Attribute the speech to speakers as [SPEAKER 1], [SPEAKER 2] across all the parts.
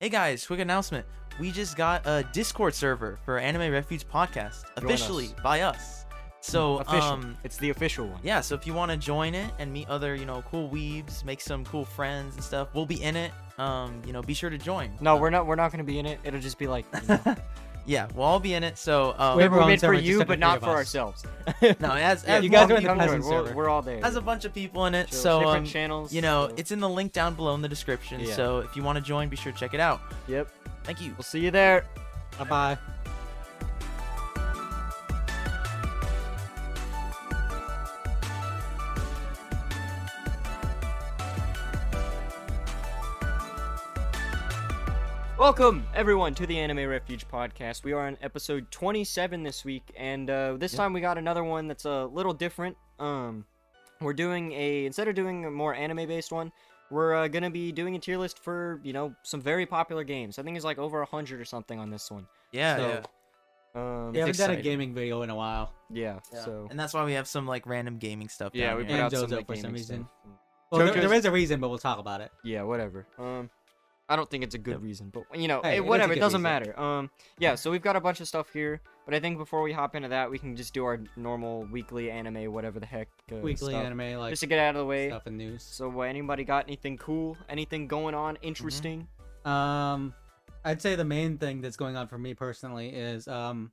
[SPEAKER 1] Hey guys, quick announcement. We just got a Discord server for Anime Refuge Podcast,
[SPEAKER 2] Join us. Mm,
[SPEAKER 1] officially by us. So,
[SPEAKER 2] Official.
[SPEAKER 1] um,
[SPEAKER 2] it's the official one.
[SPEAKER 1] yeah, so if you want to join it and meet other, you know, cool weebs, make some cool friends and stuff, we'll be in it. Um, you know, be sure to join.
[SPEAKER 2] No, we're not. We're not gonna be in it. It'll just be like you know,
[SPEAKER 1] Yeah, we'll all be in it. So, um,
[SPEAKER 2] we're
[SPEAKER 3] Wait, Everyone's
[SPEAKER 2] made
[SPEAKER 3] in
[SPEAKER 2] for
[SPEAKER 3] it, just
[SPEAKER 2] you,
[SPEAKER 3] the
[SPEAKER 2] but
[SPEAKER 3] three
[SPEAKER 2] not
[SPEAKER 3] of
[SPEAKER 2] for
[SPEAKER 3] us.
[SPEAKER 2] ourselves.
[SPEAKER 1] no, as,
[SPEAKER 2] Yeah,
[SPEAKER 1] as
[SPEAKER 2] you guys
[SPEAKER 1] more
[SPEAKER 2] are in the
[SPEAKER 1] people-
[SPEAKER 3] cousin
[SPEAKER 2] Discord. We're,
[SPEAKER 3] server.
[SPEAKER 2] we're all there.
[SPEAKER 1] has a bunch of people in it.
[SPEAKER 2] Sure.
[SPEAKER 1] So,
[SPEAKER 2] different
[SPEAKER 1] um,
[SPEAKER 2] channels.
[SPEAKER 1] you know,
[SPEAKER 2] so-
[SPEAKER 1] it's in the link down below in the description.
[SPEAKER 2] Yeah.
[SPEAKER 1] So if you want to join, be sure to check it out.
[SPEAKER 2] Yep.
[SPEAKER 1] Thank you.
[SPEAKER 2] We'll see you there.
[SPEAKER 3] Bye bye.
[SPEAKER 2] Welcome everyone to the Anime Refuge podcast. We are on episode 27 this week, and uh, this
[SPEAKER 1] Yep.
[SPEAKER 2] time we got another one that's a little different. Um, we're doing a instead of doing a more anime-based one, we're uh, gonna be doing a tier list for you know some very popular games. I think it's like over a hundred or something on this one.
[SPEAKER 1] Yeah,
[SPEAKER 2] So,
[SPEAKER 1] yeah.
[SPEAKER 2] Um,
[SPEAKER 3] We haven't done a
[SPEAKER 1] exciting.
[SPEAKER 3] gaming video in a while.
[SPEAKER 2] yeah, So
[SPEAKER 1] and that's why we have some like random gaming stuff.
[SPEAKER 2] yeah,
[SPEAKER 1] down
[SPEAKER 2] we put
[SPEAKER 1] here.
[SPEAKER 3] And
[SPEAKER 2] out some,
[SPEAKER 3] Dozo
[SPEAKER 2] like,
[SPEAKER 3] for some
[SPEAKER 2] gaming
[SPEAKER 3] reason.
[SPEAKER 2] stuff.
[SPEAKER 3] Well, there-
[SPEAKER 2] JoJo's-
[SPEAKER 3] there is a reason, but we'll talk about it.
[SPEAKER 2] Yeah, whatever. Um, I don't think it's a good reason, but you know, it-
[SPEAKER 3] Hey, it is a
[SPEAKER 2] whatever. It
[SPEAKER 3] good
[SPEAKER 2] doesn't
[SPEAKER 3] reason.
[SPEAKER 2] matter. Um, yeah. So we've got a bunch of stuff here, but I think before we hop into that, we can just do our normal weekly anime, whatever the heck. Uh,
[SPEAKER 3] Weekly
[SPEAKER 2] stuff,
[SPEAKER 3] anime, like
[SPEAKER 2] just to get out of the way.
[SPEAKER 3] stuff and news.
[SPEAKER 2] So, uh, anybody got anything cool? Anything going on? Interesting?
[SPEAKER 3] Um, I'd say the main thing that's going on for me personally is um,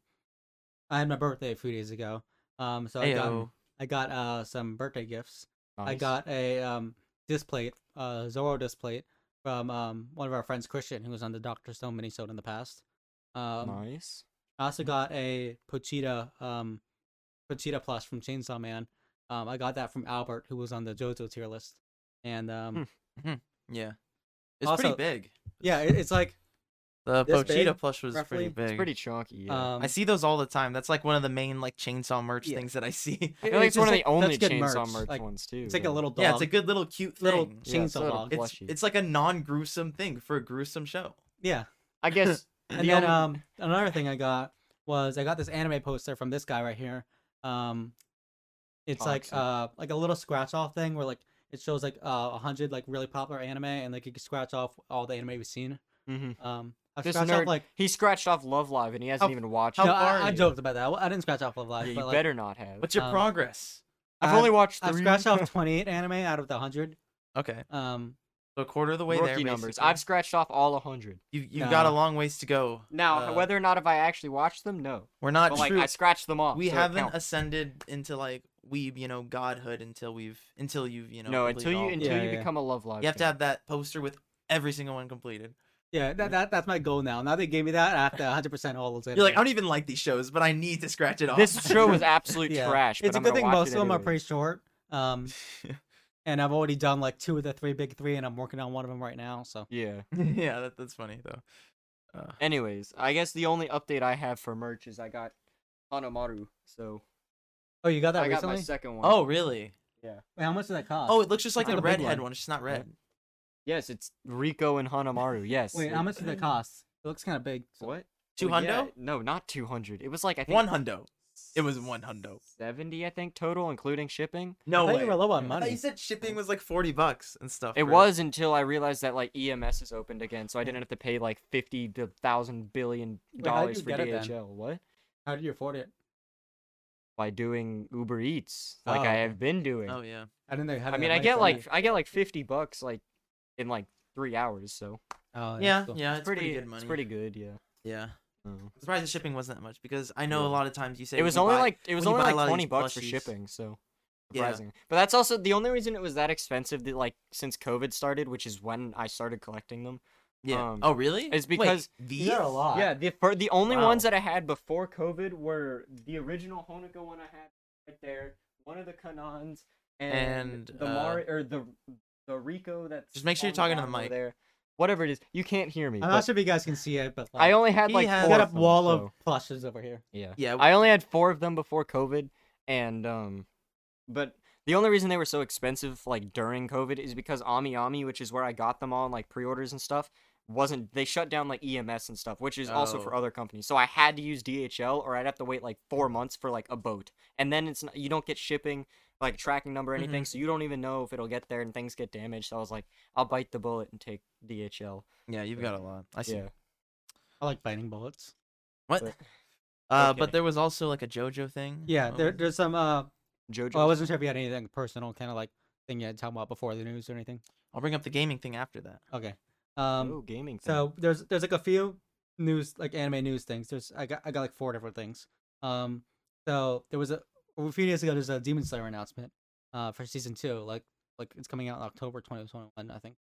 [SPEAKER 3] I had my birthday a few days ago. Um, so I got,
[SPEAKER 1] Ayo.
[SPEAKER 3] I got uh some birthday gifts. I
[SPEAKER 2] Nice.
[SPEAKER 3] got a um disc plate, uh Zorro disc plate from um one of our friends Christian, who was on the Doctor Stone minisode in the past. Um,
[SPEAKER 2] nice.
[SPEAKER 3] I also got a Pochita, um, Pochita Plus from Chainsaw Man. Um, I got that from Albert, who was on the JoJo tier list. And um,
[SPEAKER 2] Hmm.
[SPEAKER 1] Yeah. It's
[SPEAKER 3] Also-
[SPEAKER 1] pretty big.
[SPEAKER 3] yeah, it, it's like
[SPEAKER 1] The
[SPEAKER 3] This big,
[SPEAKER 1] Pochita plush was
[SPEAKER 3] roughly?
[SPEAKER 1] pretty
[SPEAKER 3] It's
[SPEAKER 1] big.
[SPEAKER 2] It's pretty chunky. Yeah.
[SPEAKER 3] um,
[SPEAKER 1] I see those all the time. That's like one of the main like chainsaw merch
[SPEAKER 3] Yeah.
[SPEAKER 1] things that I see.
[SPEAKER 2] I feel like it's, one of the
[SPEAKER 3] just, like,
[SPEAKER 2] only
[SPEAKER 3] that's good
[SPEAKER 2] chainsaw merch,
[SPEAKER 3] merch, like,
[SPEAKER 2] ones too.
[SPEAKER 3] It's like a
[SPEAKER 2] yeah.
[SPEAKER 3] little dog.
[SPEAKER 1] yeah, it's a good little cute
[SPEAKER 3] little
[SPEAKER 1] thing.
[SPEAKER 2] Yeah, it's a
[SPEAKER 3] chainsaw
[SPEAKER 2] Um, little
[SPEAKER 3] dog.
[SPEAKER 2] bl-
[SPEAKER 1] It's,
[SPEAKER 2] plushie.
[SPEAKER 1] it's like a non gruesome thing for a gruesome show.
[SPEAKER 3] Yeah.
[SPEAKER 2] I guess.
[SPEAKER 3] And
[SPEAKER 2] the
[SPEAKER 3] then
[SPEAKER 2] only-
[SPEAKER 3] um another thing I got was I got this anime poster from this guy right here. Um it's like
[SPEAKER 2] Toxic.
[SPEAKER 3] uh like a little scratch off thing where like it shows like uh, a hundred like really popular anime and like you can scratch off all the anime we've seen.
[SPEAKER 2] mhm.
[SPEAKER 3] Um I've
[SPEAKER 2] This
[SPEAKER 3] scratched
[SPEAKER 2] nerd-
[SPEAKER 3] off like
[SPEAKER 2] He scratched off Love Live and he hasn't
[SPEAKER 3] How-
[SPEAKER 2] even watched
[SPEAKER 1] how
[SPEAKER 3] no,
[SPEAKER 2] it.
[SPEAKER 3] I-
[SPEAKER 1] far
[SPEAKER 3] I,
[SPEAKER 1] are you?
[SPEAKER 3] joked about that. I didn't scratch off Love Live,
[SPEAKER 2] Yeah, you
[SPEAKER 3] but like
[SPEAKER 2] better not have.
[SPEAKER 1] What's your
[SPEAKER 3] Um,
[SPEAKER 1] progress?
[SPEAKER 2] I've only watched
[SPEAKER 3] I've
[SPEAKER 2] three.
[SPEAKER 3] scratched off twenty eight anime out of the hundred.
[SPEAKER 1] Okay.
[SPEAKER 3] Um
[SPEAKER 1] So a quarter of the way
[SPEAKER 2] rookie
[SPEAKER 1] there.
[SPEAKER 2] numbers.
[SPEAKER 1] basically.
[SPEAKER 2] I've scratched off all 100.
[SPEAKER 1] you you've got a
[SPEAKER 3] No.
[SPEAKER 1] long ways to go.
[SPEAKER 2] Now,
[SPEAKER 1] Uh,
[SPEAKER 2] whether or not if I actually watched them, no.
[SPEAKER 1] We're not
[SPEAKER 2] But like
[SPEAKER 1] true.
[SPEAKER 2] I scratched them off.
[SPEAKER 1] we
[SPEAKER 2] so it
[SPEAKER 1] haven't uh,
[SPEAKER 2] counts.
[SPEAKER 1] ascended into like weeb, you know, godhood until we've until you've you know.
[SPEAKER 2] no,
[SPEAKER 1] completed
[SPEAKER 2] until you
[SPEAKER 1] all of
[SPEAKER 2] until
[SPEAKER 1] them.
[SPEAKER 3] Yeah,
[SPEAKER 2] you
[SPEAKER 3] yeah.
[SPEAKER 2] become a love live.
[SPEAKER 1] you have to
[SPEAKER 2] fan.
[SPEAKER 1] have that poster with every single one completed.
[SPEAKER 3] yeah, that, that that's my goal now. Now they gave me that, I have to 100% all those.
[SPEAKER 1] You're like, I
[SPEAKER 3] anime.
[SPEAKER 1] don't even like these shows, but I need to scratch it off.
[SPEAKER 2] This show was absolute
[SPEAKER 3] Yeah.
[SPEAKER 2] trash. but
[SPEAKER 3] It's a
[SPEAKER 2] I'm
[SPEAKER 3] good
[SPEAKER 2] gonna
[SPEAKER 3] thing
[SPEAKER 2] watch
[SPEAKER 3] most
[SPEAKER 2] it
[SPEAKER 3] of them are
[SPEAKER 2] anyway.
[SPEAKER 3] pretty short. Um and I've already done like two of the three big three, and I'm working on one of them right now. So
[SPEAKER 2] Yeah.
[SPEAKER 1] yeah, that, that's funny though. Uh,
[SPEAKER 2] Anyways, I guess the only update I have for merch is I got Hanomaru. So
[SPEAKER 3] oh, you got that
[SPEAKER 2] I got
[SPEAKER 3] recently?
[SPEAKER 2] my second one.
[SPEAKER 1] oh, really?
[SPEAKER 3] Wait, how much did that cost?
[SPEAKER 1] Oh, it looks just like
[SPEAKER 2] not
[SPEAKER 1] the
[SPEAKER 2] the big
[SPEAKER 1] redhead
[SPEAKER 2] one.
[SPEAKER 1] one. It's just not red.
[SPEAKER 2] yes, it's Rico and Hanamaru. Yes.
[SPEAKER 3] wait,
[SPEAKER 2] it-
[SPEAKER 3] how much did that cost? It looks kind of big. so-
[SPEAKER 2] What?
[SPEAKER 1] Two
[SPEAKER 2] Well, yeah,
[SPEAKER 1] hundo?
[SPEAKER 2] No, not two hundred. It was like I think
[SPEAKER 1] One hundo. It was one hundo.
[SPEAKER 2] seventy, I think total, including shipping.
[SPEAKER 1] No
[SPEAKER 3] I thought
[SPEAKER 1] way.
[SPEAKER 3] you were low on
[SPEAKER 1] I thought
[SPEAKER 3] money.
[SPEAKER 1] you said shipping was like forty bucks and stuff.
[SPEAKER 2] It
[SPEAKER 1] for-
[SPEAKER 2] was until I realized that like EMS is opened again, so I didn't have to pay like fifty to thousand billion
[SPEAKER 3] Wait, how'd
[SPEAKER 2] dollars
[SPEAKER 3] you
[SPEAKER 2] for
[SPEAKER 3] get it then?
[SPEAKER 2] DHL. What?
[SPEAKER 3] How did you afford it?
[SPEAKER 2] By doing Uber Eats, like
[SPEAKER 3] Oh.
[SPEAKER 2] I have been doing.
[SPEAKER 1] Oh yeah.
[SPEAKER 3] I didn't know. How
[SPEAKER 2] I mean, I get like I get like fifty bucks like in like three hours, so
[SPEAKER 3] oh, that's
[SPEAKER 1] Yeah,
[SPEAKER 3] cool.
[SPEAKER 1] yeah. It's,
[SPEAKER 2] it's pretty,
[SPEAKER 1] good money.
[SPEAKER 2] It's pretty good, yeah.
[SPEAKER 1] Yeah.
[SPEAKER 2] Mm.
[SPEAKER 3] Oh.
[SPEAKER 1] I'm surprised the shipping wasn't that much because I know
[SPEAKER 2] Yeah.
[SPEAKER 1] a lot of times you say
[SPEAKER 2] It
[SPEAKER 1] when
[SPEAKER 2] was
[SPEAKER 1] you
[SPEAKER 2] only
[SPEAKER 1] buy-
[SPEAKER 2] like it was
[SPEAKER 1] when you
[SPEAKER 2] only
[SPEAKER 1] buy a
[SPEAKER 2] like
[SPEAKER 1] lot of
[SPEAKER 2] twenty
[SPEAKER 1] these
[SPEAKER 2] bucks for
[SPEAKER 1] plushies-
[SPEAKER 2] shipping, so
[SPEAKER 1] Yeah.
[SPEAKER 2] surprising. But that's also the only reason it was that expensive. That like since COVID started, which is when I started collecting them.
[SPEAKER 1] Yeah.
[SPEAKER 2] um,
[SPEAKER 1] oh really?
[SPEAKER 2] it's
[SPEAKER 1] Wait,
[SPEAKER 2] because-
[SPEAKER 1] these.
[SPEAKER 3] You got a lot.
[SPEAKER 2] Yeah, the fir- the only
[SPEAKER 3] Wow.
[SPEAKER 2] ones that I had before COVID were the original Honoka one I had right there, one of the Kanans, and,
[SPEAKER 1] And, uh,
[SPEAKER 2] the Mar or the the Rico that's
[SPEAKER 1] Just make sure you're
[SPEAKER 2] on
[SPEAKER 1] talking to the
[SPEAKER 2] bottom over
[SPEAKER 1] mic.
[SPEAKER 2] There, whatever it is, you can't hear me. but
[SPEAKER 3] I'm not sure if you guys can see it, but like,
[SPEAKER 2] I only had
[SPEAKER 1] He
[SPEAKER 2] like
[SPEAKER 1] has-
[SPEAKER 3] I
[SPEAKER 2] four
[SPEAKER 3] got
[SPEAKER 2] of
[SPEAKER 3] a
[SPEAKER 2] them,
[SPEAKER 3] wall
[SPEAKER 2] so-
[SPEAKER 3] of plushes over here.
[SPEAKER 2] yeah.
[SPEAKER 1] Yeah.
[SPEAKER 2] I only had four of them before COVID, and um, but the only reason they were so expensive like during COVID is because Ami Ami, which is where I got them all in like pre-orders and stuff, wasn't they shut down like EMS and stuff, which is also for
[SPEAKER 1] Oh.
[SPEAKER 2] other companies. So I had to use DHL, or I'd have to wait like four months for like a boat, and then it's not, you don't get shipping. like tracking number or anything, so you don't even know if it'll get there and things get damaged. So I was like, I'll bite the bullet and take DHL.
[SPEAKER 1] Yeah, you've got a lot. I see.
[SPEAKER 2] Yeah.
[SPEAKER 3] I like biting bullets.
[SPEAKER 1] What?
[SPEAKER 2] But-
[SPEAKER 1] Uh,
[SPEAKER 2] okay.
[SPEAKER 1] but there was also like a JoJo thing. Um,
[SPEAKER 3] Yeah,
[SPEAKER 1] What
[SPEAKER 3] there,
[SPEAKER 1] was-
[SPEAKER 3] there's some. Uh,
[SPEAKER 2] Jojo.
[SPEAKER 3] well, I wasn't sure if you had anything personal, kind of like thing you had talking about before the news or anything.
[SPEAKER 1] I'll bring up the gaming thing after that.
[SPEAKER 3] Okay. Um,
[SPEAKER 2] oh, gaming. Thing.
[SPEAKER 3] so there's there's like a few news like anime news things. There's I got I got like four different things. Um, so there was a a few days ago there's a Demon Slayer announcement, uh, for season two. Like like it's coming out in October 2021, I think.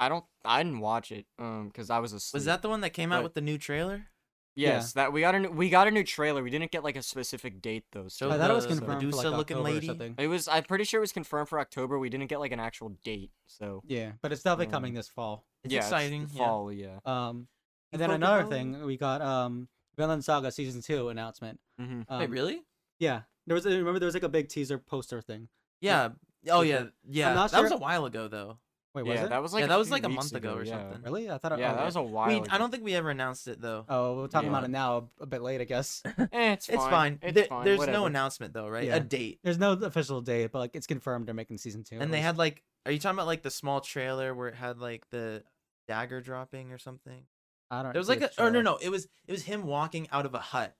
[SPEAKER 2] I don't. I didn't watch it. Um, because I was asleep.
[SPEAKER 1] Was that the one that came out
[SPEAKER 2] But-
[SPEAKER 1] with the new trailer?
[SPEAKER 3] yeah.
[SPEAKER 2] Yes, that we got a new, we got a new trailer. We didn't get like a specific date though. So
[SPEAKER 1] So
[SPEAKER 3] I thought it was
[SPEAKER 1] Oh, the
[SPEAKER 3] confirmed for like
[SPEAKER 1] Medusa-looking
[SPEAKER 3] October
[SPEAKER 1] lady?
[SPEAKER 3] or something.
[SPEAKER 2] it was. I'm pretty sure it was confirmed for October. We didn't get like an actual date. So
[SPEAKER 3] Yeah, but it's definitely
[SPEAKER 2] Um,
[SPEAKER 3] coming this fall.
[SPEAKER 1] It's
[SPEAKER 2] yeah,
[SPEAKER 1] exciting.
[SPEAKER 2] It's the
[SPEAKER 1] yeah.
[SPEAKER 2] fall. Yeah.
[SPEAKER 3] Um,
[SPEAKER 1] Oh. You
[SPEAKER 3] and then
[SPEAKER 1] fucking
[SPEAKER 3] another
[SPEAKER 1] know.
[SPEAKER 3] thing we got um Villain Saga season two announcement.
[SPEAKER 2] hmm
[SPEAKER 3] Um,
[SPEAKER 1] Wait, really?
[SPEAKER 3] Yeah, there was a, remember there was like a big teaser poster thing.
[SPEAKER 1] Yeah. Oh
[SPEAKER 3] with
[SPEAKER 1] yeah.
[SPEAKER 3] the-
[SPEAKER 1] Yeah.
[SPEAKER 3] not
[SPEAKER 1] That was a
[SPEAKER 3] sure-
[SPEAKER 1] while ago though.
[SPEAKER 3] Wait, was
[SPEAKER 2] yeah,
[SPEAKER 3] it?
[SPEAKER 2] that was like
[SPEAKER 1] yeah, that was
[SPEAKER 2] few
[SPEAKER 1] like a
[SPEAKER 2] weeks
[SPEAKER 1] month ago or
[SPEAKER 2] yeah.
[SPEAKER 1] something.
[SPEAKER 3] really? I thought it,
[SPEAKER 2] Yeah,
[SPEAKER 3] oh,
[SPEAKER 2] that was a while.
[SPEAKER 1] We,
[SPEAKER 2] ago.
[SPEAKER 1] I don't think we ever announced it though.
[SPEAKER 3] Oh, we're talking about
[SPEAKER 2] Yeah.
[SPEAKER 3] it now, a bit late, I guess.
[SPEAKER 2] Eh, it's,
[SPEAKER 1] it's
[SPEAKER 2] fine.
[SPEAKER 1] fine.
[SPEAKER 2] It's
[SPEAKER 1] There-
[SPEAKER 2] fine.
[SPEAKER 1] There's no
[SPEAKER 2] whatever.
[SPEAKER 1] announcement though, right?
[SPEAKER 3] Yeah.
[SPEAKER 1] A date.
[SPEAKER 3] There's no official date, but like it's confirmed they're making season two. at
[SPEAKER 1] And they
[SPEAKER 3] least.
[SPEAKER 1] had like, are you talking about like the small trailer where it had like the dagger dropping or something?
[SPEAKER 3] I don't. Oh,
[SPEAKER 1] There was
[SPEAKER 3] see
[SPEAKER 1] like a,
[SPEAKER 3] the
[SPEAKER 1] or no,
[SPEAKER 3] trailer.
[SPEAKER 1] no, it was it was him walking out of a hut,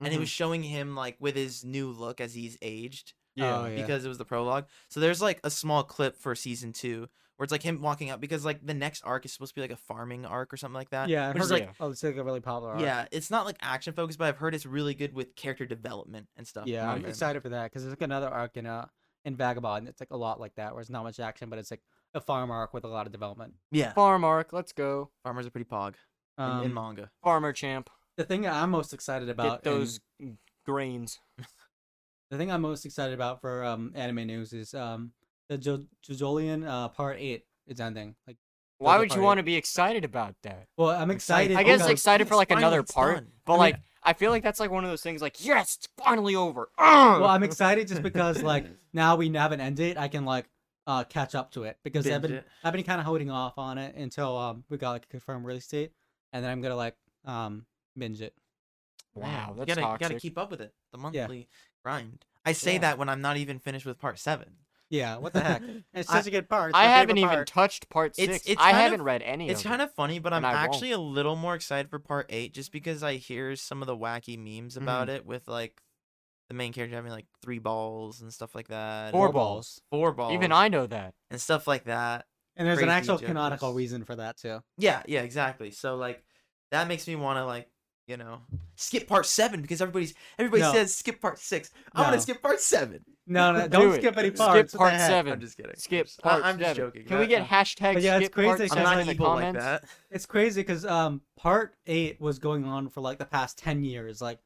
[SPEAKER 1] and it
[SPEAKER 2] Mhm.
[SPEAKER 1] was showing him like with his new look as he's aged.
[SPEAKER 2] Yeah.
[SPEAKER 3] Oh, yeah.
[SPEAKER 1] um, because it was the prologue. So there's like a small clip for season two where it's like him walking out because like the next arc is supposed to be like a farming arc or something like that.
[SPEAKER 3] Yeah,
[SPEAKER 1] which is
[SPEAKER 2] heard
[SPEAKER 1] like
[SPEAKER 2] it.
[SPEAKER 3] like oh, it's like a really popular. arc.
[SPEAKER 1] yeah, it's not like action focused, but I've heard it's really good with character development and stuff. Um,
[SPEAKER 3] yeah. I'm
[SPEAKER 2] Okay.
[SPEAKER 3] excited for that because there's like another arc in uh in Vagabond. It's like a lot like that, where it's not much action, but it's like a farm arc with a lot of development.
[SPEAKER 1] yeah.
[SPEAKER 2] Farm arc. Let's go.
[SPEAKER 1] Farmers are pretty pog in,
[SPEAKER 3] Um,
[SPEAKER 1] in manga.
[SPEAKER 2] Farmer champ.
[SPEAKER 3] the thing that I'm most excited about
[SPEAKER 2] get
[SPEAKER 3] in-
[SPEAKER 2] those g- grains.
[SPEAKER 3] the thing I'm most excited about for um anime news is um the jo- Jojolian uh part eight is ending. Like,
[SPEAKER 2] Why
[SPEAKER 3] Those are
[SPEAKER 2] would you
[SPEAKER 3] probably-
[SPEAKER 2] want to be excited about that?
[SPEAKER 3] well, I'm
[SPEAKER 1] Excited.
[SPEAKER 3] excited.
[SPEAKER 2] I guess
[SPEAKER 3] because-
[SPEAKER 2] excited for like
[SPEAKER 1] Finally,
[SPEAKER 2] another
[SPEAKER 1] it's
[SPEAKER 2] part,
[SPEAKER 1] done.
[SPEAKER 2] but
[SPEAKER 1] I mean,
[SPEAKER 2] like I feel like that's like one of those things like yes, it's finally over. Ugh!
[SPEAKER 3] well, I'm excited just because like now we haven't ended it, I can like uh catch up to it because I've
[SPEAKER 1] Binge
[SPEAKER 3] been
[SPEAKER 1] it.
[SPEAKER 3] I've been kind of holding off on it until um we got like a confirmed release date, and then I'm gonna like um binge it.
[SPEAKER 1] Man,
[SPEAKER 2] wow,
[SPEAKER 1] you
[SPEAKER 2] that's
[SPEAKER 1] gotta, you
[SPEAKER 2] toxic.
[SPEAKER 1] gotta keep up with it. The monthly grind. I say
[SPEAKER 2] Yeah.
[SPEAKER 1] that when I'm not even finished with part seven.
[SPEAKER 3] Yeah, what the heck? It's
[SPEAKER 1] I-
[SPEAKER 3] such a good part. It's
[SPEAKER 2] I
[SPEAKER 3] my favorite
[SPEAKER 2] haven't even
[SPEAKER 3] part.
[SPEAKER 2] touched part
[SPEAKER 1] It's-
[SPEAKER 2] six.
[SPEAKER 1] it's
[SPEAKER 2] I
[SPEAKER 1] kind
[SPEAKER 2] haven't
[SPEAKER 1] of-
[SPEAKER 2] read any.
[SPEAKER 1] It's kind of funny, but I'm
[SPEAKER 2] and I won't.
[SPEAKER 1] actually a little more excited for part eight just because I hear some of the wacky memes about
[SPEAKER 2] Mm-hmm.
[SPEAKER 1] it with like the main character having like three balls and stuff like that.
[SPEAKER 2] Four
[SPEAKER 1] and
[SPEAKER 2] balls.
[SPEAKER 1] Four balls.
[SPEAKER 2] Even I know that.
[SPEAKER 1] And stuff like that.
[SPEAKER 3] And there's an
[SPEAKER 1] crazy
[SPEAKER 3] actual canonical
[SPEAKER 1] jokers.
[SPEAKER 3] reason for that too.
[SPEAKER 1] Yeah, yeah, exactly. So like that makes me want to like you know skip part seven because everybody's everybody
[SPEAKER 3] No.
[SPEAKER 1] says skip part six. I want
[SPEAKER 3] No.
[SPEAKER 1] to skip part seven.
[SPEAKER 3] No, no,
[SPEAKER 2] Do
[SPEAKER 3] don't
[SPEAKER 2] it.
[SPEAKER 3] skip any
[SPEAKER 2] Skip
[SPEAKER 3] parts. what the
[SPEAKER 2] part
[SPEAKER 3] heck?
[SPEAKER 2] seven.
[SPEAKER 1] I'm just kidding.
[SPEAKER 2] Skip
[SPEAKER 1] I-
[SPEAKER 2] part
[SPEAKER 1] I'm just
[SPEAKER 2] seven.
[SPEAKER 1] joking.
[SPEAKER 2] Can we
[SPEAKER 1] That-
[SPEAKER 2] get hashtag
[SPEAKER 3] But yeah, it's
[SPEAKER 2] skip part
[SPEAKER 3] crazy
[SPEAKER 1] I'm
[SPEAKER 2] seven
[SPEAKER 3] that,
[SPEAKER 1] not
[SPEAKER 2] in the
[SPEAKER 1] evil like
[SPEAKER 2] comments?
[SPEAKER 1] that.
[SPEAKER 3] It's crazy because um part eight was going on for like the past ten years, like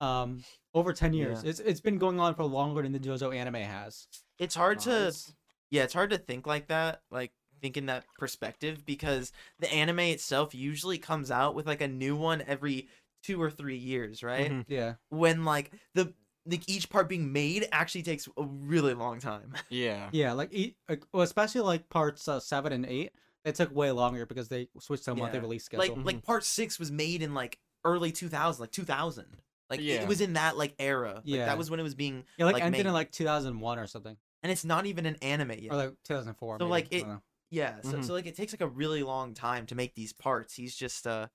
[SPEAKER 3] um over ten years. It's it's been going on for longer than the JoJo anime has.
[SPEAKER 1] It's hard
[SPEAKER 2] Nah,
[SPEAKER 1] to
[SPEAKER 2] it's-
[SPEAKER 1] yeah, it's hard to think like that, like think in that perspective because the anime itself usually comes out with like a new one every two or three years, right?
[SPEAKER 2] Mhm.
[SPEAKER 3] Yeah.
[SPEAKER 1] When like the like each part being made actually takes a really long time.
[SPEAKER 2] Yeah.
[SPEAKER 3] Yeah, like, e- like well, especially like parts uh, seven and eight, they took way longer because they switched to a monthly
[SPEAKER 1] Yeah.
[SPEAKER 3] release schedule.
[SPEAKER 1] Like like part six was made in like early two thousand, like two thousand. Like it-
[SPEAKER 2] Yeah.
[SPEAKER 1] it was in that like era. Like
[SPEAKER 3] Yeah.
[SPEAKER 1] that was when it was being
[SPEAKER 3] yeah, like,
[SPEAKER 1] like,
[SPEAKER 3] ended
[SPEAKER 1] May-
[SPEAKER 3] in like 2001 or something,
[SPEAKER 1] and it's not even an anime yet.
[SPEAKER 3] or like mm-hmm.
[SPEAKER 1] So,
[SPEAKER 3] 2004. maybe.
[SPEAKER 1] like,
[SPEAKER 3] I
[SPEAKER 1] it-
[SPEAKER 3] don't know.
[SPEAKER 1] Yeah, so,
[SPEAKER 2] Mhm.
[SPEAKER 1] so like it takes like a really long time to make these parts. He's just uh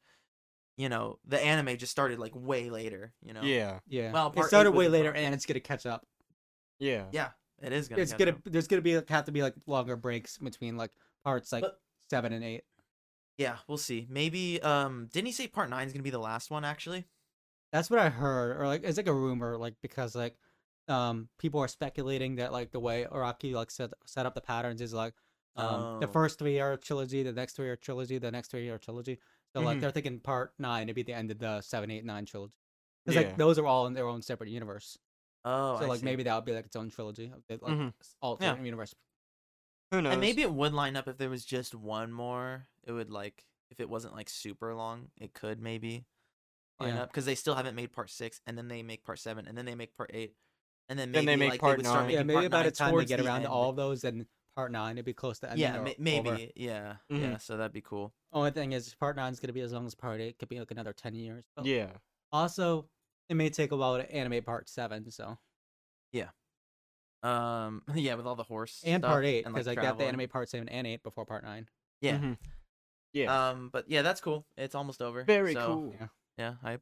[SPEAKER 1] you know, the anime just started like way later, you know.
[SPEAKER 2] Yeah.
[SPEAKER 3] yeah.
[SPEAKER 1] well,
[SPEAKER 3] it
[SPEAKER 1] part eight
[SPEAKER 3] started
[SPEAKER 1] was
[SPEAKER 3] way
[SPEAKER 1] a
[SPEAKER 3] later,
[SPEAKER 1] problem.
[SPEAKER 3] and it's gonna catch up.
[SPEAKER 2] Yeah.
[SPEAKER 1] It is gonna
[SPEAKER 3] It's
[SPEAKER 1] catch
[SPEAKER 3] gonna
[SPEAKER 1] up.
[SPEAKER 3] there's gonna be like, have to be like longer breaks between like parts like
[SPEAKER 1] But-
[SPEAKER 3] seven and eight.
[SPEAKER 1] Yeah, we'll see. Maybe um didn't he say part nine's gonna be the last one actually?
[SPEAKER 3] That's what I heard, or like it's like a rumor, like because like um people are speculating that like the way Araki like set set up the patterns is like um the
[SPEAKER 1] Oh.
[SPEAKER 3] first three are trilogy, the next three are trilogy, the next three are trilogy. So like
[SPEAKER 2] Mhm.
[SPEAKER 3] they're thinking part nine to be the end of the seven, eight, nine trilogy. Because
[SPEAKER 2] Yeah.
[SPEAKER 3] like those are all in their own separate universe.
[SPEAKER 1] Oh
[SPEAKER 3] so
[SPEAKER 1] I
[SPEAKER 3] like
[SPEAKER 1] see.
[SPEAKER 3] maybe that would be like its own trilogy, of the, like
[SPEAKER 2] Mhm.
[SPEAKER 3] s- alternate universe.
[SPEAKER 2] Who knows?
[SPEAKER 1] and maybe it would line up if there was just one more. It would like if it wasn't like super long, it could maybe line
[SPEAKER 3] Yeah.
[SPEAKER 1] up because they still haven't made part six, and then they make part seven, and then they make part eight, and then maybe
[SPEAKER 2] Then they make
[SPEAKER 1] like,
[SPEAKER 2] part
[SPEAKER 1] would start
[SPEAKER 2] nine.
[SPEAKER 1] making
[SPEAKER 3] Yeah,
[SPEAKER 1] part
[SPEAKER 3] maybe by the
[SPEAKER 1] nine
[SPEAKER 3] time they
[SPEAKER 1] towards
[SPEAKER 3] get
[SPEAKER 1] the
[SPEAKER 3] around to
[SPEAKER 1] end.
[SPEAKER 3] all of those, then part nine it'd be close to ending.
[SPEAKER 1] yeah,
[SPEAKER 3] or
[SPEAKER 1] ma-
[SPEAKER 3] over.
[SPEAKER 1] maybe yeah,
[SPEAKER 2] Mhm.
[SPEAKER 1] yeah. So that'd be cool.
[SPEAKER 3] Only thing is, part nine's gonna be as long as part eight. Could be like another ten years. but-
[SPEAKER 2] Yeah.
[SPEAKER 3] Also, it may take a while to animate part seven, so
[SPEAKER 1] Um, yeah, with all the horse
[SPEAKER 3] and
[SPEAKER 1] stuff
[SPEAKER 3] part eight
[SPEAKER 1] and,
[SPEAKER 3] because
[SPEAKER 1] like,
[SPEAKER 3] I got the mm-hmm.
[SPEAKER 1] traveling.
[SPEAKER 3] anime part seven and eight before part nine.
[SPEAKER 1] Yeah.
[SPEAKER 2] Mhm. Yeah.
[SPEAKER 1] Um, but yeah, that's cool. It's almost over.
[SPEAKER 2] Very
[SPEAKER 1] so,
[SPEAKER 2] cool.
[SPEAKER 3] yeah.
[SPEAKER 1] Yeah, hype.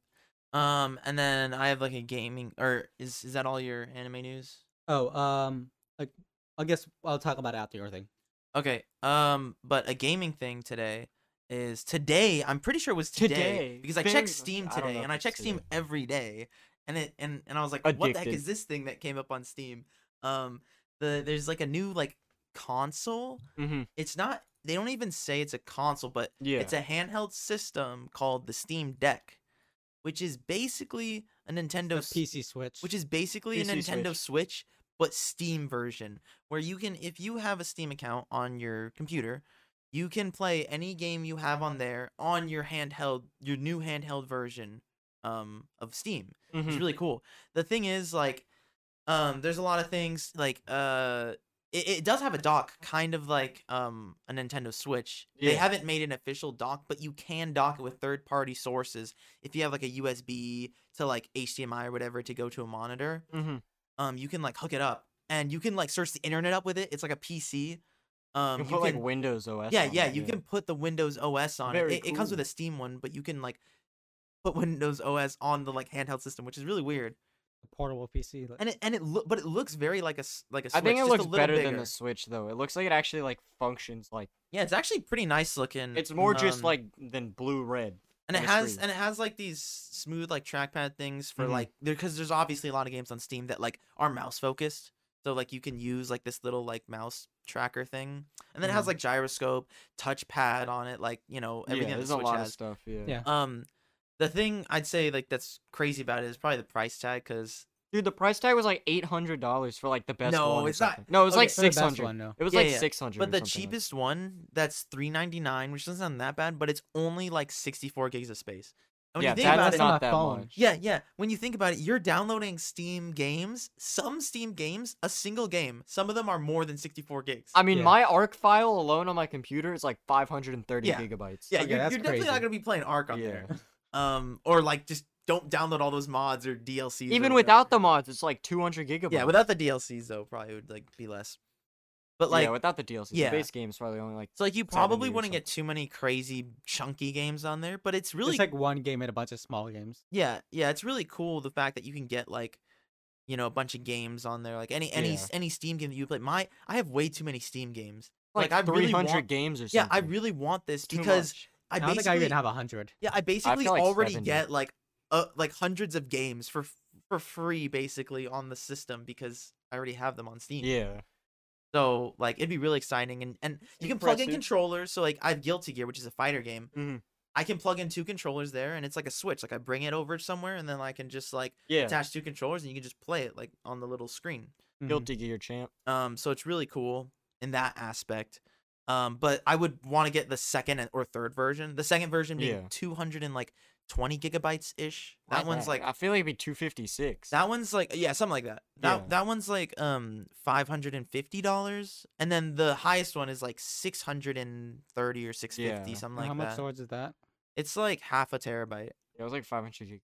[SPEAKER 1] Um, and then I have like a gaming, or is is that all your anime news?
[SPEAKER 3] Oh, um, like I guess I'll talk about it after your thing.
[SPEAKER 1] Okay. Um, but a gaming thing today is today. I'm pretty sure it was today,
[SPEAKER 2] Today,
[SPEAKER 1] because I
[SPEAKER 2] very
[SPEAKER 1] checked
[SPEAKER 2] much-
[SPEAKER 1] Steam
[SPEAKER 2] I don't know
[SPEAKER 1] today,
[SPEAKER 2] if
[SPEAKER 1] and I
[SPEAKER 2] it's
[SPEAKER 1] check Steam
[SPEAKER 2] today.
[SPEAKER 1] every day, and it and and I was like, what the heck
[SPEAKER 2] Addicted.
[SPEAKER 1] is this thing that came up on Steam? Um, the there's like a new like console.
[SPEAKER 2] hmm
[SPEAKER 1] It's not. They don't even say it's a console, but
[SPEAKER 2] Yeah.
[SPEAKER 1] It's a handheld system called the Steam Deck, which is basically a Nintendo
[SPEAKER 3] The
[SPEAKER 1] S-
[SPEAKER 3] PC Switch.
[SPEAKER 1] which is basically a
[SPEAKER 2] PC
[SPEAKER 1] Nintendo Switch.
[SPEAKER 2] Switch.
[SPEAKER 1] but Steam version, where you can if you have a Steam account on your computer, you can play any game you have on there on your handheld your new handheld version um of Steam.
[SPEAKER 2] Mhm.
[SPEAKER 1] It's really cool. The thing is, like, um, there's a lot of things like uh, it, it does have a dock, kind of like um a Nintendo Switch. They
[SPEAKER 2] Yeah.
[SPEAKER 1] haven't made an official dock, but you can dock it with third-party sources if you have like a USB to like HDMI or whatever to go to a monitor.
[SPEAKER 2] Mhm.
[SPEAKER 1] Um, you can like hook it up and you can like search the internet up with it. It's like a PC. Um,
[SPEAKER 2] You
[SPEAKER 1] you
[SPEAKER 2] put like
[SPEAKER 1] can-
[SPEAKER 2] Windows OS.
[SPEAKER 1] yeah,
[SPEAKER 2] on
[SPEAKER 1] yeah,
[SPEAKER 2] it,
[SPEAKER 1] you can put the Windows OS on it.
[SPEAKER 2] Very
[SPEAKER 1] It, it comes with
[SPEAKER 2] cool.
[SPEAKER 1] a Steam one, but you can like put Windows OS on the like handheld system, which is really weird.
[SPEAKER 3] a portable PC. like-
[SPEAKER 1] And it and it look, but it looks very like a s- like a Switch.
[SPEAKER 2] I think it
[SPEAKER 1] just
[SPEAKER 2] looks
[SPEAKER 1] a little
[SPEAKER 2] better
[SPEAKER 1] bigger.
[SPEAKER 2] than the Switch though. It looks like it actually like functions like
[SPEAKER 1] Yeah, it's actually pretty nice looking.
[SPEAKER 2] it's more just
[SPEAKER 1] um,
[SPEAKER 2] like than blue red.
[SPEAKER 1] and it
[SPEAKER 2] on the
[SPEAKER 1] has
[SPEAKER 2] screen.
[SPEAKER 1] and it has like these smooth like trackpad things for
[SPEAKER 2] Mhm.
[SPEAKER 1] like there because there's obviously a lot of games on Steam that like are mouse focused. So like you can use like this little like mouse tracker thing, and then it has
[SPEAKER 2] Mhm.
[SPEAKER 1] like gyroscope, touchpad on it, like you know everything.
[SPEAKER 2] yeah,
[SPEAKER 1] that the
[SPEAKER 2] there's a
[SPEAKER 1] Switch
[SPEAKER 2] lot
[SPEAKER 1] has.
[SPEAKER 2] of stuff. Yeah.
[SPEAKER 3] Yeah.
[SPEAKER 1] Um, the thing I'd say like that's crazy about it is probably the price tag because
[SPEAKER 2] Dude, the price tag was like eight hundred dollars for like the best
[SPEAKER 1] No,
[SPEAKER 2] one. or
[SPEAKER 1] it's not-
[SPEAKER 2] something. No, it was
[SPEAKER 1] okay,
[SPEAKER 2] like
[SPEAKER 3] For the
[SPEAKER 2] six
[SPEAKER 3] best
[SPEAKER 2] hundred.
[SPEAKER 3] one, no.
[SPEAKER 2] It was
[SPEAKER 1] Yeah,
[SPEAKER 2] like
[SPEAKER 1] yeah,
[SPEAKER 2] six hundred.
[SPEAKER 1] but the cheapest one that's three ninety nine, which doesn't sound that bad, but it's only like sixty four gigs of space. And when
[SPEAKER 2] yeah,
[SPEAKER 1] you think
[SPEAKER 2] that's
[SPEAKER 1] about
[SPEAKER 3] That's
[SPEAKER 1] it,
[SPEAKER 3] on
[SPEAKER 2] not
[SPEAKER 3] my
[SPEAKER 2] that
[SPEAKER 3] phone.
[SPEAKER 2] much.
[SPEAKER 1] yeah, yeah. When you think about it, you're downloading Steam games. Some Steam games, a single game. Some of them are more than sixty four gigs.
[SPEAKER 2] I mean,
[SPEAKER 3] Yeah.
[SPEAKER 2] my ARC file alone on my computer is like five hundred and thirty
[SPEAKER 1] Yeah.
[SPEAKER 2] gigabytes.
[SPEAKER 1] yeah,
[SPEAKER 3] okay,
[SPEAKER 1] you're,
[SPEAKER 3] that's
[SPEAKER 1] you're definitely not
[SPEAKER 3] crazy.
[SPEAKER 1] gonna be playing Ark on
[SPEAKER 2] Yeah.
[SPEAKER 1] there. Um, or like just don't download all those mods or DLCs. or
[SPEAKER 2] Even
[SPEAKER 1] whatever.
[SPEAKER 2] without the mods, it's like two hundred gigabytes.
[SPEAKER 1] yeah, without the DLCs though, probably would like be less. But like
[SPEAKER 2] yeah, without the DLC,
[SPEAKER 1] yeah.
[SPEAKER 2] the base game is probably only like
[SPEAKER 1] So like you
[SPEAKER 2] 70
[SPEAKER 1] probably
[SPEAKER 2] or
[SPEAKER 1] wouldn't get too many crazy chunky games on there, but it's really
[SPEAKER 3] It's like one game and a bunch of small games.
[SPEAKER 1] yeah, yeah, it's really cool the fact that you can get like you know a bunch of games on there like any any
[SPEAKER 2] Yeah.
[SPEAKER 1] s any Steam game that you play. My I have way too many Steam games.
[SPEAKER 2] like,
[SPEAKER 1] I really
[SPEAKER 2] three hundred
[SPEAKER 1] want-
[SPEAKER 2] games or something.
[SPEAKER 1] Yeah, I really want this
[SPEAKER 2] Too
[SPEAKER 1] because
[SPEAKER 2] much.
[SPEAKER 1] I
[SPEAKER 3] I don't think I
[SPEAKER 1] basically
[SPEAKER 3] even have a hundred.
[SPEAKER 1] yeah, I basically
[SPEAKER 2] feel like
[SPEAKER 1] already
[SPEAKER 2] 70.
[SPEAKER 1] get like uh like hundreds of games for f- for free basically on the system because I already have them on Steam.
[SPEAKER 2] yeah.
[SPEAKER 1] So like it'd be really exciting and and you can plug in
[SPEAKER 2] Impressive.
[SPEAKER 1] controllers. So like I have Guilty Gear, which is a fighter game.
[SPEAKER 2] Mhm.
[SPEAKER 1] I can plug in two controllers there, and it's like a switch. Like I bring it over somewhere, and then I can just like
[SPEAKER 2] Yeah.
[SPEAKER 1] attach two controllers, and you can just play it like on the little screen.
[SPEAKER 3] Mhm.
[SPEAKER 2] Guilty
[SPEAKER 1] Mm-hmm.
[SPEAKER 2] Gear champ.
[SPEAKER 1] Um, so it's really cool in that aspect. Um, but I would want to get the second and- or third version. The second version being
[SPEAKER 2] Yeah.
[SPEAKER 1] two hundred and like twenty gigabytes ish. That
[SPEAKER 2] Why
[SPEAKER 1] one's
[SPEAKER 2] not?
[SPEAKER 1] like
[SPEAKER 2] I feel like it'd be two fifty six.
[SPEAKER 1] that one's like yeah, something like that. That
[SPEAKER 2] Yeah.
[SPEAKER 1] that one's like um five hundred and fifty dollars, and then the highest one is like six hundred and thirty or six fifty,
[SPEAKER 2] Yeah.
[SPEAKER 1] something
[SPEAKER 3] Now,
[SPEAKER 1] like
[SPEAKER 3] How much
[SPEAKER 1] that.
[SPEAKER 3] storage is that?
[SPEAKER 1] It's like half a terabyte.
[SPEAKER 2] Yeah, it was like five hundred gigabytes.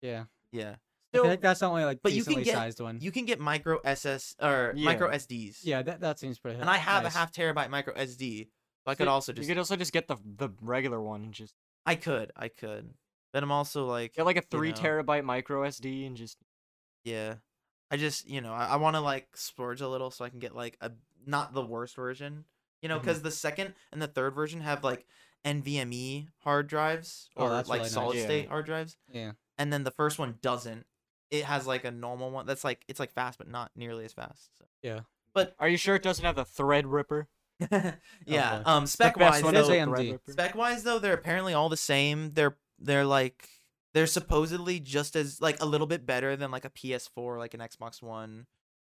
[SPEAKER 3] Yeah,
[SPEAKER 1] Yeah,
[SPEAKER 3] I feel
[SPEAKER 2] Still-
[SPEAKER 3] like that's the only like
[SPEAKER 1] but you can
[SPEAKER 3] decently
[SPEAKER 1] get-
[SPEAKER 3] sized one.
[SPEAKER 1] you can get micro SS or
[SPEAKER 2] Yeah.
[SPEAKER 1] micro SDs.
[SPEAKER 3] Yeah, that that seems pretty.
[SPEAKER 1] and I have
[SPEAKER 3] nice.
[SPEAKER 1] a half terabyte micro SD. So I
[SPEAKER 2] So
[SPEAKER 1] could also
[SPEAKER 2] you
[SPEAKER 1] just
[SPEAKER 2] could also just get the the regular one and just
[SPEAKER 1] I could I could. Then I'm also like
[SPEAKER 2] get like a three
[SPEAKER 1] know.
[SPEAKER 2] terabyte micro SD and just
[SPEAKER 1] yeah, I just you know I, I want to like splurge a little so I can get like a not the worst version. You know,
[SPEAKER 3] Mm-hmm.
[SPEAKER 2] Mhm.
[SPEAKER 1] because the second and the third version have like NVMe hard drives
[SPEAKER 3] Oh,
[SPEAKER 1] or
[SPEAKER 3] that's
[SPEAKER 1] like
[SPEAKER 3] really nice.
[SPEAKER 1] solid
[SPEAKER 2] Yeah.
[SPEAKER 1] state hard drives,
[SPEAKER 3] Yeah.
[SPEAKER 1] and then the first one doesn't. It has like a normal one that's like it's like fast but not nearly as fast. So.
[SPEAKER 2] Are you sure it doesn't have the thread ripper?
[SPEAKER 1] yeah.
[SPEAKER 3] Oh, boy.
[SPEAKER 1] um, spec wise,
[SPEAKER 2] best
[SPEAKER 3] one
[SPEAKER 2] one
[SPEAKER 3] is
[SPEAKER 1] though,
[SPEAKER 3] a- AMD.
[SPEAKER 1] Spec wise though, they're apparently all the same. They're they're like they're supposedly just as like a little bit better than like a PS4, like an Xbox One.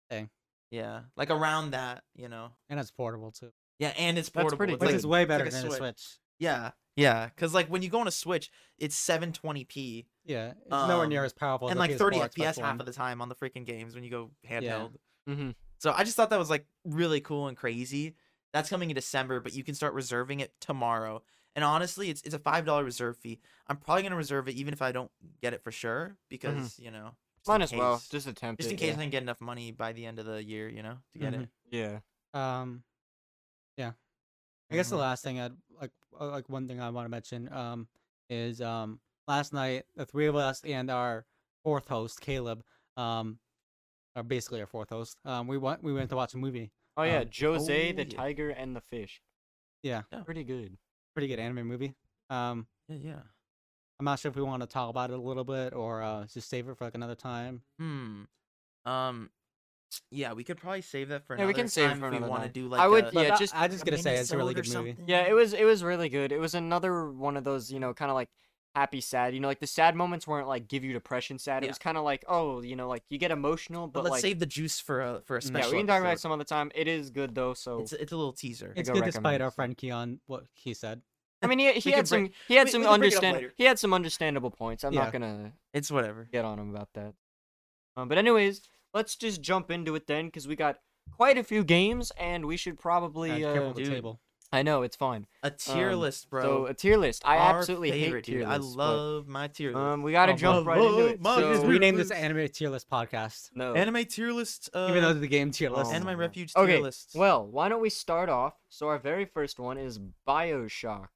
[SPEAKER 3] Dang.
[SPEAKER 1] Yeah, like around that, you know.
[SPEAKER 3] and it's portable too,
[SPEAKER 1] Yeah, and it's
[SPEAKER 2] That's
[SPEAKER 1] portable.
[SPEAKER 2] pretty
[SPEAKER 1] it's
[SPEAKER 3] which
[SPEAKER 1] like-
[SPEAKER 3] is way
[SPEAKER 1] like
[SPEAKER 3] better
[SPEAKER 1] a
[SPEAKER 3] than a
[SPEAKER 1] Switch.
[SPEAKER 3] Switch.
[SPEAKER 1] yeah, yeah, because like when you go on a Switch, it's 720p
[SPEAKER 3] Yeah, it's nowhere near
[SPEAKER 1] Um,
[SPEAKER 3] as powerful.
[SPEAKER 1] and
[SPEAKER 3] as a
[SPEAKER 1] like 30
[SPEAKER 3] PS4, Xbox
[SPEAKER 1] FPS half
[SPEAKER 3] One.
[SPEAKER 1] of the time on the freaking games when you go handheld.
[SPEAKER 2] Mm-hmm.
[SPEAKER 1] So I just thought that was like really cool and crazy. That's coming in December, but you can start reserving it tomorrow. And honestly, it's it's a five dollar reserve fee. I'm probably gonna reserve it even if I don't get it for sure because you know Just in
[SPEAKER 2] Mm-hmm. Might as well
[SPEAKER 1] case.
[SPEAKER 2] just attempt
[SPEAKER 1] Just
[SPEAKER 2] it.
[SPEAKER 1] in case
[SPEAKER 2] yeah.
[SPEAKER 1] I can get enough money by the end of the year, you know, to get
[SPEAKER 3] Mhm.
[SPEAKER 1] it.
[SPEAKER 2] Yeah.
[SPEAKER 3] Um, yeah, I guess the
[SPEAKER 1] Mhm.
[SPEAKER 3] last thing I'd like, uh, like one thing I want to mention, um, is um, last night the three of us and our fourth host Caleb, um, or basically our fourth host, um, we went we went to watch a movie,
[SPEAKER 2] Oh yeah,
[SPEAKER 3] Um,
[SPEAKER 2] Jose
[SPEAKER 1] oh,
[SPEAKER 2] the
[SPEAKER 1] yeah.
[SPEAKER 2] Tiger and the Fish.
[SPEAKER 3] Yeah.
[SPEAKER 1] Yeah.
[SPEAKER 2] Pretty good.
[SPEAKER 3] pretty good anime movie. Um,
[SPEAKER 1] Yeah,
[SPEAKER 2] Mm-hmm.
[SPEAKER 1] yeah.
[SPEAKER 3] I'm not sure if we want to talk about it a little bit or uh, just save it for like another time.
[SPEAKER 1] Hmm. Um. Yeah, we could probably save that for
[SPEAKER 2] Yeah,
[SPEAKER 1] another
[SPEAKER 2] we can save it
[SPEAKER 1] time
[SPEAKER 2] for
[SPEAKER 1] if we
[SPEAKER 2] another
[SPEAKER 1] want to
[SPEAKER 2] time.
[SPEAKER 1] do like
[SPEAKER 2] I would-
[SPEAKER 1] a-
[SPEAKER 3] But
[SPEAKER 2] Yeah,
[SPEAKER 3] I-
[SPEAKER 2] just-
[SPEAKER 3] I just gonna say it's a really
[SPEAKER 1] minute
[SPEAKER 3] good
[SPEAKER 1] or
[SPEAKER 3] movie.
[SPEAKER 1] something.
[SPEAKER 2] Yeah, it was it was really good. It was another one of those, you know, kind of like happy sad. You know, like the sad moments weren't like give you depression sad. It
[SPEAKER 1] Yeah.
[SPEAKER 2] was kind of like, oh, you know, like you get emotional,
[SPEAKER 1] But
[SPEAKER 2] but,
[SPEAKER 1] let's
[SPEAKER 2] like
[SPEAKER 1] save the juice for a for a
[SPEAKER 3] Yeah,
[SPEAKER 2] yeah,
[SPEAKER 1] special.
[SPEAKER 2] we can talk about it
[SPEAKER 1] episode.
[SPEAKER 2] some other time. It is good though, so
[SPEAKER 1] It's it's a little teaser.
[SPEAKER 3] It's
[SPEAKER 2] go
[SPEAKER 3] good despite
[SPEAKER 2] recommend
[SPEAKER 3] our
[SPEAKER 2] it.
[SPEAKER 3] friend Keon what he said.
[SPEAKER 2] I mean, he, he
[SPEAKER 1] could
[SPEAKER 2] had some
[SPEAKER 1] bring-
[SPEAKER 2] he had
[SPEAKER 1] we-
[SPEAKER 2] some
[SPEAKER 1] we can bring it up
[SPEAKER 2] understand
[SPEAKER 1] later.
[SPEAKER 2] he had some understandable points. I'm
[SPEAKER 3] Yeah.
[SPEAKER 2] not gonna
[SPEAKER 1] It's whatever.
[SPEAKER 2] get on him about that. Um, but anyways, let's just jump into it then, because we got quite a few games, and we should
[SPEAKER 3] Uh,
[SPEAKER 2] probably.
[SPEAKER 3] careful
[SPEAKER 2] Uh,
[SPEAKER 3] of the
[SPEAKER 1] dude.
[SPEAKER 3] table.
[SPEAKER 2] I know it's fine.
[SPEAKER 1] A tier
[SPEAKER 2] Um,
[SPEAKER 1] list, bro.
[SPEAKER 2] So a tier list. I
[SPEAKER 1] Our
[SPEAKER 2] absolutely
[SPEAKER 1] favorite,
[SPEAKER 2] hate tier
[SPEAKER 1] dude.
[SPEAKER 2] lists.
[SPEAKER 1] I
[SPEAKER 2] but,
[SPEAKER 1] love my tier list.
[SPEAKER 2] Um, we gotta
[SPEAKER 3] Oh,
[SPEAKER 2] jump
[SPEAKER 1] my-
[SPEAKER 2] right into it.
[SPEAKER 1] my-
[SPEAKER 2] so,
[SPEAKER 1] Just
[SPEAKER 3] we named this
[SPEAKER 1] Lose.
[SPEAKER 3] anime tier list podcast,
[SPEAKER 2] no.
[SPEAKER 1] anime tier list. Uh,
[SPEAKER 3] even though the game tier
[SPEAKER 2] oh
[SPEAKER 3] list.
[SPEAKER 2] my
[SPEAKER 1] anime
[SPEAKER 2] God.
[SPEAKER 1] refuge tier
[SPEAKER 2] Okay,
[SPEAKER 1] list.
[SPEAKER 2] well, why don't we start off? So our very first one is Bioshock.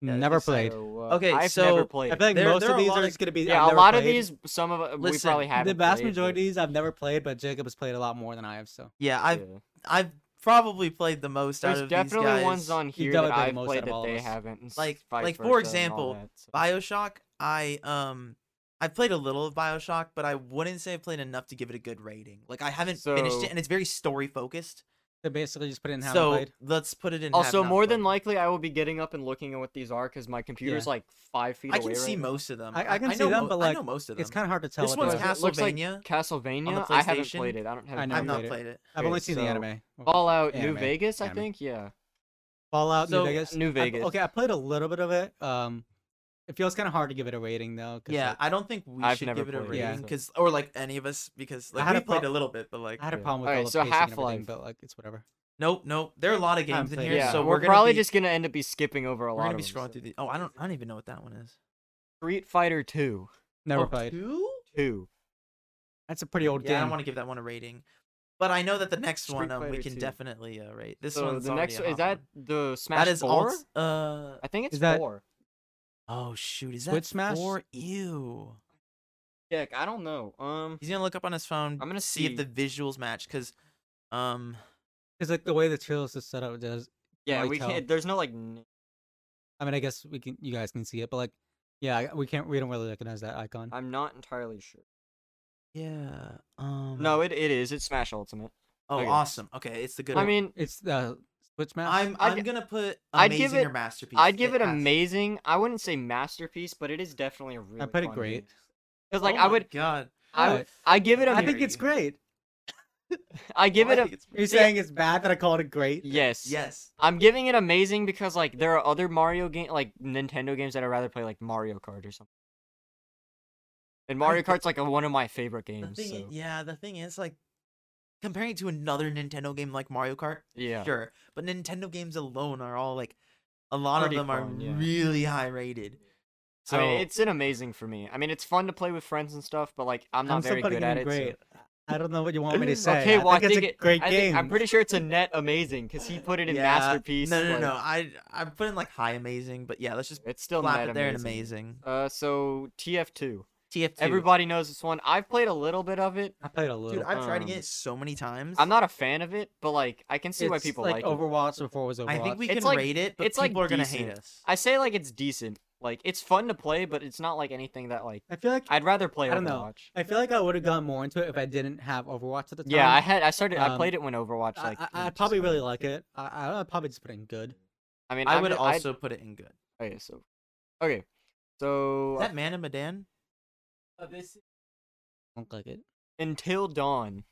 [SPEAKER 1] Yeah,
[SPEAKER 3] never
[SPEAKER 1] it's like-
[SPEAKER 3] played.
[SPEAKER 2] So, uh,
[SPEAKER 1] Okay,
[SPEAKER 2] I've
[SPEAKER 1] so,
[SPEAKER 2] never
[SPEAKER 1] I
[SPEAKER 2] played.
[SPEAKER 3] I
[SPEAKER 2] it.
[SPEAKER 3] feel like
[SPEAKER 1] There-
[SPEAKER 3] most
[SPEAKER 1] there
[SPEAKER 3] of
[SPEAKER 1] are a
[SPEAKER 3] these
[SPEAKER 1] lot
[SPEAKER 3] are
[SPEAKER 1] of-
[SPEAKER 3] just gonna be.
[SPEAKER 2] yeah, a
[SPEAKER 3] I've never
[SPEAKER 2] lot of
[SPEAKER 3] played.
[SPEAKER 2] these, some of uh, we
[SPEAKER 1] Listen,
[SPEAKER 2] probably haven't.
[SPEAKER 3] The vast
[SPEAKER 2] played, but-
[SPEAKER 3] majority of these I've never played, but Jacob's played a lot more than I have. So
[SPEAKER 1] yeah, I've
[SPEAKER 2] Yeah.
[SPEAKER 1] I've probably played the most
[SPEAKER 2] There's
[SPEAKER 1] out of
[SPEAKER 2] definitely
[SPEAKER 1] these guys.
[SPEAKER 2] ones on here
[SPEAKER 3] definitely
[SPEAKER 2] that
[SPEAKER 3] played the
[SPEAKER 2] I've
[SPEAKER 3] most out
[SPEAKER 2] played
[SPEAKER 3] of
[SPEAKER 2] that
[SPEAKER 3] all of
[SPEAKER 2] they
[SPEAKER 3] us.
[SPEAKER 2] haven't. and s-
[SPEAKER 1] Like-
[SPEAKER 2] vice
[SPEAKER 1] like, for
[SPEAKER 2] versa and all
[SPEAKER 1] example,
[SPEAKER 2] that, so-
[SPEAKER 1] Bioshock. I um I've played a little of Bioshock, but I wouldn't say I've played enough to give it a good rating. Like I haven't finished
[SPEAKER 2] So-
[SPEAKER 1] it, and it's very story focused.
[SPEAKER 3] they basically just put it in how
[SPEAKER 1] So
[SPEAKER 3] played.
[SPEAKER 1] let's put it in. have
[SPEAKER 2] also,
[SPEAKER 1] not
[SPEAKER 2] more than
[SPEAKER 1] played.
[SPEAKER 2] likely, I will be getting up and looking at what these are because my computer's like five feet
[SPEAKER 1] I can
[SPEAKER 2] away.
[SPEAKER 1] see
[SPEAKER 2] right now.
[SPEAKER 1] most of them.
[SPEAKER 3] I- I can see
[SPEAKER 1] know
[SPEAKER 3] them,
[SPEAKER 1] mo-
[SPEAKER 3] but,
[SPEAKER 1] I know
[SPEAKER 3] like,
[SPEAKER 1] most of them.
[SPEAKER 3] It's kind of hard to tell.
[SPEAKER 1] This
[SPEAKER 3] what
[SPEAKER 1] one's
[SPEAKER 3] they
[SPEAKER 2] But
[SPEAKER 3] are.
[SPEAKER 2] it looks like
[SPEAKER 1] Castlevania on the
[SPEAKER 2] Castlevania. I haven't
[SPEAKER 1] PlayStation.
[SPEAKER 2] played it. I don't have.
[SPEAKER 3] I
[SPEAKER 2] time
[SPEAKER 3] know.
[SPEAKER 1] I've
[SPEAKER 2] to
[SPEAKER 1] not
[SPEAKER 3] played it.
[SPEAKER 1] played it.
[SPEAKER 3] I've only seen the
[SPEAKER 2] so-
[SPEAKER 3] anime. Well,
[SPEAKER 2] Fallout New
[SPEAKER 3] Anime,
[SPEAKER 2] Vegas. I
[SPEAKER 3] anime.
[SPEAKER 2] think. Yeah.
[SPEAKER 3] Fallout
[SPEAKER 1] So,
[SPEAKER 3] New Vegas.
[SPEAKER 2] New
[SPEAKER 3] I've-
[SPEAKER 2] Vegas.
[SPEAKER 3] okay, I played a little bit of it. Um, it feels kind of hard to give it a rating though. 'cause,
[SPEAKER 1] Yeah,
[SPEAKER 3] like,
[SPEAKER 1] I don't think we
[SPEAKER 2] I've
[SPEAKER 1] should
[SPEAKER 2] never
[SPEAKER 1] give it a
[SPEAKER 2] played it,
[SPEAKER 1] rating
[SPEAKER 2] so-
[SPEAKER 1] because, or like any of us, because like
[SPEAKER 3] had
[SPEAKER 1] we
[SPEAKER 3] a
[SPEAKER 1] played
[SPEAKER 3] pro-
[SPEAKER 1] a little bit, but like
[SPEAKER 3] I had a
[SPEAKER 2] Yeah.
[SPEAKER 3] problem with
[SPEAKER 2] Alright,
[SPEAKER 3] all the
[SPEAKER 2] so
[SPEAKER 3] pacing and everything,
[SPEAKER 2] Half-Life.
[SPEAKER 3] but like it's whatever.
[SPEAKER 1] nope, nope. There are a lot of
[SPEAKER 3] haven't
[SPEAKER 1] games in
[SPEAKER 3] played
[SPEAKER 1] here,
[SPEAKER 3] it.
[SPEAKER 2] Yeah.
[SPEAKER 1] so
[SPEAKER 2] we're,
[SPEAKER 1] we're, gonna
[SPEAKER 2] probably
[SPEAKER 1] be-
[SPEAKER 2] just gonna end up be skipping over a
[SPEAKER 1] we're
[SPEAKER 2] lot
[SPEAKER 1] gonna
[SPEAKER 2] of
[SPEAKER 1] be
[SPEAKER 2] them,
[SPEAKER 1] scrolling
[SPEAKER 2] so-
[SPEAKER 1] through the. Oh, I don't, I don't even know what that one is.
[SPEAKER 2] Street Fighter Two.
[SPEAKER 3] Never
[SPEAKER 1] Oh,
[SPEAKER 3] played.
[SPEAKER 1] two?
[SPEAKER 2] Two.
[SPEAKER 3] That's a pretty old
[SPEAKER 1] Yeah, I
[SPEAKER 3] game.
[SPEAKER 1] don't want to give that one a rating, but I know that the next one
[SPEAKER 2] Street
[SPEAKER 1] um, we
[SPEAKER 2] Fighter
[SPEAKER 1] can
[SPEAKER 2] 2.
[SPEAKER 1] definitely uh, rate. This
[SPEAKER 2] so
[SPEAKER 1] one's
[SPEAKER 2] the
[SPEAKER 1] already
[SPEAKER 2] next
[SPEAKER 1] a
[SPEAKER 2] is
[SPEAKER 1] hot
[SPEAKER 2] that
[SPEAKER 1] one.
[SPEAKER 2] the Smash
[SPEAKER 1] that is
[SPEAKER 2] Four.
[SPEAKER 1] alt. Uh,
[SPEAKER 2] I think it's
[SPEAKER 3] Is that-
[SPEAKER 2] four.
[SPEAKER 1] oh shoot, is that
[SPEAKER 3] Switch Smash?
[SPEAKER 1] four? Ew.
[SPEAKER 2] Heck, I don't know. Um.
[SPEAKER 1] He's gonna look up on his phone.
[SPEAKER 2] I'm gonna
[SPEAKER 1] see
[SPEAKER 2] see.
[SPEAKER 1] if the visuals match, cause, um,
[SPEAKER 3] It's like the way the tier list is set up. Does
[SPEAKER 2] Yeah,
[SPEAKER 3] really
[SPEAKER 2] we
[SPEAKER 3] tell.
[SPEAKER 1] um,
[SPEAKER 2] can't. There's no like. n-
[SPEAKER 3] I mean, I guess we can. You guys can see it, but like, yeah, I- we can't. We don't really recognize that icon.
[SPEAKER 2] I'm not entirely sure.
[SPEAKER 1] yeah, um.
[SPEAKER 2] No, it, it is. It's Smash Ultimate.
[SPEAKER 1] Oh,
[SPEAKER 2] okay.
[SPEAKER 1] awesome. Okay, it's the good.
[SPEAKER 2] I
[SPEAKER 1] one.
[SPEAKER 2] mean,
[SPEAKER 3] It's the Switch Master.
[SPEAKER 1] I'm
[SPEAKER 2] I'd
[SPEAKER 1] I'm
[SPEAKER 2] g-
[SPEAKER 1] gonna put
[SPEAKER 2] I'd give
[SPEAKER 1] amazing or
[SPEAKER 2] it-
[SPEAKER 1] masterpiece.
[SPEAKER 2] I'd give it
[SPEAKER 1] has to.
[SPEAKER 2] amazing. I wouldn't say masterpiece, but it is definitely a really.
[SPEAKER 3] put it
[SPEAKER 2] fun
[SPEAKER 3] great.
[SPEAKER 2] Because like
[SPEAKER 1] Oh
[SPEAKER 2] I
[SPEAKER 1] my
[SPEAKER 2] would,
[SPEAKER 1] God.
[SPEAKER 2] I
[SPEAKER 3] What?
[SPEAKER 2] would, I give it a,
[SPEAKER 1] I
[SPEAKER 3] I
[SPEAKER 2] I
[SPEAKER 1] think
[SPEAKER 3] think
[SPEAKER 1] it's
[SPEAKER 3] it's great.
[SPEAKER 1] Well,
[SPEAKER 2] give it
[SPEAKER 1] I
[SPEAKER 2] a,
[SPEAKER 1] think it's
[SPEAKER 3] You're
[SPEAKER 1] pretty-
[SPEAKER 2] See,
[SPEAKER 3] saying it's bad that I called it great?
[SPEAKER 2] yes,
[SPEAKER 1] yes.
[SPEAKER 2] I'm giving it amazing because like there are other Mario game, like Nintendo games that I'd rather play, like Mario Kart or something. And Mario
[SPEAKER 1] but-
[SPEAKER 2] Kart's like a, one of my favorite
[SPEAKER 1] The
[SPEAKER 2] games.
[SPEAKER 1] thing, i-
[SPEAKER 2] so.
[SPEAKER 1] yeah, the thing is, like, comparing it to another Nintendo game like Mario Kart,
[SPEAKER 2] Yeah.
[SPEAKER 1] sure, but Nintendo games alone are all like, a lot
[SPEAKER 2] Pretty
[SPEAKER 1] of them
[SPEAKER 2] fun,
[SPEAKER 1] are
[SPEAKER 2] yeah.
[SPEAKER 1] really high rated. So
[SPEAKER 2] I mean, it's an amazing for me. I mean, it's fun to play with friends and stuff, but like I'm not
[SPEAKER 3] I'm
[SPEAKER 2] very
[SPEAKER 3] still putting
[SPEAKER 2] good
[SPEAKER 3] it
[SPEAKER 2] at
[SPEAKER 3] in
[SPEAKER 2] it. so-
[SPEAKER 3] great. I don't know what you want me to say.
[SPEAKER 2] Okay,
[SPEAKER 3] I
[SPEAKER 2] well,
[SPEAKER 3] think it's a
[SPEAKER 2] it-
[SPEAKER 3] great
[SPEAKER 2] I
[SPEAKER 3] game.
[SPEAKER 2] think- I'm pretty sure it's a net amazing because he put it in
[SPEAKER 1] yeah,
[SPEAKER 2] masterpiece.
[SPEAKER 1] No, no,
[SPEAKER 2] like,
[SPEAKER 1] no. I I'm putting like high amazing, but yeah, let's just
[SPEAKER 2] It's still
[SPEAKER 1] slap
[SPEAKER 2] net
[SPEAKER 1] it there and
[SPEAKER 2] amazing.
[SPEAKER 1] amazing.
[SPEAKER 2] Uh, so TF2.
[SPEAKER 1] TF2.
[SPEAKER 2] Everybody knows this one. I've played a little bit of it.
[SPEAKER 3] I played a little.
[SPEAKER 1] Dude, I've tried to
[SPEAKER 2] um,
[SPEAKER 1] get it so many times.
[SPEAKER 2] I'm not a fan of it, but like I can see why
[SPEAKER 3] It's
[SPEAKER 2] people like,
[SPEAKER 3] like,
[SPEAKER 2] it.
[SPEAKER 3] Overwatch before it was Overwatch.
[SPEAKER 1] I think we
[SPEAKER 2] It's
[SPEAKER 1] can
[SPEAKER 2] like-
[SPEAKER 1] rate it, but
[SPEAKER 2] it's like
[SPEAKER 1] people are gonna hate
[SPEAKER 2] decent.
[SPEAKER 1] us.
[SPEAKER 2] I say like it's decent. Like it's fun to play, but it's not like anything that like
[SPEAKER 3] I feel like I,
[SPEAKER 2] I'd rather play
[SPEAKER 3] I don't know.
[SPEAKER 2] Overwatch.
[SPEAKER 3] feel like I would have gotten more into it if I didn't have Overwatch at the time.
[SPEAKER 2] Yeah, I had I started I
[SPEAKER 3] um,
[SPEAKER 2] played it when Overwatch
[SPEAKER 3] I,
[SPEAKER 2] like
[SPEAKER 3] I,
[SPEAKER 2] came
[SPEAKER 3] I
[SPEAKER 2] out,
[SPEAKER 3] probably
[SPEAKER 2] so-
[SPEAKER 3] really like it. I, I I'd probably just put in good.
[SPEAKER 2] I mean
[SPEAKER 1] I would
[SPEAKER 2] I'd- I'd-
[SPEAKER 1] also put it in good.
[SPEAKER 2] okay so okay so
[SPEAKER 1] Is that Man and Madan?
[SPEAKER 3] Don't like it.
[SPEAKER 2] until dawn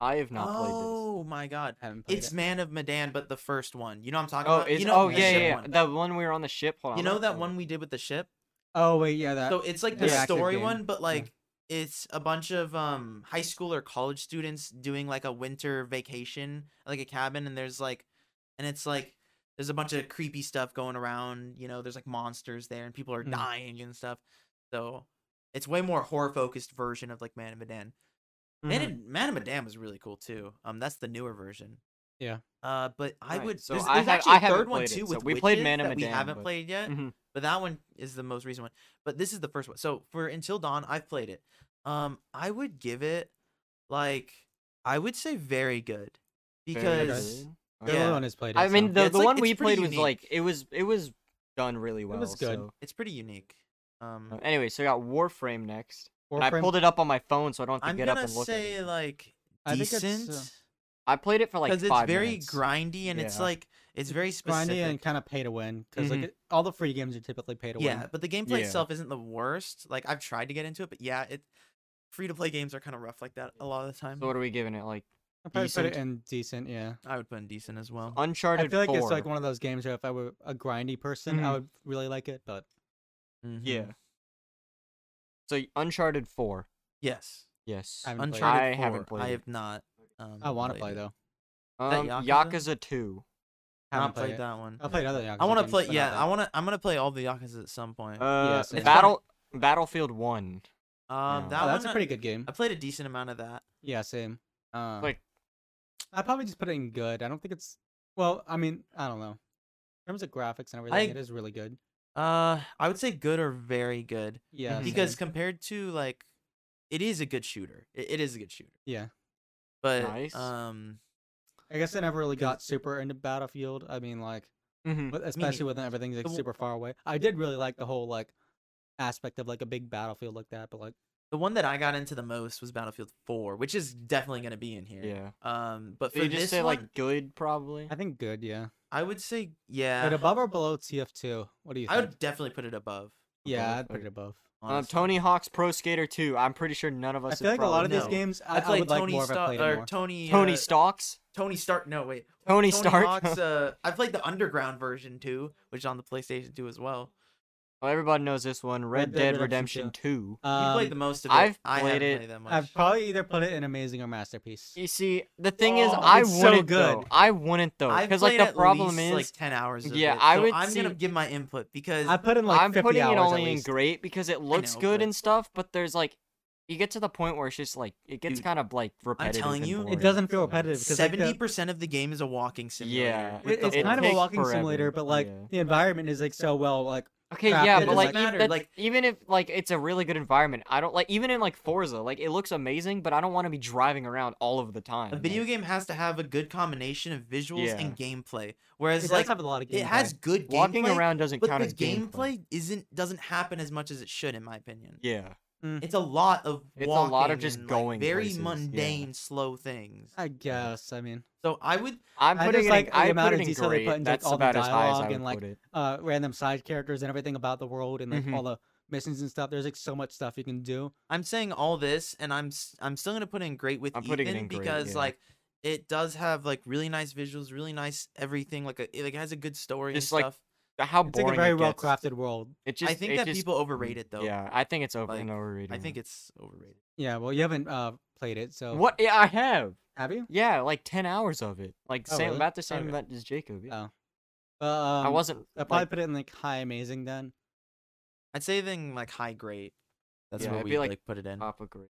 [SPEAKER 2] I have not played this.
[SPEAKER 1] oh my god.
[SPEAKER 3] Haven't played
[SPEAKER 1] It's
[SPEAKER 3] it.
[SPEAKER 1] Man of Medan, but the first one. You know what I'm talking
[SPEAKER 2] Oh,
[SPEAKER 1] about?
[SPEAKER 2] is
[SPEAKER 1] you know,
[SPEAKER 2] oh
[SPEAKER 1] the
[SPEAKER 2] yeah yeah,
[SPEAKER 1] ship
[SPEAKER 2] yeah.
[SPEAKER 1] one.
[SPEAKER 2] that one we were on the ship. Hold on,
[SPEAKER 1] you
[SPEAKER 2] I'm
[SPEAKER 1] know
[SPEAKER 2] not
[SPEAKER 1] that
[SPEAKER 2] playing
[SPEAKER 1] one we did with the ship?
[SPEAKER 3] Oh wait, yeah, that.
[SPEAKER 1] So it's like the
[SPEAKER 3] Yeah, active
[SPEAKER 1] story
[SPEAKER 3] game.
[SPEAKER 1] one, but like it's a bunch of um high school or college students doing like a winter vacation, like a cabin, and there's like and it's like there's a bunch of creepy Mm. stuff going around, you know, there's like monsters there and people are
[SPEAKER 3] Mm.
[SPEAKER 1] dying and stuff. So It's way more horror focused version of like Man of Medan. Man,
[SPEAKER 3] Mm-hmm.
[SPEAKER 1] and, Man of Medan was really cool too. Um, that's the newer version.
[SPEAKER 3] Yeah.
[SPEAKER 1] Uh, but I
[SPEAKER 2] Right,
[SPEAKER 1] would.
[SPEAKER 2] so
[SPEAKER 1] there's,
[SPEAKER 2] I
[SPEAKER 1] there's
[SPEAKER 2] have-
[SPEAKER 1] actually
[SPEAKER 2] I
[SPEAKER 1] a
[SPEAKER 2] haven't
[SPEAKER 1] third one
[SPEAKER 2] played it,
[SPEAKER 1] too.
[SPEAKER 2] so
[SPEAKER 1] With
[SPEAKER 2] we played
[SPEAKER 1] Witches
[SPEAKER 2] Man of
[SPEAKER 1] that we
[SPEAKER 2] Medan,
[SPEAKER 1] haven't
[SPEAKER 2] but-
[SPEAKER 1] played yet,
[SPEAKER 2] Mhm.
[SPEAKER 1] but that one is the most recent one. But this is the first one. So for Until Dawn, I've played it. Um, I would give it like I would say very good
[SPEAKER 2] Very
[SPEAKER 1] because
[SPEAKER 2] good.
[SPEAKER 3] Joe
[SPEAKER 2] Okay.
[SPEAKER 1] yeah.
[SPEAKER 3] Alone has played Oh, it.
[SPEAKER 2] I mean,
[SPEAKER 3] so-
[SPEAKER 2] the,
[SPEAKER 1] Yeah, it's
[SPEAKER 2] the
[SPEAKER 1] like-
[SPEAKER 2] one
[SPEAKER 1] it's
[SPEAKER 2] we
[SPEAKER 1] pretty
[SPEAKER 2] played was
[SPEAKER 1] unique.
[SPEAKER 2] like it was it was done really well.
[SPEAKER 3] was good.
[SPEAKER 2] so-
[SPEAKER 1] it's pretty unique. Um,
[SPEAKER 2] Uh, Anyway, so I got Warframe next, and I
[SPEAKER 3] Warframe-
[SPEAKER 2] pulled it up on my phone, so I don't have to
[SPEAKER 1] I'm
[SPEAKER 2] get up
[SPEAKER 1] gonna
[SPEAKER 2] and look. at
[SPEAKER 1] say
[SPEAKER 2] it.
[SPEAKER 1] like
[SPEAKER 3] I think it's, uh,
[SPEAKER 1] decent
[SPEAKER 2] I played it for like
[SPEAKER 1] because
[SPEAKER 2] five
[SPEAKER 1] it's very
[SPEAKER 2] minutes.
[SPEAKER 1] grindy and it's
[SPEAKER 2] Yeah.
[SPEAKER 1] like it's very specific. Mm-hmm.
[SPEAKER 3] grindy and kind of pay to win because like it- all the free games are typically pay to win.
[SPEAKER 1] Yeah, but the gameplay
[SPEAKER 2] Yeah.
[SPEAKER 1] itself isn't the worst. Like I've tried to get into it, but yeah, it free to play games are kind of rough like that a lot of the time.
[SPEAKER 2] So what are we giving it? Like
[SPEAKER 3] I probably put it
[SPEAKER 2] decent.
[SPEAKER 3] in decent. Yeah,
[SPEAKER 1] I would put in decent as well.
[SPEAKER 2] Uncharted
[SPEAKER 3] I feel like
[SPEAKER 2] 4.
[SPEAKER 3] it's like one of those games where if I were a grindy person, I
[SPEAKER 1] Mm-hmm.
[SPEAKER 2] Mhm.
[SPEAKER 3] would really like it. But
[SPEAKER 2] Yeah.
[SPEAKER 1] Mhm.
[SPEAKER 2] So Uncharted 4.
[SPEAKER 1] Yes.
[SPEAKER 2] Yes.
[SPEAKER 3] I haven't played it.
[SPEAKER 1] Uncharted
[SPEAKER 2] I haven't
[SPEAKER 1] 4,
[SPEAKER 2] played
[SPEAKER 1] I
[SPEAKER 2] it.
[SPEAKER 1] have not. Um,
[SPEAKER 3] I want to
[SPEAKER 1] played
[SPEAKER 3] play
[SPEAKER 1] it.
[SPEAKER 3] though.
[SPEAKER 1] that
[SPEAKER 2] Um,
[SPEAKER 1] Yakuza?
[SPEAKER 2] Yakuza? 2.
[SPEAKER 3] Haven't
[SPEAKER 1] Not played,
[SPEAKER 3] it.
[SPEAKER 1] that one.
[SPEAKER 3] I'll play other Yakuza
[SPEAKER 1] I want to
[SPEAKER 3] games,
[SPEAKER 1] play.
[SPEAKER 3] but not
[SPEAKER 1] Yeah,
[SPEAKER 3] that.
[SPEAKER 1] I want to. I'm gonna play all the Yakuza at some point.
[SPEAKER 2] Uh,
[SPEAKER 3] same.
[SPEAKER 2] Battle Battlefield 1.
[SPEAKER 1] um,
[SPEAKER 2] yeah.
[SPEAKER 1] that
[SPEAKER 3] Oh, that's
[SPEAKER 1] one, uh,
[SPEAKER 3] a pretty good game.
[SPEAKER 1] I played a decent amount of that.
[SPEAKER 3] Yeah, same. Uh,
[SPEAKER 2] Like-
[SPEAKER 3] I probably just put it in good. I don't think it's well. I mean, I don't know. In terms of graphics and everything,
[SPEAKER 1] I-
[SPEAKER 3] it is really good.
[SPEAKER 1] Uh, I would say good or very good
[SPEAKER 3] Yeah,
[SPEAKER 2] Mhm.
[SPEAKER 1] Mm-hmm. because
[SPEAKER 3] same.
[SPEAKER 1] compared to like, it is a good shooter. It, it is a good shooter,
[SPEAKER 3] yeah,
[SPEAKER 1] but
[SPEAKER 2] Nice.
[SPEAKER 1] um,
[SPEAKER 3] I guess I never really
[SPEAKER 1] 'Cause-
[SPEAKER 3] got super into Battlefield. I mean, like
[SPEAKER 1] Mm-hmm.
[SPEAKER 2] Mhm.
[SPEAKER 3] with- especially when everything's like
[SPEAKER 1] w-
[SPEAKER 3] super far away. I did really like the whole like aspect of like a big battlefield like that, but like
[SPEAKER 1] the one that I got into the most was Battlefield Four, which is definitely gonna be in here.
[SPEAKER 2] Yeah.
[SPEAKER 1] Um, but
[SPEAKER 2] So
[SPEAKER 1] for
[SPEAKER 2] you just
[SPEAKER 1] this
[SPEAKER 2] say
[SPEAKER 1] one,
[SPEAKER 2] like good probably.
[SPEAKER 3] I think good, yeah.
[SPEAKER 1] I would say
[SPEAKER 3] But
[SPEAKER 1] yeah.
[SPEAKER 3] above or below TF2, what do you think?
[SPEAKER 1] I would definitely put it above.
[SPEAKER 3] yeah,
[SPEAKER 2] above,
[SPEAKER 3] I'd put
[SPEAKER 2] okay.
[SPEAKER 3] it above.
[SPEAKER 2] Uh,
[SPEAKER 1] honestly.
[SPEAKER 2] Tony Hawk's Pro Skater 2. I'm pretty sure none of
[SPEAKER 3] I
[SPEAKER 2] us
[SPEAKER 3] feel
[SPEAKER 2] have
[SPEAKER 3] like a lot of
[SPEAKER 2] probably-
[SPEAKER 3] these
[SPEAKER 1] No.
[SPEAKER 3] games I,
[SPEAKER 1] I
[SPEAKER 3] I
[SPEAKER 1] played
[SPEAKER 3] would like
[SPEAKER 1] Tony
[SPEAKER 3] more if I
[SPEAKER 1] Stark
[SPEAKER 3] played it
[SPEAKER 1] or
[SPEAKER 3] more.
[SPEAKER 1] Tony
[SPEAKER 2] Tony
[SPEAKER 1] uh,
[SPEAKER 2] Starks?
[SPEAKER 1] Tony Stark. No, wait. Tony
[SPEAKER 2] Tony Stark.
[SPEAKER 1] Hawk's, uh, I played the Underground version too, which is on the PlayStation 2 as well.
[SPEAKER 2] Well, everybody knows this one, Red, Dead, Redemption, 2.
[SPEAKER 1] You
[SPEAKER 3] Um,
[SPEAKER 1] played the most of it.
[SPEAKER 2] I've
[SPEAKER 1] I haven't
[SPEAKER 2] played it-
[SPEAKER 1] played that much.
[SPEAKER 3] I've probably either put it in amazing or masterpiece.
[SPEAKER 2] You see, the thing is,
[SPEAKER 3] Oh,
[SPEAKER 2] I
[SPEAKER 3] it's so
[SPEAKER 2] wouldn't though.
[SPEAKER 3] good.
[SPEAKER 2] I wouldn't though,
[SPEAKER 1] I've
[SPEAKER 2] because like
[SPEAKER 1] played
[SPEAKER 2] the
[SPEAKER 1] at
[SPEAKER 2] problem
[SPEAKER 1] least,
[SPEAKER 2] is,
[SPEAKER 1] like 10 hours of
[SPEAKER 2] Yeah,
[SPEAKER 1] it,
[SPEAKER 2] I
[SPEAKER 1] so
[SPEAKER 2] would
[SPEAKER 1] I'm going
[SPEAKER 2] see-
[SPEAKER 1] to give my input because
[SPEAKER 3] I put in like
[SPEAKER 2] I'm
[SPEAKER 3] 50
[SPEAKER 2] putting
[SPEAKER 3] hours
[SPEAKER 2] it
[SPEAKER 3] at
[SPEAKER 2] only in
[SPEAKER 3] least.
[SPEAKER 2] great because it looks
[SPEAKER 1] know,
[SPEAKER 2] good
[SPEAKER 1] but-
[SPEAKER 2] and stuff, but there's like, you get to the point where it's just like it gets
[SPEAKER 1] Dude,
[SPEAKER 2] kind of like repetitive.
[SPEAKER 1] telling
[SPEAKER 2] and
[SPEAKER 1] you, it
[SPEAKER 2] boring,
[SPEAKER 3] It doesn't feel
[SPEAKER 2] so-
[SPEAKER 3] repetitive because like, the-
[SPEAKER 1] 70% of the game is a walking simulator.
[SPEAKER 2] Yeah,
[SPEAKER 1] with
[SPEAKER 3] it-
[SPEAKER 1] the Oh,
[SPEAKER 3] it's
[SPEAKER 1] whole-
[SPEAKER 3] kind of a
[SPEAKER 2] takes
[SPEAKER 3] walking
[SPEAKER 2] forever,
[SPEAKER 3] simulator, but like
[SPEAKER 2] yeah.
[SPEAKER 3] the environment is like so well like
[SPEAKER 2] Okay,
[SPEAKER 3] crap,
[SPEAKER 2] yeah,
[SPEAKER 3] it
[SPEAKER 2] but
[SPEAKER 3] doesn't
[SPEAKER 2] like, e-
[SPEAKER 1] matter,
[SPEAKER 2] that-
[SPEAKER 1] like-
[SPEAKER 2] even if like it's a really good environment, I don't like even in like Forza, like it looks amazing, but I don't want to be driving around all of the time.
[SPEAKER 1] A video
[SPEAKER 2] like,
[SPEAKER 1] game has to have a good combination of visuals
[SPEAKER 2] Yeah.
[SPEAKER 1] and gameplay.
[SPEAKER 3] it
[SPEAKER 1] Whereas,
[SPEAKER 3] does
[SPEAKER 1] like,
[SPEAKER 3] have a lot of gameplay.
[SPEAKER 1] it has good gameplay.
[SPEAKER 2] walking around doesn't
[SPEAKER 1] but
[SPEAKER 2] count
[SPEAKER 1] the
[SPEAKER 2] as gameplay.
[SPEAKER 1] gameplay isn't doesn't happen as much as it should, in my opinion.
[SPEAKER 2] Yeah,
[SPEAKER 1] It's a lot of
[SPEAKER 2] It's a
[SPEAKER 1] walking
[SPEAKER 2] lot of just
[SPEAKER 1] and, like,
[SPEAKER 2] going
[SPEAKER 1] very
[SPEAKER 2] places, yeah.
[SPEAKER 1] mundane, slow things.
[SPEAKER 3] I guess. I mean,
[SPEAKER 1] So I would
[SPEAKER 2] I'm
[SPEAKER 3] I
[SPEAKER 2] putting
[SPEAKER 3] just
[SPEAKER 2] it
[SPEAKER 3] like
[SPEAKER 2] in,
[SPEAKER 3] the
[SPEAKER 2] I
[SPEAKER 3] amount
[SPEAKER 2] put
[SPEAKER 3] of
[SPEAKER 2] it in
[SPEAKER 3] detail they
[SPEAKER 2] great.
[SPEAKER 3] put into, like,
[SPEAKER 2] That's
[SPEAKER 3] all the
[SPEAKER 2] about as high as I
[SPEAKER 3] dialogue
[SPEAKER 2] would
[SPEAKER 3] and, like,
[SPEAKER 2] put it.
[SPEAKER 3] uh, random side characters and everything about the world and like
[SPEAKER 2] Mhm.
[SPEAKER 3] all the missions and stuff. There's like so much stuff you can do.
[SPEAKER 1] I'm saying all this, and I'm s- I'm still gonna put in great with
[SPEAKER 2] I'm putting it
[SPEAKER 1] Ethan
[SPEAKER 2] in great,
[SPEAKER 1] because
[SPEAKER 2] yeah.
[SPEAKER 1] like it does have like really nice visuals, really nice everything. Like a, it like has a good story
[SPEAKER 2] Just,
[SPEAKER 1] and
[SPEAKER 2] like,
[SPEAKER 1] stuff.
[SPEAKER 2] How
[SPEAKER 3] It's like
[SPEAKER 2] boring
[SPEAKER 3] a very
[SPEAKER 2] it
[SPEAKER 3] well
[SPEAKER 2] gets.
[SPEAKER 3] crafted world.
[SPEAKER 2] It just
[SPEAKER 1] I think
[SPEAKER 2] it
[SPEAKER 1] that
[SPEAKER 2] just-
[SPEAKER 1] people overrate it though.
[SPEAKER 2] Yeah, I think it's over
[SPEAKER 1] Like,
[SPEAKER 2] and overrated.
[SPEAKER 1] I think it's overrated.
[SPEAKER 3] Yeah. Well, you haven't uh, played it, so
[SPEAKER 2] What? Yeah, I have.
[SPEAKER 3] have you?
[SPEAKER 2] Yeah, like ten hours of it. Like
[SPEAKER 3] Oh,
[SPEAKER 2] same,
[SPEAKER 3] really?
[SPEAKER 2] about the same
[SPEAKER 3] Okay.
[SPEAKER 2] amount as Jacob. Yeah.
[SPEAKER 3] Oh, But, um,
[SPEAKER 2] I wasn't.
[SPEAKER 3] I probably
[SPEAKER 2] like,
[SPEAKER 3] put it in like high amazing then.
[SPEAKER 1] I'd say then like high grade. That's
[SPEAKER 2] Yeah,
[SPEAKER 1] what
[SPEAKER 2] it'd be,
[SPEAKER 1] we
[SPEAKER 2] like, uh,
[SPEAKER 1] like, put it in.
[SPEAKER 2] top of grade.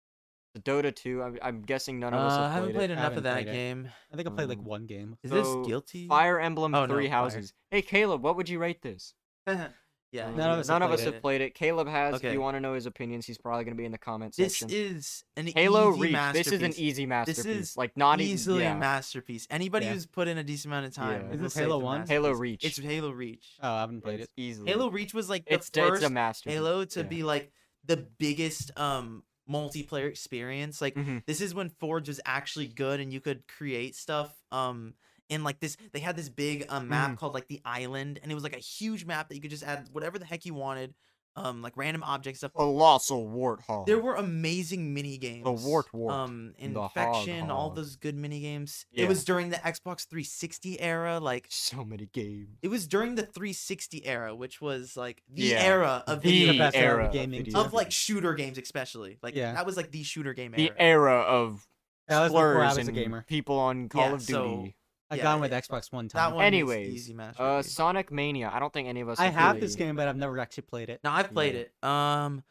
[SPEAKER 2] The Dota two. I'm, I'm guessing none
[SPEAKER 1] Uh,
[SPEAKER 2] of us
[SPEAKER 1] I
[SPEAKER 2] have
[SPEAKER 1] haven't
[SPEAKER 2] played,
[SPEAKER 1] played
[SPEAKER 2] it.
[SPEAKER 1] enough of
[SPEAKER 3] Haven't
[SPEAKER 1] that
[SPEAKER 3] played it.
[SPEAKER 1] game.
[SPEAKER 3] I think I played like
[SPEAKER 2] Um,
[SPEAKER 3] one game.
[SPEAKER 1] Is
[SPEAKER 2] So,
[SPEAKER 1] this guilty?
[SPEAKER 2] Fire Emblem
[SPEAKER 1] Oh,
[SPEAKER 2] Three
[SPEAKER 1] no, Fire.
[SPEAKER 2] Houses. Hey Caleb, what would you rate this?
[SPEAKER 1] yeah,
[SPEAKER 2] Um,
[SPEAKER 3] None of us have
[SPEAKER 2] none of
[SPEAKER 3] played
[SPEAKER 2] us
[SPEAKER 3] it.
[SPEAKER 2] have played it. Caleb has. If
[SPEAKER 1] Okay.
[SPEAKER 2] you want to know his opinions, he's probably gonna be in the comment
[SPEAKER 1] This
[SPEAKER 2] section.
[SPEAKER 1] is an
[SPEAKER 2] Halo
[SPEAKER 1] easy
[SPEAKER 2] Reach. This
[SPEAKER 1] masterpiece.
[SPEAKER 2] is an easy masterpiece.
[SPEAKER 1] is
[SPEAKER 2] like not e-
[SPEAKER 1] easily
[SPEAKER 2] yeah.
[SPEAKER 1] a masterpiece. Anybody
[SPEAKER 3] Yeah.
[SPEAKER 1] who's put in a decent amount of time.
[SPEAKER 2] Yeah.
[SPEAKER 1] will
[SPEAKER 3] Is this
[SPEAKER 1] say it's
[SPEAKER 3] Halo
[SPEAKER 1] a
[SPEAKER 3] 1?
[SPEAKER 1] masterpiece.
[SPEAKER 2] Halo Reach.
[SPEAKER 1] It's Halo Reach.
[SPEAKER 3] Oh, I haven't played
[SPEAKER 2] It's
[SPEAKER 3] it.
[SPEAKER 2] easily.
[SPEAKER 1] Halo Reach was like the
[SPEAKER 2] It's
[SPEAKER 1] first
[SPEAKER 2] it's a masterpiece.
[SPEAKER 1] Halo to
[SPEAKER 2] yeah.
[SPEAKER 1] be like the biggest um multiplayer experience. Like
[SPEAKER 2] Mhm.
[SPEAKER 1] this is when Forge was actually good and you could create stuff um in like this they had this big um map
[SPEAKER 2] Mm-hmm.
[SPEAKER 1] called like the island and it was like a huge map that you could just add whatever the heck you wanted um like random object stuff.
[SPEAKER 2] Colossal Warthog.
[SPEAKER 1] There were amazing mini games.
[SPEAKER 2] Wart Wart,
[SPEAKER 1] um
[SPEAKER 2] the Hog
[SPEAKER 1] infection, all
[SPEAKER 2] Hog.
[SPEAKER 1] those good mini games.
[SPEAKER 2] Yeah.
[SPEAKER 1] It was during the Xbox 360 era like
[SPEAKER 2] so many games.
[SPEAKER 1] it was during the 360 era, which was like the
[SPEAKER 2] Yeah.
[SPEAKER 1] era of
[SPEAKER 2] the
[SPEAKER 1] video
[SPEAKER 3] best
[SPEAKER 1] games.
[SPEAKER 3] era
[SPEAKER 2] era
[SPEAKER 3] of gaming.
[SPEAKER 2] video
[SPEAKER 1] of like shooter games, especially. Like
[SPEAKER 3] Yeah.
[SPEAKER 1] that was like the shooter game
[SPEAKER 2] the e-,
[SPEAKER 1] era.
[SPEAKER 2] era of
[SPEAKER 3] That was before I
[SPEAKER 2] slurs
[SPEAKER 3] was a
[SPEAKER 2] and
[SPEAKER 3] gamer.
[SPEAKER 2] people on Call
[SPEAKER 1] Yeah,
[SPEAKER 2] of
[SPEAKER 1] so-
[SPEAKER 2] Duty.
[SPEAKER 3] I
[SPEAKER 1] Yeah,
[SPEAKER 3] got with
[SPEAKER 1] it-
[SPEAKER 3] Xbox one time.
[SPEAKER 1] that one,
[SPEAKER 2] Anyways,
[SPEAKER 1] is easy masterpiece.
[SPEAKER 2] uh, Sonic Mania. I don't think any of us.
[SPEAKER 3] I have
[SPEAKER 2] really-
[SPEAKER 3] this game, but I've never actually played it.
[SPEAKER 1] no, I've played
[SPEAKER 2] yeah.
[SPEAKER 1] it. Um,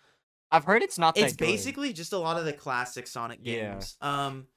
[SPEAKER 2] I've heard it's not that
[SPEAKER 1] it's
[SPEAKER 2] good.
[SPEAKER 1] basically just a lot of the classic Sonic
[SPEAKER 2] Yeah.
[SPEAKER 1] games. Um,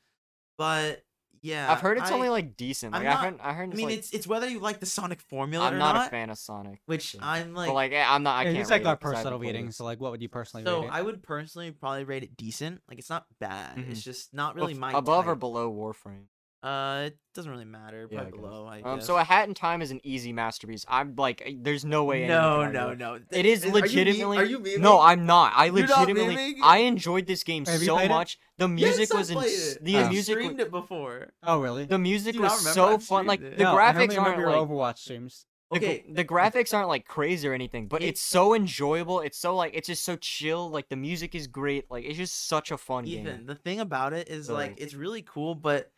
[SPEAKER 1] but yeah,
[SPEAKER 2] I've heard it's
[SPEAKER 1] I-
[SPEAKER 2] only like decent.
[SPEAKER 1] I'm
[SPEAKER 2] Like
[SPEAKER 1] not-
[SPEAKER 2] I heard I heard
[SPEAKER 1] I
[SPEAKER 2] it's
[SPEAKER 1] mean,
[SPEAKER 2] like,
[SPEAKER 1] it's it's whether you like the Sonic formula
[SPEAKER 2] I'm
[SPEAKER 1] or
[SPEAKER 2] not, a fan of Sonic.
[SPEAKER 1] which
[SPEAKER 2] so-
[SPEAKER 1] I'm like.
[SPEAKER 2] but like eh, I'm not I
[SPEAKER 3] Yeah,
[SPEAKER 2] can't
[SPEAKER 3] it's like
[SPEAKER 2] rate it
[SPEAKER 3] our
[SPEAKER 2] 'cause I haven't
[SPEAKER 3] personal
[SPEAKER 2] played
[SPEAKER 3] reading.
[SPEAKER 2] it.
[SPEAKER 3] So like, what would you personally?
[SPEAKER 1] so
[SPEAKER 3] rate it?
[SPEAKER 1] I would personally probably rate it decent. Like it's not bad. It's just not really
[SPEAKER 2] Bef-
[SPEAKER 1] my
[SPEAKER 2] Mm-hmm. above or
[SPEAKER 1] type.
[SPEAKER 2] below Warframe.
[SPEAKER 1] Uh, it doesn't really matter.
[SPEAKER 2] Yeah, I
[SPEAKER 1] Probably
[SPEAKER 2] guess.
[SPEAKER 1] below. I guess.
[SPEAKER 2] Um, so a Hat in Time is an easy masterpiece. I'm like, uh, there's no way.
[SPEAKER 1] no,
[SPEAKER 2] anyone can argue
[SPEAKER 1] no,
[SPEAKER 2] with-
[SPEAKER 1] no.
[SPEAKER 2] It is
[SPEAKER 1] Are you meme-
[SPEAKER 2] legitimately.
[SPEAKER 1] Are you memeing?
[SPEAKER 2] No, I'm not. I
[SPEAKER 1] You're not
[SPEAKER 2] legitimately.
[SPEAKER 1] memeing?
[SPEAKER 2] I enjoyed this game
[SPEAKER 3] Have you
[SPEAKER 2] so
[SPEAKER 3] played it?
[SPEAKER 2] much. The music
[SPEAKER 1] yes, I
[SPEAKER 2] was
[SPEAKER 1] played
[SPEAKER 2] ins-
[SPEAKER 1] it.
[SPEAKER 2] the
[SPEAKER 1] I've
[SPEAKER 2] music. wa-
[SPEAKER 1] streamed it before.
[SPEAKER 3] oh really?
[SPEAKER 2] The music
[SPEAKER 1] Dude, I
[SPEAKER 2] was
[SPEAKER 1] remember
[SPEAKER 2] so
[SPEAKER 1] I've
[SPEAKER 2] fun. Like
[SPEAKER 1] streamed it.
[SPEAKER 2] the
[SPEAKER 1] No,
[SPEAKER 3] I
[SPEAKER 2] graphics
[SPEAKER 3] remember- I remember
[SPEAKER 2] aren't
[SPEAKER 3] your
[SPEAKER 2] like
[SPEAKER 3] Overwatch streams.
[SPEAKER 2] the gr-
[SPEAKER 1] Okay.
[SPEAKER 2] the graphics aren't like crazy or anything, but
[SPEAKER 1] It-
[SPEAKER 2] it's so enjoyable. It's so like it's just so chill. Like the music is great. Like it's just such a fun
[SPEAKER 1] Ethan,
[SPEAKER 2] game. Oh.
[SPEAKER 1] the thing about it is
[SPEAKER 2] So-
[SPEAKER 1] like it's really cool, but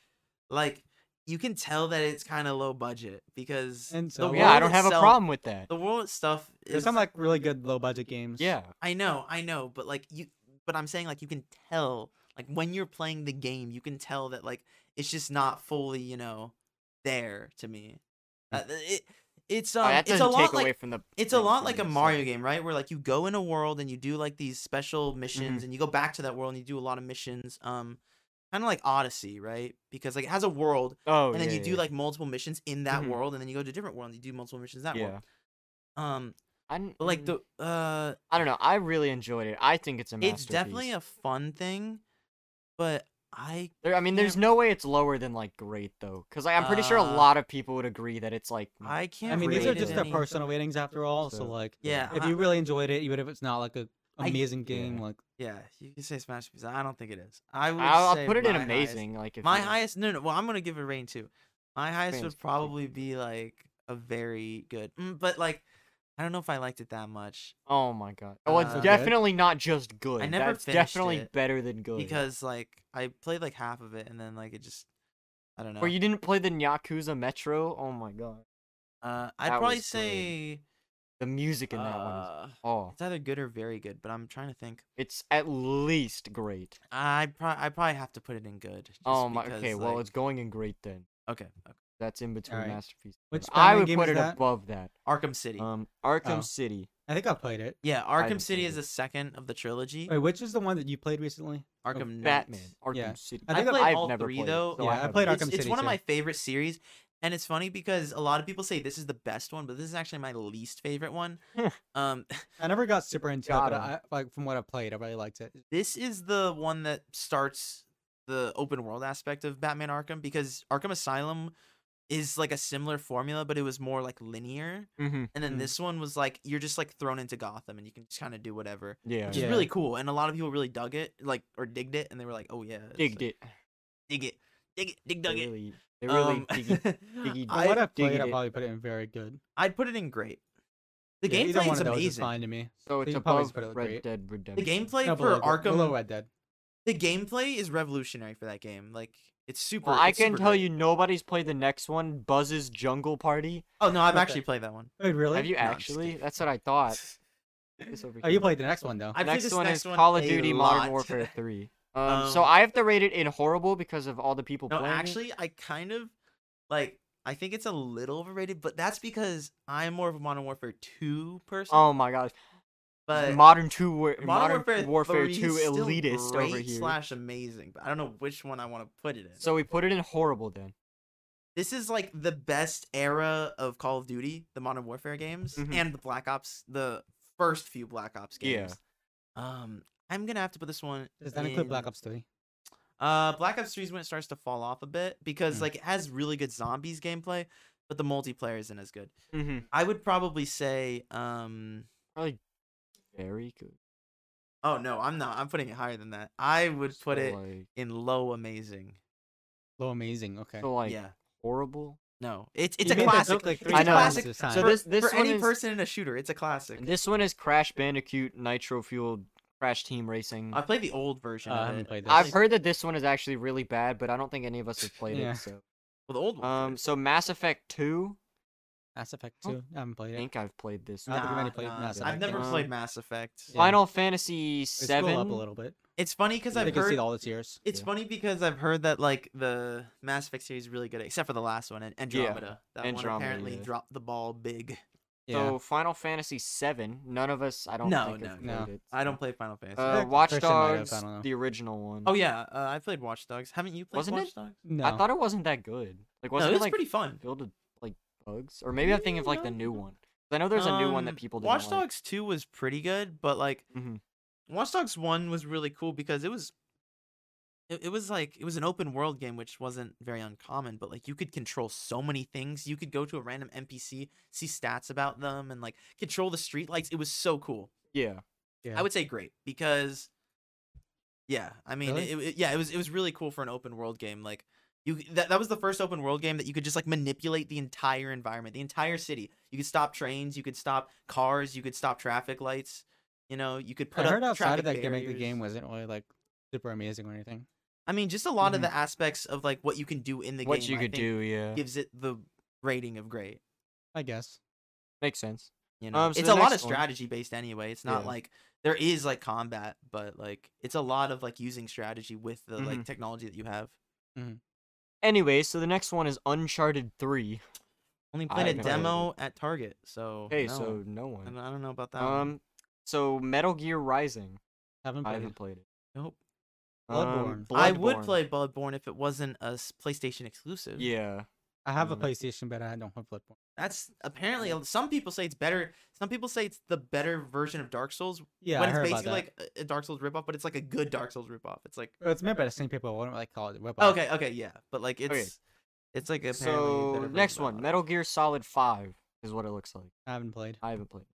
[SPEAKER 1] like you can tell that it's kind of low budget because
[SPEAKER 3] And
[SPEAKER 1] the
[SPEAKER 3] so-
[SPEAKER 2] Oh, Yeah, I
[SPEAKER 1] world
[SPEAKER 2] don't have a
[SPEAKER 1] itself-
[SPEAKER 2] problem with that.
[SPEAKER 1] The world stuff
[SPEAKER 3] There's
[SPEAKER 1] is
[SPEAKER 3] some like really good low budget games.
[SPEAKER 2] Yeah.
[SPEAKER 1] I know, I know, but like you, but I'm saying like you can tell like when you're playing the game, you can tell that like it's just not fully you know there to me. Uh, it it's um
[SPEAKER 2] Uh, Hmm. that
[SPEAKER 1] it's
[SPEAKER 2] doesn't
[SPEAKER 1] a lot
[SPEAKER 2] take
[SPEAKER 1] like
[SPEAKER 2] away from the.
[SPEAKER 1] it's a
[SPEAKER 2] thing
[SPEAKER 1] lot
[SPEAKER 2] for
[SPEAKER 1] like
[SPEAKER 2] me,
[SPEAKER 1] a
[SPEAKER 2] so-
[SPEAKER 1] Mario game, right? Where like you go in a world and you do like these special
[SPEAKER 2] Mm-hmm.
[SPEAKER 1] missions and you go back to that world and you do a lot of missions. Um kind of like Odyssey, right? Because like it has a world
[SPEAKER 2] Oh,
[SPEAKER 1] and then
[SPEAKER 2] yeah,
[SPEAKER 1] you do
[SPEAKER 2] yeah.
[SPEAKER 1] like multiple missions in that
[SPEAKER 2] Mhm.
[SPEAKER 1] world and then you go to a different world and you do multiple missions in that
[SPEAKER 2] yeah.
[SPEAKER 1] world. Um
[SPEAKER 2] I didn't-
[SPEAKER 1] but like
[SPEAKER 2] mm,
[SPEAKER 1] the uh
[SPEAKER 2] I don't know. I really enjoyed it. I think it's a masterpiece.
[SPEAKER 1] it's definitely a fun thing, but I
[SPEAKER 2] There, I mean, there's
[SPEAKER 1] can't-
[SPEAKER 2] no way it's lower than like great though, because like, I'm pretty sure a
[SPEAKER 1] Uh,
[SPEAKER 2] lot of people would agree that it's like.
[SPEAKER 1] I can't
[SPEAKER 3] I mean, these
[SPEAKER 2] rate
[SPEAKER 3] are
[SPEAKER 1] rate it
[SPEAKER 3] just their
[SPEAKER 1] any-
[SPEAKER 3] personal ratings after all. So
[SPEAKER 2] So-
[SPEAKER 3] like,
[SPEAKER 1] Yeah.
[SPEAKER 3] if
[SPEAKER 1] I-
[SPEAKER 3] you really enjoyed it, even if it's not like a
[SPEAKER 1] I-
[SPEAKER 3] amazing
[SPEAKER 2] Yeah.
[SPEAKER 3] game, like
[SPEAKER 1] Yeah, you can say Smash Bros. I don't think it is. I would
[SPEAKER 2] I'll, I'll
[SPEAKER 1] say
[SPEAKER 2] put it
[SPEAKER 1] my
[SPEAKER 2] in
[SPEAKER 1] highest-
[SPEAKER 2] amazing. Like if
[SPEAKER 1] My
[SPEAKER 2] you-
[SPEAKER 1] highest no no well I'm gonna give it a rating too. My highest
[SPEAKER 2] Rating's
[SPEAKER 1] would
[SPEAKER 2] perfect.
[SPEAKER 1] probably be like a very good mm, but like I don't know if I liked it that much
[SPEAKER 2] Oh my god. Oh, it's
[SPEAKER 1] Uh, Okay.
[SPEAKER 2] definitely not just good.
[SPEAKER 1] I never
[SPEAKER 2] That's
[SPEAKER 1] finished
[SPEAKER 2] definitely
[SPEAKER 1] it
[SPEAKER 2] better than good.
[SPEAKER 1] because like I played like half of it and then like it just I don't know.
[SPEAKER 2] Or you didn't play the Yakuza Metro? Oh my god.
[SPEAKER 1] uh I'd
[SPEAKER 2] that
[SPEAKER 1] probably
[SPEAKER 2] was good.
[SPEAKER 1] say
[SPEAKER 2] The music in that one is
[SPEAKER 1] uh,
[SPEAKER 2] oh,
[SPEAKER 1] it's either good or very good, but I'm trying to think.
[SPEAKER 2] it's at least great.
[SPEAKER 1] I pro- I probably have to put it in good. just
[SPEAKER 2] Oh my. Okay,
[SPEAKER 1] because,
[SPEAKER 2] well
[SPEAKER 1] like-
[SPEAKER 2] it's going in great then.
[SPEAKER 1] okay, okay.
[SPEAKER 2] That's in between
[SPEAKER 3] Alright.
[SPEAKER 2] masterpieces.
[SPEAKER 3] Which
[SPEAKER 2] I
[SPEAKER 3] Spider-Man
[SPEAKER 2] would
[SPEAKER 3] game
[SPEAKER 2] put
[SPEAKER 3] is
[SPEAKER 2] it
[SPEAKER 3] that?
[SPEAKER 2] above that.
[SPEAKER 1] Arkham City.
[SPEAKER 2] Um, Arkham
[SPEAKER 3] Oh.
[SPEAKER 2] City.
[SPEAKER 3] I think I played it.
[SPEAKER 1] yeah, Arkham
[SPEAKER 2] haven't
[SPEAKER 1] City
[SPEAKER 2] played
[SPEAKER 1] is
[SPEAKER 2] it.
[SPEAKER 1] the second of the trilogy.
[SPEAKER 3] Wait, which is the one that you played recently?
[SPEAKER 1] Arkham Knight.
[SPEAKER 2] Batman. Arkham
[SPEAKER 3] Yeah.
[SPEAKER 2] City.
[SPEAKER 3] I
[SPEAKER 1] I,
[SPEAKER 3] think
[SPEAKER 1] played
[SPEAKER 3] I've-
[SPEAKER 1] all
[SPEAKER 2] never
[SPEAKER 1] three
[SPEAKER 2] played it,
[SPEAKER 1] though.
[SPEAKER 2] so
[SPEAKER 3] Yeah, I
[SPEAKER 2] haven't.
[SPEAKER 3] played
[SPEAKER 1] it's,
[SPEAKER 3] Arkham
[SPEAKER 1] it's
[SPEAKER 3] City
[SPEAKER 1] one of
[SPEAKER 3] too.
[SPEAKER 1] my favorite series, and it's funny because a lot of people say this is the best one, but this is actually my least favorite one. um,
[SPEAKER 3] I never got super into it, but
[SPEAKER 2] Gotham.
[SPEAKER 3] I, like from what I played, I really liked it.
[SPEAKER 1] this is the one that starts the open world aspect of Batman Arkham because Arkham Asylum is like a similar formula, but it was more like linear,
[SPEAKER 2] Mhm.
[SPEAKER 1] and then
[SPEAKER 3] Mm.
[SPEAKER 1] this one was like you're just like thrown into Gotham and you can just kind of do whatever,
[SPEAKER 2] Yeah.
[SPEAKER 1] which
[SPEAKER 2] yeah.
[SPEAKER 1] is really cool. And a lot of people really dug it, like or digged it, and they were like, oh yeah, it's
[SPEAKER 2] Digged
[SPEAKER 1] like,
[SPEAKER 2] it.
[SPEAKER 1] dig it, dig it, dig
[SPEAKER 2] They
[SPEAKER 1] dug it.
[SPEAKER 2] really, they really
[SPEAKER 1] Um,
[SPEAKER 2] diggy, diggy,
[SPEAKER 3] From what I
[SPEAKER 2] dig it.
[SPEAKER 3] played, I probably put it in very good.
[SPEAKER 1] I'd put it in great. The
[SPEAKER 3] Yeah, either
[SPEAKER 1] gameplay
[SPEAKER 3] one
[SPEAKER 1] is
[SPEAKER 3] of those
[SPEAKER 1] amazing.
[SPEAKER 3] fine to me.
[SPEAKER 2] So it's
[SPEAKER 3] you probably
[SPEAKER 2] above
[SPEAKER 3] put it
[SPEAKER 2] Red
[SPEAKER 3] great.
[SPEAKER 2] Dead
[SPEAKER 1] the
[SPEAKER 2] Redemption.
[SPEAKER 1] gameplay
[SPEAKER 3] No,
[SPEAKER 1] for
[SPEAKER 3] below, Red-
[SPEAKER 1] Arkham,
[SPEAKER 3] below Red Dead.
[SPEAKER 1] the gameplay is revolutionary for that game. Like it's super.
[SPEAKER 2] Well, I
[SPEAKER 1] it's
[SPEAKER 2] can
[SPEAKER 1] super
[SPEAKER 2] tell
[SPEAKER 1] great.
[SPEAKER 2] you, nobody's played the next one, Buzz's Jungle Party.
[SPEAKER 1] Oh no, I've
[SPEAKER 3] Okay.
[SPEAKER 1] actually played that one.
[SPEAKER 3] Wait, really?
[SPEAKER 2] Have you
[SPEAKER 1] No, I'm just
[SPEAKER 2] actually?
[SPEAKER 1] kidding.
[SPEAKER 2] That's what I thought. This over
[SPEAKER 3] oh,
[SPEAKER 2] here.
[SPEAKER 3] you played the next one though.
[SPEAKER 1] I played
[SPEAKER 2] next
[SPEAKER 1] this
[SPEAKER 2] one
[SPEAKER 1] next
[SPEAKER 2] is
[SPEAKER 1] one
[SPEAKER 2] Call of
[SPEAKER 1] a
[SPEAKER 2] Duty
[SPEAKER 1] lot.
[SPEAKER 2] Modern Warfare 3. Um, so
[SPEAKER 1] Um,
[SPEAKER 2] I have to rate it in horrible because of all the people
[SPEAKER 1] No,
[SPEAKER 2] playing. it.
[SPEAKER 1] actually, I kind of like. I think it's a little overrated, but that's because I'm more of a Modern Warfare 2 person.
[SPEAKER 2] Oh my gosh.
[SPEAKER 1] but
[SPEAKER 2] Modern 2 wa- Modern,
[SPEAKER 1] Modern Warfare,
[SPEAKER 2] Warfare
[SPEAKER 1] 3 is
[SPEAKER 2] 2
[SPEAKER 1] still
[SPEAKER 2] elitist
[SPEAKER 1] great
[SPEAKER 2] over here.
[SPEAKER 1] slash amazing, but I don't know which one I want to put it in.
[SPEAKER 2] So we put it in horrible then.
[SPEAKER 1] this is like the best era of Call of Duty, the Modern Warfare games,
[SPEAKER 3] Mm-hmm.
[SPEAKER 2] Mhm.
[SPEAKER 1] and the Black Ops, the first few Black Ops
[SPEAKER 2] Yeah.
[SPEAKER 1] games. Um, I'm gonna have to put this one.
[SPEAKER 3] Does that include Black
[SPEAKER 1] in-
[SPEAKER 3] Ops Three?
[SPEAKER 1] Uh, Black Ops 3 is when it starts to fall off a bit because
[SPEAKER 2] Mm.
[SPEAKER 1] like it has really good zombies gameplay, but the multiplayer isn't as good.
[SPEAKER 2] Mm-hmm.
[SPEAKER 1] I would probably say, um,
[SPEAKER 2] Probably very good.
[SPEAKER 1] oh no, I'm not. I'm putting it higher than that. I would put
[SPEAKER 2] so
[SPEAKER 1] it
[SPEAKER 2] Like,
[SPEAKER 1] in low amazing.
[SPEAKER 3] Oh, amazing. Okay.
[SPEAKER 2] so like
[SPEAKER 1] yeah,
[SPEAKER 2] horrible.
[SPEAKER 1] no, it's it's
[SPEAKER 3] You
[SPEAKER 1] a
[SPEAKER 3] mean that
[SPEAKER 1] classic.
[SPEAKER 3] took, like, three
[SPEAKER 1] it's a
[SPEAKER 2] times
[SPEAKER 1] classic.
[SPEAKER 3] this time.
[SPEAKER 2] So
[SPEAKER 1] for-
[SPEAKER 2] this- this
[SPEAKER 1] for
[SPEAKER 2] one
[SPEAKER 1] any
[SPEAKER 2] is-
[SPEAKER 1] person in a shooter, it's a classic.
[SPEAKER 2] And this one is Crash Bandicoot Nitro Fueled Crash Team Racing.
[SPEAKER 1] I played the old version.
[SPEAKER 3] Uh, I
[SPEAKER 1] of
[SPEAKER 3] haven't
[SPEAKER 1] it.
[SPEAKER 3] played
[SPEAKER 2] I've
[SPEAKER 3] Yes.
[SPEAKER 2] heard that this one is actually really bad, but I don't think any of us have played
[SPEAKER 3] Yeah.
[SPEAKER 2] it. So,
[SPEAKER 1] Well, the old one.
[SPEAKER 2] um, so Mass Effect Two,
[SPEAKER 3] Mass Effect
[SPEAKER 2] Oh,
[SPEAKER 3] Two. I haven't played
[SPEAKER 2] I
[SPEAKER 3] it.
[SPEAKER 2] think I've played this.
[SPEAKER 3] I don't think
[SPEAKER 1] Nah,
[SPEAKER 3] we've already played
[SPEAKER 1] nah,
[SPEAKER 3] Mass
[SPEAKER 1] I've
[SPEAKER 3] Effect
[SPEAKER 1] never
[SPEAKER 2] yet.
[SPEAKER 1] played Mass Effect.
[SPEAKER 3] Yeah.
[SPEAKER 2] Final Fantasy
[SPEAKER 3] They scroll
[SPEAKER 2] Seven.
[SPEAKER 3] up a little bit.
[SPEAKER 1] It's funny because
[SPEAKER 2] Yeah.
[SPEAKER 3] They
[SPEAKER 1] I've
[SPEAKER 3] can see
[SPEAKER 1] heard
[SPEAKER 3] all the tiers.
[SPEAKER 1] it's
[SPEAKER 2] Yeah.
[SPEAKER 1] funny because I've heard that like the Mass Effect series is really good, except for the last one, and Andromeda. That
[SPEAKER 2] Andromeda,
[SPEAKER 1] one apparently
[SPEAKER 2] yeah.
[SPEAKER 1] dropped the ball big.
[SPEAKER 3] Yeah.
[SPEAKER 2] So Final Fantasy VII, none of us. I don't.
[SPEAKER 1] No,
[SPEAKER 2] think
[SPEAKER 1] no,
[SPEAKER 2] have
[SPEAKER 3] no.
[SPEAKER 2] played it,
[SPEAKER 1] I
[SPEAKER 2] so.
[SPEAKER 1] don't play Final Fantasy.
[SPEAKER 2] Uh,
[SPEAKER 3] Christian
[SPEAKER 2] Watch
[SPEAKER 3] might have,
[SPEAKER 2] Dogs,
[SPEAKER 3] I don't know.
[SPEAKER 2] the original one.
[SPEAKER 1] oh yeah, uh, I played Watch Dogs. Haven't you played
[SPEAKER 2] Wasn't it-
[SPEAKER 1] Watch Dogs?
[SPEAKER 3] no.
[SPEAKER 2] I thought it wasn't that good. Like,
[SPEAKER 1] no,
[SPEAKER 2] wasn't
[SPEAKER 1] it
[SPEAKER 2] it,
[SPEAKER 1] was
[SPEAKER 2] like
[SPEAKER 1] pretty fun.
[SPEAKER 2] filled with like bugs? Or maybe I'm thinking of like the new
[SPEAKER 1] No.
[SPEAKER 2] one. 'Cause I know there's a new one
[SPEAKER 1] Um,
[SPEAKER 2] that people didn't
[SPEAKER 1] Watch
[SPEAKER 2] like.
[SPEAKER 1] Dogs Two was pretty good, but like
[SPEAKER 2] Mhm.
[SPEAKER 1] Watch Dogs One was really cool because it was, it, it was like it was an open world game, which wasn't very uncommon. But like you could control so many things. You could go to a random NPC, see stats about them, and like control the streetlights. It was so cool.
[SPEAKER 2] Yeah.
[SPEAKER 3] Yeah.
[SPEAKER 1] I would say great because, yeah, I mean,
[SPEAKER 3] Really?
[SPEAKER 1] it, it- yeah, it was it was really cool for an open world game. Like you, that that was the first open world game that you could just like manipulate the entire environment, the entire city. You could stop trains, you could stop cars, you could stop traffic lights. You know, you could
[SPEAKER 3] I
[SPEAKER 1] put
[SPEAKER 3] heard
[SPEAKER 1] up
[SPEAKER 3] outside
[SPEAKER 1] traffic
[SPEAKER 3] of that gimmick, the
[SPEAKER 1] barriers.
[SPEAKER 3] game wasn't really like super amazing or anything.
[SPEAKER 1] I mean, just a lot of
[SPEAKER 2] Mhm.
[SPEAKER 3] Mm-hmm.
[SPEAKER 1] the aspects of like what you can do in the
[SPEAKER 2] What
[SPEAKER 1] game.
[SPEAKER 2] you
[SPEAKER 1] I
[SPEAKER 2] could
[SPEAKER 1] think,
[SPEAKER 2] do, yeah,
[SPEAKER 1] gives it the rating of great.
[SPEAKER 3] I guess.
[SPEAKER 2] makes sense.
[SPEAKER 1] You know,
[SPEAKER 2] Um, so
[SPEAKER 1] it's
[SPEAKER 2] the
[SPEAKER 1] a lot of
[SPEAKER 2] next one-
[SPEAKER 1] strategy based anyway. It's not
[SPEAKER 2] Yeah.
[SPEAKER 1] like there is like combat, but like it's a lot of like using strategy with the like
[SPEAKER 2] Mhm.
[SPEAKER 1] technology that you have.
[SPEAKER 2] Anyway, so the next one is Uncharted Three.
[SPEAKER 1] Only
[SPEAKER 2] I
[SPEAKER 1] played a
[SPEAKER 2] haven't heard of
[SPEAKER 1] demo at Target, so
[SPEAKER 2] Hey,
[SPEAKER 1] Oh, no,
[SPEAKER 2] so no
[SPEAKER 1] I don't,
[SPEAKER 2] one.
[SPEAKER 1] I don't know about that. one.
[SPEAKER 2] Um, so Metal Gear Rising.
[SPEAKER 3] Haven't
[SPEAKER 2] I
[SPEAKER 3] played.
[SPEAKER 2] haven't played it.
[SPEAKER 1] Nope.
[SPEAKER 2] Um,
[SPEAKER 3] Bloodborne.
[SPEAKER 1] I would
[SPEAKER 2] Bloodborne.
[SPEAKER 1] play Bloodborne if it wasn't a s- PlayStation exclusive.
[SPEAKER 2] Yeah.
[SPEAKER 3] I have a
[SPEAKER 2] Mm.
[SPEAKER 3] PlayStation, but I don't have Bloodborne.
[SPEAKER 1] that's apparently uh, some people say it's better. Some people say it's the better version of Dark Souls
[SPEAKER 3] Yeah,
[SPEAKER 1] when
[SPEAKER 3] I
[SPEAKER 1] it's
[SPEAKER 3] heard about
[SPEAKER 1] basically
[SPEAKER 3] that.
[SPEAKER 1] like a- a Dark Souls ripoff, but it's like a good Dark Souls ripoff. It's like
[SPEAKER 3] Well, it's made by the same people. What do I call it? Web Eye.
[SPEAKER 1] okay, okay, yeah, but like it's it's like apparently a better
[SPEAKER 2] So
[SPEAKER 1] version
[SPEAKER 2] next
[SPEAKER 1] of
[SPEAKER 2] one,
[SPEAKER 1] that.
[SPEAKER 2] Metal Gear Solid Five is what it looks like.
[SPEAKER 3] I haven't played.
[SPEAKER 2] I haven't played.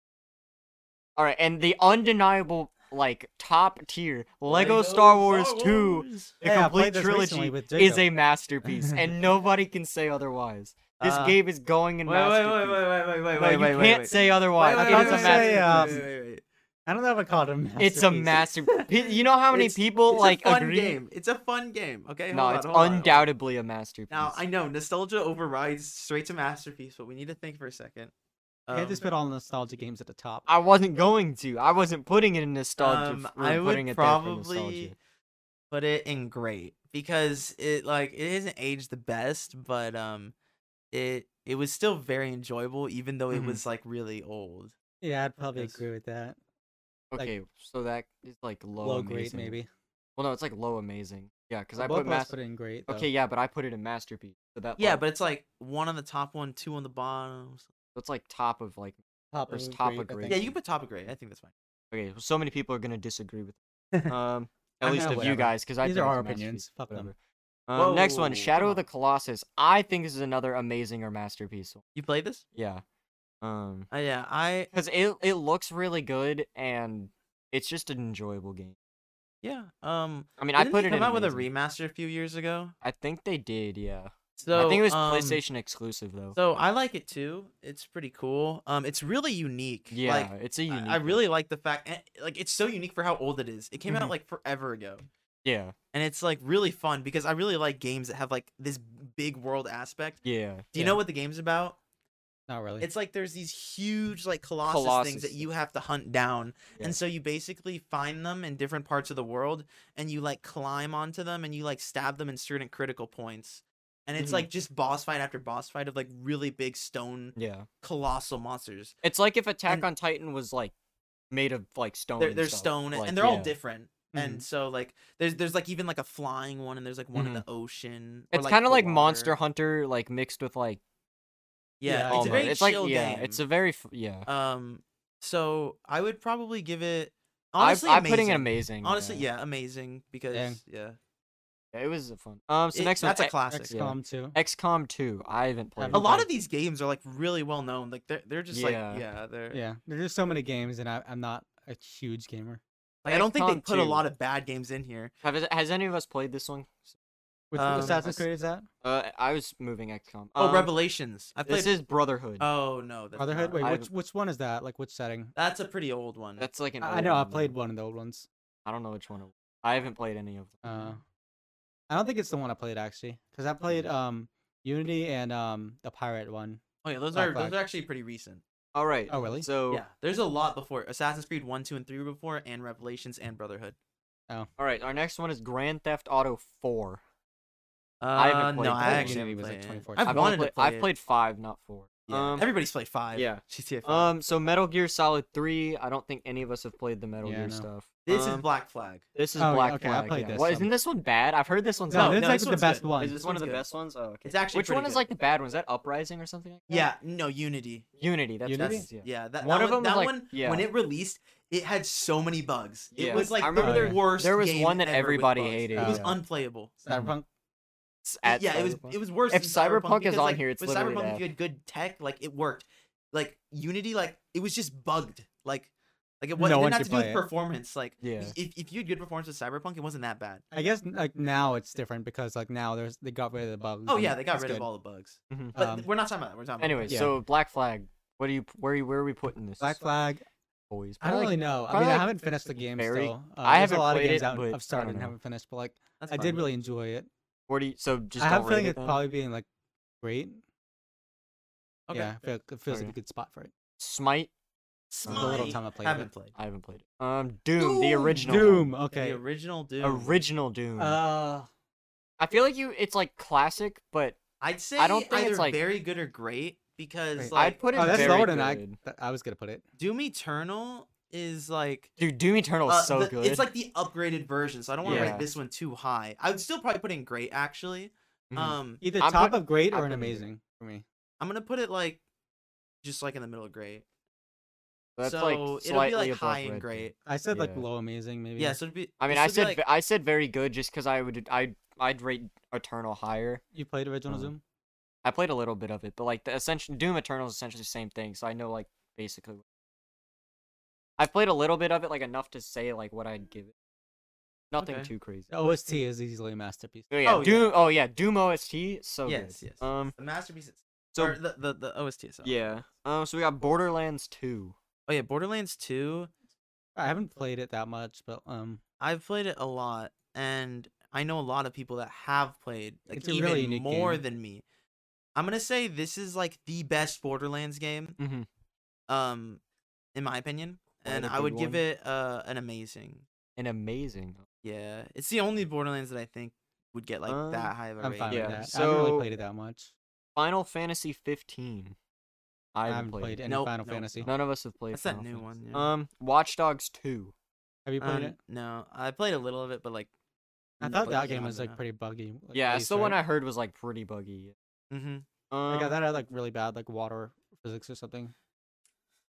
[SPEAKER 2] All right, and the undeniable like top tier Lego, Star Wars, Two, the
[SPEAKER 3] Hey, I
[SPEAKER 2] complete
[SPEAKER 3] played this
[SPEAKER 2] trilogy,
[SPEAKER 3] recently with
[SPEAKER 2] is a
[SPEAKER 3] Jacob.
[SPEAKER 2] masterpiece, and nobody can say otherwise. This
[SPEAKER 1] Uh,
[SPEAKER 2] game is going in
[SPEAKER 1] Wait, wait,
[SPEAKER 2] masterpiece.
[SPEAKER 1] wait, wait, wait, wait, wait,
[SPEAKER 2] No,
[SPEAKER 1] wait,
[SPEAKER 2] you
[SPEAKER 1] wait, wait,
[SPEAKER 2] can't
[SPEAKER 1] wait.
[SPEAKER 2] say otherwise.
[SPEAKER 3] wait,
[SPEAKER 2] it
[SPEAKER 3] wait,
[SPEAKER 2] is a
[SPEAKER 3] wait,
[SPEAKER 2] masterpiece.
[SPEAKER 3] say, um,
[SPEAKER 1] Wait, wait, wait, wait.
[SPEAKER 3] I don't know if I call it a masterpiece.
[SPEAKER 2] it's a masterpiece. You know how many
[SPEAKER 1] It's-
[SPEAKER 2] people
[SPEAKER 1] It's
[SPEAKER 2] like
[SPEAKER 1] a fun
[SPEAKER 2] agree?
[SPEAKER 1] game. It's a fun game. Okay, hold
[SPEAKER 2] No,
[SPEAKER 1] on,
[SPEAKER 2] it's
[SPEAKER 1] hold on, hold on.
[SPEAKER 2] undoubtedly a masterpiece.
[SPEAKER 1] Now I know nostalgia overrides straight to masterpiece, but we need to think for a second.
[SPEAKER 3] I had to
[SPEAKER 1] Um,
[SPEAKER 3] spit all nostalgia games at the top.
[SPEAKER 2] I wasn't going to. I wasn't putting it in nostalgia.
[SPEAKER 1] um,
[SPEAKER 2] f- or
[SPEAKER 1] I
[SPEAKER 2] putting
[SPEAKER 1] would
[SPEAKER 2] it there for nostalgia.
[SPEAKER 1] probably put it in great because it like it isn't aged the best, but um, it it was still very enjoyable even though it
[SPEAKER 2] Mhm.
[SPEAKER 1] was like really old.
[SPEAKER 3] Yeah, I'd probably
[SPEAKER 1] Yes.
[SPEAKER 3] agree with that. like,
[SPEAKER 2] Okay, so that is like low,
[SPEAKER 3] Low, grade,
[SPEAKER 2] amazing.
[SPEAKER 3] maybe.
[SPEAKER 2] Well, no, it's like low amazing. Yeah, because
[SPEAKER 3] Well,
[SPEAKER 2] I put
[SPEAKER 3] Bloodborne's
[SPEAKER 2] master.
[SPEAKER 3] put it in great. though.
[SPEAKER 2] Okay, yeah, but I put it in masterpiece. So that
[SPEAKER 1] Yeah,
[SPEAKER 2] like,
[SPEAKER 1] but it's like one on the top, one two on the bottom. so-
[SPEAKER 2] that's like top of like.
[SPEAKER 3] top
[SPEAKER 2] there's
[SPEAKER 3] of
[SPEAKER 2] top
[SPEAKER 3] great,
[SPEAKER 2] of
[SPEAKER 3] I
[SPEAKER 2] great.
[SPEAKER 1] Yeah,
[SPEAKER 3] think.
[SPEAKER 1] you can put top of great. I think that's fine.
[SPEAKER 2] Okay, so many people are gonna disagree with. Um, at
[SPEAKER 3] I
[SPEAKER 2] least
[SPEAKER 3] know,
[SPEAKER 2] of you
[SPEAKER 3] whatever.
[SPEAKER 2] guys, because I
[SPEAKER 3] These
[SPEAKER 2] think
[SPEAKER 3] are
[SPEAKER 2] it's
[SPEAKER 3] our
[SPEAKER 2] a masterpiece,
[SPEAKER 3] opinions, fuck them.
[SPEAKER 2] whatever. Um, next one,
[SPEAKER 1] Whoa,
[SPEAKER 2] Shadow
[SPEAKER 1] come
[SPEAKER 2] of the
[SPEAKER 1] on.
[SPEAKER 2] Colossus. I think this is another amazing or masterpiece.
[SPEAKER 1] You played this?
[SPEAKER 2] Yeah. Um,
[SPEAKER 1] Uh, yeah, I
[SPEAKER 2] because it it looks really good and it's just an enjoyable game.
[SPEAKER 1] yeah. Um,
[SPEAKER 2] I mean,
[SPEAKER 1] didn't
[SPEAKER 2] I put
[SPEAKER 1] they
[SPEAKER 2] it
[SPEAKER 1] come
[SPEAKER 2] in
[SPEAKER 1] out with a
[SPEAKER 2] amazing.
[SPEAKER 1] remaster a few years ago.
[SPEAKER 2] I think they did, yeah.
[SPEAKER 1] So
[SPEAKER 2] I think it was
[SPEAKER 1] um,
[SPEAKER 2] PlayStation exclusive though.
[SPEAKER 1] So I like it too. It's pretty cool. Um, it's really unique.
[SPEAKER 2] yeah,
[SPEAKER 1] like,
[SPEAKER 2] it's a
[SPEAKER 1] I-
[SPEAKER 2] unique.
[SPEAKER 1] I
[SPEAKER 2] one.
[SPEAKER 1] really like the fact, and, like, it's so unique for how old it is. It came
[SPEAKER 2] Mhm.
[SPEAKER 1] out like forever ago,
[SPEAKER 2] yeah
[SPEAKER 1] and it's like really fun because I really like games that have like this big world aspect.
[SPEAKER 2] yeah
[SPEAKER 1] Do you
[SPEAKER 3] Yeah.
[SPEAKER 1] know what the game's about?
[SPEAKER 3] Not really.
[SPEAKER 1] It's like there's these huge like colossus, things that
[SPEAKER 2] Colossus.
[SPEAKER 1] you have to hunt down.
[SPEAKER 2] Yeah.
[SPEAKER 1] And so you basically find them in different parts of the world and you like climb onto them and you like stab them in certain critical points. And it's
[SPEAKER 2] Mhm.
[SPEAKER 1] like just boss fight after boss fight of like really big stone
[SPEAKER 2] yeah.
[SPEAKER 1] colossal monsters.
[SPEAKER 2] It's like if Attack
[SPEAKER 1] And-
[SPEAKER 2] on Titan was like made of like stone.
[SPEAKER 1] They're,
[SPEAKER 2] and
[SPEAKER 1] they're
[SPEAKER 2] stuff,
[SPEAKER 1] stone
[SPEAKER 2] like,
[SPEAKER 1] and they're all
[SPEAKER 2] yeah. Mm-hmm.
[SPEAKER 1] different.
[SPEAKER 3] Mhm.
[SPEAKER 1] And so like there's there's like even like a flying one and there's like one in the ocean. or,
[SPEAKER 2] Mm-hmm. It's kind of
[SPEAKER 1] the
[SPEAKER 2] like Monster
[SPEAKER 1] water.
[SPEAKER 2] Hunter, like mixed with like
[SPEAKER 1] Yeah,
[SPEAKER 3] Yeah,
[SPEAKER 1] it's a
[SPEAKER 2] almost.
[SPEAKER 1] very
[SPEAKER 2] It's like
[SPEAKER 1] chill
[SPEAKER 2] yeah,
[SPEAKER 1] game.
[SPEAKER 2] it's a very f- yeah.
[SPEAKER 1] um. So I would probably give it.
[SPEAKER 2] I-
[SPEAKER 1] Honestly,
[SPEAKER 2] I'm putting it
[SPEAKER 1] amazing.
[SPEAKER 2] amazing.
[SPEAKER 1] Honestly, yeah, amazing because
[SPEAKER 3] Dang.
[SPEAKER 1] yeah,
[SPEAKER 2] Yeah, It was a fun. Um, so
[SPEAKER 1] It-
[SPEAKER 2] next one,
[SPEAKER 1] that's a
[SPEAKER 2] X-
[SPEAKER 1] classic.
[SPEAKER 3] XCOM 2.
[SPEAKER 2] XCOM 2. I haven't played.
[SPEAKER 3] Haven't
[SPEAKER 1] A
[SPEAKER 2] it.
[SPEAKER 1] lot of these games are like really well known. Like they're they're just
[SPEAKER 2] Yeah.
[SPEAKER 1] like yeah they're
[SPEAKER 3] Yeah, there's just so many games, and I, I'm not a huge gamer.
[SPEAKER 1] Like, I don't think they
[SPEAKER 2] XCOM
[SPEAKER 1] put a
[SPEAKER 2] 2.
[SPEAKER 1] lot of bad games in here.
[SPEAKER 2] Have, has any of us played this one?
[SPEAKER 3] Which
[SPEAKER 1] Um,
[SPEAKER 3] Assassin's
[SPEAKER 2] that's-
[SPEAKER 3] Creed is that?
[SPEAKER 2] Uh, I was moving XCOM.
[SPEAKER 1] Oh,
[SPEAKER 2] Um,
[SPEAKER 1] Revelations. I played.
[SPEAKER 2] This is Brotherhood.
[SPEAKER 1] Oh no, that's
[SPEAKER 3] Brotherhood.
[SPEAKER 1] not-
[SPEAKER 3] Wait,
[SPEAKER 2] I-
[SPEAKER 3] which which one is that? Like which setting?
[SPEAKER 1] that's a pretty old one.
[SPEAKER 2] That's like an.
[SPEAKER 3] I, I
[SPEAKER 2] old
[SPEAKER 3] know I
[SPEAKER 2] one, though.
[SPEAKER 3] played one of the old ones.
[SPEAKER 2] I don't know which one. It was. I haven't played any of them.
[SPEAKER 3] Uh, I don't think it's the one I played actually, because I played um Unity and um the pirate one.
[SPEAKER 1] oh yeah, those
[SPEAKER 3] Black
[SPEAKER 1] are those
[SPEAKER 3] Flag.
[SPEAKER 1] are actually pretty recent.
[SPEAKER 2] All right.
[SPEAKER 3] Oh really?
[SPEAKER 2] So
[SPEAKER 1] Yeah, there's a lot before Assassin's Creed one, two, and three were before, and Revelations and Brotherhood.
[SPEAKER 2] all right, our next one is Grand Theft Auto 4.
[SPEAKER 1] Uh,
[SPEAKER 2] I haven't played
[SPEAKER 1] no,
[SPEAKER 2] that
[SPEAKER 1] I
[SPEAKER 2] one.
[SPEAKER 1] actually
[SPEAKER 3] Unity
[SPEAKER 1] haven't
[SPEAKER 3] was,
[SPEAKER 1] played
[SPEAKER 3] like,
[SPEAKER 1] it.
[SPEAKER 3] 2014.
[SPEAKER 1] I've,
[SPEAKER 2] I've only
[SPEAKER 1] wanted
[SPEAKER 2] played,
[SPEAKER 1] to play
[SPEAKER 2] I've
[SPEAKER 1] it.
[SPEAKER 2] played five, not four.
[SPEAKER 1] Yeah.
[SPEAKER 2] Um,
[SPEAKER 1] Everybody's played five.
[SPEAKER 2] yeah.
[SPEAKER 1] GTA five.
[SPEAKER 2] Um, so Metal Gear Solid Three. I don't think any of us have played the Metal
[SPEAKER 3] Yeah,
[SPEAKER 2] Gear
[SPEAKER 3] no.
[SPEAKER 2] stuff.
[SPEAKER 1] this is
[SPEAKER 2] Um,
[SPEAKER 1] Black Flag.
[SPEAKER 2] This is
[SPEAKER 3] Oh, yeah,
[SPEAKER 2] Black
[SPEAKER 3] okay, I
[SPEAKER 2] Flag.
[SPEAKER 3] played
[SPEAKER 2] yeah.
[SPEAKER 3] this
[SPEAKER 2] What,
[SPEAKER 3] one.
[SPEAKER 2] isn't this one bad? I've heard this one's
[SPEAKER 3] No,
[SPEAKER 2] not.
[SPEAKER 3] this is
[SPEAKER 1] no, this
[SPEAKER 3] actually
[SPEAKER 1] one's
[SPEAKER 3] the best
[SPEAKER 1] good.
[SPEAKER 3] one.
[SPEAKER 2] Is this
[SPEAKER 1] this
[SPEAKER 2] one
[SPEAKER 1] one's
[SPEAKER 2] of the
[SPEAKER 1] good.
[SPEAKER 2] best ones? Oh, okay.
[SPEAKER 1] It's actually
[SPEAKER 2] Which one
[SPEAKER 1] pretty
[SPEAKER 2] is
[SPEAKER 1] good.
[SPEAKER 2] like the bad one? Is that Uprising or something? Like that?
[SPEAKER 1] Yeah, no Unity.
[SPEAKER 2] Unity. That's
[SPEAKER 3] Unity?
[SPEAKER 2] That's, yeah.
[SPEAKER 1] Yeah, that,
[SPEAKER 2] One
[SPEAKER 1] that one,
[SPEAKER 2] of them was
[SPEAKER 1] that
[SPEAKER 2] like-
[SPEAKER 1] one
[SPEAKER 2] yeah.
[SPEAKER 1] when it released, it had so many bugs.
[SPEAKER 2] Yeah.
[SPEAKER 1] It was like the
[SPEAKER 2] I remember
[SPEAKER 3] there-
[SPEAKER 1] worst.
[SPEAKER 2] there was
[SPEAKER 1] game
[SPEAKER 2] one that
[SPEAKER 1] ever with
[SPEAKER 2] everybody
[SPEAKER 1] bugs.
[SPEAKER 2] hated.
[SPEAKER 1] It was
[SPEAKER 3] Yeah.
[SPEAKER 1] unplayable.
[SPEAKER 3] Cyberpunk.
[SPEAKER 2] It's at
[SPEAKER 1] yeah, it was
[SPEAKER 2] Cyberpunk.
[SPEAKER 1] it was worse.
[SPEAKER 2] If
[SPEAKER 1] than
[SPEAKER 2] Cyberpunk is
[SPEAKER 1] because,
[SPEAKER 2] on
[SPEAKER 1] like,
[SPEAKER 2] here, it's
[SPEAKER 1] with
[SPEAKER 2] literally
[SPEAKER 1] Cyberpunk.
[SPEAKER 2] bad.
[SPEAKER 1] If you had good tech, like it worked. Like Unity, like it was just bugged. Like like it
[SPEAKER 3] No
[SPEAKER 1] wasn't it didn't
[SPEAKER 3] one
[SPEAKER 1] have
[SPEAKER 3] should
[SPEAKER 1] to do with
[SPEAKER 3] play it.
[SPEAKER 1] performance. Like
[SPEAKER 2] Yeah.
[SPEAKER 1] if if you had good performance with Cyberpunk, it wasn't that bad.
[SPEAKER 3] I guess like now it's different because like now there's they got rid of the bugs.
[SPEAKER 1] Oh
[SPEAKER 3] and
[SPEAKER 1] yeah, they got
[SPEAKER 3] it's
[SPEAKER 1] rid of
[SPEAKER 3] good.
[SPEAKER 1] all the bugs.
[SPEAKER 2] Mhm.
[SPEAKER 1] But
[SPEAKER 3] Um,
[SPEAKER 1] we're not talking about that. We're talking about
[SPEAKER 2] Anyway,
[SPEAKER 3] Yeah.
[SPEAKER 2] so Black Flag. What do you? Where are you? Where are we putting this?
[SPEAKER 3] Black Flag.
[SPEAKER 2] Boys.
[SPEAKER 3] I don't
[SPEAKER 2] Probably
[SPEAKER 3] really
[SPEAKER 2] like-
[SPEAKER 3] know. I
[SPEAKER 2] probably
[SPEAKER 3] mean, I
[SPEAKER 2] like
[SPEAKER 3] haven't finished the game
[SPEAKER 2] very-
[SPEAKER 3] still. Uh,
[SPEAKER 2] I
[SPEAKER 3] there's
[SPEAKER 2] haven't
[SPEAKER 3] a lot of
[SPEAKER 2] played
[SPEAKER 3] games
[SPEAKER 2] it,
[SPEAKER 3] out
[SPEAKER 2] but I
[SPEAKER 3] I've started
[SPEAKER 2] don't
[SPEAKER 3] and
[SPEAKER 2] know.
[SPEAKER 3] haven't finished, but like
[SPEAKER 1] that's
[SPEAKER 3] I
[SPEAKER 1] fine.
[SPEAKER 3] did really enjoy it.
[SPEAKER 2] Where do you? So just
[SPEAKER 3] I have a
[SPEAKER 2] don't rate
[SPEAKER 3] feeling
[SPEAKER 2] it
[SPEAKER 3] it's
[SPEAKER 2] then?
[SPEAKER 3] probably being like great.
[SPEAKER 1] Okay.
[SPEAKER 3] Yeah, I feel, it feels like
[SPEAKER 2] Okay.
[SPEAKER 3] a good spot for it.
[SPEAKER 2] Smite.
[SPEAKER 3] From The little
[SPEAKER 1] Smite.
[SPEAKER 3] time I played
[SPEAKER 1] haven't
[SPEAKER 3] it.
[SPEAKER 1] played.
[SPEAKER 2] I haven't played it. Um, Doom, the
[SPEAKER 1] Doom!
[SPEAKER 2] original. one.
[SPEAKER 3] Doom.
[SPEAKER 1] The
[SPEAKER 3] Okay.
[SPEAKER 1] original Doom.
[SPEAKER 2] Original Doom.
[SPEAKER 3] Uh,
[SPEAKER 2] I feel like you. It's like classic, but
[SPEAKER 1] I'd say
[SPEAKER 2] I don't think
[SPEAKER 1] either
[SPEAKER 2] it's, like-
[SPEAKER 1] very good or great because
[SPEAKER 3] Wait,
[SPEAKER 1] like
[SPEAKER 2] I'd put it
[SPEAKER 3] oh, that's
[SPEAKER 2] very
[SPEAKER 3] lower
[SPEAKER 2] good.
[SPEAKER 3] than I. th- I was gonna put it.
[SPEAKER 1] Doom Eternal is like
[SPEAKER 2] Dude, Doom Eternal is
[SPEAKER 1] Uh,
[SPEAKER 2] Oh, so
[SPEAKER 1] the-
[SPEAKER 2] good.
[SPEAKER 1] It's like the upgraded version, so I don't want to
[SPEAKER 2] Yeah.
[SPEAKER 1] rate this one too high. I would still probably put in great actually.
[SPEAKER 2] Mhm.
[SPEAKER 1] Um,
[SPEAKER 3] Either
[SPEAKER 2] I'm
[SPEAKER 3] top
[SPEAKER 2] put-
[SPEAKER 3] of great
[SPEAKER 2] I'm
[SPEAKER 3] or an
[SPEAKER 2] putting it.
[SPEAKER 3] amazing for me.
[SPEAKER 1] I'm gonna put it like just like in the middle of great.
[SPEAKER 2] that's
[SPEAKER 1] so
[SPEAKER 2] like
[SPEAKER 1] it'll
[SPEAKER 2] slightly
[SPEAKER 1] be like
[SPEAKER 2] above
[SPEAKER 1] high
[SPEAKER 2] Red Dead.
[SPEAKER 1] and great.
[SPEAKER 3] I said like
[SPEAKER 2] Yeah.
[SPEAKER 3] low amazing maybe.
[SPEAKER 1] Yeah, so it'd be.
[SPEAKER 2] I mean,
[SPEAKER 1] this
[SPEAKER 2] I
[SPEAKER 1] would be,
[SPEAKER 2] said
[SPEAKER 1] like,
[SPEAKER 2] ve- I said very good just because I would I I'd rate Eternal higher.
[SPEAKER 3] You played original
[SPEAKER 2] Um,
[SPEAKER 3] Zoom.
[SPEAKER 2] I played a little bit of it, but like the essential Doom Eternal is essentially the same thing, so I know like basically. what- I played a little bit of it, like enough to say like what I'd give it. Nothing
[SPEAKER 1] Okay.
[SPEAKER 2] too crazy.
[SPEAKER 3] The OST is easily a masterpiece.
[SPEAKER 2] Oh yeah,
[SPEAKER 1] Oh, yeah.
[SPEAKER 2] Doom. Oh yeah, Doom OST. So good.
[SPEAKER 1] yes, yes.
[SPEAKER 2] Um.
[SPEAKER 1] the masterpiece. Is,
[SPEAKER 2] So
[SPEAKER 1] or the, the the OST itself.
[SPEAKER 2] yeah. Um. So we got Borderlands Two.
[SPEAKER 1] Oh yeah, Borderlands Two.
[SPEAKER 3] I haven't played it that much, but um,
[SPEAKER 1] I've played it a lot, and I know a lot of people that have played like
[SPEAKER 3] It's a
[SPEAKER 1] even
[SPEAKER 3] really unique
[SPEAKER 1] more
[SPEAKER 3] game.
[SPEAKER 1] than me. I'm gonna say this is like the best Borderlands game,
[SPEAKER 2] Mm-hmm.
[SPEAKER 1] um, in my opinion,
[SPEAKER 2] Quite
[SPEAKER 1] and
[SPEAKER 2] a
[SPEAKER 1] I would
[SPEAKER 2] good
[SPEAKER 1] give
[SPEAKER 2] one.
[SPEAKER 1] it uh an amazing.
[SPEAKER 2] An amazing.
[SPEAKER 1] Yeah, it's the only Borderlands that I think would get like
[SPEAKER 2] Um,
[SPEAKER 1] that high of a
[SPEAKER 3] I'm
[SPEAKER 1] rating.
[SPEAKER 3] fine
[SPEAKER 2] yeah,
[SPEAKER 3] with that. I haven't
[SPEAKER 2] so-
[SPEAKER 3] really played it that much.
[SPEAKER 2] Final Fantasy 15. I
[SPEAKER 3] I
[SPEAKER 2] haven't,
[SPEAKER 3] haven't played,
[SPEAKER 2] played, it.
[SPEAKER 3] any
[SPEAKER 1] Nope,
[SPEAKER 3] Final
[SPEAKER 1] nope,
[SPEAKER 3] Fantasy.
[SPEAKER 2] None of us have played.
[SPEAKER 1] That's that
[SPEAKER 2] Final
[SPEAKER 1] new
[SPEAKER 2] Fantasy.
[SPEAKER 1] one, yeah.
[SPEAKER 2] Um, Watch Dogs 2.
[SPEAKER 3] Have you played
[SPEAKER 1] Um,
[SPEAKER 3] it?
[SPEAKER 1] No, I played a little of it, but like
[SPEAKER 3] I
[SPEAKER 1] n-
[SPEAKER 3] thought
[SPEAKER 1] but
[SPEAKER 3] that game
[SPEAKER 1] not
[SPEAKER 3] was like
[SPEAKER 1] enough.
[SPEAKER 3] pretty buggy. like,
[SPEAKER 2] yeah, it's
[SPEAKER 3] based,
[SPEAKER 2] the one
[SPEAKER 3] right?
[SPEAKER 2] I heard was like pretty buggy.
[SPEAKER 1] Mhm.
[SPEAKER 2] Um,
[SPEAKER 3] I got that had like really bad like water physics or something.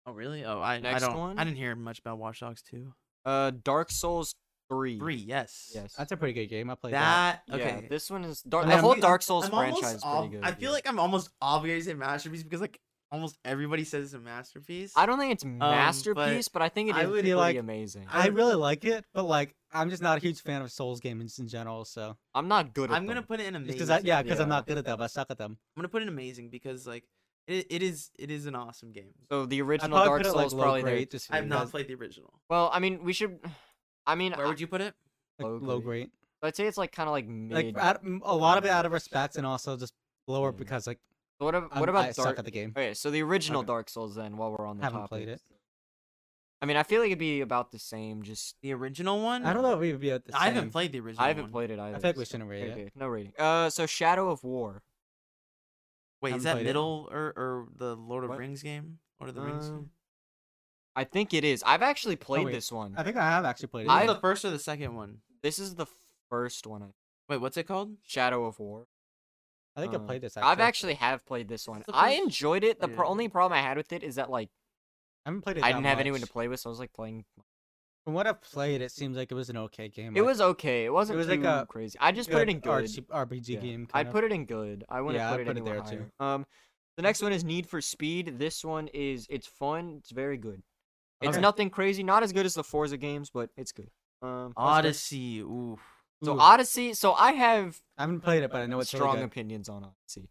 [SPEAKER 1] Oh really? Oh, I I
[SPEAKER 2] Next
[SPEAKER 1] don't.
[SPEAKER 2] one?
[SPEAKER 1] I didn't hear much about Watch Dogs two.
[SPEAKER 2] Uh, Dark Souls 3.
[SPEAKER 1] Three, yes.
[SPEAKER 2] Yes.
[SPEAKER 3] That's a pretty good game. I played that.
[SPEAKER 1] That
[SPEAKER 2] okay.
[SPEAKER 1] okay.
[SPEAKER 2] this one is dark.
[SPEAKER 3] I
[SPEAKER 2] The
[SPEAKER 3] mean,
[SPEAKER 2] whole
[SPEAKER 3] I'm-
[SPEAKER 2] Dark Souls
[SPEAKER 1] I'm almost
[SPEAKER 2] franchise is pretty
[SPEAKER 1] ob-
[SPEAKER 2] good.
[SPEAKER 1] I feel
[SPEAKER 2] yeah.
[SPEAKER 1] like I'm almost obligated to say masterpiece because like almost everybody says it's a masterpiece.
[SPEAKER 2] I don't think it's masterpiece, but, I think it
[SPEAKER 1] Um, I
[SPEAKER 2] is
[SPEAKER 1] would
[SPEAKER 2] pretty
[SPEAKER 3] like-
[SPEAKER 2] amazing.
[SPEAKER 1] I
[SPEAKER 3] I
[SPEAKER 1] would-
[SPEAKER 3] really like it, but like I'm just not a huge fan of Souls games in general. So
[SPEAKER 2] I'm not good at
[SPEAKER 1] I'm gonna
[SPEAKER 2] them.
[SPEAKER 1] put it in amazing.
[SPEAKER 3] because I yeah, because
[SPEAKER 2] Yeah.
[SPEAKER 3] I'm not good at them. I suck at them.
[SPEAKER 1] I'm gonna put it in amazing because like it, it is it is an awesome game.
[SPEAKER 2] So the original
[SPEAKER 3] probably
[SPEAKER 2] Dark
[SPEAKER 3] put it,
[SPEAKER 2] Souls
[SPEAKER 3] like, low
[SPEAKER 2] probably there
[SPEAKER 3] grade just
[SPEAKER 1] I have not
[SPEAKER 3] because-
[SPEAKER 1] played the original.
[SPEAKER 2] Well, I mean, we should. I mean,
[SPEAKER 1] Where
[SPEAKER 2] I-
[SPEAKER 1] would you put it?
[SPEAKER 3] Like,
[SPEAKER 2] Low
[SPEAKER 3] low
[SPEAKER 2] grade.
[SPEAKER 3] grade.
[SPEAKER 2] I'd say it's like kind of like mid.
[SPEAKER 3] Like out, m- a lot of it
[SPEAKER 2] Yeah.
[SPEAKER 3] out of respect and also just lower
[SPEAKER 2] Yeah.
[SPEAKER 3] because like
[SPEAKER 2] what, ab-
[SPEAKER 3] I'm,
[SPEAKER 2] what about
[SPEAKER 3] I
[SPEAKER 2] Dark?
[SPEAKER 3] suck at the game.
[SPEAKER 2] Okay, so the original
[SPEAKER 3] Okay.
[SPEAKER 2] Dark Souls then, while we're on the
[SPEAKER 3] Haven't
[SPEAKER 2] topic.
[SPEAKER 3] played it.
[SPEAKER 2] I mean, I feel like it'd be about the same. Just
[SPEAKER 1] The original one?
[SPEAKER 3] I don't know if we would be at the same.
[SPEAKER 1] I haven't played the original.
[SPEAKER 2] I haven't
[SPEAKER 1] one.
[SPEAKER 2] played it either.
[SPEAKER 3] I feel like we
[SPEAKER 2] so-
[SPEAKER 3] shouldn't rate
[SPEAKER 2] okay,
[SPEAKER 3] it.
[SPEAKER 2] No rating. Uh, so Shadow of War.
[SPEAKER 1] Wait,
[SPEAKER 3] haven't
[SPEAKER 1] is that
[SPEAKER 3] played it.
[SPEAKER 1] middle or or the Lord of
[SPEAKER 2] What?
[SPEAKER 1] Rings game? Lord of the Rings.
[SPEAKER 2] Um,
[SPEAKER 1] game?
[SPEAKER 2] I think it is. I've actually played
[SPEAKER 3] Oh, wait.
[SPEAKER 2] this one.
[SPEAKER 3] I think I have actually played
[SPEAKER 1] Is
[SPEAKER 3] it.
[SPEAKER 1] this
[SPEAKER 2] I've-
[SPEAKER 1] the first or the second one?
[SPEAKER 2] This is the first one. I...
[SPEAKER 1] Wait, what's it called?
[SPEAKER 2] Shadow of War.
[SPEAKER 3] I think I
[SPEAKER 2] Uh,
[SPEAKER 3] played this. Actually.
[SPEAKER 2] I've actually have played this
[SPEAKER 1] This
[SPEAKER 2] one.
[SPEAKER 1] is the
[SPEAKER 2] I
[SPEAKER 1] first-
[SPEAKER 2] enjoyed it. The pro-
[SPEAKER 1] Yeah.
[SPEAKER 2] only problem I had with it is that like
[SPEAKER 3] I haven't played it.
[SPEAKER 2] I
[SPEAKER 3] that
[SPEAKER 2] didn't have anyone to
[SPEAKER 3] much.
[SPEAKER 2] play with, so I was like playing.
[SPEAKER 3] From what I've played, it seems like it was an okay game.
[SPEAKER 2] It
[SPEAKER 3] like,
[SPEAKER 2] was okay. It wasn't
[SPEAKER 3] was
[SPEAKER 2] too
[SPEAKER 3] like a
[SPEAKER 2] crazy. I just put it in good.
[SPEAKER 3] RG RPG
[SPEAKER 2] Yeah.
[SPEAKER 3] game.
[SPEAKER 2] I'd
[SPEAKER 3] kind of.
[SPEAKER 2] put it in good. I wouldn't
[SPEAKER 3] Yeah,
[SPEAKER 2] put,
[SPEAKER 3] I'd
[SPEAKER 2] it,
[SPEAKER 3] put it
[SPEAKER 2] anywhere
[SPEAKER 3] there,
[SPEAKER 2] higher. Um, the next one is Need for Speed. This one is it's fun. It's very good. It's
[SPEAKER 3] Okay.
[SPEAKER 2] nothing crazy. Not as good as the Forza games, but it's good. Um, that's
[SPEAKER 1] Odyssey. Ooh.
[SPEAKER 2] good. So
[SPEAKER 3] Ooh,
[SPEAKER 2] Odyssey. So I have
[SPEAKER 3] I haven't played it, but I know it's
[SPEAKER 2] strong
[SPEAKER 3] really good.
[SPEAKER 2] opinions on Odyssey.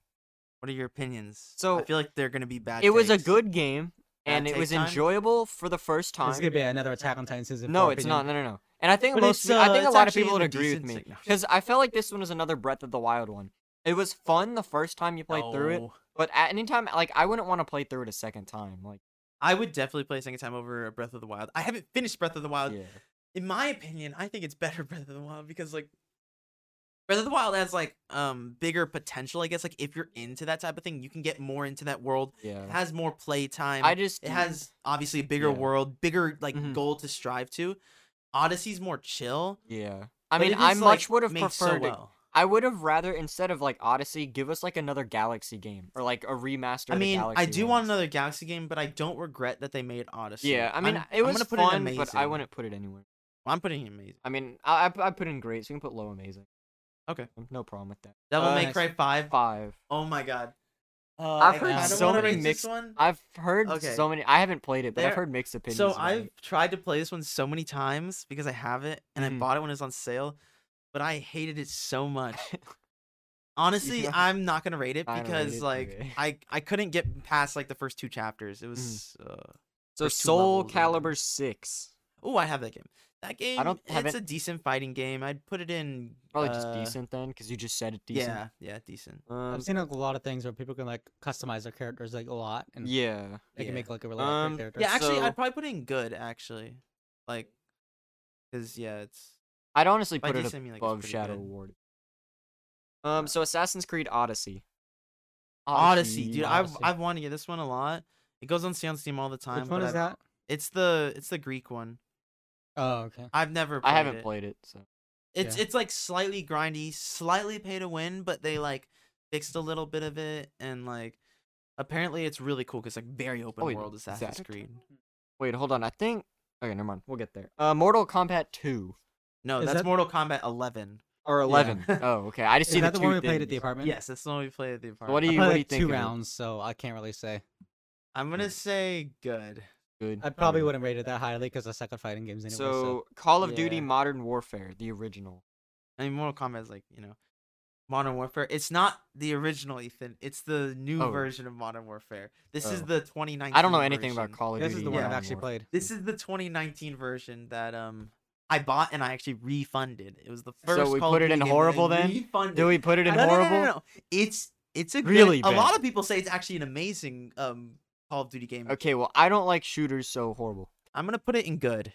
[SPEAKER 1] What are your opinions?
[SPEAKER 2] So,
[SPEAKER 1] I feel like they're gonna be bad.
[SPEAKER 2] it was a
[SPEAKER 1] takes.
[SPEAKER 2] good game,
[SPEAKER 1] Bad
[SPEAKER 2] and it
[SPEAKER 1] take
[SPEAKER 2] was
[SPEAKER 1] time?
[SPEAKER 2] enjoyable for the first
[SPEAKER 3] It's
[SPEAKER 2] time.
[SPEAKER 3] gonna be another Attack on Titan season.
[SPEAKER 2] No,
[SPEAKER 3] four
[SPEAKER 2] it's not.
[SPEAKER 3] opinion.
[SPEAKER 2] No, no, no. And I think
[SPEAKER 1] But
[SPEAKER 2] most,
[SPEAKER 1] it's,
[SPEAKER 2] I
[SPEAKER 1] uh,
[SPEAKER 2] think a
[SPEAKER 1] it's
[SPEAKER 2] lot of
[SPEAKER 1] actually
[SPEAKER 2] people would
[SPEAKER 1] in the
[SPEAKER 2] agree with me
[SPEAKER 1] decent sig-
[SPEAKER 2] because I felt like this one was another Breath of the Wild one. It was fun the first time you played through it,
[SPEAKER 1] No.
[SPEAKER 2] but at any time, like I wouldn't want to play through it a second time. Like,
[SPEAKER 1] I would definitely play Second Time over Breath of the Wild. I haven't Uh, finished Breath of the Wild.
[SPEAKER 2] yeah.
[SPEAKER 1] In my opinion, I think it's better Breath of the Wild because like Breath of the Wild has like um bigger potential, I guess. Like if you're into that type of thing, you can get more into that world. It
[SPEAKER 2] Yeah.
[SPEAKER 1] has more play time.
[SPEAKER 2] I just
[SPEAKER 1] it has obviously a bigger
[SPEAKER 2] Yeah.
[SPEAKER 1] world, bigger like
[SPEAKER 2] Mhm.
[SPEAKER 1] goal to strive to. Odyssey's more chill.
[SPEAKER 2] Yeah. I
[SPEAKER 1] but
[SPEAKER 2] mean,
[SPEAKER 1] it
[SPEAKER 2] I
[SPEAKER 1] is,
[SPEAKER 2] much
[SPEAKER 1] like,
[SPEAKER 2] would have
[SPEAKER 1] made so
[SPEAKER 2] preferred. a-
[SPEAKER 1] well.
[SPEAKER 2] I would have rather instead of like Odyssey, give us like another Galaxy game or like a remaster.
[SPEAKER 1] I
[SPEAKER 2] of the
[SPEAKER 1] mean, I
[SPEAKER 2] Galaxy
[SPEAKER 1] do want
[SPEAKER 2] ones.
[SPEAKER 1] another Galaxy game, but I don't regret that they made Odyssey.
[SPEAKER 2] Yeah, I mean,
[SPEAKER 1] I'm-
[SPEAKER 2] it
[SPEAKER 1] I'm
[SPEAKER 2] was
[SPEAKER 1] gonna put in
[SPEAKER 2] fun, but I
[SPEAKER 1] amazing.
[SPEAKER 2] wouldn't put it anywhere.
[SPEAKER 1] I'm putting in amazing.
[SPEAKER 2] I mean, I I, I put in great, so you can put low amazing.
[SPEAKER 1] Okay.
[SPEAKER 2] No problem with that.
[SPEAKER 1] Devil
[SPEAKER 3] Uh,
[SPEAKER 1] May
[SPEAKER 3] nice.
[SPEAKER 1] Cry Five.
[SPEAKER 2] Five.
[SPEAKER 1] Oh my god. Uh,
[SPEAKER 2] I've
[SPEAKER 1] I
[SPEAKER 2] heard
[SPEAKER 1] kinda
[SPEAKER 3] so
[SPEAKER 1] wanna
[SPEAKER 3] many
[SPEAKER 1] rate
[SPEAKER 2] mixed
[SPEAKER 1] this one.
[SPEAKER 2] I've heard
[SPEAKER 1] Okay.
[SPEAKER 2] so many. I haven't played it, but I've
[SPEAKER 1] There-
[SPEAKER 2] heard mixed opinions.
[SPEAKER 1] So
[SPEAKER 2] about
[SPEAKER 1] I've
[SPEAKER 2] it.
[SPEAKER 1] tried to play this one so many times because I have it and I
[SPEAKER 2] Mhm.
[SPEAKER 1] bought it when it was on sale, but I hated it so much. Honestly,
[SPEAKER 2] Yeah.
[SPEAKER 1] I'm not gonna rate it
[SPEAKER 2] I don't rate
[SPEAKER 1] because
[SPEAKER 2] it
[SPEAKER 1] like
[SPEAKER 2] either. Mm.
[SPEAKER 1] I I couldn't get past like the first two chapters. It was uh,
[SPEAKER 2] so
[SPEAKER 1] first two
[SPEAKER 2] Soul
[SPEAKER 1] levels or whatever.
[SPEAKER 2] Calibur six.
[SPEAKER 1] oh I have that game. That game
[SPEAKER 2] don't have
[SPEAKER 1] it's
[SPEAKER 2] it-
[SPEAKER 1] a decent fighting game. I'd put it in
[SPEAKER 2] Probably just
[SPEAKER 1] uh,
[SPEAKER 2] decent then, because you just said it decent.
[SPEAKER 1] Yeah, yeah, decent.
[SPEAKER 2] Um,
[SPEAKER 3] I've seen like, a lot of things where people can like customize their characters like a lot, and
[SPEAKER 2] yeah.
[SPEAKER 3] they
[SPEAKER 1] yeah.
[SPEAKER 3] can make like a really um,
[SPEAKER 2] Um,
[SPEAKER 3] character.
[SPEAKER 1] Yeah, actually,
[SPEAKER 2] So-
[SPEAKER 1] I'd probably put it in good actually, like, cause yeah, it's
[SPEAKER 2] I'd honestly
[SPEAKER 1] By
[SPEAKER 2] put it
[SPEAKER 1] decent, I mean, like, it's
[SPEAKER 2] above
[SPEAKER 1] pretty
[SPEAKER 2] Shadow
[SPEAKER 1] good.
[SPEAKER 2] Ward. Um, so Assassin's Creed Odyssey.
[SPEAKER 1] Odyssey, dude.
[SPEAKER 2] Odyssey.
[SPEAKER 1] I've I've wanted to get this one a lot. It goes on sale on Steam all the time.
[SPEAKER 3] Which one
[SPEAKER 1] but
[SPEAKER 3] is
[SPEAKER 1] I've-
[SPEAKER 3] that?
[SPEAKER 1] It's the it's the Greek one.
[SPEAKER 3] Oh, okay.
[SPEAKER 1] I've never. Played
[SPEAKER 2] I haven't
[SPEAKER 1] it.
[SPEAKER 2] played it, so
[SPEAKER 1] It's
[SPEAKER 3] yeah.
[SPEAKER 1] it's like slightly grindy, slightly pay to win, but they like fixed a little bit of it, and like apparently it's really cool because like very open
[SPEAKER 2] Oh, wait,
[SPEAKER 1] world
[SPEAKER 2] is
[SPEAKER 1] Assassin's
[SPEAKER 2] that a
[SPEAKER 1] Creed.
[SPEAKER 2] wait, hold on. I think okay, never mind. We'll get there. Uh, Mortal Kombat two
[SPEAKER 1] No,
[SPEAKER 3] Is
[SPEAKER 1] that's
[SPEAKER 3] that-
[SPEAKER 1] Mortal Kombat 11.
[SPEAKER 2] or eleven. oh, okay. I just
[SPEAKER 3] Is
[SPEAKER 2] see
[SPEAKER 3] that
[SPEAKER 2] the,
[SPEAKER 3] the one
[SPEAKER 2] two
[SPEAKER 3] we played at the
[SPEAKER 2] things.
[SPEAKER 3] apartment?
[SPEAKER 1] Yes, that's the one we played at the apartment.
[SPEAKER 2] What do
[SPEAKER 3] I
[SPEAKER 2] you
[SPEAKER 3] played
[SPEAKER 2] what do you
[SPEAKER 3] like
[SPEAKER 2] think?
[SPEAKER 3] two
[SPEAKER 2] of it?
[SPEAKER 3] rounds, so I can't really say.
[SPEAKER 1] I'm gonna say good.
[SPEAKER 2] Good.
[SPEAKER 3] I probably
[SPEAKER 2] Okay.
[SPEAKER 3] wouldn't rate it that highly because I suck at fighting games anyway. So,
[SPEAKER 2] So Call of Duty
[SPEAKER 1] Mm. Yeah.
[SPEAKER 2] Modern Warfare, the original.
[SPEAKER 1] I mean, Mortal Kombat is like you know, Modern Warfare. It's not the original Ethan. It's the new
[SPEAKER 2] Oh.
[SPEAKER 1] version of Modern Warfare. This is
[SPEAKER 2] Oh.
[SPEAKER 1] the 2019.
[SPEAKER 2] I don't know anything about
[SPEAKER 1] version.
[SPEAKER 2] Call of
[SPEAKER 3] this
[SPEAKER 2] Duty.
[SPEAKER 3] is the one I've
[SPEAKER 2] Modern
[SPEAKER 3] actually
[SPEAKER 2] Warfare.
[SPEAKER 3] played.
[SPEAKER 1] This is the 2019 version that um I bought and I actually refunded. It was the first.
[SPEAKER 2] we
[SPEAKER 1] Call of
[SPEAKER 2] put it
[SPEAKER 1] Duty game
[SPEAKER 2] in
[SPEAKER 1] that I
[SPEAKER 2] horrible then?
[SPEAKER 1] Refunded.
[SPEAKER 2] Do we put it in
[SPEAKER 1] no, no,
[SPEAKER 2] horrible?
[SPEAKER 1] No, no, no, It's it's a good-
[SPEAKER 2] Really
[SPEAKER 1] A lot
[SPEAKER 2] bad.
[SPEAKER 1] of people say it's actually an amazing um Call of Duty game.
[SPEAKER 2] Okay, well, I don't like shooters, so horrible.
[SPEAKER 1] I'm gonna put it in good.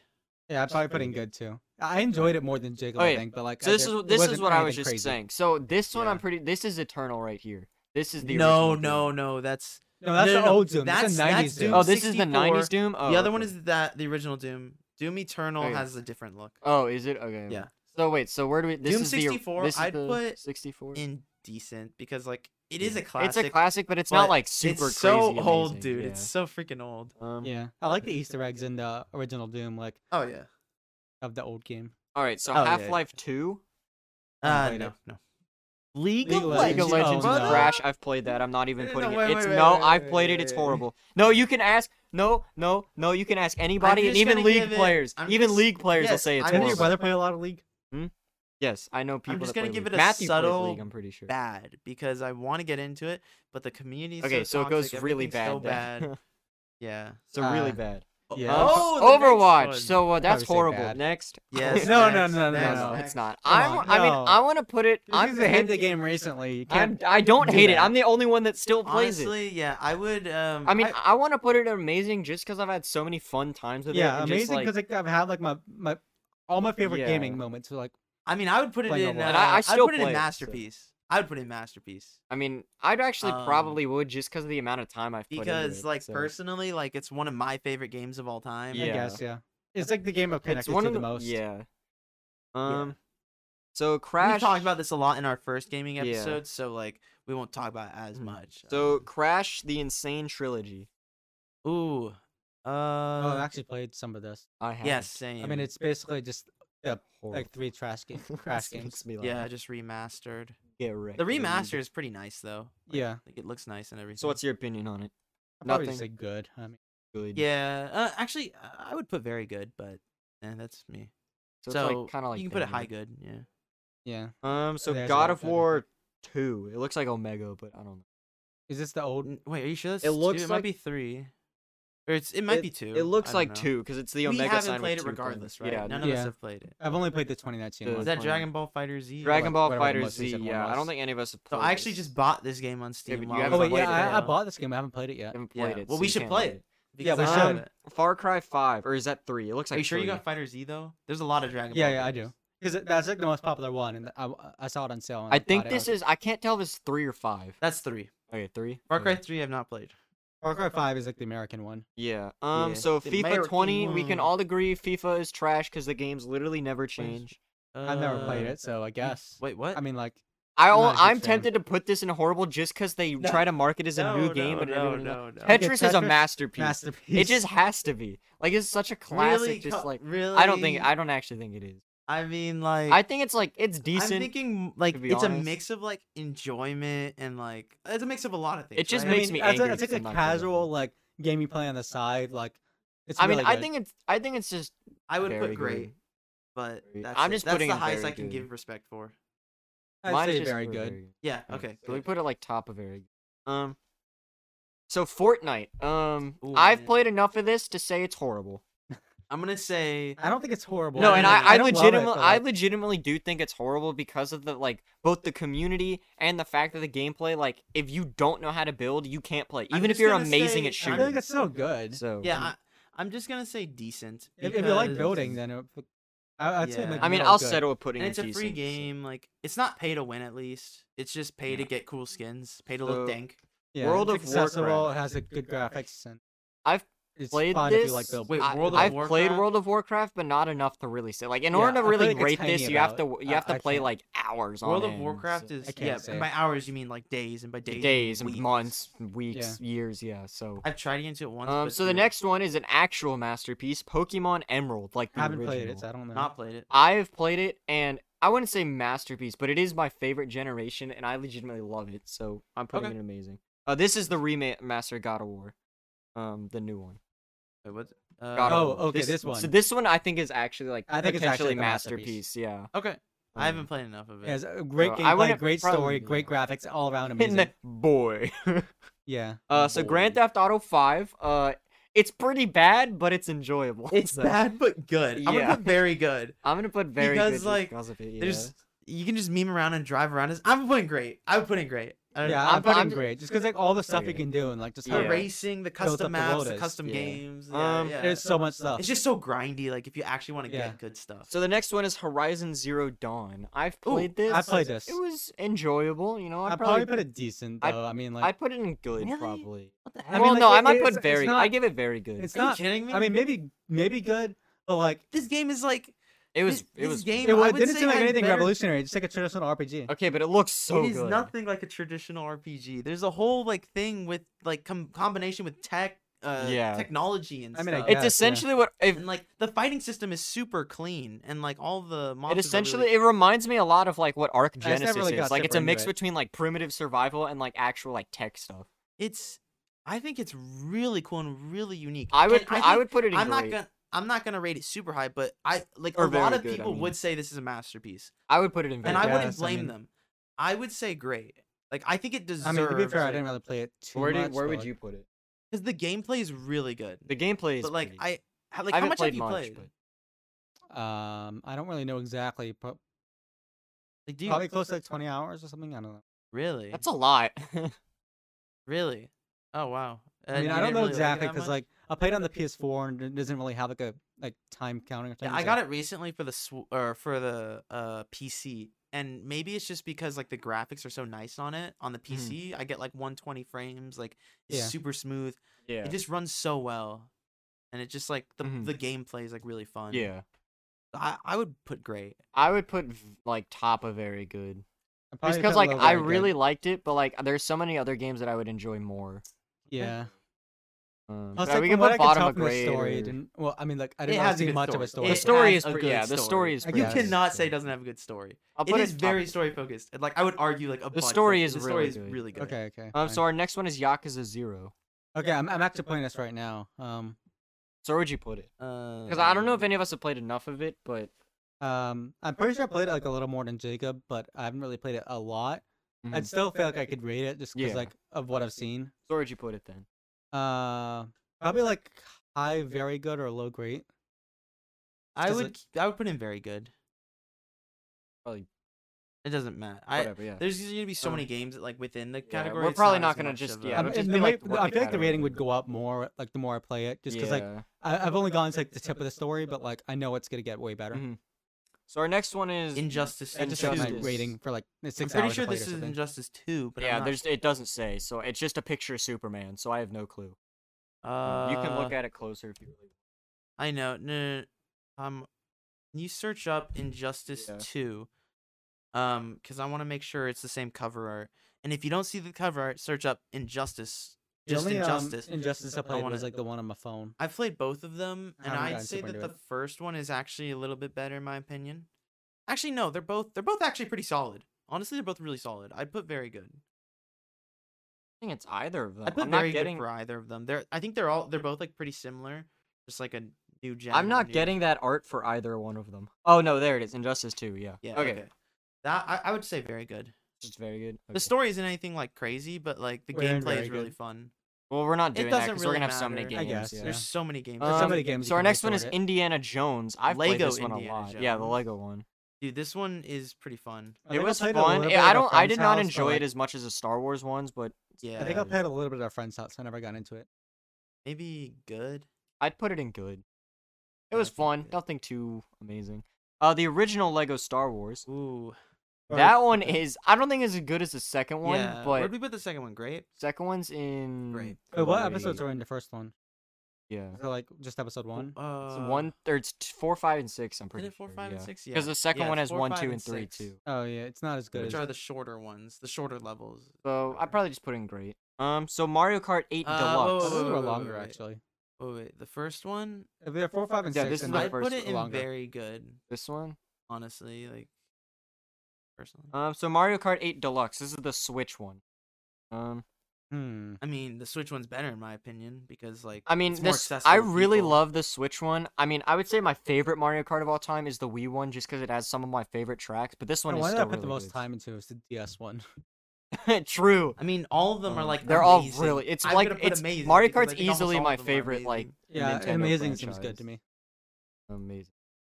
[SPEAKER 3] Yeah, I probably put
[SPEAKER 2] pretty
[SPEAKER 3] in good too. I I enjoyed it more than Jiggle,
[SPEAKER 2] Okay,
[SPEAKER 3] I think. But like,
[SPEAKER 2] So
[SPEAKER 3] I
[SPEAKER 2] this
[SPEAKER 3] did-
[SPEAKER 2] is
[SPEAKER 3] it
[SPEAKER 2] this is
[SPEAKER 3] wasn't
[SPEAKER 2] what I was
[SPEAKER 3] anything
[SPEAKER 2] just
[SPEAKER 3] crazy.
[SPEAKER 2] saying. So this one, I'm
[SPEAKER 1] Yeah.
[SPEAKER 2] pretty. This is Eternal right here. This is the
[SPEAKER 1] no,
[SPEAKER 2] original
[SPEAKER 1] no,
[SPEAKER 2] Doom.
[SPEAKER 1] no. That's
[SPEAKER 3] No, that's
[SPEAKER 1] no,
[SPEAKER 3] the
[SPEAKER 1] no,
[SPEAKER 3] old Doom. That's,
[SPEAKER 1] that's-
[SPEAKER 3] the
[SPEAKER 1] that's
[SPEAKER 3] nineties Doom.
[SPEAKER 1] Doom.
[SPEAKER 2] Oh, this is the
[SPEAKER 1] 64.
[SPEAKER 2] '90s Doom. Oh,
[SPEAKER 1] the other one
[SPEAKER 2] okay.
[SPEAKER 1] is that the original Doom. Doom Eternal
[SPEAKER 2] Okay.
[SPEAKER 1] has a different look.
[SPEAKER 2] Oh, is it okay?
[SPEAKER 1] Yeah.
[SPEAKER 2] okay. So wait, so where do we? This
[SPEAKER 1] Doom
[SPEAKER 2] is the,
[SPEAKER 1] 64,
[SPEAKER 2] This is
[SPEAKER 1] I'd
[SPEAKER 2] the
[SPEAKER 1] put
[SPEAKER 2] 64.
[SPEAKER 1] Indecent because like it is
[SPEAKER 2] Yeah.
[SPEAKER 1] a classic.
[SPEAKER 2] It's a classic, but it's not
[SPEAKER 1] but
[SPEAKER 2] like super
[SPEAKER 1] it's so
[SPEAKER 2] crazy
[SPEAKER 1] old,
[SPEAKER 2] amazing,
[SPEAKER 1] dude.
[SPEAKER 2] yeah.
[SPEAKER 1] It's so freaking old.
[SPEAKER 2] um,
[SPEAKER 3] Yeah, I like the Easter eggs in the original Doom, like
[SPEAKER 1] Oh yeah.
[SPEAKER 3] of the old game.
[SPEAKER 2] All right, so
[SPEAKER 1] Oh, yeah, yeah.
[SPEAKER 2] Half Life Two,
[SPEAKER 1] Uh,
[SPEAKER 3] played
[SPEAKER 1] no,
[SPEAKER 3] it.
[SPEAKER 1] no.
[SPEAKER 2] League, League
[SPEAKER 3] of
[SPEAKER 2] of
[SPEAKER 3] Legends.
[SPEAKER 2] Legends
[SPEAKER 3] Oh, no.
[SPEAKER 2] Crash. I've played that. I'm not even
[SPEAKER 1] No, no,
[SPEAKER 2] putting
[SPEAKER 1] wait,
[SPEAKER 2] it.
[SPEAKER 1] wait,
[SPEAKER 2] It's
[SPEAKER 1] wait,
[SPEAKER 2] no,
[SPEAKER 1] wait,
[SPEAKER 2] I've
[SPEAKER 1] wait,
[SPEAKER 2] played it.
[SPEAKER 1] wait,
[SPEAKER 2] It's
[SPEAKER 1] wait.
[SPEAKER 2] horrible. No, you can ask. No, no, no. You can ask anybody, and
[SPEAKER 1] just
[SPEAKER 2] even
[SPEAKER 1] gonna
[SPEAKER 2] League
[SPEAKER 1] give it-
[SPEAKER 2] players,
[SPEAKER 1] I'm
[SPEAKER 2] even
[SPEAKER 1] just-
[SPEAKER 2] League players will
[SPEAKER 1] yes,
[SPEAKER 2] say it's
[SPEAKER 1] I'm
[SPEAKER 3] Didn't your
[SPEAKER 1] just-
[SPEAKER 2] horrible.
[SPEAKER 3] brother play a lot of League?
[SPEAKER 2] Yes, I know people.
[SPEAKER 1] just
[SPEAKER 2] that
[SPEAKER 1] gonna
[SPEAKER 2] play
[SPEAKER 1] give
[SPEAKER 2] League.
[SPEAKER 1] it a
[SPEAKER 2] Matthew plays
[SPEAKER 1] subtle
[SPEAKER 2] League. I'm pretty sure.
[SPEAKER 1] Bad because I want to get into it, but the community. Is
[SPEAKER 2] Okay, so
[SPEAKER 1] so,
[SPEAKER 2] it goes
[SPEAKER 1] toxic,
[SPEAKER 2] really
[SPEAKER 1] everything's
[SPEAKER 2] bad.
[SPEAKER 1] So
[SPEAKER 2] then.
[SPEAKER 1] bad. yeah.
[SPEAKER 2] so really
[SPEAKER 3] Uh,
[SPEAKER 2] bad.
[SPEAKER 3] Yeah.
[SPEAKER 2] Um,
[SPEAKER 1] Oh, the next
[SPEAKER 2] Overwatch.
[SPEAKER 1] one.
[SPEAKER 2] So uh, that's
[SPEAKER 3] Probably say
[SPEAKER 2] horrible.
[SPEAKER 3] bad.
[SPEAKER 2] Next.
[SPEAKER 1] Yes.
[SPEAKER 3] No,
[SPEAKER 1] next,
[SPEAKER 3] no, no, no,
[SPEAKER 1] next,
[SPEAKER 3] no.
[SPEAKER 1] next.
[SPEAKER 2] It's not.
[SPEAKER 3] Come
[SPEAKER 2] I'm.
[SPEAKER 3] on,
[SPEAKER 2] I mean,
[SPEAKER 3] no.
[SPEAKER 2] I want to put it. I'm
[SPEAKER 3] I'm the hit
[SPEAKER 2] hit.
[SPEAKER 3] the game recently. You
[SPEAKER 2] I'm.
[SPEAKER 3] can't.
[SPEAKER 2] I don't
[SPEAKER 3] do
[SPEAKER 2] hate it.
[SPEAKER 3] that.
[SPEAKER 2] I'm the only one that still plays it.
[SPEAKER 1] Honestly, yeah, I would. Um,
[SPEAKER 2] I mean, I, want to put it in amazing just because I've had so many fun times with it.
[SPEAKER 3] yeah,
[SPEAKER 2] and just,
[SPEAKER 3] amazing
[SPEAKER 2] like-
[SPEAKER 3] because I've had like my my all my favorite
[SPEAKER 2] Yeah.
[SPEAKER 3] gaming moments. Were, like
[SPEAKER 1] I mean, I would put it
[SPEAKER 3] playing
[SPEAKER 1] in. Uh,
[SPEAKER 3] Overwatch.
[SPEAKER 2] And I- I
[SPEAKER 1] I'd
[SPEAKER 2] still
[SPEAKER 1] put it
[SPEAKER 2] play it,
[SPEAKER 1] in
[SPEAKER 2] so-
[SPEAKER 1] masterpiece. I would put it in masterpiece
[SPEAKER 2] I mean, I'd actually
[SPEAKER 1] Um,
[SPEAKER 2] probably would just because of the amount of time I've put into
[SPEAKER 1] because,
[SPEAKER 2] it,
[SPEAKER 1] like,
[SPEAKER 2] so.
[SPEAKER 1] personally, like it's one of my favorite games of all time.
[SPEAKER 3] I
[SPEAKER 2] Yeah.
[SPEAKER 3] guess yeah. It's like the game I've
[SPEAKER 2] it's
[SPEAKER 3] connected
[SPEAKER 2] one
[SPEAKER 3] to
[SPEAKER 2] of
[SPEAKER 3] the
[SPEAKER 2] the
[SPEAKER 3] most.
[SPEAKER 2] Yeah. Um. So Crash.
[SPEAKER 1] We talked about this a lot in our first gaming
[SPEAKER 2] Yeah.
[SPEAKER 1] episode, so like we won't talk about it as
[SPEAKER 2] Mm.
[SPEAKER 1] much.
[SPEAKER 2] So Crash, the Insane Trilogy.
[SPEAKER 1] Um, ooh, uh,
[SPEAKER 3] Oh, I actually played some of this.
[SPEAKER 2] I have.
[SPEAKER 1] yeah, same.
[SPEAKER 3] I mean, it's basically just
[SPEAKER 2] horrible.
[SPEAKER 3] like three trash games. Crash games.
[SPEAKER 1] yeah, just remastered.
[SPEAKER 2] Get wrecked,
[SPEAKER 1] The
[SPEAKER 2] dude.
[SPEAKER 1] remaster is pretty nice though. Like,
[SPEAKER 3] Yeah.
[SPEAKER 1] like, it looks nice and everything.
[SPEAKER 2] So what's your opinion on it?
[SPEAKER 3] I'd probably just say
[SPEAKER 2] Nothing.
[SPEAKER 3] good. I mean,
[SPEAKER 2] Good.
[SPEAKER 1] Yeah, uh, actually, uh, I would put very good, but eh, that's me.
[SPEAKER 2] So,
[SPEAKER 1] So,
[SPEAKER 2] it's like kind of like
[SPEAKER 1] you can put it
[SPEAKER 2] banging
[SPEAKER 1] high good. Yeah.
[SPEAKER 3] yeah.
[SPEAKER 2] Um. So
[SPEAKER 3] There's
[SPEAKER 2] God
[SPEAKER 3] a
[SPEAKER 2] of
[SPEAKER 3] better one.
[SPEAKER 2] War two. It looks like Omega, but I don't know.
[SPEAKER 3] Is this the old?
[SPEAKER 1] N- Wait, are you sure that's
[SPEAKER 2] It
[SPEAKER 1] two?
[SPEAKER 2] looks
[SPEAKER 1] It
[SPEAKER 2] like-
[SPEAKER 1] might be three, or it's it might be two.
[SPEAKER 2] It looks
[SPEAKER 1] I don't
[SPEAKER 2] like
[SPEAKER 1] know.
[SPEAKER 2] two because it's the
[SPEAKER 1] We
[SPEAKER 2] Omega
[SPEAKER 1] haven't
[SPEAKER 2] sign with
[SPEAKER 1] played it
[SPEAKER 2] two things.
[SPEAKER 1] regardless, right?
[SPEAKER 2] Yeah.
[SPEAKER 1] None of
[SPEAKER 3] Yeah.
[SPEAKER 1] us have played it.
[SPEAKER 3] I've only played the 2019
[SPEAKER 2] The-
[SPEAKER 3] one.
[SPEAKER 1] Is that
[SPEAKER 2] playing it.
[SPEAKER 1] Dragon Ball Fighter Z?
[SPEAKER 2] Dragon
[SPEAKER 3] like,
[SPEAKER 2] Ball
[SPEAKER 3] whatever the
[SPEAKER 2] Fighter
[SPEAKER 3] most
[SPEAKER 2] Z.
[SPEAKER 3] recent one
[SPEAKER 2] Yeah, I
[SPEAKER 3] was.
[SPEAKER 2] don't think any of us have
[SPEAKER 1] So
[SPEAKER 2] played.
[SPEAKER 1] I actually just bought this game on
[SPEAKER 2] but
[SPEAKER 1] Steam.
[SPEAKER 2] you
[SPEAKER 1] while I
[SPEAKER 2] haven't
[SPEAKER 3] Oh
[SPEAKER 1] was
[SPEAKER 3] wait,
[SPEAKER 1] away
[SPEAKER 3] yeah,
[SPEAKER 2] played it
[SPEAKER 1] today.
[SPEAKER 3] I, I
[SPEAKER 2] yet.
[SPEAKER 3] bought this game. I haven't played it yet.
[SPEAKER 2] haven't
[SPEAKER 1] Yeah,
[SPEAKER 2] played it.
[SPEAKER 1] well,
[SPEAKER 2] so
[SPEAKER 1] we
[SPEAKER 2] you
[SPEAKER 1] should
[SPEAKER 2] can't
[SPEAKER 1] play
[SPEAKER 2] rate
[SPEAKER 1] it.
[SPEAKER 3] Yeah,
[SPEAKER 1] because
[SPEAKER 3] we
[SPEAKER 1] I
[SPEAKER 3] should.
[SPEAKER 1] have it.
[SPEAKER 2] Far Cry Five, or is that three? It looks like.
[SPEAKER 1] Are you sure you
[SPEAKER 2] three.
[SPEAKER 1] got Fighter Z though? There's a lot of Dragon
[SPEAKER 3] Yeah,
[SPEAKER 1] Ball.
[SPEAKER 3] yeah, I
[SPEAKER 1] games.
[SPEAKER 3] do. because it- that's like the most popular one, and I I saw it on sale. and
[SPEAKER 2] I
[SPEAKER 3] bought
[SPEAKER 2] think
[SPEAKER 3] it.
[SPEAKER 2] this is. I can't tell if it's three or five.
[SPEAKER 1] That's three.
[SPEAKER 2] Okay, three.
[SPEAKER 1] Far Cry
[SPEAKER 2] Okay.
[SPEAKER 1] three I've not played.
[SPEAKER 3] Far Cry Five is like the American one.
[SPEAKER 2] Yeah. Um.
[SPEAKER 1] Yeah.
[SPEAKER 2] So
[SPEAKER 1] The
[SPEAKER 2] FIFA
[SPEAKER 1] American
[SPEAKER 2] 20, we can
[SPEAKER 1] one.
[SPEAKER 2] all agree FIFA is trash because the games literally never change.
[SPEAKER 3] I've never played
[SPEAKER 1] Uh,
[SPEAKER 3] it, so I guess.
[SPEAKER 1] Wait, what?
[SPEAKER 3] I mean, like,
[SPEAKER 2] I
[SPEAKER 3] I'm
[SPEAKER 2] al-
[SPEAKER 3] not a big
[SPEAKER 2] I'm
[SPEAKER 3] fan.
[SPEAKER 2] tempted to put this in horrible just because they
[SPEAKER 1] No.
[SPEAKER 2] try to market it as a
[SPEAKER 1] no,
[SPEAKER 2] new game,
[SPEAKER 1] no,
[SPEAKER 2] but
[SPEAKER 1] no,
[SPEAKER 2] everyone-
[SPEAKER 1] no, no.
[SPEAKER 3] Heck,
[SPEAKER 2] Tetris is a
[SPEAKER 3] Tetris-
[SPEAKER 2] masterpiece.
[SPEAKER 3] masterpiece.
[SPEAKER 2] It just has to be. Like it's such a classic.
[SPEAKER 1] Really?
[SPEAKER 2] Just
[SPEAKER 1] Co-
[SPEAKER 2] like
[SPEAKER 1] really?
[SPEAKER 2] I don't think I don't actually think it is.
[SPEAKER 1] I mean, like
[SPEAKER 2] I think it's like it's
[SPEAKER 1] I'm
[SPEAKER 2] decent.
[SPEAKER 1] thinking like
[SPEAKER 2] be
[SPEAKER 1] it's a
[SPEAKER 2] honest.
[SPEAKER 1] mix of like enjoyment and like it's a mix of a lot of things.
[SPEAKER 2] It just
[SPEAKER 1] right?
[SPEAKER 2] makes me
[SPEAKER 3] I mean, that's
[SPEAKER 2] angry
[SPEAKER 3] A, it's
[SPEAKER 2] if
[SPEAKER 3] like
[SPEAKER 2] I'm
[SPEAKER 3] a
[SPEAKER 2] not good at it.
[SPEAKER 3] casual like game you play on the side. Like, it's.
[SPEAKER 2] I mean,
[SPEAKER 3] really
[SPEAKER 2] I
[SPEAKER 3] good.
[SPEAKER 2] think it's I think it's just
[SPEAKER 1] I would
[SPEAKER 2] very
[SPEAKER 1] put
[SPEAKER 2] good.
[SPEAKER 1] great, but
[SPEAKER 2] Very-
[SPEAKER 1] that's
[SPEAKER 2] I'm
[SPEAKER 1] it.
[SPEAKER 2] just
[SPEAKER 1] that's
[SPEAKER 2] putting
[SPEAKER 1] the
[SPEAKER 2] it
[SPEAKER 1] highest
[SPEAKER 2] very
[SPEAKER 1] I can
[SPEAKER 2] good.
[SPEAKER 1] give respect for.
[SPEAKER 3] I'd
[SPEAKER 2] Mine is
[SPEAKER 3] say
[SPEAKER 2] just
[SPEAKER 3] very
[SPEAKER 2] put
[SPEAKER 3] good.
[SPEAKER 2] very
[SPEAKER 1] Yeah.
[SPEAKER 2] Okay,
[SPEAKER 1] Okay.
[SPEAKER 2] So we
[SPEAKER 1] good.
[SPEAKER 2] put it like top of very good. Um. So Fortnite. Um,
[SPEAKER 1] Ooh,
[SPEAKER 2] I've
[SPEAKER 1] man.
[SPEAKER 2] played enough of this to say it's horrible.
[SPEAKER 1] I'm gonna say
[SPEAKER 3] I don't think it's horrible.
[SPEAKER 2] no, and I, I,
[SPEAKER 3] don't love it,
[SPEAKER 2] legitimately,
[SPEAKER 3] but,
[SPEAKER 2] I
[SPEAKER 3] like,
[SPEAKER 2] legitimately do think it's horrible because of the like both the community and the fact that the gameplay, like, if you don't know how to build, you can't play,
[SPEAKER 1] I'm
[SPEAKER 2] even if
[SPEAKER 1] just
[SPEAKER 2] you're
[SPEAKER 1] gonna
[SPEAKER 2] amazing
[SPEAKER 1] say- I'm
[SPEAKER 2] at
[SPEAKER 3] I
[SPEAKER 2] shooting.
[SPEAKER 3] feel like
[SPEAKER 1] just-
[SPEAKER 3] it's so good.
[SPEAKER 2] so
[SPEAKER 1] yeah. I, I'm just gonna say decent.
[SPEAKER 3] if, if you like
[SPEAKER 1] because-
[SPEAKER 3] building, then it, I, I'd say.
[SPEAKER 1] Yeah.
[SPEAKER 3] like,
[SPEAKER 2] I mean,
[SPEAKER 3] middle
[SPEAKER 2] I'll
[SPEAKER 3] good.
[SPEAKER 2] settle with putting.
[SPEAKER 1] And it's
[SPEAKER 2] it
[SPEAKER 1] a free
[SPEAKER 2] decent, so-
[SPEAKER 1] game. Like it's not pay to win. At least it's just pay to get cool skins, pay to look
[SPEAKER 2] So-
[SPEAKER 1] dank.
[SPEAKER 3] Yeah,
[SPEAKER 2] World
[SPEAKER 3] it's
[SPEAKER 2] of
[SPEAKER 3] accessible,
[SPEAKER 2] Warcraft.
[SPEAKER 3] It has a good graphics and.
[SPEAKER 2] I've
[SPEAKER 3] it's
[SPEAKER 2] played
[SPEAKER 3] fun
[SPEAKER 2] this.
[SPEAKER 3] if you like building.
[SPEAKER 1] Wait,
[SPEAKER 2] I,
[SPEAKER 1] World of
[SPEAKER 2] I've played
[SPEAKER 1] Warcraft?
[SPEAKER 2] World of Warcraft, but not enough to really say. Like, in
[SPEAKER 3] Yeah,
[SPEAKER 2] order
[SPEAKER 3] I
[SPEAKER 2] to
[SPEAKER 3] feel
[SPEAKER 2] really
[SPEAKER 3] like it's
[SPEAKER 2] rate this,
[SPEAKER 3] tiny
[SPEAKER 2] you have
[SPEAKER 3] about
[SPEAKER 2] to
[SPEAKER 3] it.
[SPEAKER 2] you have
[SPEAKER 3] I-
[SPEAKER 2] to
[SPEAKER 3] I
[SPEAKER 2] play
[SPEAKER 3] can't-
[SPEAKER 2] like hours
[SPEAKER 1] World
[SPEAKER 2] on
[SPEAKER 1] of
[SPEAKER 2] end,
[SPEAKER 1] Warcraft
[SPEAKER 2] so-
[SPEAKER 1] is
[SPEAKER 3] I can't
[SPEAKER 1] yeah.
[SPEAKER 3] say.
[SPEAKER 1] By hours you mean like days, and by days you mean
[SPEAKER 2] days and
[SPEAKER 1] weeks.
[SPEAKER 2] months, weeks, years. Yeah, so.
[SPEAKER 1] I've tried to get into it once.
[SPEAKER 2] Um,
[SPEAKER 1] but
[SPEAKER 2] so the
[SPEAKER 1] dude,
[SPEAKER 2] next one is an actual masterpiece, Pokemon Emerald. Like the
[SPEAKER 3] I haven't
[SPEAKER 2] original.
[SPEAKER 3] played it, so I don't know.
[SPEAKER 1] not played it.
[SPEAKER 2] I have played it, and I wouldn't say masterpiece, but it is my favorite generation, and I legitimately love it. So I'm putting
[SPEAKER 1] Okay.
[SPEAKER 2] it amazing. Uh, this is the remaster God of War, um, the new one.
[SPEAKER 1] Wait, what? Uh,
[SPEAKER 2] God of
[SPEAKER 3] oh,
[SPEAKER 2] War.
[SPEAKER 3] okay, this one.
[SPEAKER 2] So this one I think is actually like
[SPEAKER 3] I think it's
[SPEAKER 2] potentially
[SPEAKER 3] actually the
[SPEAKER 2] masterpiece.
[SPEAKER 3] masterpiece.
[SPEAKER 2] Yeah.
[SPEAKER 1] okay. I haven't
[SPEAKER 2] Um,
[SPEAKER 1] played enough of it.
[SPEAKER 3] It has a great
[SPEAKER 2] So I
[SPEAKER 3] gameplay,
[SPEAKER 2] wouldn't
[SPEAKER 3] great
[SPEAKER 2] probably
[SPEAKER 3] story,
[SPEAKER 2] do
[SPEAKER 3] great
[SPEAKER 2] that.
[SPEAKER 3] graphics, all around
[SPEAKER 2] Hitting
[SPEAKER 3] amazing. Oh,
[SPEAKER 2] the boy.
[SPEAKER 3] yeah.
[SPEAKER 2] uh, so Grand
[SPEAKER 1] Boy.
[SPEAKER 2] Theft Auto Five. Uh, it's pretty bad, but it's enjoyable.
[SPEAKER 1] It's
[SPEAKER 2] so
[SPEAKER 1] bad but good. I'm
[SPEAKER 2] Yeah.
[SPEAKER 1] gonna put very good.
[SPEAKER 2] I'm gonna put very
[SPEAKER 1] Because,
[SPEAKER 2] good just
[SPEAKER 1] like,
[SPEAKER 2] because of it, yeah.
[SPEAKER 1] There's you can just meme around and drive around. As, I'm putting great. I'm putting great. I don't-
[SPEAKER 3] Yeah,
[SPEAKER 2] I'm-
[SPEAKER 3] I'm, putting
[SPEAKER 2] I'm-
[SPEAKER 3] great. Just because like all the stuff you
[SPEAKER 2] Okay.
[SPEAKER 3] can do and like just
[SPEAKER 1] the
[SPEAKER 3] how
[SPEAKER 2] Yeah.
[SPEAKER 1] racing, the
[SPEAKER 3] Built up
[SPEAKER 1] custom
[SPEAKER 3] the
[SPEAKER 1] maps,
[SPEAKER 3] world
[SPEAKER 1] the
[SPEAKER 3] is,
[SPEAKER 1] custom
[SPEAKER 2] yeah.
[SPEAKER 1] games. Yeah,
[SPEAKER 2] Um,
[SPEAKER 1] yeah.
[SPEAKER 3] there's so much stuff.
[SPEAKER 1] It's just so grindy. Like if you actually want to
[SPEAKER 3] uh, Yeah.
[SPEAKER 1] get good stuff.
[SPEAKER 2] So the next one is Horizon Zero Dawn. I've played this.
[SPEAKER 3] I played this.
[SPEAKER 2] It was enjoyable. You know, I
[SPEAKER 3] I
[SPEAKER 2] probably,
[SPEAKER 3] probably put it decent
[SPEAKER 2] I-
[SPEAKER 3] though. I, mean,
[SPEAKER 2] I
[SPEAKER 3] like
[SPEAKER 2] put it in good
[SPEAKER 1] Really?
[SPEAKER 2] probably.
[SPEAKER 1] what the
[SPEAKER 3] I
[SPEAKER 1] hell?
[SPEAKER 2] well,
[SPEAKER 3] mean,
[SPEAKER 2] no,
[SPEAKER 3] like,
[SPEAKER 2] I
[SPEAKER 3] it-
[SPEAKER 2] might
[SPEAKER 3] it's-
[SPEAKER 2] put
[SPEAKER 3] it's
[SPEAKER 2] very. I
[SPEAKER 3] not-
[SPEAKER 2] give it very good.
[SPEAKER 3] it's
[SPEAKER 1] Are you
[SPEAKER 3] not.
[SPEAKER 1] kidding me?
[SPEAKER 3] I mean, maybe maybe good, but like
[SPEAKER 1] this game is like
[SPEAKER 2] it was.
[SPEAKER 1] this,
[SPEAKER 2] It was.
[SPEAKER 1] this game.
[SPEAKER 3] it, wa-
[SPEAKER 1] I would
[SPEAKER 3] didn't
[SPEAKER 1] say
[SPEAKER 3] seem like
[SPEAKER 1] had
[SPEAKER 3] anything
[SPEAKER 1] better-
[SPEAKER 3] revolutionary. Just like a traditional RPG.
[SPEAKER 2] Okay, but it looks so
[SPEAKER 1] it is
[SPEAKER 2] good.
[SPEAKER 1] nothing like a traditional RPG. There's a whole like thing with like com- combination with tech, uh,
[SPEAKER 2] Yeah.
[SPEAKER 1] technology and
[SPEAKER 3] I mean, I
[SPEAKER 1] stuff.
[SPEAKER 2] It's
[SPEAKER 3] Yeah, yeah.
[SPEAKER 2] essentially what. If,
[SPEAKER 1] and like the fighting system is super clean, and like all the mobs.
[SPEAKER 2] it essentially it reminds me a lot of like what Arc
[SPEAKER 3] just never
[SPEAKER 2] Genesis
[SPEAKER 3] really
[SPEAKER 2] is.
[SPEAKER 3] got
[SPEAKER 2] Like it's a
[SPEAKER 3] super into
[SPEAKER 2] mix
[SPEAKER 3] it.
[SPEAKER 2] between like primitive survival and like actual like tech stuff.
[SPEAKER 1] it's. I think it's really cool and really unique.
[SPEAKER 2] I would.
[SPEAKER 1] And
[SPEAKER 2] put- I,
[SPEAKER 1] think-
[SPEAKER 2] would put it in
[SPEAKER 1] I'm not
[SPEAKER 2] great.
[SPEAKER 1] gonna. I'm not gonna rate it super high, but I like
[SPEAKER 2] Or
[SPEAKER 1] a lot
[SPEAKER 2] very
[SPEAKER 1] of
[SPEAKER 2] good, I
[SPEAKER 1] people
[SPEAKER 2] mean.
[SPEAKER 1] would say this is a masterpiece,
[SPEAKER 2] I would put it in.
[SPEAKER 1] and
[SPEAKER 2] very
[SPEAKER 1] I
[SPEAKER 2] good.
[SPEAKER 1] wouldn't
[SPEAKER 3] guess, I
[SPEAKER 1] blame
[SPEAKER 3] mean-
[SPEAKER 1] them. I would say great. Like I think it deserves.
[SPEAKER 3] I mean, to be fair, I didn't really play it too
[SPEAKER 2] Where do?
[SPEAKER 3] much.
[SPEAKER 2] Where
[SPEAKER 3] but,
[SPEAKER 2] would
[SPEAKER 3] like,
[SPEAKER 2] you put it?
[SPEAKER 1] because the gameplay is really good.
[SPEAKER 2] The gameplay is.
[SPEAKER 1] but like
[SPEAKER 2] pretty.
[SPEAKER 1] I, how, like
[SPEAKER 2] I
[SPEAKER 1] how
[SPEAKER 2] haven't
[SPEAKER 1] much
[SPEAKER 2] played
[SPEAKER 1] have you
[SPEAKER 2] much,
[SPEAKER 1] played?
[SPEAKER 2] but-
[SPEAKER 3] Um, I don't really know exactly, but
[SPEAKER 1] Like, do you
[SPEAKER 3] probably close to like 20 hours or something. I don't know.
[SPEAKER 1] really?
[SPEAKER 2] That's a lot.
[SPEAKER 1] really. Oh wow. Uh,
[SPEAKER 3] I mean,
[SPEAKER 1] you
[SPEAKER 3] I don't
[SPEAKER 1] didn't
[SPEAKER 3] know
[SPEAKER 1] really
[SPEAKER 3] exactly
[SPEAKER 1] it that
[SPEAKER 3] because
[SPEAKER 1] much?
[SPEAKER 3] like I played on the PS4 and it doesn't really have like a like time counting. Or
[SPEAKER 1] yeah, I got it recently for the sw- or for the uh PC, and maybe it's just because like the graphics are so nice on it on the
[SPEAKER 2] Mm-hmm.
[SPEAKER 1] PC. I get like 120 frames, like it's
[SPEAKER 3] Yeah.
[SPEAKER 1] super smooth.
[SPEAKER 2] yeah.
[SPEAKER 1] It just runs so well, and it just like the
[SPEAKER 2] Mhm.
[SPEAKER 1] the gameplay is like really fun.
[SPEAKER 2] Yeah.
[SPEAKER 1] I I would put great.
[SPEAKER 2] I would put v- like top of very good.
[SPEAKER 3] it
[SPEAKER 2] Just because like I really liked it, but like there's so many other games that I would enjoy more.
[SPEAKER 3] yeah.
[SPEAKER 2] Um,
[SPEAKER 3] Plus,
[SPEAKER 2] but
[SPEAKER 3] like,
[SPEAKER 2] we
[SPEAKER 3] we
[SPEAKER 2] can
[SPEAKER 3] what
[SPEAKER 2] put
[SPEAKER 3] I could
[SPEAKER 2] bottom
[SPEAKER 3] tell
[SPEAKER 2] of
[SPEAKER 3] from the
[SPEAKER 2] grade.
[SPEAKER 3] story,
[SPEAKER 2] or-
[SPEAKER 3] it didn't, well, I mean, like I
[SPEAKER 1] It
[SPEAKER 3] didn't
[SPEAKER 1] has
[SPEAKER 3] really
[SPEAKER 1] a
[SPEAKER 3] see
[SPEAKER 1] good
[SPEAKER 3] much of
[SPEAKER 1] story.
[SPEAKER 3] a
[SPEAKER 1] It
[SPEAKER 2] the
[SPEAKER 3] story.
[SPEAKER 2] story
[SPEAKER 1] has
[SPEAKER 2] is
[SPEAKER 1] a
[SPEAKER 2] pre-
[SPEAKER 1] good
[SPEAKER 2] yeah. The
[SPEAKER 1] story.
[SPEAKER 2] story is.
[SPEAKER 3] I
[SPEAKER 2] pretty
[SPEAKER 1] You
[SPEAKER 3] guess.
[SPEAKER 2] good,
[SPEAKER 1] cannot
[SPEAKER 2] so- Uh,
[SPEAKER 1] say it doesn't have a good story.
[SPEAKER 2] I'll
[SPEAKER 1] It
[SPEAKER 2] put
[SPEAKER 1] is
[SPEAKER 2] top
[SPEAKER 1] very
[SPEAKER 2] of-
[SPEAKER 1] story focused. and, Like I would argue, like a bunch, like,
[SPEAKER 2] story is
[SPEAKER 1] the story
[SPEAKER 2] really
[SPEAKER 1] is
[SPEAKER 2] good.
[SPEAKER 1] really good.
[SPEAKER 3] Okay, okay.
[SPEAKER 2] Um,
[SPEAKER 3] fine.
[SPEAKER 2] so our next one is Yakuza Zero.
[SPEAKER 3] okay, I'm I'm actually playing this right now. Um,
[SPEAKER 2] So where'd you put it?
[SPEAKER 1] Because
[SPEAKER 2] Because I don't
[SPEAKER 1] Um,
[SPEAKER 2] know if any of us have played enough of it, but
[SPEAKER 3] um, I'm pretty sure I played it like a little more than Jacob, but I haven't really played it a lot.
[SPEAKER 2] Mhm.
[SPEAKER 3] I'd still feel like I could rate it just because
[SPEAKER 2] Yeah.
[SPEAKER 3] like of what I've seen.
[SPEAKER 2] so where'd you put it then?
[SPEAKER 3] Uh, probably like high, very good, or low, great.
[SPEAKER 1] I
[SPEAKER 3] Does
[SPEAKER 1] would.
[SPEAKER 3] it-
[SPEAKER 1] I would put in very good.
[SPEAKER 2] Probably-
[SPEAKER 1] It doesn't matter. I
[SPEAKER 2] Whatever. yeah.
[SPEAKER 1] there's gonna be so
[SPEAKER 2] Um,
[SPEAKER 1] many games that, like within the
[SPEAKER 2] yeah,
[SPEAKER 1] category.
[SPEAKER 2] we're
[SPEAKER 1] it's
[SPEAKER 2] probably not
[SPEAKER 1] as
[SPEAKER 2] gonna
[SPEAKER 1] much
[SPEAKER 2] just-
[SPEAKER 1] of a-
[SPEAKER 2] yeah,
[SPEAKER 3] Um,
[SPEAKER 2] it'll
[SPEAKER 3] it-
[SPEAKER 2] just
[SPEAKER 3] the
[SPEAKER 2] be, like,
[SPEAKER 3] rate-
[SPEAKER 2] what
[SPEAKER 3] I
[SPEAKER 2] the
[SPEAKER 3] feel like the rating would
[SPEAKER 2] category
[SPEAKER 3] go up more, like the more I play it, just because like
[SPEAKER 2] Yeah.
[SPEAKER 3] I, I've only gone to like the tip of the story, but like I know it's gonna get way better.
[SPEAKER 2] Mhm. So our next one is
[SPEAKER 1] Injustice.
[SPEAKER 3] I
[SPEAKER 1] and
[SPEAKER 3] just
[SPEAKER 2] Injustice.
[SPEAKER 3] got my
[SPEAKER 1] Two.
[SPEAKER 3] waiting for like
[SPEAKER 1] I'm
[SPEAKER 3] six
[SPEAKER 1] pretty
[SPEAKER 3] hours
[SPEAKER 1] sure
[SPEAKER 3] to play
[SPEAKER 1] this
[SPEAKER 3] it or
[SPEAKER 1] is
[SPEAKER 3] something.
[SPEAKER 1] Injustice Two, but I'm
[SPEAKER 2] yeah.
[SPEAKER 1] not
[SPEAKER 2] There's it doesn't say, so it's just a picture of Superman. So I have no clue.
[SPEAKER 1] Uh,
[SPEAKER 2] mm, you can look at it closer if you really.
[SPEAKER 1] I know. No, no, no. um, can you search up Injustice
[SPEAKER 2] Yeah.
[SPEAKER 1] Two, um, because I want to make sure it's the same cover art. And if you don't see the cover art, search up Injustice.
[SPEAKER 3] The
[SPEAKER 1] Just
[SPEAKER 3] only, um,
[SPEAKER 1] Injustice.
[SPEAKER 3] Injustice I
[SPEAKER 1] I
[SPEAKER 3] played
[SPEAKER 1] wanna-
[SPEAKER 3] was like the one on my phone.
[SPEAKER 1] I've played both of them,
[SPEAKER 3] I
[SPEAKER 1] and
[SPEAKER 3] haven't
[SPEAKER 1] I'd
[SPEAKER 3] gotten
[SPEAKER 1] say
[SPEAKER 3] super
[SPEAKER 1] that
[SPEAKER 3] into
[SPEAKER 1] the first one is actually a little bit better in my opinion. Actually, no, they're both they're both actually pretty solid. Honestly, they're both really solid. I'd put very good.
[SPEAKER 2] I think it's either of them.
[SPEAKER 1] I put
[SPEAKER 2] am
[SPEAKER 1] very
[SPEAKER 2] not getting.
[SPEAKER 1] good for either of them. They're I think they're all they're both like pretty similar, just like a new gen.
[SPEAKER 2] I'm not
[SPEAKER 1] new-
[SPEAKER 2] getting that art for either one of them. Oh no, there it is. Injustice Two. Yeah.
[SPEAKER 1] Yeah.
[SPEAKER 2] Okay.
[SPEAKER 1] Okay. That I, I would say very good.
[SPEAKER 2] It's very good.
[SPEAKER 1] The
[SPEAKER 2] Okay.
[SPEAKER 1] story isn't anything like crazy, but like the
[SPEAKER 3] Well, they're
[SPEAKER 1] gameplay
[SPEAKER 3] very
[SPEAKER 1] is really
[SPEAKER 3] good.
[SPEAKER 1] fun.
[SPEAKER 2] Well, we're not
[SPEAKER 1] It
[SPEAKER 2] doing that
[SPEAKER 1] doesn't
[SPEAKER 2] because we're gonna
[SPEAKER 1] really
[SPEAKER 2] have so many
[SPEAKER 1] matter,
[SPEAKER 2] games.
[SPEAKER 1] I
[SPEAKER 3] guess,
[SPEAKER 2] yeah.
[SPEAKER 3] yeah.
[SPEAKER 1] There's so many games.
[SPEAKER 2] Um,
[SPEAKER 1] There's
[SPEAKER 3] so many games. you
[SPEAKER 2] So our
[SPEAKER 3] can
[SPEAKER 2] next one is
[SPEAKER 3] resort it.
[SPEAKER 2] Indiana Jones. I've played
[SPEAKER 1] Lego
[SPEAKER 2] this one a
[SPEAKER 1] Indiana
[SPEAKER 2] lot. Yeah, the
[SPEAKER 1] Jones.
[SPEAKER 2] Lego one.
[SPEAKER 1] Dude, this one is pretty fun.
[SPEAKER 3] I
[SPEAKER 2] it
[SPEAKER 3] think I
[SPEAKER 2] was
[SPEAKER 3] played a
[SPEAKER 2] fun.
[SPEAKER 3] little
[SPEAKER 2] It-
[SPEAKER 3] bit at
[SPEAKER 2] I
[SPEAKER 3] a
[SPEAKER 2] don't. I
[SPEAKER 3] friend's
[SPEAKER 2] did not
[SPEAKER 3] house, but,
[SPEAKER 2] enjoy
[SPEAKER 3] like,
[SPEAKER 2] it as much as the Star Wars ones, but
[SPEAKER 1] Yeah.
[SPEAKER 3] I think I
[SPEAKER 2] Yeah.
[SPEAKER 3] played a little bit at our friend's house. I never got into it.
[SPEAKER 1] Maybe good.
[SPEAKER 2] I'd put it in good. It
[SPEAKER 1] Yeah,
[SPEAKER 2] was
[SPEAKER 1] I think
[SPEAKER 2] fun.
[SPEAKER 1] good.
[SPEAKER 2] Nothing too amazing. Uh, the original Lego Star Wars.
[SPEAKER 1] Ooh.
[SPEAKER 2] That one is. I don't think it's as good as the second one,
[SPEAKER 1] yeah. Where'd
[SPEAKER 2] but
[SPEAKER 1] we put the second one? Grape?
[SPEAKER 2] second one's in.
[SPEAKER 1] Great.
[SPEAKER 3] Wait, what
[SPEAKER 2] Great.
[SPEAKER 3] episodes are in the first one?
[SPEAKER 2] Yeah.
[SPEAKER 3] Is it like just episode one?
[SPEAKER 1] Uh,
[SPEAKER 2] It's one or it's t- four, five, and six. I'm
[SPEAKER 1] Is
[SPEAKER 2] pretty
[SPEAKER 1] it four,
[SPEAKER 2] sure.
[SPEAKER 1] five,
[SPEAKER 2] yeah.
[SPEAKER 1] and six? Yeah.
[SPEAKER 2] Because the second
[SPEAKER 1] Yeah,
[SPEAKER 2] one has
[SPEAKER 1] four,
[SPEAKER 2] one,
[SPEAKER 1] five,
[SPEAKER 2] two,
[SPEAKER 1] and
[SPEAKER 2] and three
[SPEAKER 1] six,
[SPEAKER 2] too.
[SPEAKER 3] Oh yeah, it's not as good
[SPEAKER 1] Which
[SPEAKER 3] as
[SPEAKER 1] are the shorter ones, the shorter levels.
[SPEAKER 2] So I probably just put in great. Um. So Mario Kart Eight
[SPEAKER 1] Uh,
[SPEAKER 2] Deluxe.
[SPEAKER 1] whoa,
[SPEAKER 3] those
[SPEAKER 1] wait,
[SPEAKER 3] were
[SPEAKER 1] wait,
[SPEAKER 3] longer
[SPEAKER 1] wait.
[SPEAKER 3] actually.
[SPEAKER 1] Oh wait, the first one.
[SPEAKER 3] If They're four, five, and
[SPEAKER 2] Yeah,
[SPEAKER 3] six.
[SPEAKER 2] this is
[SPEAKER 3] and
[SPEAKER 2] the
[SPEAKER 1] I
[SPEAKER 3] they're
[SPEAKER 2] first
[SPEAKER 1] put it in
[SPEAKER 3] longer.
[SPEAKER 1] very good.
[SPEAKER 2] This one.
[SPEAKER 1] Honestly, like first one.
[SPEAKER 2] Um. So Mario Kart Eight Deluxe. This is the Switch one. Um.
[SPEAKER 3] Hmm.
[SPEAKER 1] I mean, the Switch one's better in my opinion because like
[SPEAKER 2] I mean,
[SPEAKER 1] it's more
[SPEAKER 2] this I
[SPEAKER 1] accessible to
[SPEAKER 2] really
[SPEAKER 1] people.
[SPEAKER 2] love the Switch one. I mean, I would say my favorite Mario Kart of all time is the Wii one, just because it has some of my favorite tracks. But this
[SPEAKER 3] The
[SPEAKER 2] one is
[SPEAKER 3] one that Oh, I
[SPEAKER 2] still
[SPEAKER 3] put
[SPEAKER 2] really
[SPEAKER 3] the most
[SPEAKER 2] good.
[SPEAKER 3] time into is the DS one.
[SPEAKER 2] True.
[SPEAKER 1] I mean, all of them are
[SPEAKER 2] Um,
[SPEAKER 1] like
[SPEAKER 2] they're all
[SPEAKER 1] amazing.
[SPEAKER 2] really- it's
[SPEAKER 1] I'm
[SPEAKER 2] like-
[SPEAKER 1] gonna put
[SPEAKER 2] it's-
[SPEAKER 1] amazing
[SPEAKER 2] Mario
[SPEAKER 1] because I
[SPEAKER 2] Kart's
[SPEAKER 1] think almost
[SPEAKER 2] easily
[SPEAKER 1] all
[SPEAKER 2] my
[SPEAKER 1] of them are
[SPEAKER 2] favorite, like,
[SPEAKER 1] amazing.
[SPEAKER 3] Yeah,
[SPEAKER 2] Nintendo
[SPEAKER 3] amazing seems good
[SPEAKER 2] franchise.
[SPEAKER 3] to me.
[SPEAKER 2] Amazing.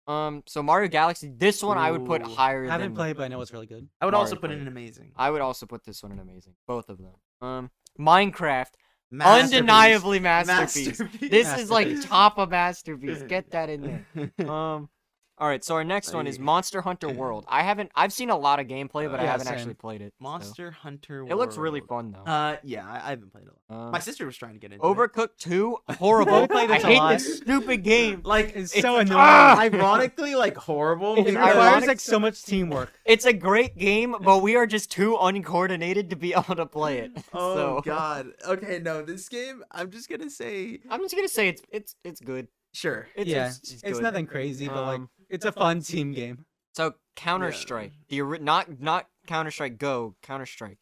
[SPEAKER 2] Um. So Mario Galaxy. This one I would put
[SPEAKER 1] Ooh.
[SPEAKER 2] higher.
[SPEAKER 3] I haven't
[SPEAKER 2] than,
[SPEAKER 3] played, but I know it's really good.
[SPEAKER 1] I would also
[SPEAKER 2] Mario
[SPEAKER 1] put in
[SPEAKER 2] Kart.
[SPEAKER 1] an amazing.
[SPEAKER 2] I would also put this one in amazing. Both of them. Um. Minecraft.
[SPEAKER 1] Masterpiece.
[SPEAKER 2] Undeniably masterpiece. This is like
[SPEAKER 1] Masterpiece.
[SPEAKER 2] top of masterpiece. Get that in there. Um, all right. So our next one is
[SPEAKER 1] Right.
[SPEAKER 2] Monster Hunter World. I haven't. I've seen a lot of gameplay, but I
[SPEAKER 3] Uh, Yeah,
[SPEAKER 2] haven't
[SPEAKER 3] same.
[SPEAKER 2] actually played it. so-
[SPEAKER 1] Monster Hunter.
[SPEAKER 2] It looks really
[SPEAKER 1] World.
[SPEAKER 2] fun though.
[SPEAKER 1] Uh, yeah, I, I haven't played a lot.
[SPEAKER 2] Um,
[SPEAKER 1] My sister was trying to get into it.
[SPEAKER 2] Overcooked Two, horrible.
[SPEAKER 3] We play
[SPEAKER 2] I
[SPEAKER 3] this a
[SPEAKER 2] hate
[SPEAKER 3] lot.
[SPEAKER 2] this stupid game.
[SPEAKER 1] Like
[SPEAKER 3] It's
[SPEAKER 2] It's-
[SPEAKER 3] so annoying.
[SPEAKER 2] Ah!
[SPEAKER 1] ironically, like horrible.
[SPEAKER 2] It's
[SPEAKER 3] It
[SPEAKER 1] because-
[SPEAKER 3] requires
[SPEAKER 2] ironic-
[SPEAKER 3] like so much teamwork.
[SPEAKER 2] It's a great game, but we are just too uncoordinated to be able to play it.
[SPEAKER 1] Oh
[SPEAKER 2] so,
[SPEAKER 1] God. Okay, no, this game. I'm just gonna say
[SPEAKER 2] I'm just gonna say it's it's it's good.
[SPEAKER 1] sure.
[SPEAKER 2] It's,
[SPEAKER 3] yeah,
[SPEAKER 2] it's, it's good.
[SPEAKER 3] nothing crazy, but like
[SPEAKER 2] Um,
[SPEAKER 3] it's a fun team game.
[SPEAKER 2] So Counter Strike, the ori- not not Counter Strike Go, Counter Strike,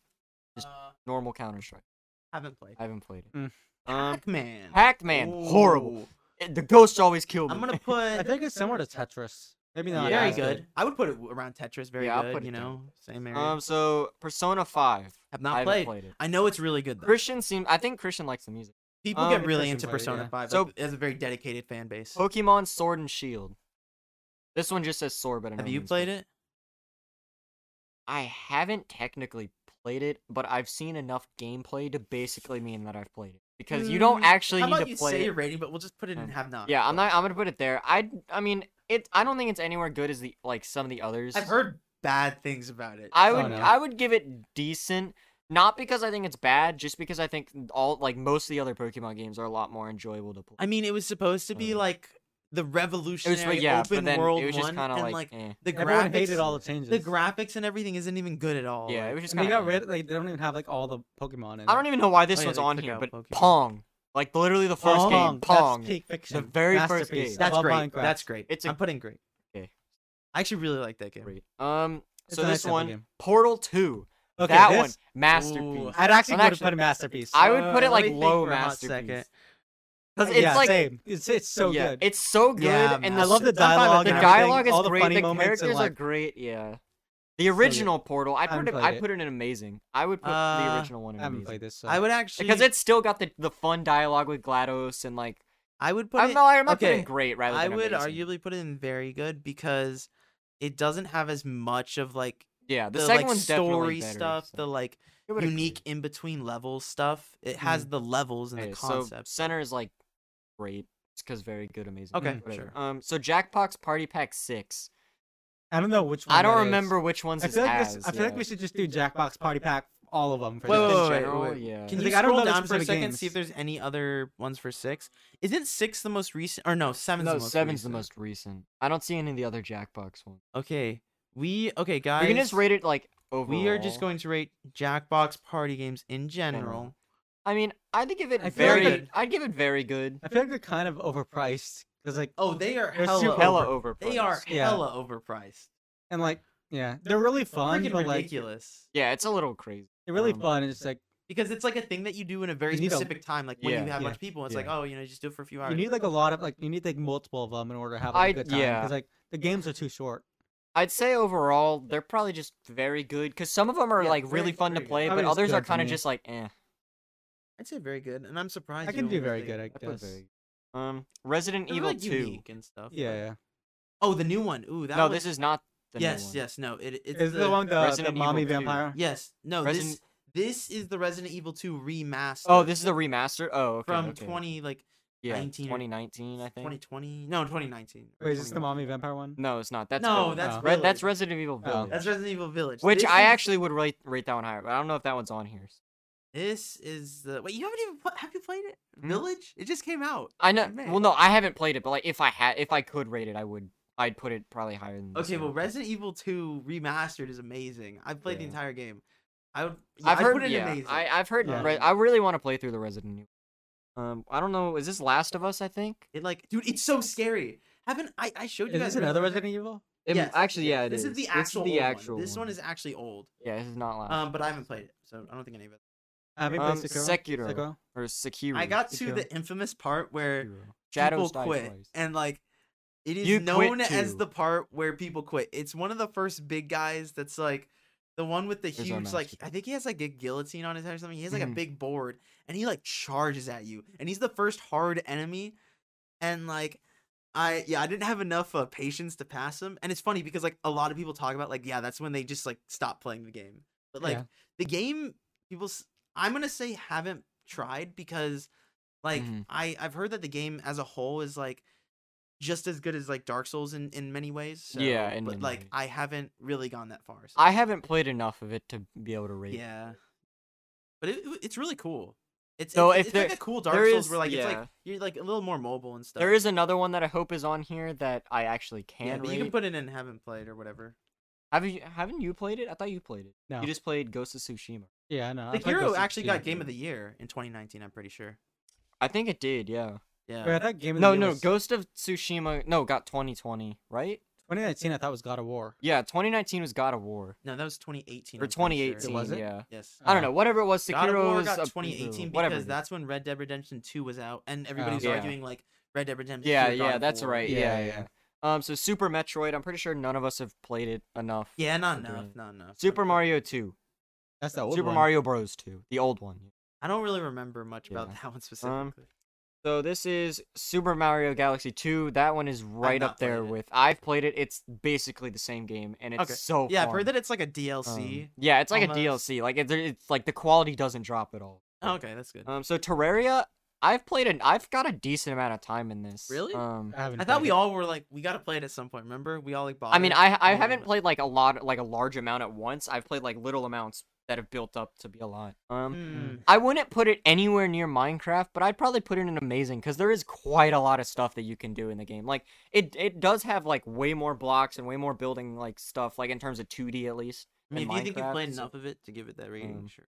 [SPEAKER 2] Just-
[SPEAKER 1] Uh,
[SPEAKER 2] normal Counter Strike.
[SPEAKER 1] haven't played.
[SPEAKER 2] I haven't played it.
[SPEAKER 3] Mm.
[SPEAKER 2] Um,
[SPEAKER 1] Pac-Man.
[SPEAKER 2] Pac-Man, horrible.
[SPEAKER 1] Ooh.
[SPEAKER 2] It- The ghosts always kill me.
[SPEAKER 1] I'm gonna
[SPEAKER 3] I
[SPEAKER 1] put
[SPEAKER 3] think it's similar to Tetris. Maybe not.
[SPEAKER 2] Yeah,
[SPEAKER 1] very
[SPEAKER 2] it's
[SPEAKER 3] as
[SPEAKER 1] good. I would put it around Tetris. Very
[SPEAKER 2] Yeah, I'll
[SPEAKER 1] good.
[SPEAKER 2] put it
[SPEAKER 1] you
[SPEAKER 2] there.
[SPEAKER 1] know, same area.
[SPEAKER 2] Um, so Persona Five.
[SPEAKER 1] Have
[SPEAKER 2] I
[SPEAKER 1] not
[SPEAKER 2] haven't
[SPEAKER 1] played.
[SPEAKER 2] played it.
[SPEAKER 1] I know it's really good though.
[SPEAKER 2] Christian seemed. I think Christian likes the music.
[SPEAKER 1] People
[SPEAKER 2] um,
[SPEAKER 1] get really
[SPEAKER 3] Christian
[SPEAKER 1] into
[SPEAKER 3] played it,
[SPEAKER 1] Persona
[SPEAKER 3] yeah.
[SPEAKER 1] Five.
[SPEAKER 2] So-
[SPEAKER 1] So as a very dedicated fan base.
[SPEAKER 2] Pokemon Sword and Shield. This one just says Sword, but I
[SPEAKER 1] Have you played it?
[SPEAKER 2] I haven't technically played it, but I've seen enough gameplay to basically mean that I've played it because you don't
[SPEAKER 1] Mm,
[SPEAKER 2] actually
[SPEAKER 1] How
[SPEAKER 2] need
[SPEAKER 1] about
[SPEAKER 2] to
[SPEAKER 1] you
[SPEAKER 2] play
[SPEAKER 1] say
[SPEAKER 2] it.
[SPEAKER 1] your rating, but we'll just put it in
[SPEAKER 2] Um,
[SPEAKER 1] have not.
[SPEAKER 2] Yeah, I'm not. I'm gonna put it there. I. I mean, it. I don't think it's anywhere good as the like some of the others.
[SPEAKER 1] I've heard bad things about it.
[SPEAKER 2] I
[SPEAKER 3] Oh,
[SPEAKER 2] would
[SPEAKER 3] no.
[SPEAKER 2] I would give it decent, not because I think it's bad, just because I think all like most of the other Pokemon games are a lot more enjoyable to play.
[SPEAKER 1] I mean, it was supposed to be
[SPEAKER 2] Um,
[SPEAKER 1] like the
[SPEAKER 2] it was
[SPEAKER 1] revolutionary
[SPEAKER 2] but yeah,
[SPEAKER 1] open
[SPEAKER 2] but then
[SPEAKER 1] world
[SPEAKER 2] it was just
[SPEAKER 1] one,
[SPEAKER 2] kind of
[SPEAKER 1] and
[SPEAKER 2] like,
[SPEAKER 1] like
[SPEAKER 2] eh.
[SPEAKER 1] the
[SPEAKER 3] Everyone
[SPEAKER 1] graphics.
[SPEAKER 3] hated all the changes.
[SPEAKER 1] the graphics and everything isn't even good at all.
[SPEAKER 2] yeah, it
[SPEAKER 1] oh, like-
[SPEAKER 2] was just
[SPEAKER 3] And they
[SPEAKER 2] kind
[SPEAKER 3] got
[SPEAKER 2] of.
[SPEAKER 3] rid. Like they don't even have like all the Pokemon. In
[SPEAKER 2] I don't even know why this
[SPEAKER 1] Oh, yeah,
[SPEAKER 2] one's
[SPEAKER 1] they
[SPEAKER 2] on
[SPEAKER 1] took
[SPEAKER 2] here,
[SPEAKER 1] out
[SPEAKER 2] but
[SPEAKER 1] Pokemon.
[SPEAKER 2] Pong, like literally the first game, Pong.
[SPEAKER 3] That's peak fiction.
[SPEAKER 2] The very first
[SPEAKER 3] Masterpiece.
[SPEAKER 2] game.
[SPEAKER 1] that's
[SPEAKER 3] Above
[SPEAKER 1] great.
[SPEAKER 3] Minecraft.
[SPEAKER 1] That's great.
[SPEAKER 2] It's
[SPEAKER 1] It's
[SPEAKER 2] a-
[SPEAKER 1] I'm putting great.
[SPEAKER 2] Okay.
[SPEAKER 1] I actually really like that game.
[SPEAKER 2] Great. Um,
[SPEAKER 3] It's
[SPEAKER 2] so
[SPEAKER 3] a nice
[SPEAKER 2] this
[SPEAKER 3] simple
[SPEAKER 2] one,
[SPEAKER 3] game.
[SPEAKER 2] Portal Two,
[SPEAKER 3] Okay,
[SPEAKER 2] that
[SPEAKER 3] this-
[SPEAKER 2] one masterpiece.
[SPEAKER 3] I'd actually
[SPEAKER 2] I'm
[SPEAKER 3] go to
[SPEAKER 2] actually-
[SPEAKER 3] put a masterpiece.
[SPEAKER 2] I would put
[SPEAKER 1] Uh, let
[SPEAKER 2] it like
[SPEAKER 1] me think
[SPEAKER 2] low
[SPEAKER 1] for a hot
[SPEAKER 2] masterpiece.
[SPEAKER 1] second.
[SPEAKER 2] 'Cause it's
[SPEAKER 3] yeah,
[SPEAKER 2] like
[SPEAKER 3] same. It's it's so
[SPEAKER 2] yeah,
[SPEAKER 3] good.
[SPEAKER 2] it's so good,
[SPEAKER 1] Yeah,
[SPEAKER 2] and
[SPEAKER 1] man.
[SPEAKER 3] I love the
[SPEAKER 1] I'm fine with
[SPEAKER 3] dialogue.
[SPEAKER 1] and
[SPEAKER 2] the
[SPEAKER 3] and
[SPEAKER 1] everything,
[SPEAKER 2] dialogue is
[SPEAKER 3] all the
[SPEAKER 2] great.
[SPEAKER 3] funny
[SPEAKER 2] the
[SPEAKER 3] moments and,
[SPEAKER 2] characters are
[SPEAKER 3] like,
[SPEAKER 2] great. Yeah, the
[SPEAKER 3] good.
[SPEAKER 2] original Portal. I put
[SPEAKER 3] haven't
[SPEAKER 2] it.
[SPEAKER 3] played
[SPEAKER 2] I
[SPEAKER 3] it.
[SPEAKER 2] put it in amazing. I would put the
[SPEAKER 1] Uh,
[SPEAKER 2] original one in
[SPEAKER 3] I haven't
[SPEAKER 2] amazing
[SPEAKER 3] played this. So.
[SPEAKER 1] I would actually
[SPEAKER 2] because it's still got the the fun dialogue with Glados and like.
[SPEAKER 1] I would put
[SPEAKER 2] I'm
[SPEAKER 1] it.
[SPEAKER 2] not. I'm not putting
[SPEAKER 1] okay,
[SPEAKER 2] great rather
[SPEAKER 1] I
[SPEAKER 2] than
[SPEAKER 1] would
[SPEAKER 2] amazing.
[SPEAKER 1] arguably put it in very good because it doesn't have as much of like
[SPEAKER 2] Yeah, the,
[SPEAKER 1] the,
[SPEAKER 2] second
[SPEAKER 1] like
[SPEAKER 2] one's
[SPEAKER 1] story
[SPEAKER 2] definitely better,
[SPEAKER 1] stuff,
[SPEAKER 2] so
[SPEAKER 1] the like
[SPEAKER 2] I would agree.
[SPEAKER 1] unique in between levels stuff. It has
[SPEAKER 3] Mm.
[SPEAKER 1] the levels and
[SPEAKER 2] Okay,
[SPEAKER 1] the
[SPEAKER 2] so
[SPEAKER 1] concepts.
[SPEAKER 2] center is like great because very good, amazing.
[SPEAKER 1] okay,
[SPEAKER 2] whatever.
[SPEAKER 1] sure.
[SPEAKER 2] Um, so Jackbox Party Pack Six.
[SPEAKER 3] I don't know which one.
[SPEAKER 2] I don't
[SPEAKER 3] that is.
[SPEAKER 2] remember which ones
[SPEAKER 3] I
[SPEAKER 2] it's
[SPEAKER 3] feel like
[SPEAKER 2] as.
[SPEAKER 3] this, I feel like
[SPEAKER 2] yeah.
[SPEAKER 3] we should just do Jackbox Party Pack, all of them. For
[SPEAKER 1] Wait,
[SPEAKER 3] now.
[SPEAKER 1] wait,
[SPEAKER 2] Just
[SPEAKER 1] wait,
[SPEAKER 2] in
[SPEAKER 1] wait,
[SPEAKER 2] general,
[SPEAKER 1] wait.
[SPEAKER 2] yeah.
[SPEAKER 1] Can
[SPEAKER 3] I
[SPEAKER 1] you
[SPEAKER 3] think- I don't
[SPEAKER 1] scroll
[SPEAKER 3] know the
[SPEAKER 1] down for a
[SPEAKER 3] specific
[SPEAKER 1] second and see if
[SPEAKER 3] games.
[SPEAKER 1] there's any other ones for six? Isn't six the most recent? Or no, seven's
[SPEAKER 2] No,
[SPEAKER 1] the most
[SPEAKER 2] seven's the
[SPEAKER 1] recent.
[SPEAKER 2] most recent. I don't see any of the other Jackbox ones.
[SPEAKER 1] Okay, we okay guys.
[SPEAKER 2] We can just rate it like overall.
[SPEAKER 1] We are just going to rate Jackbox party games in general.
[SPEAKER 2] I mean, I'd give it
[SPEAKER 3] I feel
[SPEAKER 1] like
[SPEAKER 2] very.
[SPEAKER 1] the-
[SPEAKER 2] I'd give it very good.
[SPEAKER 3] I feel like they're kind of overpriced because like
[SPEAKER 1] Oh, they are
[SPEAKER 3] They're
[SPEAKER 1] hella,
[SPEAKER 3] super
[SPEAKER 1] over-
[SPEAKER 2] Hella overpriced.
[SPEAKER 1] They are
[SPEAKER 3] Yeah.
[SPEAKER 1] hella overpriced.
[SPEAKER 3] and like yeah, they're really fun,
[SPEAKER 1] Freaking
[SPEAKER 3] but like
[SPEAKER 1] ridiculous.
[SPEAKER 2] Yeah, it's a little crazy.
[SPEAKER 3] they're really
[SPEAKER 2] Um,
[SPEAKER 3] fun. And it's like
[SPEAKER 1] because it's like a thing that you do in a very
[SPEAKER 3] You need a-
[SPEAKER 1] specific time, like when
[SPEAKER 2] Yeah.
[SPEAKER 1] you have a
[SPEAKER 3] Yeah.
[SPEAKER 1] bunch of people. It's like,
[SPEAKER 2] Yeah.
[SPEAKER 1] oh, you know, just do it for a few hours.
[SPEAKER 3] you need like a lot of like you need like multiple of them in order to have like, a
[SPEAKER 2] I-
[SPEAKER 3] good time.
[SPEAKER 2] yeah.
[SPEAKER 3] Because like the games are too short.
[SPEAKER 2] I'd say overall they're probably just very good because some of them are
[SPEAKER 1] Yeah,
[SPEAKER 2] like
[SPEAKER 1] very-
[SPEAKER 2] really fun to
[SPEAKER 1] very good.
[SPEAKER 2] play,
[SPEAKER 3] I
[SPEAKER 2] but
[SPEAKER 3] mean, it's
[SPEAKER 2] others are
[SPEAKER 3] good to
[SPEAKER 2] kind of
[SPEAKER 3] me.
[SPEAKER 2] just like eh.
[SPEAKER 1] I'd say very good, and I'm surprised.
[SPEAKER 3] I
[SPEAKER 1] you
[SPEAKER 3] can
[SPEAKER 1] don't
[SPEAKER 3] do
[SPEAKER 1] really
[SPEAKER 3] very
[SPEAKER 1] think-
[SPEAKER 3] good, I
[SPEAKER 2] I put
[SPEAKER 3] guess.
[SPEAKER 2] very- Um, Resident
[SPEAKER 1] They're,
[SPEAKER 2] Evil
[SPEAKER 1] like,
[SPEAKER 2] Two.
[SPEAKER 1] unique and stuff. but-
[SPEAKER 3] Yeah, yeah.
[SPEAKER 1] Oh, the new one. Ooh, that.
[SPEAKER 2] no,
[SPEAKER 1] was-
[SPEAKER 2] this is not. The new
[SPEAKER 1] yes,
[SPEAKER 2] one.
[SPEAKER 1] yes. No, it, it's
[SPEAKER 3] Is
[SPEAKER 1] the,
[SPEAKER 3] the, one the, the
[SPEAKER 2] Resident Evil
[SPEAKER 3] mommy
[SPEAKER 2] 2.
[SPEAKER 3] vampire?
[SPEAKER 1] Yes. No.
[SPEAKER 2] Resident-
[SPEAKER 1] This this is the Resident Evil 2 remaster.
[SPEAKER 2] Oh, this is the remaster. Oh, okay.
[SPEAKER 1] from
[SPEAKER 2] okay.
[SPEAKER 1] 20 like
[SPEAKER 2] yeah,
[SPEAKER 1] 19 or
[SPEAKER 2] 2019, I think.
[SPEAKER 1] 2020. No, 2019. or
[SPEAKER 3] Wait, is this the
[SPEAKER 1] 21.
[SPEAKER 3] mommy vampire one?
[SPEAKER 2] No, it's not. That's
[SPEAKER 1] No,
[SPEAKER 2] Village.
[SPEAKER 1] that's
[SPEAKER 3] Oh.
[SPEAKER 2] Re- that's
[SPEAKER 1] Village. Oh.
[SPEAKER 2] Resident Evil Village.
[SPEAKER 1] That's Resident Evil Village,
[SPEAKER 2] Which
[SPEAKER 1] This
[SPEAKER 2] I
[SPEAKER 1] is-
[SPEAKER 2] actually would rate rate that one higher, but I don't know if that one's on here.
[SPEAKER 1] This is the wait. You haven't even pl- have you played it?
[SPEAKER 2] Hmm?
[SPEAKER 1] Village? It just came out.
[SPEAKER 2] I know.
[SPEAKER 1] Oh, Man.
[SPEAKER 2] Well, no, I haven't played it, but like if I had, if I could rate it, I would. I'd put it probably higher than. this
[SPEAKER 1] Okay, well,
[SPEAKER 2] one.
[SPEAKER 1] Resident Evil 2 remastered is amazing. I've played the
[SPEAKER 2] Yeah.
[SPEAKER 1] entire game. I would. yeah,
[SPEAKER 2] I've
[SPEAKER 1] I'd
[SPEAKER 2] heard.
[SPEAKER 1] put it
[SPEAKER 2] yeah,
[SPEAKER 1] amazing.
[SPEAKER 2] I, I've heard.
[SPEAKER 3] Yeah.
[SPEAKER 2] Re- I really want to play through the Resident Evil. Um, I don't know. Is this Last of Us? I think.
[SPEAKER 1] It like, dude, it's so scary. Haven't I? I showed you
[SPEAKER 3] Is
[SPEAKER 1] guys
[SPEAKER 3] this another Resident Evil?
[SPEAKER 2] It,
[SPEAKER 1] Yes,
[SPEAKER 2] Actually, yeah. it
[SPEAKER 1] This is the actual.
[SPEAKER 2] This is the
[SPEAKER 1] old
[SPEAKER 2] actual.
[SPEAKER 1] One. This one is actually old.
[SPEAKER 2] Yeah, this is not last.
[SPEAKER 1] Um, but I haven't played it, so I don't think any of it.
[SPEAKER 3] I haven't
[SPEAKER 2] Um,
[SPEAKER 3] played Sekiro.
[SPEAKER 2] Sekiro.
[SPEAKER 3] Sekiro?
[SPEAKER 2] or Sekiro.
[SPEAKER 1] I got to
[SPEAKER 3] Sekiro.
[SPEAKER 1] the infamous part where
[SPEAKER 2] Sekiro.
[SPEAKER 1] people
[SPEAKER 2] Shadows Die
[SPEAKER 1] quit,
[SPEAKER 2] Twice.
[SPEAKER 1] and like, it is
[SPEAKER 2] You quit
[SPEAKER 1] known as
[SPEAKER 2] too.
[SPEAKER 1] the part where people quit. It's one of the first big guys that's like. The one with the
[SPEAKER 2] There's our
[SPEAKER 1] huge, like,
[SPEAKER 2] master.
[SPEAKER 1] I think he has like a guillotine on his head or something. He has like a
[SPEAKER 2] Mhm.
[SPEAKER 1] big board and he like charges at you. And he's the first hard enemy. And like, I yeah, I didn't have enough uh, patience to pass him. And it's funny because like a lot of people talk about like yeah, that's when they just like stop playing the game. But like
[SPEAKER 3] Yeah.
[SPEAKER 1] the game people s- I'm going to say haven't tried because like
[SPEAKER 2] Mhm.
[SPEAKER 1] I I've heard that the game as a whole is like just as good as like Dark Souls in in many ways. So,
[SPEAKER 2] Yeah, in
[SPEAKER 1] but
[SPEAKER 2] many
[SPEAKER 1] like
[SPEAKER 2] ways.
[SPEAKER 1] I haven't really gone that far. So.
[SPEAKER 2] I haven't played enough of it to be able to rate. it.
[SPEAKER 1] yeah. But it, it- it's really cool. It's,
[SPEAKER 2] So
[SPEAKER 1] it's,
[SPEAKER 2] if
[SPEAKER 1] it's like
[SPEAKER 2] there-
[SPEAKER 1] a cool Dark
[SPEAKER 2] there
[SPEAKER 1] Souls
[SPEAKER 2] is-
[SPEAKER 1] where like it's
[SPEAKER 2] yeah.
[SPEAKER 1] like you're like a little more mobile and stuff.
[SPEAKER 2] There is another one that I hope is on here that I actually can
[SPEAKER 1] yeah, but you can
[SPEAKER 2] rate.
[SPEAKER 1] put it in and haven't played or whatever.
[SPEAKER 2] Have you haven't you played it? I thought you played it.
[SPEAKER 3] No.
[SPEAKER 2] You just played Ghost of Tsushima.
[SPEAKER 3] Yeah, I know. I
[SPEAKER 1] The
[SPEAKER 3] played
[SPEAKER 1] Hero
[SPEAKER 3] Ghost of
[SPEAKER 1] actually got
[SPEAKER 3] Tsushima.
[SPEAKER 1] Game of the Year in 2019, I'm pretty sure.
[SPEAKER 2] I think it did, yeah.
[SPEAKER 1] Yeah.
[SPEAKER 3] Wait, I thought Game of
[SPEAKER 2] No,
[SPEAKER 3] the Year
[SPEAKER 2] no,
[SPEAKER 3] was-
[SPEAKER 2] Ghost of Tsushima no, got 2020, right?
[SPEAKER 3] 2019 I thought was God of War.
[SPEAKER 2] Yeah, 2019 was God of War.
[SPEAKER 1] No, that was 2018.
[SPEAKER 2] Or
[SPEAKER 1] I'm pretty sure.
[SPEAKER 2] 2018,
[SPEAKER 3] It was it?
[SPEAKER 2] yeah.
[SPEAKER 1] Yes.
[SPEAKER 2] I don't know, whatever it was, Sekiro
[SPEAKER 1] God of War
[SPEAKER 2] was
[SPEAKER 1] got
[SPEAKER 2] up-
[SPEAKER 1] 2018
[SPEAKER 2] whatever.
[SPEAKER 1] because
[SPEAKER 2] it is.
[SPEAKER 1] that's when Red Dead Redemption 2 was out, and everybody
[SPEAKER 3] Oh.
[SPEAKER 1] was
[SPEAKER 2] Yeah.
[SPEAKER 1] arguing like Red Dead Redemption. 2
[SPEAKER 2] Yeah,
[SPEAKER 1] or God
[SPEAKER 2] yeah,
[SPEAKER 1] of
[SPEAKER 2] that's
[SPEAKER 1] War.
[SPEAKER 2] right. Yeah
[SPEAKER 3] Yeah,
[SPEAKER 2] yeah,
[SPEAKER 3] yeah.
[SPEAKER 2] Um so Super Metroid, I'm pretty sure none of us have played it enough.
[SPEAKER 1] Yeah, not
[SPEAKER 2] Okay.
[SPEAKER 1] enough, not enough.
[SPEAKER 2] Super
[SPEAKER 1] Okay.
[SPEAKER 2] Mario 2.
[SPEAKER 3] That's the old
[SPEAKER 2] Super
[SPEAKER 3] one.
[SPEAKER 2] Mario Bros 2, the old one.
[SPEAKER 1] I don't really remember much about
[SPEAKER 2] Yeah. Um,
[SPEAKER 1] that one specifically.
[SPEAKER 2] So this is Super Mario Galaxy 2. That one is right
[SPEAKER 1] not
[SPEAKER 2] up
[SPEAKER 1] played
[SPEAKER 2] there
[SPEAKER 1] it.
[SPEAKER 2] with I've played it. It's basically the same game and it's
[SPEAKER 1] Okay.
[SPEAKER 2] so
[SPEAKER 1] yeah, I've
[SPEAKER 2] oh, fun.
[SPEAKER 1] heard that it's like a DLC.
[SPEAKER 2] Um, yeah, it's like
[SPEAKER 1] almost.
[SPEAKER 2] a DLC. Like it, there- it's like the quality doesn't drop at all.
[SPEAKER 1] Oh, okay, that's good.
[SPEAKER 2] Um, so Terraria, I've played an. I've got a decent amount of time in this.
[SPEAKER 1] Really?
[SPEAKER 2] Um,
[SPEAKER 3] I, haven't
[SPEAKER 1] I thought
[SPEAKER 3] played
[SPEAKER 1] we
[SPEAKER 3] it.
[SPEAKER 1] all were like, we gotta play it at some point. Remember, we all like. Bothered.
[SPEAKER 2] I mean, I I
[SPEAKER 1] Oh,
[SPEAKER 2] haven't
[SPEAKER 1] but-
[SPEAKER 2] played like a lot, like a large amount at once. I've played like little amounts that have built up to be a lot. Um,
[SPEAKER 1] Hmm.
[SPEAKER 2] I wouldn't put it anywhere near Minecraft, but I'd probably put it in amazing because there is quite a lot of stuff that you can do in the game. Like it, it does have like way more blocks and way more building like stuff, like in terms of 2D at least.
[SPEAKER 1] I mean,
[SPEAKER 2] in
[SPEAKER 1] if you think you've
[SPEAKER 2] Minecraft,
[SPEAKER 1] played
[SPEAKER 2] so-
[SPEAKER 1] enough of it to give it that rating,
[SPEAKER 2] Um,
[SPEAKER 1] sure.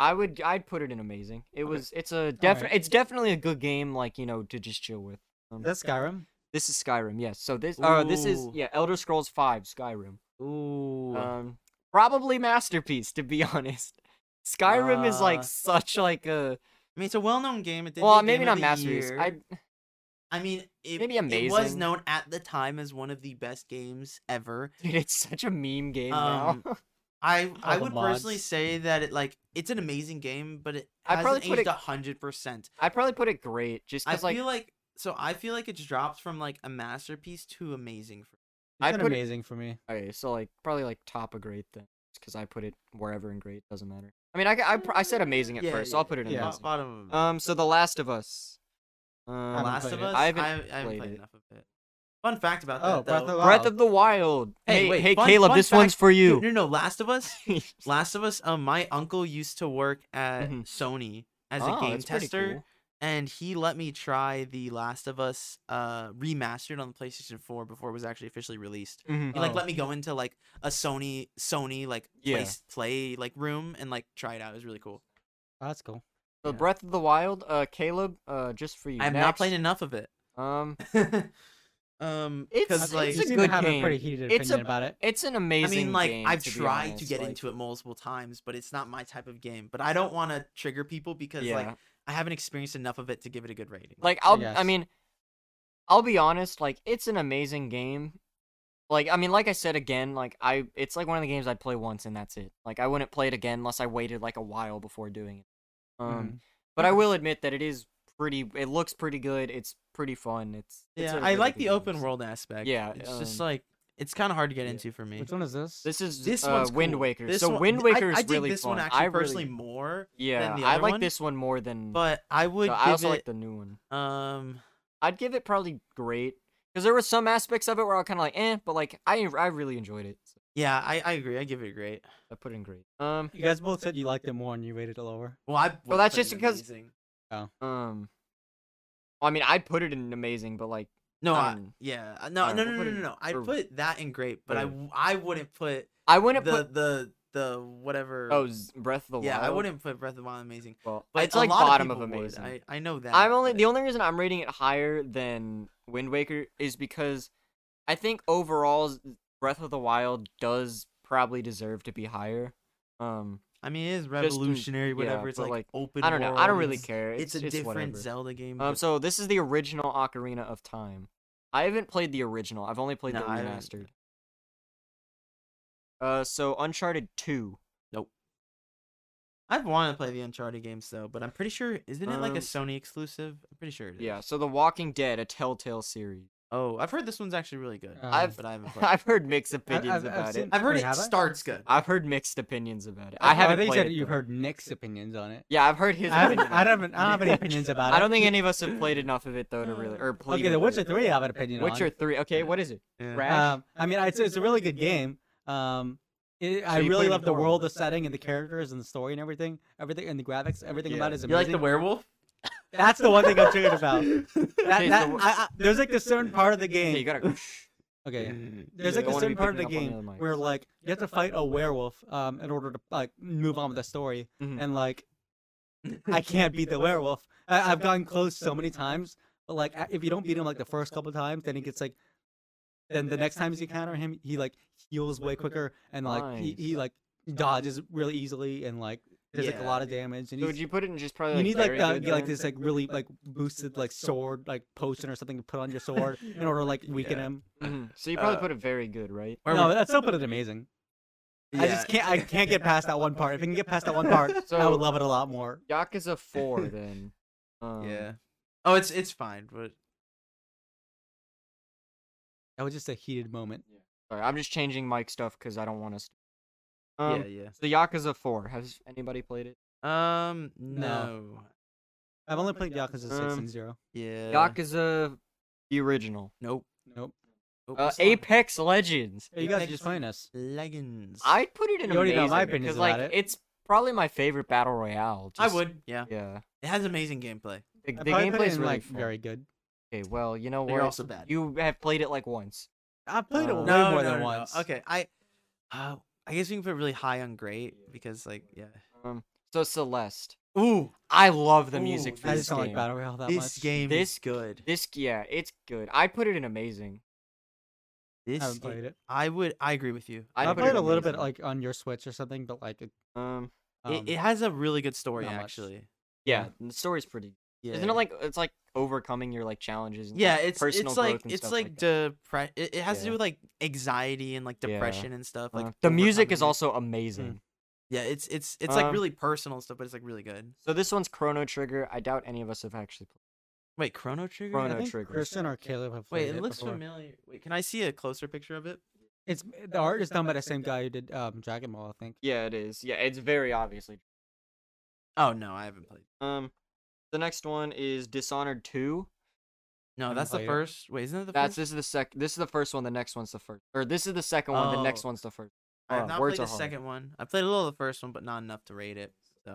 [SPEAKER 2] I would I'd put it in amazing. It
[SPEAKER 1] Okay.
[SPEAKER 2] was it's a definite
[SPEAKER 3] right.
[SPEAKER 2] it's definitely a good game like you know to just chill with. Um,
[SPEAKER 3] Is that Skyrim?
[SPEAKER 2] this is Skyrim, yes. So this uh this is
[SPEAKER 1] Ooh.
[SPEAKER 2] yeah Elder Scrolls Five Skyrim.
[SPEAKER 1] Ooh.
[SPEAKER 2] Um, probably masterpiece to be honest. Skyrim is
[SPEAKER 1] Uh,
[SPEAKER 2] like such like a
[SPEAKER 1] I mean, it's a well-known game. It did
[SPEAKER 2] well
[SPEAKER 1] make
[SPEAKER 2] maybe
[SPEAKER 1] Game
[SPEAKER 2] not
[SPEAKER 1] of the
[SPEAKER 2] masterpiece.
[SPEAKER 1] Year.
[SPEAKER 2] I
[SPEAKER 1] I mean, it,
[SPEAKER 2] Maybe
[SPEAKER 1] It was
[SPEAKER 2] amazing.
[SPEAKER 1] known at the time as one of the best games ever.
[SPEAKER 2] dude, it's such a meme game
[SPEAKER 1] Um,
[SPEAKER 2] now.
[SPEAKER 1] I I
[SPEAKER 3] the
[SPEAKER 1] would personally
[SPEAKER 3] mods.
[SPEAKER 1] say that it like it's an amazing game, but it
[SPEAKER 2] I'd
[SPEAKER 1] hasn't
[SPEAKER 2] probably put
[SPEAKER 1] aged
[SPEAKER 2] it-
[SPEAKER 1] a hundred percent.
[SPEAKER 2] I probably put it great just
[SPEAKER 1] I
[SPEAKER 2] because like
[SPEAKER 1] feel like so I feel like it's dropped from like a masterpiece to amazing. For
[SPEAKER 2] I
[SPEAKER 3] It's been
[SPEAKER 2] put it-
[SPEAKER 3] amazing for me.
[SPEAKER 2] okay so like probably like top of great then because I put it wherever in great doesn't matter. I mean I I, pr- I said amazing at
[SPEAKER 1] Yeah,
[SPEAKER 2] first, so
[SPEAKER 1] yeah,
[SPEAKER 2] I'll put it in
[SPEAKER 1] yeah.
[SPEAKER 3] yeah.
[SPEAKER 1] bo-
[SPEAKER 2] amazing.
[SPEAKER 1] bottom. Of
[SPEAKER 2] Um, so The Last of Us. Um,
[SPEAKER 3] haven't
[SPEAKER 1] Last
[SPEAKER 3] played
[SPEAKER 1] of
[SPEAKER 3] it.
[SPEAKER 1] Us. I
[SPEAKER 2] I
[SPEAKER 1] haven't,
[SPEAKER 2] haven't
[SPEAKER 1] I, haven't
[SPEAKER 2] played
[SPEAKER 1] played
[SPEAKER 2] it.
[SPEAKER 1] enough of it. Fun fact about that
[SPEAKER 3] Oh, Breath
[SPEAKER 1] though.
[SPEAKER 3] of the
[SPEAKER 2] Breath
[SPEAKER 3] Wild.
[SPEAKER 2] of the Wild.
[SPEAKER 1] Hey,
[SPEAKER 2] Hey, hey,
[SPEAKER 1] wait, fun-
[SPEAKER 2] Caleb,
[SPEAKER 1] fun
[SPEAKER 2] this one's
[SPEAKER 1] fact-
[SPEAKER 2] for
[SPEAKER 1] No,
[SPEAKER 2] you.
[SPEAKER 1] no, no, Last of Us. Last of Us. Um, my uncle used to work at
[SPEAKER 2] Mhm.
[SPEAKER 1] Sony as
[SPEAKER 2] Oh,
[SPEAKER 1] a game
[SPEAKER 2] that's pretty
[SPEAKER 1] tester,
[SPEAKER 2] cool.
[SPEAKER 1] and he let me try the Last of Us uh remastered on the PlayStation 4 before it was actually officially released.
[SPEAKER 2] Mhm.
[SPEAKER 1] He like
[SPEAKER 3] Oh.
[SPEAKER 1] let me go into like a Sony Sony like
[SPEAKER 2] Yeah.
[SPEAKER 1] place, play like room and like try it out. It was really cool.
[SPEAKER 3] Oh, That's cool.
[SPEAKER 2] So
[SPEAKER 1] Yeah.
[SPEAKER 2] Breath of the Wild, uh, Caleb, uh, just for you.
[SPEAKER 1] I have
[SPEAKER 2] Next,
[SPEAKER 1] not played enough of it.
[SPEAKER 2] Um,
[SPEAKER 1] um,
[SPEAKER 2] It's-
[SPEAKER 3] I
[SPEAKER 1] because
[SPEAKER 3] think
[SPEAKER 1] like
[SPEAKER 3] you
[SPEAKER 2] a
[SPEAKER 3] seem to
[SPEAKER 2] good
[SPEAKER 3] have a pretty
[SPEAKER 2] game.
[SPEAKER 3] heated
[SPEAKER 2] It's
[SPEAKER 3] opinion
[SPEAKER 2] a-
[SPEAKER 3] about it.
[SPEAKER 2] it's an
[SPEAKER 1] I
[SPEAKER 2] amazing.
[SPEAKER 1] mean, like
[SPEAKER 2] game,
[SPEAKER 1] I've
[SPEAKER 2] to be
[SPEAKER 1] tried to
[SPEAKER 2] honest,
[SPEAKER 1] get
[SPEAKER 2] like-
[SPEAKER 1] into it multiple times, but it's not my type of game. But I don't want to trigger people because
[SPEAKER 2] yeah.
[SPEAKER 1] like I haven't experienced enough of it to give it a good rating.
[SPEAKER 2] Like I'll I
[SPEAKER 3] guess.
[SPEAKER 2] mean I'll be honest, like it's an amazing game. Like I mean like I said again, like I it's like one of the games I'd play once and that's it. Like I wouldn't play it again unless I waited like a while before doing it. Um
[SPEAKER 3] Mhm.
[SPEAKER 2] but I
[SPEAKER 1] Mm-hmm. Okay.
[SPEAKER 2] will admit that it is pretty it looks pretty good. It's pretty fun. It's, it's
[SPEAKER 1] yeah,
[SPEAKER 2] a
[SPEAKER 1] I
[SPEAKER 2] really
[SPEAKER 1] like
[SPEAKER 2] good
[SPEAKER 1] the
[SPEAKER 2] game,
[SPEAKER 1] open
[SPEAKER 2] so-
[SPEAKER 1] world aspect.
[SPEAKER 2] Yeah,
[SPEAKER 1] it's just
[SPEAKER 2] um,
[SPEAKER 1] like it's kind of hard to get
[SPEAKER 2] yeah.
[SPEAKER 1] into for me.
[SPEAKER 3] Hmm. Which one is this?
[SPEAKER 2] This is
[SPEAKER 1] This
[SPEAKER 2] this uh,
[SPEAKER 1] one's
[SPEAKER 2] Wind
[SPEAKER 1] cool.
[SPEAKER 2] Waker.
[SPEAKER 1] This
[SPEAKER 2] so
[SPEAKER 1] one-
[SPEAKER 2] Wind
[SPEAKER 1] I-
[SPEAKER 2] Waker
[SPEAKER 1] I,
[SPEAKER 2] is
[SPEAKER 1] dig
[SPEAKER 2] really
[SPEAKER 1] this
[SPEAKER 2] fun.
[SPEAKER 1] one actually
[SPEAKER 2] I really,
[SPEAKER 1] personally more,
[SPEAKER 2] yeah,
[SPEAKER 1] the
[SPEAKER 2] I
[SPEAKER 1] other
[SPEAKER 2] like
[SPEAKER 1] one,
[SPEAKER 2] this one more than
[SPEAKER 1] but I would
[SPEAKER 2] but
[SPEAKER 1] give
[SPEAKER 2] I also
[SPEAKER 1] it
[SPEAKER 2] like the new one.
[SPEAKER 1] um
[SPEAKER 2] I'd give it probably great because there were some aspects of it where I was kind of like, eh, but like I I really enjoyed it. So
[SPEAKER 1] yeah, I, I agree. I give it a great.
[SPEAKER 2] I put in great. Um,
[SPEAKER 3] you guys both said you liked it more and you rated it lower.
[SPEAKER 1] Well, I would
[SPEAKER 2] that's
[SPEAKER 1] put it
[SPEAKER 2] just
[SPEAKER 1] in
[SPEAKER 2] because-
[SPEAKER 1] amazing.
[SPEAKER 2] um, I mean, I put it in amazing, but like
[SPEAKER 1] no, I,
[SPEAKER 2] um,
[SPEAKER 1] yeah, uh, no,
[SPEAKER 2] I don't
[SPEAKER 1] no,
[SPEAKER 2] know,
[SPEAKER 1] no, no,
[SPEAKER 2] what
[SPEAKER 1] no,
[SPEAKER 2] it-
[SPEAKER 1] no, no. I
[SPEAKER 2] or-
[SPEAKER 1] put that in great, but I
[SPEAKER 2] Okay.
[SPEAKER 1] w- I wouldn't put
[SPEAKER 2] I
[SPEAKER 1] the
[SPEAKER 2] wouldn't put
[SPEAKER 1] the the whatever.
[SPEAKER 2] oh Z- Breath of the
[SPEAKER 1] yeah,
[SPEAKER 2] Wild.
[SPEAKER 1] I wouldn't put Breath of the Wild amazing.
[SPEAKER 2] Well,
[SPEAKER 1] But
[SPEAKER 2] it's like
[SPEAKER 1] a lot
[SPEAKER 2] bottom
[SPEAKER 1] of,
[SPEAKER 2] of
[SPEAKER 1] people would,
[SPEAKER 2] amazing.
[SPEAKER 1] I, I know that.
[SPEAKER 2] I'm only
[SPEAKER 1] but-
[SPEAKER 2] the only reason I'm rating it higher than Wind Waker is because I think overall Z- Breath of the Wild does probably deserve to be higher. Um,
[SPEAKER 1] I mean, it is
[SPEAKER 2] in-
[SPEAKER 1] revolutionary.
[SPEAKER 2] yeah,
[SPEAKER 1] whatever. it's
[SPEAKER 2] but,
[SPEAKER 1] like,
[SPEAKER 2] like,
[SPEAKER 1] open.
[SPEAKER 2] I don't know. I don't
[SPEAKER 1] world,
[SPEAKER 2] really
[SPEAKER 1] it's-
[SPEAKER 2] care.
[SPEAKER 1] It's, a different
[SPEAKER 2] whatever.
[SPEAKER 1] Zelda game.
[SPEAKER 2] Um,
[SPEAKER 1] but-
[SPEAKER 2] so this is the original Ocarina of Time. I haven't played the original. I've only played
[SPEAKER 1] No,
[SPEAKER 2] the
[SPEAKER 1] I haven't.
[SPEAKER 2] remastered. Uh, so Uncharted Two.
[SPEAKER 1] I've wanted to play the Uncharted games though, but I'm pretty sure isn't it like a
[SPEAKER 2] Um,
[SPEAKER 1] Sony exclusive? I'm pretty sure it is.
[SPEAKER 2] Yeah. So The Walking Dead, a Telltale series.
[SPEAKER 1] Oh, I've heard this one's actually really good.
[SPEAKER 3] Uh,
[SPEAKER 2] I've-
[SPEAKER 1] but I haven't played.
[SPEAKER 2] I've
[SPEAKER 1] I've,
[SPEAKER 2] heard mixed opinions
[SPEAKER 3] I've- I've
[SPEAKER 2] about
[SPEAKER 3] seen-
[SPEAKER 2] it.
[SPEAKER 1] heard
[SPEAKER 3] Wait,
[SPEAKER 1] it
[SPEAKER 3] have I?
[SPEAKER 1] starts good.
[SPEAKER 2] I've heard mixed opinions about it.
[SPEAKER 3] Oh,
[SPEAKER 2] I haven't
[SPEAKER 3] I think you
[SPEAKER 2] played
[SPEAKER 3] said
[SPEAKER 2] it.
[SPEAKER 3] you've
[SPEAKER 2] though.
[SPEAKER 3] heard Nick's opinions on it.
[SPEAKER 2] Yeah, I've heard his.
[SPEAKER 3] I haven't,
[SPEAKER 2] opinion
[SPEAKER 3] I
[SPEAKER 2] on it.
[SPEAKER 3] don't, I don't have any opinions about it.
[SPEAKER 2] I don't think any of us have played enough of it though to really or played.
[SPEAKER 3] Okay, The Witcher Three, I have an opinion on.
[SPEAKER 2] Witcher Three. Okay, what is it?
[SPEAKER 1] Yeah.
[SPEAKER 2] Right. Crash?
[SPEAKER 3] Um, I mean, it's, it's a really good game. Um, it, I
[SPEAKER 2] you played
[SPEAKER 3] really
[SPEAKER 2] it
[SPEAKER 3] love the
[SPEAKER 2] before.
[SPEAKER 3] world, the setting, and the characters, and the story, and everything. Everything and the graphics, everything about it is
[SPEAKER 1] You like
[SPEAKER 3] amazing.
[SPEAKER 1] the werewolf?
[SPEAKER 3] That's the one thing I'm triggered about. That,
[SPEAKER 2] Okay,
[SPEAKER 3] that,
[SPEAKER 2] so-
[SPEAKER 3] I, I, there's like this certain part of the
[SPEAKER 2] Hey, you
[SPEAKER 3] game.
[SPEAKER 2] gotta.
[SPEAKER 3] Okay,
[SPEAKER 2] Yeah,
[SPEAKER 1] Mm.
[SPEAKER 3] there's like
[SPEAKER 2] don't
[SPEAKER 3] a
[SPEAKER 2] wanna
[SPEAKER 3] certain
[SPEAKER 2] be
[SPEAKER 3] part of the
[SPEAKER 2] picking up on the
[SPEAKER 3] game
[SPEAKER 2] other mics.
[SPEAKER 3] where like you have to fight a werewolf um in order to like move on with the story,
[SPEAKER 2] Mhm.
[SPEAKER 3] and like I can't beat the werewolf. I- I've gotten close so many times, but like a- if you don't beat him like the first couple times, then he gets like. Then the next times you encounter him, he like heals way quicker and like he, he like dodges really easily and like there's like a
[SPEAKER 1] Yeah.
[SPEAKER 3] lot of damage and
[SPEAKER 2] So
[SPEAKER 3] he's
[SPEAKER 2] would you put it in just probably?
[SPEAKER 3] you
[SPEAKER 2] like,
[SPEAKER 3] need like
[SPEAKER 2] very
[SPEAKER 3] uh,
[SPEAKER 2] good
[SPEAKER 3] get, like
[SPEAKER 2] then?
[SPEAKER 3] this like really like boosted like sword like potion or something to put on your sword in order to like weaken
[SPEAKER 1] Yeah.
[SPEAKER 3] him.
[SPEAKER 2] Mhm. So you probably
[SPEAKER 1] Uh,
[SPEAKER 2] put it very good, right?
[SPEAKER 3] No, that's still pretty amazing. I just can't I can't get past that one part. If I can get past that one part, I
[SPEAKER 2] So-
[SPEAKER 3] would love it a lot more.
[SPEAKER 2] Yakuza Four then. Um,
[SPEAKER 1] yeah. Oh, it's it's fine, but
[SPEAKER 3] That was just a heated moment.
[SPEAKER 2] Sorry, I'm just changing mic stuff because I don't want us. To... Um,
[SPEAKER 1] yeah, yeah.
[SPEAKER 2] So Yakuza Four. Has anybody played it?
[SPEAKER 1] Um,
[SPEAKER 3] No.
[SPEAKER 1] no.
[SPEAKER 3] I've only played Yakuza six
[SPEAKER 2] Um,
[SPEAKER 3] and zero.
[SPEAKER 1] Yeah.
[SPEAKER 2] Yakuza, the original.
[SPEAKER 1] Nope.
[SPEAKER 3] Nope.
[SPEAKER 1] Oh,
[SPEAKER 2] Uh,
[SPEAKER 1] what's up?
[SPEAKER 2] Apex Legends.
[SPEAKER 3] Hey, you guys are
[SPEAKER 1] Apex
[SPEAKER 3] just playing us.
[SPEAKER 1] Leggings.
[SPEAKER 2] I put it in
[SPEAKER 3] You already know
[SPEAKER 2] amazing
[SPEAKER 3] my opinions
[SPEAKER 2] because like
[SPEAKER 3] about it.
[SPEAKER 2] it's probably my favorite battle royale.
[SPEAKER 1] I
[SPEAKER 2] just-
[SPEAKER 1] would. Yeah.
[SPEAKER 2] Yeah.
[SPEAKER 1] It has amazing gameplay.
[SPEAKER 2] The,
[SPEAKER 3] I
[SPEAKER 2] the
[SPEAKER 3] probably put it
[SPEAKER 2] gameplay is
[SPEAKER 3] in,
[SPEAKER 2] really
[SPEAKER 3] like
[SPEAKER 2] fun.
[SPEAKER 3] very good.
[SPEAKER 2] Okay. Well, you know
[SPEAKER 1] But you're
[SPEAKER 2] what?
[SPEAKER 1] also bad.
[SPEAKER 2] You have played it like once.
[SPEAKER 3] I played it
[SPEAKER 2] Uh,
[SPEAKER 3] way
[SPEAKER 1] no,
[SPEAKER 3] more
[SPEAKER 1] no, no,
[SPEAKER 3] than
[SPEAKER 1] no.
[SPEAKER 3] once.
[SPEAKER 1] Okay, I. Uh, I guess we can put really high on great because like yeah.
[SPEAKER 2] Um. So Celeste.
[SPEAKER 1] Ooh,
[SPEAKER 2] I love the
[SPEAKER 1] Ooh,
[SPEAKER 2] music for
[SPEAKER 3] I
[SPEAKER 2] this
[SPEAKER 3] just don't
[SPEAKER 2] game.
[SPEAKER 3] like battle royale that
[SPEAKER 1] this
[SPEAKER 3] much.
[SPEAKER 1] game
[SPEAKER 2] This-
[SPEAKER 1] is good.
[SPEAKER 2] This yeah, it's good. I put it in amazing.
[SPEAKER 1] This
[SPEAKER 3] I haven't
[SPEAKER 1] game-
[SPEAKER 3] played it.
[SPEAKER 1] I would. I agree with you.
[SPEAKER 2] I
[SPEAKER 3] I,
[SPEAKER 2] I'd put it
[SPEAKER 3] played a
[SPEAKER 2] in
[SPEAKER 3] little bit
[SPEAKER 2] amazing.
[SPEAKER 3] like on your Switch or something, but like it,
[SPEAKER 2] Um.
[SPEAKER 3] um,
[SPEAKER 1] it, it has a really good story
[SPEAKER 3] not much.
[SPEAKER 1] actually.
[SPEAKER 2] Yeah, and the story's pretty.
[SPEAKER 1] Yeah.
[SPEAKER 2] Isn't it like it's like overcoming your like challenges? And,
[SPEAKER 1] Yeah,
[SPEAKER 2] like,
[SPEAKER 1] it's
[SPEAKER 2] personal
[SPEAKER 1] it's
[SPEAKER 2] growth
[SPEAKER 1] like
[SPEAKER 2] and
[SPEAKER 1] it's
[SPEAKER 2] stuff
[SPEAKER 1] like
[SPEAKER 2] that.
[SPEAKER 1] depression. It, it has to do
[SPEAKER 2] Yeah.
[SPEAKER 1] with like anxiety and like
[SPEAKER 2] Yeah.
[SPEAKER 1] depression and stuff. Like
[SPEAKER 2] Uh, the Hmm. music
[SPEAKER 1] overcoming
[SPEAKER 2] is
[SPEAKER 1] it.
[SPEAKER 2] also amazing.
[SPEAKER 1] yeah. It's it's it's like
[SPEAKER 2] Um,
[SPEAKER 1] really personal and stuff, but it's like really good.
[SPEAKER 2] So this one's Chrono Trigger. I doubt any of us have actually played.
[SPEAKER 1] Wait, Chrono Trigger.
[SPEAKER 3] I
[SPEAKER 2] Chrono uh-huh.
[SPEAKER 3] think
[SPEAKER 2] Trigger.
[SPEAKER 3] Christian or Caleb have played
[SPEAKER 1] Wait, it looks
[SPEAKER 3] before.
[SPEAKER 1] familiar. Wait, can I see a closer picture of it?
[SPEAKER 3] It's the art is done by the same guy who did um, Dragon Ball, I think.
[SPEAKER 2] Yeah, it is. Yeah, it's very obviously.
[SPEAKER 1] Oh no, I haven't played.
[SPEAKER 2] Um, the next one is Dishonored Two.
[SPEAKER 1] No,
[SPEAKER 3] haven't
[SPEAKER 1] that's the
[SPEAKER 3] played it.
[SPEAKER 1] first. Wait, isn't it the first?
[SPEAKER 2] That's this is the sec. This is the first one. The next one's the first. Or this is the second one. The next
[SPEAKER 1] Oh.
[SPEAKER 2] one's the first.
[SPEAKER 1] I have
[SPEAKER 2] uh,
[SPEAKER 1] not
[SPEAKER 2] words
[SPEAKER 1] played the
[SPEAKER 2] are hard.
[SPEAKER 1] second one. I played a little of the first one, but not enough to rate it. So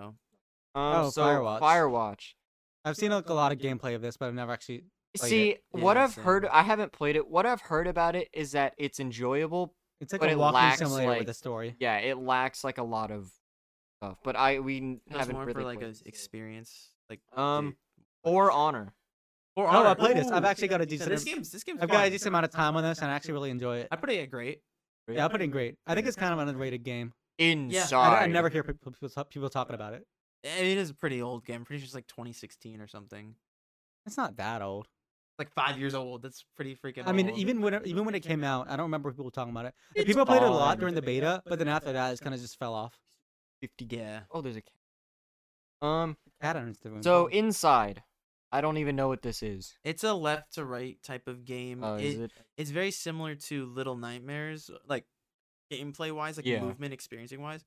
[SPEAKER 2] Um,
[SPEAKER 3] Oh,
[SPEAKER 2] so
[SPEAKER 3] Firewatch.
[SPEAKER 2] Firewatch.
[SPEAKER 3] I've seen like a lot of gameplay of this, but I've never actually. Played it.
[SPEAKER 2] See, what
[SPEAKER 1] Yeah,
[SPEAKER 2] I've
[SPEAKER 1] same.
[SPEAKER 2] heard, I haven't played it. What I've heard about it is that it's enjoyable.
[SPEAKER 3] It's like
[SPEAKER 2] But
[SPEAKER 3] a
[SPEAKER 2] it
[SPEAKER 3] walking
[SPEAKER 2] lacks,
[SPEAKER 3] simulator
[SPEAKER 2] like-
[SPEAKER 3] with a story.
[SPEAKER 2] Yeah, it lacks like a lot of stuff. But I we n-
[SPEAKER 1] that's
[SPEAKER 2] haven't
[SPEAKER 1] more
[SPEAKER 2] really
[SPEAKER 1] for like
[SPEAKER 2] played
[SPEAKER 1] an
[SPEAKER 2] it.
[SPEAKER 1] experience, like
[SPEAKER 2] Um,
[SPEAKER 1] dude.
[SPEAKER 2] or Honor.
[SPEAKER 1] Or
[SPEAKER 3] No, I
[SPEAKER 1] Honor.
[SPEAKER 3] played this. I've
[SPEAKER 1] Ooh,
[SPEAKER 3] actually got a
[SPEAKER 1] so
[SPEAKER 3] decent.
[SPEAKER 1] this game's this game's.
[SPEAKER 3] I've got a
[SPEAKER 1] fun.
[SPEAKER 3] decent amount of time on this, and I actually really enjoy it.
[SPEAKER 1] I put it at great.
[SPEAKER 3] Yeah, I put it in great. I think it's kind of an underrated game.
[SPEAKER 2] Inside.
[SPEAKER 3] I, I never hear people, people, talk- people talking about it.
[SPEAKER 1] I mean, It is a pretty old game. I'm pretty sure it's like 2016 or something.
[SPEAKER 3] It's not that old.
[SPEAKER 1] It's like five years old. That's pretty freaking.
[SPEAKER 3] I mean,
[SPEAKER 1] old.
[SPEAKER 3] even when it, even when it came out, I don't remember people talking about it. Like,
[SPEAKER 1] It's
[SPEAKER 3] people played it a lot
[SPEAKER 2] fine.
[SPEAKER 3] during the beta, but then after that, it's kind of just fell off.
[SPEAKER 1] 50. Yeah.
[SPEAKER 2] Oh, there's a. ca- Um.
[SPEAKER 3] I don't understand. what
[SPEAKER 2] So
[SPEAKER 3] I'm saying.
[SPEAKER 2] inside, I don't even know what this is.
[SPEAKER 1] It's a left to right type of game.
[SPEAKER 2] Uh, is
[SPEAKER 1] Mm, It-
[SPEAKER 2] it?
[SPEAKER 1] It's very similar to Little Nightmares, like gameplay wise, like
[SPEAKER 2] Yeah.
[SPEAKER 1] movement experiencing wise.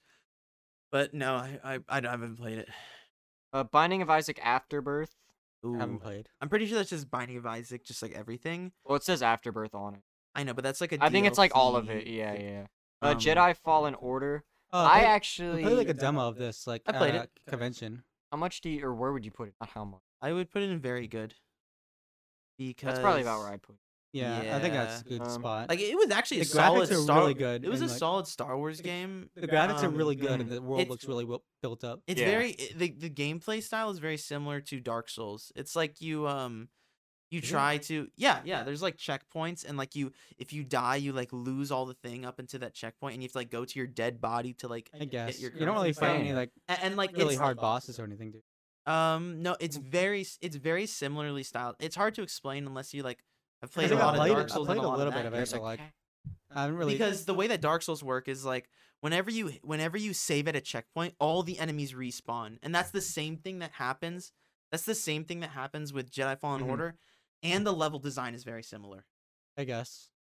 [SPEAKER 1] But no, I I, I haven't played it.
[SPEAKER 2] Uh, Binding of Isaac Afterbirth.
[SPEAKER 1] Ooh.
[SPEAKER 3] I
[SPEAKER 2] Um,
[SPEAKER 3] haven't played.
[SPEAKER 1] I'm pretty sure that's just Binding of Isaac, just like everything.
[SPEAKER 2] Well, it says Afterbirth on it.
[SPEAKER 1] I know, but that's like a.
[SPEAKER 2] I think it's like all of it.
[SPEAKER 1] DLC
[SPEAKER 2] Yeah,
[SPEAKER 1] thing.
[SPEAKER 2] yeah. Uh,
[SPEAKER 1] Um,
[SPEAKER 2] Jedi Fallen Order.
[SPEAKER 3] Oh,
[SPEAKER 2] I
[SPEAKER 3] play-
[SPEAKER 2] actually.
[SPEAKER 3] we played like a demo of this, like
[SPEAKER 1] I played
[SPEAKER 3] at
[SPEAKER 1] it.
[SPEAKER 3] a convention.
[SPEAKER 2] How much do you, or where would you put it? Not how much.
[SPEAKER 1] I would put it in very good. Because
[SPEAKER 2] That's probably about where I'd put it.
[SPEAKER 3] Yeah, I think that's a
[SPEAKER 1] Yeah.
[SPEAKER 3] good
[SPEAKER 2] Um,
[SPEAKER 3] spot.
[SPEAKER 1] Like it was actually a
[SPEAKER 3] The graphics
[SPEAKER 1] solid
[SPEAKER 3] are really
[SPEAKER 1] Star.
[SPEAKER 3] good
[SPEAKER 1] It was a
[SPEAKER 3] and, like-
[SPEAKER 1] solid Star Wars game.
[SPEAKER 3] the graphics are
[SPEAKER 1] um,
[SPEAKER 3] really good,
[SPEAKER 2] mm,
[SPEAKER 3] and the world
[SPEAKER 1] it's-
[SPEAKER 3] looks really well built up.
[SPEAKER 1] It's
[SPEAKER 2] Yeah.
[SPEAKER 1] very i- the the gameplay style is very similar to Dark Souls. It's like you um you
[SPEAKER 3] Is it?
[SPEAKER 1] try to yeah yeah. There's like checkpoints and like you if you die you like lose all the thing up into that checkpoint and you have to like go to your dead body to like
[SPEAKER 3] I guess
[SPEAKER 1] your
[SPEAKER 3] you don't really
[SPEAKER 1] currency
[SPEAKER 3] find
[SPEAKER 2] back.
[SPEAKER 3] any like
[SPEAKER 1] and, and like
[SPEAKER 3] really
[SPEAKER 1] it's-
[SPEAKER 3] hard Mm-hmm. bosses or anything. Dude.
[SPEAKER 1] Um no, it's very s- it's very similarly styled. It's hard to explain unless you like have played a
[SPEAKER 3] think I
[SPEAKER 1] lot of
[SPEAKER 3] played it- I
[SPEAKER 1] Dark Souls and
[SPEAKER 3] played
[SPEAKER 1] a
[SPEAKER 3] a
[SPEAKER 1] lot
[SPEAKER 3] little
[SPEAKER 1] of
[SPEAKER 3] bit
[SPEAKER 1] that
[SPEAKER 3] of
[SPEAKER 1] game.
[SPEAKER 3] it, but, like, I haven't really
[SPEAKER 1] because the way that Dark Souls work is like whenever you whenever you save at a checkpoint, all the enemies respawn, and
[SPEAKER 2] Mm-hmm.
[SPEAKER 1] that's the same thing that happens. That's the same thing that happens with Jedi Fallen
[SPEAKER 2] Mhm.
[SPEAKER 1] Order, and the level design is very similar.
[SPEAKER 3] I guess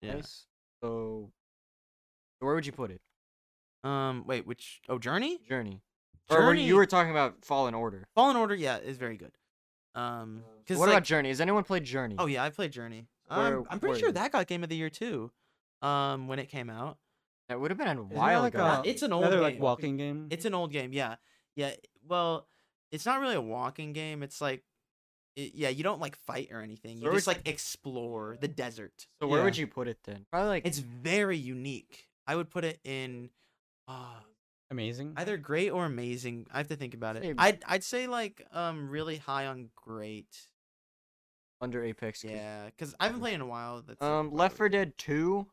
[SPEAKER 1] Yeah.
[SPEAKER 2] Nice. So, where would you put it?
[SPEAKER 1] Um, wait, which oh Journey,
[SPEAKER 2] Journey. Or were you, you
[SPEAKER 1] Journey-
[SPEAKER 2] were talking about Fallen Order.
[SPEAKER 1] Fallen Order, yeah, is very good. Um, because
[SPEAKER 2] Uh, What
[SPEAKER 1] like,
[SPEAKER 2] about Journey? Has anyone played Journey?
[SPEAKER 1] oh yeah, I played Journey.
[SPEAKER 2] Where-
[SPEAKER 1] Um, I'm pretty
[SPEAKER 2] where
[SPEAKER 1] sure
[SPEAKER 2] is it?
[SPEAKER 1] that got Game of the Year too. Um, when it came out,
[SPEAKER 2] that would have been a
[SPEAKER 3] there,
[SPEAKER 2] while
[SPEAKER 3] like,
[SPEAKER 2] ago.
[SPEAKER 1] Uh,
[SPEAKER 3] a-
[SPEAKER 1] it's an old
[SPEAKER 3] another like
[SPEAKER 1] game.
[SPEAKER 3] walking game.
[SPEAKER 1] It's an old game, yeah. Yeah, well, it's not really a walking game. It's like it, yeah, you don't like fight or anything. You
[SPEAKER 2] Where
[SPEAKER 1] just
[SPEAKER 2] would-
[SPEAKER 1] like explore the desert.
[SPEAKER 2] so where
[SPEAKER 3] yeah.
[SPEAKER 2] would you put it then? Probably like
[SPEAKER 1] It's very unique. I would put it in uh,
[SPEAKER 3] amazing.
[SPEAKER 1] either great or amazing. I have to think about it.
[SPEAKER 2] Same.
[SPEAKER 1] I'd I'd say like um really high on great.
[SPEAKER 2] under Apex. 'cause-
[SPEAKER 1] Yeah, cuz I haven't played in a while. That's like,
[SPEAKER 2] Um,
[SPEAKER 1] what I
[SPEAKER 2] Left
[SPEAKER 1] would-
[SPEAKER 2] 4 Dead 2.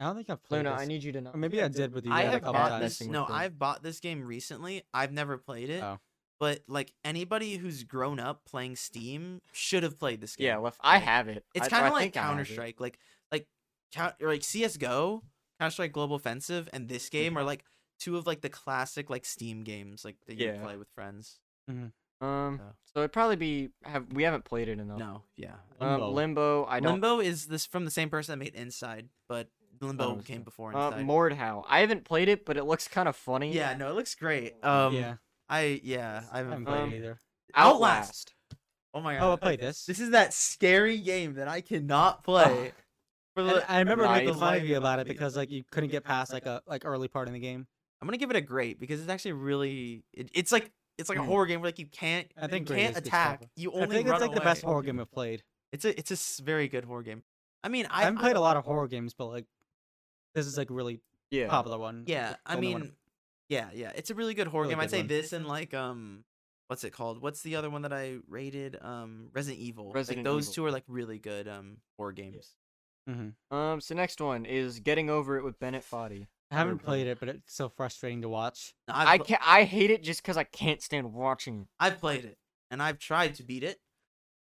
[SPEAKER 3] I don't think I've played
[SPEAKER 2] Luna,
[SPEAKER 3] this.
[SPEAKER 2] I need you to know.
[SPEAKER 3] or maybe I did with you.
[SPEAKER 1] I
[SPEAKER 3] yeah,
[SPEAKER 1] have
[SPEAKER 3] like, a couple
[SPEAKER 1] bought
[SPEAKER 3] times.
[SPEAKER 1] this.
[SPEAKER 2] messing
[SPEAKER 1] No,
[SPEAKER 2] with them.
[SPEAKER 1] I've bought this game recently. I've never played it.
[SPEAKER 3] Oh.
[SPEAKER 1] But like anybody who's grown up playing Steam should have played this game.
[SPEAKER 2] Yeah, left. I have it.
[SPEAKER 1] It's
[SPEAKER 2] I-
[SPEAKER 1] kind
[SPEAKER 2] I
[SPEAKER 1] of like
[SPEAKER 2] think I have it.
[SPEAKER 1] Counter Strike, like like count or like CS:GO, Counter Strike Global Offensive, and this game are like two of like the classic like Steam games like that you
[SPEAKER 2] Yeah.
[SPEAKER 1] play with friends.
[SPEAKER 2] Um,
[SPEAKER 1] Oh.
[SPEAKER 2] so it'd probably be have we haven't played it enough.
[SPEAKER 1] No, yeah.
[SPEAKER 2] Um,
[SPEAKER 3] Limbo.
[SPEAKER 2] Limbo. I don't.
[SPEAKER 1] Limbo is this from the same person that made Inside, but Limbo
[SPEAKER 2] Oh,
[SPEAKER 1] came
[SPEAKER 2] so-
[SPEAKER 1] before
[SPEAKER 2] Uh,
[SPEAKER 1] Inside.
[SPEAKER 2] Mordhau. I haven't played it, but it looks kind of funny.
[SPEAKER 1] yeah, no, it looks great. Um,
[SPEAKER 3] yeah,
[SPEAKER 1] I yeah, I
[SPEAKER 3] I
[SPEAKER 1] haven't
[SPEAKER 3] haven't
[SPEAKER 1] played.
[SPEAKER 3] played
[SPEAKER 2] um,
[SPEAKER 3] it either.
[SPEAKER 1] Outlast.
[SPEAKER 2] Outlast.
[SPEAKER 1] Oh my god,
[SPEAKER 3] Oh, I played this.
[SPEAKER 1] this is that scary game that I cannot play. for
[SPEAKER 3] And
[SPEAKER 1] the,
[SPEAKER 3] I remember making
[SPEAKER 2] Nice.
[SPEAKER 3] fun of you about it because like you couldn't get past like a like early part in the game.
[SPEAKER 1] I'm gonna give it a great because it's actually really it, it's like it's like a
[SPEAKER 2] Hmm.
[SPEAKER 1] horror game where like you can't
[SPEAKER 3] Mm. I think
[SPEAKER 1] you
[SPEAKER 3] great
[SPEAKER 1] can't
[SPEAKER 3] is good
[SPEAKER 1] attack.
[SPEAKER 3] stuff.
[SPEAKER 1] You
[SPEAKER 3] I
[SPEAKER 1] only
[SPEAKER 3] think
[SPEAKER 1] run
[SPEAKER 3] it's like
[SPEAKER 1] away.
[SPEAKER 3] the best horror game I've played.
[SPEAKER 1] It's a it's a s- very good horror game. I mean,
[SPEAKER 3] I,
[SPEAKER 1] I,
[SPEAKER 3] haven't
[SPEAKER 1] I-
[SPEAKER 3] played a lot of horror games, but like this is like really
[SPEAKER 2] Yeah.
[SPEAKER 3] popular one. It's,
[SPEAKER 1] yeah.
[SPEAKER 3] like, the
[SPEAKER 1] I
[SPEAKER 3] only one
[SPEAKER 1] mean, yeah, yeah. It's a really good horror
[SPEAKER 3] Really
[SPEAKER 1] game. I'd
[SPEAKER 3] good
[SPEAKER 1] say
[SPEAKER 3] one.
[SPEAKER 1] this and like um, what's it called? What's the other one that I rated? Um, Resident Evil. like
[SPEAKER 2] Resident
[SPEAKER 1] those
[SPEAKER 2] Evil.
[SPEAKER 1] two are like really good um horror games.
[SPEAKER 2] Um. So next one is getting over it with Bennett Foddy.
[SPEAKER 3] I haven't played it, but it's so frustrating to watch.
[SPEAKER 1] Now,
[SPEAKER 2] I
[SPEAKER 1] I've, pl-
[SPEAKER 2] can I hate it just because I can't stand watching. it.
[SPEAKER 1] I've played it and I've tried to beat it.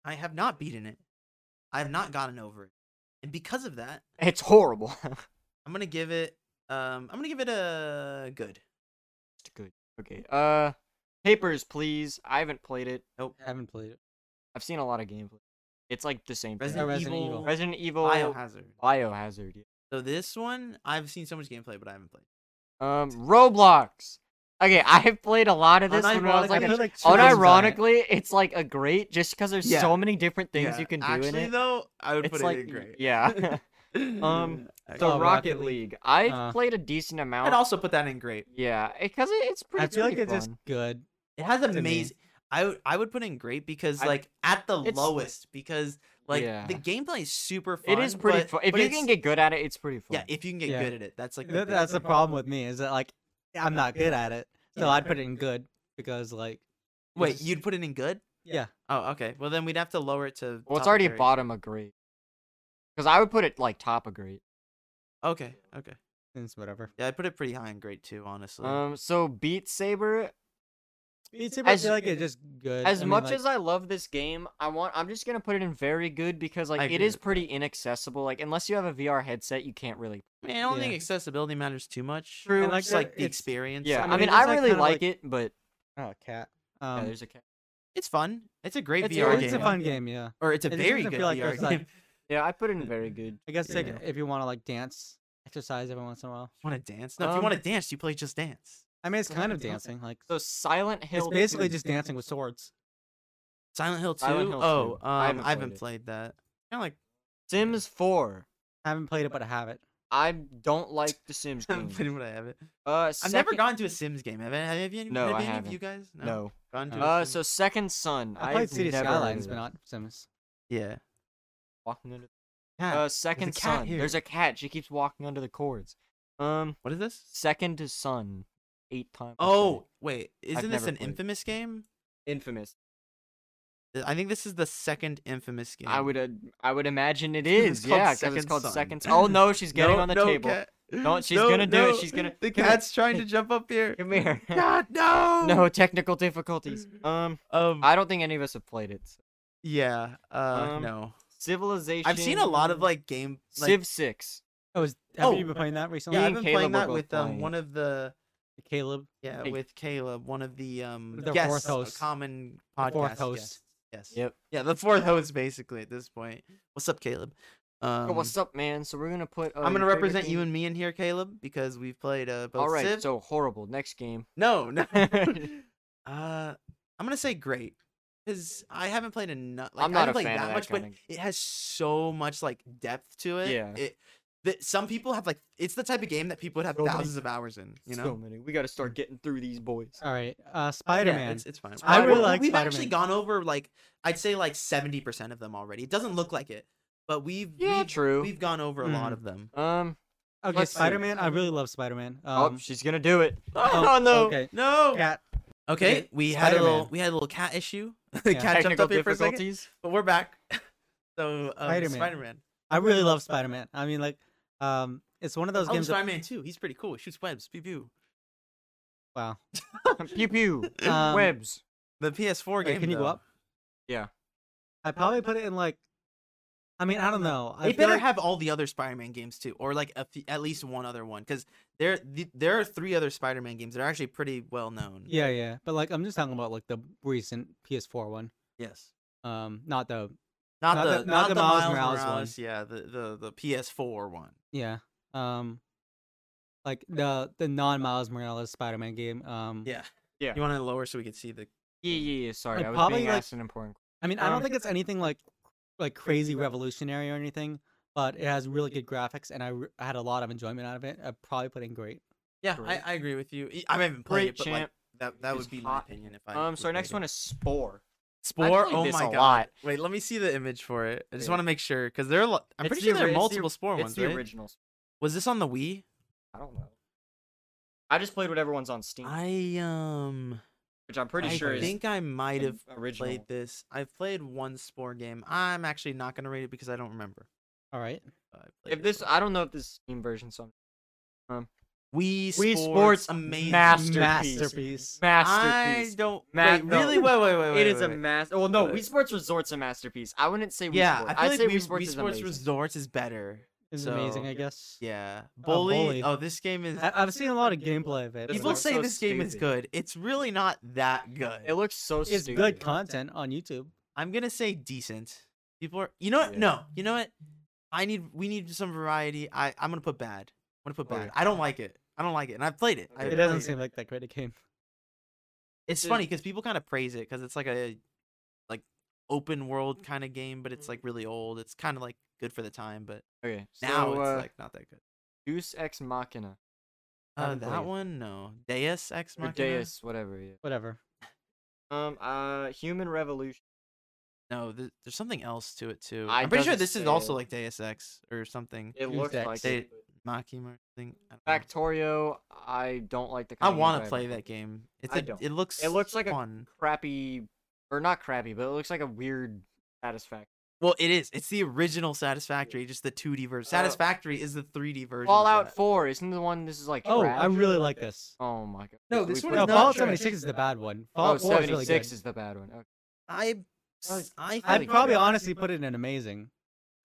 [SPEAKER 1] I have not beaten it. I have not gotten over it, and because of that,
[SPEAKER 2] It's horrible.
[SPEAKER 1] I'm gonna give it. Um, I'm gonna give it a good.
[SPEAKER 2] It's Good. Okay. Uh, Papers, please. I haven't played it.
[SPEAKER 3] I haven't played it.
[SPEAKER 2] I've seen a lot of gameplay. It's like the same
[SPEAKER 1] Resident,
[SPEAKER 2] thing.
[SPEAKER 3] Resident
[SPEAKER 1] Evil,
[SPEAKER 3] Evil.
[SPEAKER 2] Resident Evil.
[SPEAKER 1] Biohazard.
[SPEAKER 2] Biohazard. Yeah.
[SPEAKER 1] So this one, I've seen so much gameplay, but I haven't played.
[SPEAKER 2] Um, Roblox. Okay, I have played a lot of this when I was like,
[SPEAKER 1] Unironically,
[SPEAKER 2] a-
[SPEAKER 1] I
[SPEAKER 3] like
[SPEAKER 1] two hours on it.
[SPEAKER 2] unironically, it's like a great just because there's
[SPEAKER 1] Yeah.
[SPEAKER 2] so many different things
[SPEAKER 1] Yeah,
[SPEAKER 2] you can do
[SPEAKER 1] Actually,
[SPEAKER 2] in it.
[SPEAKER 1] though, I would
[SPEAKER 2] it's
[SPEAKER 1] put
[SPEAKER 2] like
[SPEAKER 1] it in great.
[SPEAKER 2] yeah. um,
[SPEAKER 1] Actually.
[SPEAKER 2] so
[SPEAKER 3] Oh,
[SPEAKER 2] Rocket
[SPEAKER 3] Rocket
[SPEAKER 2] League,
[SPEAKER 3] League.
[SPEAKER 2] I've
[SPEAKER 3] Uh,
[SPEAKER 2] played a decent amount.
[SPEAKER 1] I'd also put that in great.
[SPEAKER 2] yeah, because it's pretty.
[SPEAKER 3] I feel like
[SPEAKER 2] pretty
[SPEAKER 3] it's just
[SPEAKER 2] fun.
[SPEAKER 3] good.
[SPEAKER 1] It has
[SPEAKER 3] me.
[SPEAKER 1] amazing. I would I would put in great because
[SPEAKER 2] I-
[SPEAKER 1] like at the
[SPEAKER 2] it's-
[SPEAKER 1] lowest because like
[SPEAKER 2] Yeah.
[SPEAKER 1] the gameplay is super fun.
[SPEAKER 2] It is pretty
[SPEAKER 1] but,
[SPEAKER 2] fun. If
[SPEAKER 1] but
[SPEAKER 2] you
[SPEAKER 1] it's-
[SPEAKER 2] can get good at it, it's pretty fun.
[SPEAKER 1] yeah, if you can get
[SPEAKER 3] Yeah.
[SPEAKER 1] good at it, that's like the
[SPEAKER 3] Th-
[SPEAKER 1] big
[SPEAKER 3] that's the
[SPEAKER 1] thing.
[SPEAKER 3] problem with me is that like I'm not good at it, so
[SPEAKER 1] Yeah.
[SPEAKER 3] I'd put it in good because like it's
[SPEAKER 1] Wait,
[SPEAKER 3] just-
[SPEAKER 1] you'd put it in good?
[SPEAKER 3] yeah
[SPEAKER 1] Oh, okay. Well, then we'd have to lower it to.
[SPEAKER 2] well,
[SPEAKER 1] top
[SPEAKER 2] it's
[SPEAKER 1] of
[SPEAKER 2] already
[SPEAKER 1] great.
[SPEAKER 2] bottom of great. Because I would put it like top of great.
[SPEAKER 1] Okay, okay.
[SPEAKER 3] it's whatever.
[SPEAKER 1] Yeah, I put it pretty high in grade too, honestly.
[SPEAKER 2] Um, so Beat Saber,
[SPEAKER 3] It's
[SPEAKER 2] I As- feel like
[SPEAKER 3] like
[SPEAKER 2] it's
[SPEAKER 3] it's just good.
[SPEAKER 2] as much as I love this game, I want I'm just gonna put it in very good because like it
[SPEAKER 1] agree with
[SPEAKER 2] is
[SPEAKER 1] that.
[SPEAKER 2] pretty inaccessible. Like unless you have a VR headset, you can't really.
[SPEAKER 1] Man, I don't think
[SPEAKER 3] yeah.
[SPEAKER 1] accessibility matters too much.
[SPEAKER 3] True,
[SPEAKER 1] It's
[SPEAKER 3] like,
[SPEAKER 1] just like the
[SPEAKER 3] it's-
[SPEAKER 1] experience.
[SPEAKER 2] Yeah,
[SPEAKER 1] like-
[SPEAKER 2] I
[SPEAKER 3] mean,
[SPEAKER 2] mean,
[SPEAKER 3] it
[SPEAKER 2] I
[SPEAKER 3] is, like,
[SPEAKER 2] really
[SPEAKER 3] kinda
[SPEAKER 2] like
[SPEAKER 3] like-
[SPEAKER 2] it, but
[SPEAKER 3] oh cat,
[SPEAKER 2] yeah,
[SPEAKER 3] um,
[SPEAKER 2] there's a. ca-
[SPEAKER 1] it's fun. It's a great
[SPEAKER 2] It's
[SPEAKER 1] VR
[SPEAKER 2] fun.
[SPEAKER 1] game.
[SPEAKER 3] it's a fun game. Yeah,
[SPEAKER 1] Or it's a
[SPEAKER 3] It just
[SPEAKER 1] very
[SPEAKER 3] doesn't
[SPEAKER 1] good
[SPEAKER 3] feel like
[SPEAKER 1] VR
[SPEAKER 3] there's,
[SPEAKER 1] game.
[SPEAKER 3] like-
[SPEAKER 2] Yeah, I put it in very good.
[SPEAKER 3] I guess like
[SPEAKER 2] Yeah.
[SPEAKER 3] if you want to like dance, exercise every once in a while.
[SPEAKER 1] want to dance? No, if you
[SPEAKER 2] Um,
[SPEAKER 1] want to dance, you play Just Dance.
[SPEAKER 3] I mean, it's
[SPEAKER 2] Well,
[SPEAKER 3] kind
[SPEAKER 2] I
[SPEAKER 3] of
[SPEAKER 2] don't-
[SPEAKER 3] dancing. Like
[SPEAKER 2] So Silent
[SPEAKER 3] it's
[SPEAKER 2] Hill.
[SPEAKER 3] basically
[SPEAKER 2] 2.
[SPEAKER 3] just dancing with swords.
[SPEAKER 1] Silent Hill 2?
[SPEAKER 2] Silent Hill 2.
[SPEAKER 1] oh, um,
[SPEAKER 2] I
[SPEAKER 1] I
[SPEAKER 2] haven't
[SPEAKER 1] haven't,
[SPEAKER 2] played
[SPEAKER 1] played
[SPEAKER 2] it.
[SPEAKER 1] that. Kind of like
[SPEAKER 2] Sims 4.
[SPEAKER 3] I haven't played it, but I have it.
[SPEAKER 2] I don't like the Sims
[SPEAKER 1] I
[SPEAKER 2] game.
[SPEAKER 1] haven't played what I have it.
[SPEAKER 2] Uh,
[SPEAKER 1] I've never
[SPEAKER 2] second-
[SPEAKER 1] gone to a Sims game. Have, any- have, any-
[SPEAKER 2] No,
[SPEAKER 1] have
[SPEAKER 2] I
[SPEAKER 1] any
[SPEAKER 2] haven't.
[SPEAKER 1] of you guys?
[SPEAKER 2] No.
[SPEAKER 1] Gone to a
[SPEAKER 2] Uh,
[SPEAKER 1] Sims-
[SPEAKER 2] so Second Son.
[SPEAKER 3] I played
[SPEAKER 2] I've
[SPEAKER 3] City
[SPEAKER 2] never heard
[SPEAKER 3] Skylines,
[SPEAKER 2] of
[SPEAKER 3] but
[SPEAKER 2] it.
[SPEAKER 3] not Sims.
[SPEAKER 1] yeah.
[SPEAKER 2] Walking under.
[SPEAKER 1] Yeah.
[SPEAKER 2] Uh, Second
[SPEAKER 1] cat
[SPEAKER 2] Son. There's
[SPEAKER 1] here.
[SPEAKER 2] a cat. She keeps walking under the cords. Um,
[SPEAKER 1] what is this?
[SPEAKER 2] Second to Son. Eight times. I said
[SPEAKER 1] Oh,
[SPEAKER 2] it.
[SPEAKER 1] wait. Isn't this
[SPEAKER 2] never
[SPEAKER 1] an
[SPEAKER 2] played it.
[SPEAKER 1] infamous game?
[SPEAKER 2] infamous.
[SPEAKER 1] Th- I think this is the second infamous game.
[SPEAKER 2] I would. Uh, I would imagine it
[SPEAKER 1] It's
[SPEAKER 2] is.
[SPEAKER 1] called
[SPEAKER 2] yeah, because it's
[SPEAKER 1] Second
[SPEAKER 2] called
[SPEAKER 1] Son.
[SPEAKER 2] Second. Son. Oh no, she's getting
[SPEAKER 1] No,
[SPEAKER 2] on the
[SPEAKER 1] no,
[SPEAKER 2] table.
[SPEAKER 1] cat.
[SPEAKER 2] No, she's gonna do it, she's gonna-
[SPEAKER 1] The
[SPEAKER 2] come here.
[SPEAKER 1] cat's trying to jump up here.
[SPEAKER 2] Come here.
[SPEAKER 1] God, no.
[SPEAKER 2] no technical difficulties. Um,
[SPEAKER 1] Um.
[SPEAKER 2] I don't think any of us have played it.
[SPEAKER 1] yeah. Uh.
[SPEAKER 2] Um,
[SPEAKER 1] no.
[SPEAKER 2] Civilization.
[SPEAKER 1] I've seen a lot of like game. Like,
[SPEAKER 2] Civ Six.
[SPEAKER 3] Oh, is, have
[SPEAKER 1] Oh,
[SPEAKER 3] you been playing that recently?
[SPEAKER 1] yeah,
[SPEAKER 2] me
[SPEAKER 1] I've
[SPEAKER 2] and
[SPEAKER 1] been
[SPEAKER 2] Caleb
[SPEAKER 1] playing
[SPEAKER 2] were
[SPEAKER 1] that
[SPEAKER 2] both
[SPEAKER 1] with um
[SPEAKER 2] playing
[SPEAKER 1] one of the
[SPEAKER 3] Caleb,
[SPEAKER 1] yeah
[SPEAKER 2] Hey.
[SPEAKER 1] with Caleb, one of the um
[SPEAKER 3] The
[SPEAKER 1] guests, a
[SPEAKER 3] fourth host.
[SPEAKER 1] common
[SPEAKER 3] the
[SPEAKER 1] podcast
[SPEAKER 3] fourth host.
[SPEAKER 1] guest. Yes.
[SPEAKER 2] Yep.
[SPEAKER 1] Yeah, the fourth host basically at this point. What's up, Caleb? Um,
[SPEAKER 2] Oh, what's up, man? So we're gonna put. Uh,
[SPEAKER 1] I'm gonna
[SPEAKER 2] your favorite
[SPEAKER 1] represent you
[SPEAKER 2] game-
[SPEAKER 1] and me in here, Caleb, because we've played uh both.
[SPEAKER 2] All right.
[SPEAKER 1] Civ-
[SPEAKER 2] So horrible. Next game.
[SPEAKER 1] No, no. uh, I'm gonna say great because I haven't played enough. Like,
[SPEAKER 2] I'm
[SPEAKER 1] I
[SPEAKER 2] not
[SPEAKER 1] haven't
[SPEAKER 2] a
[SPEAKER 1] played
[SPEAKER 2] fan of
[SPEAKER 1] that
[SPEAKER 2] that
[SPEAKER 1] much, but
[SPEAKER 2] kinda-
[SPEAKER 1] it has so much like depth to it.
[SPEAKER 2] Yeah.
[SPEAKER 1] It that some people have like it's the type of game that people would have
[SPEAKER 2] So many-
[SPEAKER 1] thousands of hours in. You know.
[SPEAKER 2] So many. We gotta start getting through these boys.
[SPEAKER 3] all right, uh,
[SPEAKER 1] Yeah,
[SPEAKER 3] Spider Man.
[SPEAKER 1] it's, it's fine.
[SPEAKER 3] I
[SPEAKER 1] Uh,
[SPEAKER 3] really
[SPEAKER 1] well,
[SPEAKER 3] like
[SPEAKER 1] We've actually
[SPEAKER 3] Spider-Man.
[SPEAKER 1] gone over like I'd say like seventy percent of them already. It doesn't look like it, but we've
[SPEAKER 2] Yeah,
[SPEAKER 1] we've,
[SPEAKER 2] true.
[SPEAKER 1] We've gone over a lot
[SPEAKER 3] Mhm.
[SPEAKER 1] of them.
[SPEAKER 2] Um.
[SPEAKER 3] okay,
[SPEAKER 2] let's see.
[SPEAKER 3] Spider Man. I really love Spider Man.
[SPEAKER 2] oh,
[SPEAKER 3] Um,
[SPEAKER 2] she's gonna do it.
[SPEAKER 3] oh,
[SPEAKER 2] Oh, no.
[SPEAKER 3] Okay,
[SPEAKER 1] No.
[SPEAKER 3] cat.
[SPEAKER 1] Okay,
[SPEAKER 3] Okay,
[SPEAKER 1] we had a little
[SPEAKER 3] Spider-Man.
[SPEAKER 1] we had a little cat issue. cat
[SPEAKER 3] Yeah.
[SPEAKER 1] jumped
[SPEAKER 2] Technical
[SPEAKER 1] up here for a second.
[SPEAKER 2] difficulties.
[SPEAKER 1] but we're back. so um,
[SPEAKER 3] Spider-Man.
[SPEAKER 1] Spider-Man.
[SPEAKER 3] I really love Spider Man. I mean, like, um, it's one of those
[SPEAKER 1] I love
[SPEAKER 3] games. that-
[SPEAKER 1] Oh, Spider-Man too. He's pretty cool. He shoots webs. Pew pew.
[SPEAKER 3] wow.
[SPEAKER 2] pew pew.
[SPEAKER 3] Um,
[SPEAKER 2] Webs.
[SPEAKER 1] The PS4
[SPEAKER 3] okay,
[SPEAKER 1] game.
[SPEAKER 3] can you go
[SPEAKER 1] though.
[SPEAKER 3] up?
[SPEAKER 2] Yeah.
[SPEAKER 3] I probably put it in like. I mean, I don't know. I
[SPEAKER 1] They
[SPEAKER 3] feel
[SPEAKER 1] better
[SPEAKER 3] like-
[SPEAKER 1] have all the other Spider-Man games too, or like a f- at least one other one, because there th- there are three other Spider-Man games that are actually pretty well known.
[SPEAKER 3] Yeah, yeah, but like I'm just talking about like the recent PS4 one.
[SPEAKER 1] Yes.
[SPEAKER 3] Um, not the
[SPEAKER 1] Not,
[SPEAKER 3] Not
[SPEAKER 1] the,
[SPEAKER 3] the-
[SPEAKER 1] not,
[SPEAKER 3] not
[SPEAKER 1] the,
[SPEAKER 3] the
[SPEAKER 1] Miles,
[SPEAKER 3] Miles Morales
[SPEAKER 1] Morales.
[SPEAKER 3] one.
[SPEAKER 1] Yeah, the, the the PS4 one.
[SPEAKER 3] yeah. Um, like the the non Miles Morales Spider Man game. Um,
[SPEAKER 1] Yeah.
[SPEAKER 2] Yeah.
[SPEAKER 1] You want to lower so we can see the.
[SPEAKER 2] Yeah, yeah, yeah. Sorry,
[SPEAKER 3] Like,
[SPEAKER 2] I was
[SPEAKER 3] probably,
[SPEAKER 2] being
[SPEAKER 3] like-
[SPEAKER 2] asked an important.
[SPEAKER 3] I mean, I don't
[SPEAKER 2] Um,
[SPEAKER 3] think it's anything like like crazy revolutionary or anything, but it has really good graphics, and I, re- I had a lot of enjoyment out of it. I probably put in great.
[SPEAKER 1] Yeah,
[SPEAKER 2] Great.
[SPEAKER 1] I, I agree with you. I haven't played
[SPEAKER 2] Great
[SPEAKER 1] it, but like
[SPEAKER 2] champ.
[SPEAKER 1] that that
[SPEAKER 2] It's
[SPEAKER 1] would be
[SPEAKER 2] hot.
[SPEAKER 1] my opinion if I.
[SPEAKER 2] Um.
[SPEAKER 1] was
[SPEAKER 2] So our next
[SPEAKER 1] rating
[SPEAKER 2] one
[SPEAKER 1] it.
[SPEAKER 2] is Spore.
[SPEAKER 1] Spore.
[SPEAKER 2] played
[SPEAKER 1] Oh
[SPEAKER 2] this
[SPEAKER 1] my
[SPEAKER 2] a
[SPEAKER 1] god.
[SPEAKER 2] lot.
[SPEAKER 1] Wait, let me see the image for it. I just
[SPEAKER 2] Yeah.
[SPEAKER 1] want to make sure because there are. Lo- I'm
[SPEAKER 2] It's
[SPEAKER 1] pretty
[SPEAKER 2] the
[SPEAKER 1] sure there
[SPEAKER 2] ori-
[SPEAKER 1] are
[SPEAKER 2] it's the-
[SPEAKER 1] multiple Spore
[SPEAKER 2] it's
[SPEAKER 1] ones.
[SPEAKER 2] the
[SPEAKER 1] right?
[SPEAKER 2] original.
[SPEAKER 1] Was this on the Wii?
[SPEAKER 2] I don't know. I just played whatever one's on Steam,
[SPEAKER 1] I um.
[SPEAKER 2] which I'm pretty
[SPEAKER 1] I
[SPEAKER 2] sure is
[SPEAKER 1] think I might
[SPEAKER 2] an
[SPEAKER 1] have
[SPEAKER 2] original.
[SPEAKER 1] played this. I've played one Spore game. I'm actually not gonna rate it because I don't remember.
[SPEAKER 3] All right.
[SPEAKER 1] Uh, I played
[SPEAKER 2] If this,
[SPEAKER 1] one.
[SPEAKER 2] I don't know if this is Steam version. So
[SPEAKER 1] Wii
[SPEAKER 2] Wii
[SPEAKER 1] Sports,
[SPEAKER 2] Sports
[SPEAKER 1] amazing
[SPEAKER 2] masterpiece.
[SPEAKER 3] Masterpiece.
[SPEAKER 1] I
[SPEAKER 2] masterpiece.
[SPEAKER 1] don't
[SPEAKER 2] Ma-
[SPEAKER 1] wait,
[SPEAKER 2] no.
[SPEAKER 1] really. Wait, wait, wait, wait.
[SPEAKER 2] it is
[SPEAKER 1] wait,
[SPEAKER 2] a
[SPEAKER 1] wait.
[SPEAKER 2] master. Well, no,
[SPEAKER 1] Wait.
[SPEAKER 2] Wii Sports Resort's a masterpiece. I wouldn't say Wii
[SPEAKER 1] yeah,
[SPEAKER 2] Sport.
[SPEAKER 1] I feel
[SPEAKER 2] I'd
[SPEAKER 1] like
[SPEAKER 2] say
[SPEAKER 1] Wii,
[SPEAKER 2] Wii Sports
[SPEAKER 1] Wii
[SPEAKER 2] is
[SPEAKER 1] Sports
[SPEAKER 2] amazing.
[SPEAKER 1] Resorts is better.
[SPEAKER 3] It's
[SPEAKER 1] so,
[SPEAKER 3] amazing, I guess.
[SPEAKER 1] Yeah,
[SPEAKER 3] Oh,
[SPEAKER 1] bully. Oh,
[SPEAKER 3] Bully.
[SPEAKER 1] this game is.
[SPEAKER 3] I, I've seen a lot of gameplay of
[SPEAKER 2] This
[SPEAKER 3] it. but,
[SPEAKER 1] People
[SPEAKER 2] looks
[SPEAKER 3] like,
[SPEAKER 1] say
[SPEAKER 2] so
[SPEAKER 1] this game is
[SPEAKER 2] stupid.
[SPEAKER 1] good. It's really not that good.
[SPEAKER 2] It looks so
[SPEAKER 3] it's
[SPEAKER 2] stupid.
[SPEAKER 3] good content on YouTube.
[SPEAKER 1] I'm gonna say decent. People are. You know what?
[SPEAKER 2] Yeah.
[SPEAKER 1] No. You know what? I need. We need some variety. I. I'm gonna put bad. I'm gonna put
[SPEAKER 2] Okay.
[SPEAKER 1] bad. I don't like it. I don't like it, and I've played it. I
[SPEAKER 2] Oh, It
[SPEAKER 3] It
[SPEAKER 1] have
[SPEAKER 3] doesn't
[SPEAKER 1] played
[SPEAKER 3] seem like that great a game.
[SPEAKER 1] It's
[SPEAKER 2] Dude.
[SPEAKER 1] funny because people kind of praise it because it's like a like open world kind of game, but it's like really old. It's kind of like good for the time, but
[SPEAKER 2] Okay. So,
[SPEAKER 1] now
[SPEAKER 2] uh,
[SPEAKER 1] it's like not that good.
[SPEAKER 2] Deus Ex Machina
[SPEAKER 1] Uh,
[SPEAKER 2] haven't played
[SPEAKER 1] that
[SPEAKER 2] it.
[SPEAKER 1] one, no. Deus Ex
[SPEAKER 2] or
[SPEAKER 1] Machina.
[SPEAKER 2] Deus, whatever. Yeah.
[SPEAKER 3] Whatever.
[SPEAKER 2] Um. Uh. Human Revolution.
[SPEAKER 1] No, th- there's something else to it too.
[SPEAKER 2] I
[SPEAKER 1] I'm pretty sure
[SPEAKER 2] doesn't
[SPEAKER 1] this is
[SPEAKER 2] say
[SPEAKER 1] also
[SPEAKER 2] it.
[SPEAKER 1] like Deus Ex or something.
[SPEAKER 2] It
[SPEAKER 3] Deus
[SPEAKER 2] looks
[SPEAKER 3] Ex.
[SPEAKER 2] like
[SPEAKER 1] They-
[SPEAKER 2] it. but-
[SPEAKER 1] Machima thing. I, don't know.
[SPEAKER 2] Factorio. I don't like the.
[SPEAKER 1] I
[SPEAKER 2] company,
[SPEAKER 1] want
[SPEAKER 2] but
[SPEAKER 1] to
[SPEAKER 2] I
[SPEAKER 1] play
[SPEAKER 2] haven't
[SPEAKER 1] that game. It's
[SPEAKER 2] I
[SPEAKER 1] a,
[SPEAKER 2] don't.
[SPEAKER 1] it looks
[SPEAKER 2] It looks like a-
[SPEAKER 1] fun.
[SPEAKER 2] Crappy, or not crappy, but it looks like a weird satisfaction.
[SPEAKER 1] Well, it is. It's the original Satisfactory, just the 2D version.
[SPEAKER 2] Oh.
[SPEAKER 1] Satisfactory is the 3D version. of
[SPEAKER 2] Fallout
[SPEAKER 1] that.
[SPEAKER 2] Four isn't the one. This is like.
[SPEAKER 3] Oh,
[SPEAKER 2] trash?
[SPEAKER 3] I really like this.
[SPEAKER 2] Oh my god.
[SPEAKER 1] No,
[SPEAKER 2] We
[SPEAKER 1] this one
[SPEAKER 2] played
[SPEAKER 1] is
[SPEAKER 3] No,
[SPEAKER 2] it.
[SPEAKER 1] not
[SPEAKER 3] Fallout
[SPEAKER 1] trash.
[SPEAKER 3] 76 is the bad one.
[SPEAKER 2] Oh,
[SPEAKER 3] Fallout 4 is really
[SPEAKER 2] 76
[SPEAKER 3] good.
[SPEAKER 2] is the bad one. Okay.
[SPEAKER 1] I.
[SPEAKER 2] Oh,
[SPEAKER 1] s- I.
[SPEAKER 2] I
[SPEAKER 3] I'd
[SPEAKER 1] think-
[SPEAKER 3] probably
[SPEAKER 2] good.
[SPEAKER 3] honestly put it in amazing.